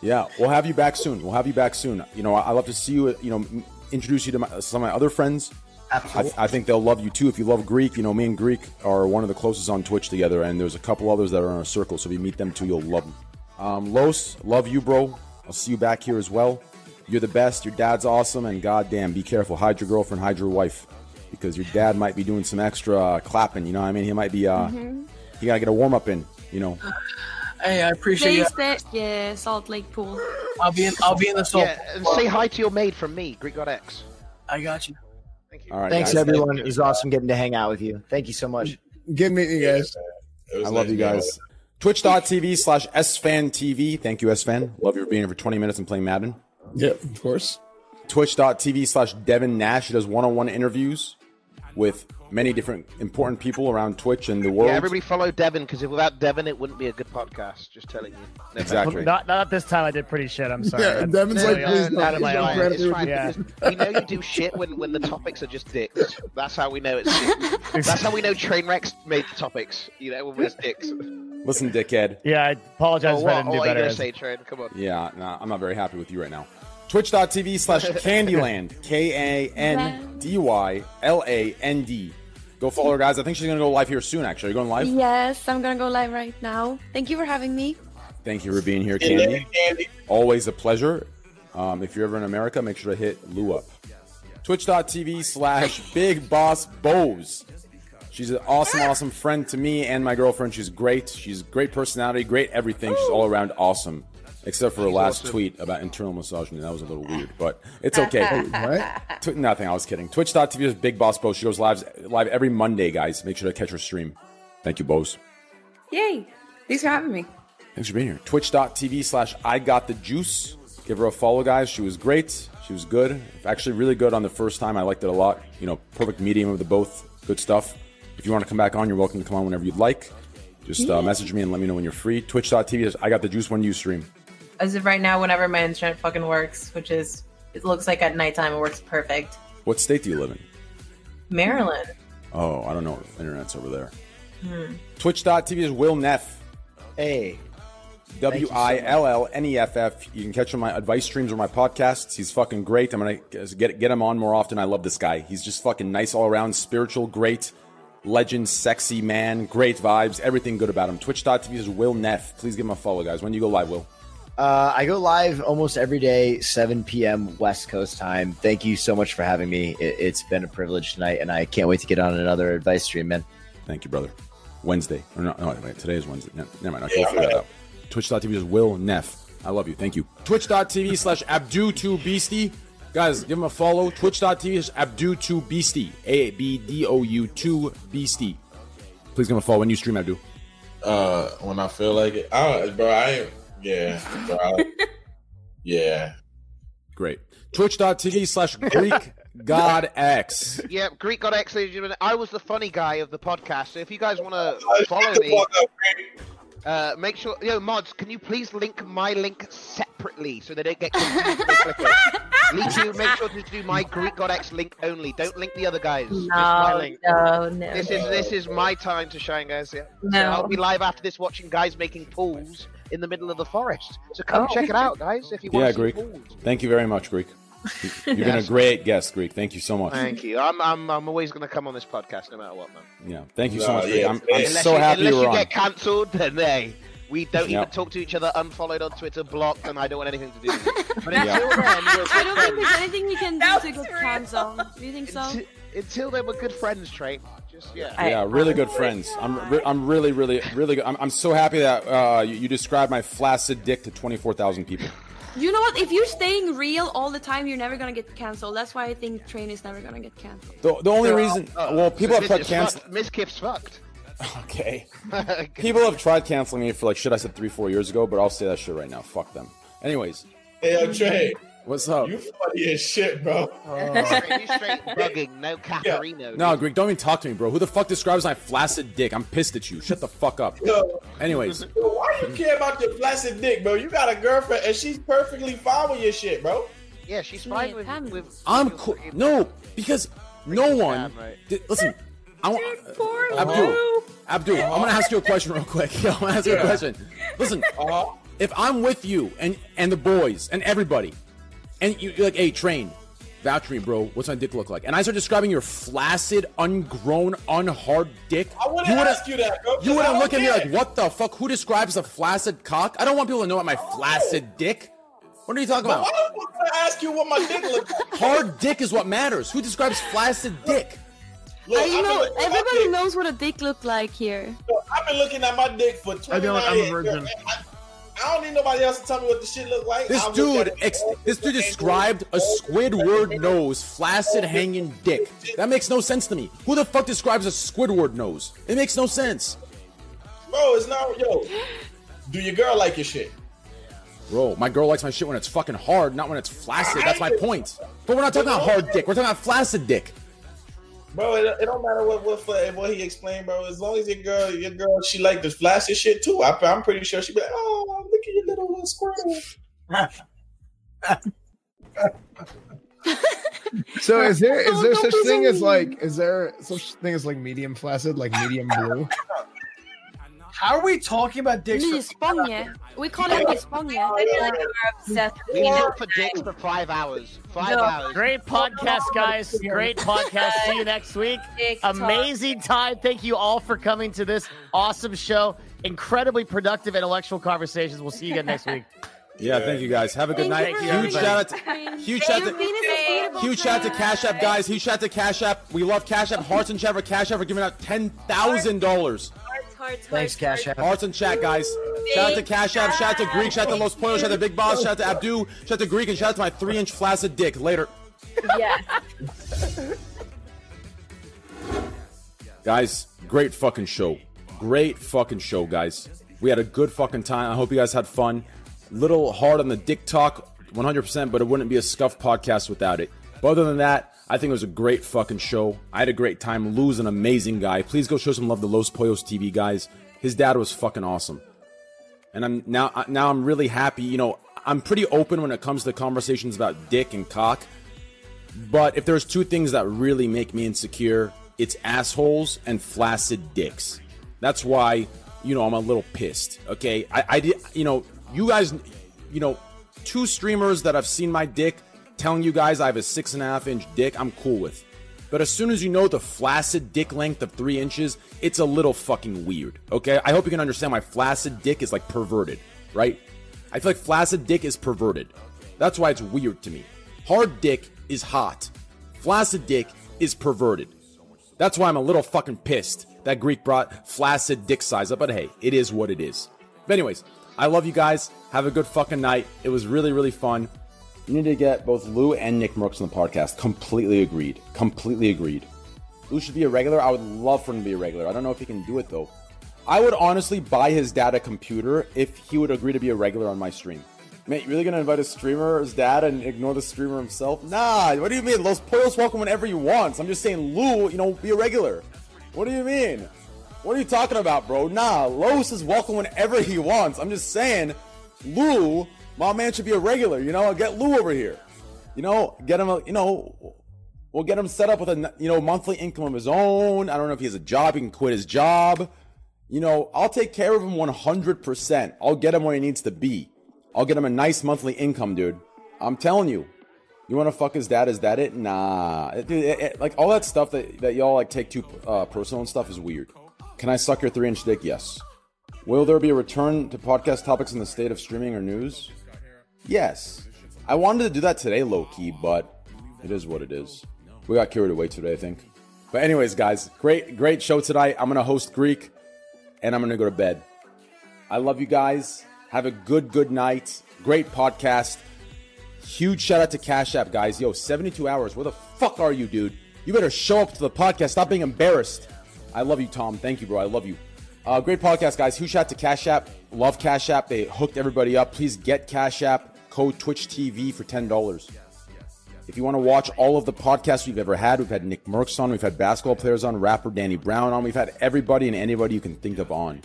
yeah, we'll have you back soon. We'll have you back soon. You know, I, I love to see you. You know, m- introduce you to my, some of my other friends.
Absolutely.
I, I think they'll love you too. If you love Greek, you know, me and Greek are one of the closest on Twitch together, and there's a couple others that are in our circle. So if you meet them too, you'll love them. Um, Los, love you, bro. I'll see you back here as well. You're the best. Your dad's awesome, and goddamn, be careful. Hide your girlfriend, hide your wife, because your dad might be doing some extra uh, clapping. You know what I mean? He might be. Uh,
Mm-hmm.
Mm-hmm.
Mhm.
He gotta get a warm up in. You know.
Hey, I appreciate you.
Please, that yeah, Salt Lake Pool.
I'll be in. I'll be in the soul.
Yeah, and say hi to your maid from me, Greek God X.
I got you.
All right.
Thanks,
guys.
everyone. It was awesome getting to hang out with you. Thank you so much.
Good meeting you guys.
I love
nice
you
being
guys. Twitch.tv slash SFanTV. Thank you, SFan. Love your being here for 20 minutes and playing Madden.
Yep, of course.
Twitch.tv slash Devin Nash. He does one on one interviews with many different important people around Twitch and the world.
Yeah, everybody follow Devin because if without Devin, it wouldn't be a good podcast. Just telling you. No,
Exactly.
Not not this time. I did pretty shit. I'm sorry.
Yeah,
That's
Devin's
really
like,
out-
please
out
don't.
of my
It's
element.
fine,
It's fine
Yeah.
because we know you do shit when, when the topics are just dicks. That's how we know it's. Dicks. That's how we know train wrecks made the topics. You know, when it's dicks.
Listen, dickhead.
Yeah, I apologize
Oh,
if I
what,
didn't
oh,
do
what are you
better.
gonna say, Train? Come on.
Yeah, nah, I'm not very happy with you right now. Twitch.tv slash Candyland. K A N D Y L A N D. Go follow her, guys. I think she's going to go live here soon, actually. Are you going live?
Yes, I'm gonna go live right now. Thank you for having me.
Thank you for being here,
Yeah,
Candy. Always a pleasure. Um, if you're ever in America, make sure to hit Lou up. Twitch.tv slash Big Boss Bose. She's an awesome, awesome friend to me and my girlfriend. She's great. She's great personality, great everything. She's all around awesome, except for her
She's
last
awesome.
tweet about internal misogyny. That was a little weird, but it's okay. Tw- nothing. I was kidding. Twitch.tv is Big Boss Bose. She goes live live every Monday, guys. Make sure to catch her stream. Thank you, Bose.
Yay! Thanks for having me.
Thanks for being here. Twitch.tv slash I Got The Juice. Give her a follow, guys. She was great. She was good. Actually, really good on the first time. I liked it a lot. You know, perfect medium of the both. Good stuff. If you want to come back on, you're welcome to come on whenever you'd like. Just uh,
Yeah.
message me and let me know when you're free. Twitch.tv is I Got The Juice when you stream.
As of right now, whenever my internet fucking works, which is, it looks like at nighttime, it works perfect.
What state do you live in?
Hmm. Maryland.
Oh, I don't know. Internet's over there.
Hmm.
Twitch.tv is Will Neff.
Hey.
W I L L N E F F. You can catch him on my advice streams or my podcasts. He's fucking great. I'm gonna get get him on more often. I love this guy. He's just fucking nice all around, spiritual, great. legend, sexy man, great vibes, everything good about him. Twitch.tv is Will Neff. Please give him a follow, guys. When do you go live, Will?
Uh, I go live almost every day, 7 p.m. West Coast time. Thank you so much for having me. It, it's been a privilege tonight, and I can't wait to get on another advice stream, man.
Thank you, brother. Wednesday. Or no, no, wait, today is Wednesday. No, never mind. I can't figure that out. Twitch.tv is Will Neff. I love you. Thank you. Twitch.tv slash Abdu2Beastie. Guys, give him a follow. Twitch.tv slash Abdu2Beastie. A B D O U 2 Beastie. Please give him a follow when you stream, Abdu.
Uh, when I feel like it, I don't, bro. I ain't- yeah, bro, I- yeah.
Great. Twitch.tv slash Greek God X.
Yeah, Greek God X. I was the funny guy of the podcast, so if you guys want to follow me, uh, make sure, yo, mods, can you please link my link separately so they don't get confused when they click it? Need to make sure to do my Greek God X link only. Don't link the other guys. Just my
No,
link.
no, no.
This is this is my time to shine, guys. Yeah.
No.
So I'll be live after this, watching guys making pools in the middle of the forest. So come
Oh.
check it out, guys, if you want
Yeah,
to see
Greek.
pools.
Thank you very much, Greek. You've been a
Yes.
great guest, Greek. Thank you so much.
Thank you. I'm I'm I'm always gonna come on this podcast no matter what, man.
Yeah, thank you so
No,
much. Greek.
yeah,
I'm, I'm
unless
so
you,
happy
unless
you were
you
on.
get cancelled, then hey, we don't
Yeah.
even talk to each other. Unfollowed on Twitter, blocked, and I don't want anything to do with it. But
Yeah.
until then, we're
I don't
good
think there's
friends.
anything we can do to get canceled. Do you think so?
Until then, we're good friends, Trey. Just yeah.
Yeah, really good friends. I'm re- I'm really really really good. I'm, I'm so happy that uh, you, you described my flaccid dick to 24,000 people.
You know what? If you're staying real all the time, you're never gonna get canceled. That's why I think train is never gonna get canceled.
The, the only
Girl.
reason well people have
Miss
tried
is
cancel
uh, fucked. Miss Kip's fucked.
okay. people have tried canceling me for like shit I said 3 4 years ago, but I'll say that shit right now. Fuck them. Anyways,
Hey, yo, Trey.
What's up?
You funny as shit, bro.
you straight bugging, no Caparino.
no, Greek, don't even talk to me, bro. Who the fuck describes my flaccid dick? I'm pissed at you. Shut the fuck up.
Yo.
Anyways,
Yo, why you care about your flaccid dick, bro? You got a girlfriend and she's perfectly fine with your shit, bro.
Yeah, she's fine with, with
I'm cool. No, because no one. Di- listen, I want Abdul. Abdul, I'm gonna ask you a question real quick. I'm gonna ask you a
Yeah.
question. Listen, if I'm with you and and the boys and everybody, and you, you're like, hey, train, vouch for me, bro. What's my dick look like? And I start describing your flaccid, ungrown, unhard dick. I
wouldn't ask you that, bro, 'cause
You
I
wouldn't
don't
look at me
care.
like, what the fuck? Who describes a flaccid cock? I don't want people to know about my flaccid dick. What are you talking
But
about?
why the fuck did I ask you what my dick looks like?
Hard dick is what matters. Who describes flaccid dick?
Look,
Uh, you
I've been
know,
looking at my
everybody
dick-
knows what a dick looked like here.
I've been looking at my dick for 29
don't- I'm a
years.
virgin.
I, I don't need nobody else to tell me what the shit look like.
This
I'll look at
dude,
it.
ex- this dude described a Squidward nose, flaccid hanging dick. That makes no sense to me. Who the fuck describes a Squidward nose? It makes no sense,
Bro, it's not yo. Do your girl like your shit?
bro. My girl likes my shit when it's fucking hard, not when it's flaccid. That's my point. But we're not talking about hard dick. We're talking about flaccid dick.
Bro, it, it don't matter what what fla- what he explained, bro. As long as your girl, your girl, she like the flashy shit too. I, I'm pretty sure she be like, oh, look at your little uh, squirrel.
So is there is there such thing as like is there such thing as like medium flaccid, like medium blue?
How are we talking about dicks? Oh,
Nysponje. We call it nysponje.
I feel like we're obsessed with
We
you.
look for dicks for five hours. Five
No.
hours.
Great podcast, guys. Great podcast. See you next week.
TikTok.
Amazing time. Thank you all for coming to this awesome show. Incredibly productive intellectual conversations. We'll see you again next week.
Yeah, thank you guys. Have a good night.
Thank you,
Huge
everybody.
shout out, to, huge shout out, to, huge shout out to Cash App guys. Huge shout out to Cash App. We love Cash App. Hearts and chat for Cash App for giving out ten thousand dollars.
Thanks, Cash App.
Hearts and chat, guys. Shout out to Cash App. Shout out to Greek. Shout out to Los Pollos. Shout out to Big Boss. Shout out to Abdu. Shout out to Greek. And shout out to my three-inch flaccid dick. Later,
Yes.
guys. Great fucking show. Great fucking show, guys. We had a good fucking time. I hope you guys had fun. Little hard on the dick talk, 100%, but it wouldn't be a scuff podcast without it. But other than that, I think it was a great fucking show. I had a great time. Lou's an amazing guy. Please go show some love to Los Pollos TV, guys. His dad was fucking awesome. and I'm now I- now I'm really happy. You know, I'm pretty open when it comes to conversations about dick and cock. But if there's two things that really make me insecure, it's assholes and flaccid dicks. That's why, you know, I'm a little pissed. Okay, I, I did. You know, you guys, you know, two streamers that I've seen my dick telling you guys I have a six and a half inch dick. I'm cool with. But as soon as you know the flaccid dick length of three inches, it's a little fucking weird. Okay? I hope you can understand my flaccid dick is like perverted, right? I feel like flaccid dick is perverted. That's why it's weird to me. Hard dick is hot. Flaccid dick is perverted. That's why I'm a little fucking pissed that Greek brought flaccid dick size up, but hey, it is what it is. But anyways, I love you guys. Have a good fucking night. It was really, really fun. You need to get both Lou and Nick Merckx on the podcast. Completely agreed. Completely agreed. Lou should be a regular. I would love for him to be a regular. I don't know if he can do it though. I would honestly buy his dad a computer if he would agree to be a regular on my stream. Mate, you really gonna invite a streamer's dad and ignore the streamer himself? Nah, what do you mean? Los Pollos welcome whenever you want. I'm just saying, Lou, you know, be a regular. What do you mean? What are you talking about, bro? Nah, Los is welcome whenever he wants. I'm just saying, Lou, my man should be a regular. You know, get Lou over here. You know, get him. A, you know, we'll get him set up with a you know monthly income of his own. I don't know if he has a job. He can quit his job. You know, I'll take care of him 100%. I'll get him where he needs to be. I'll get him a nice monthly income, dude. I'm telling you. You want to fuck his dad? Is that it? Nah, It- dude. it- it- like all that stuff that, that y'all like take too uh, personal and stuff is weird. Can I suck your three-inch dick? Yes. Will there be a return to podcast topics in the state of streaming or news? Yes. I wanted to do that today, low key, but it is what it is. We got carried away today, I think. But anyways, guys, great great show tonight. I'm gonna host Greek, and I'm gonna go to bed. I love you guys. Have a good good night. Great podcast. Huge shout out to Cash App, guys. Yo, 72 hours. Where the fuck are you, dude? You better show up to the podcast. Stop being embarrassed. I love you, Tom. Thank you, bro. I love you. Uh, great podcast, guys. Huge shout out to Cash App. Love Cash App. They hooked everybody up. Please get Cash App. Code Twitch TV for $10. If you want to watch all of the podcasts we've ever had, we've had Nick Merckx on, we've had basketball players on, rapper Danny Brown on, we've had everybody and anybody you can think of on.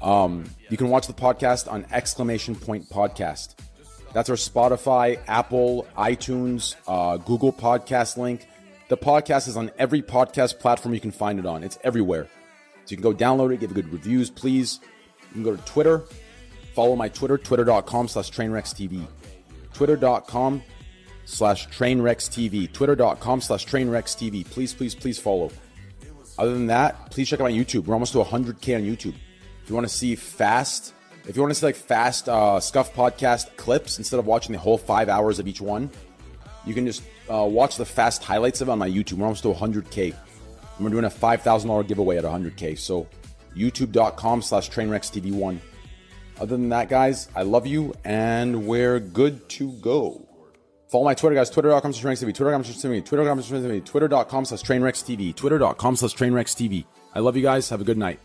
Um, you can watch the podcast on exclamation point podcast. That's our Spotify, Apple, iTunes, uh, Google podcast link. The podcast is on every podcast platform you can find it on. It's everywhere. So you can go download it, give it good reviews, please. You can go to Twitter, follow my Twitter, twitter.com slash trainwreckstv. Twitter.com slash trainwreckstv. Twitter.com slash trainwreckstv. Please, please, please follow. Other than that, please check out my YouTube. We're almost to 100K on YouTube. If you want to see fast, if you want to see like fast uh, scuff podcast clips instead of watching the whole five hours of each one, you can just uh, watch the fast highlights of it on my YouTube. We're almost to 100K. And we're doing a $5,000 giveaway at 100K. So youtube.com slash trainwreckstv1. Other than that, guys, I love you and we're good to go. Follow my Twitter, guys. Twitter.com slash trainwreckstv. Twitter.com slash trainwreckstv. Twitter.com slash trainwreckstv. Twitter.com slash trainwreckstv. Twitter.com slash trainwreckstv. I love you guys. Have a good night.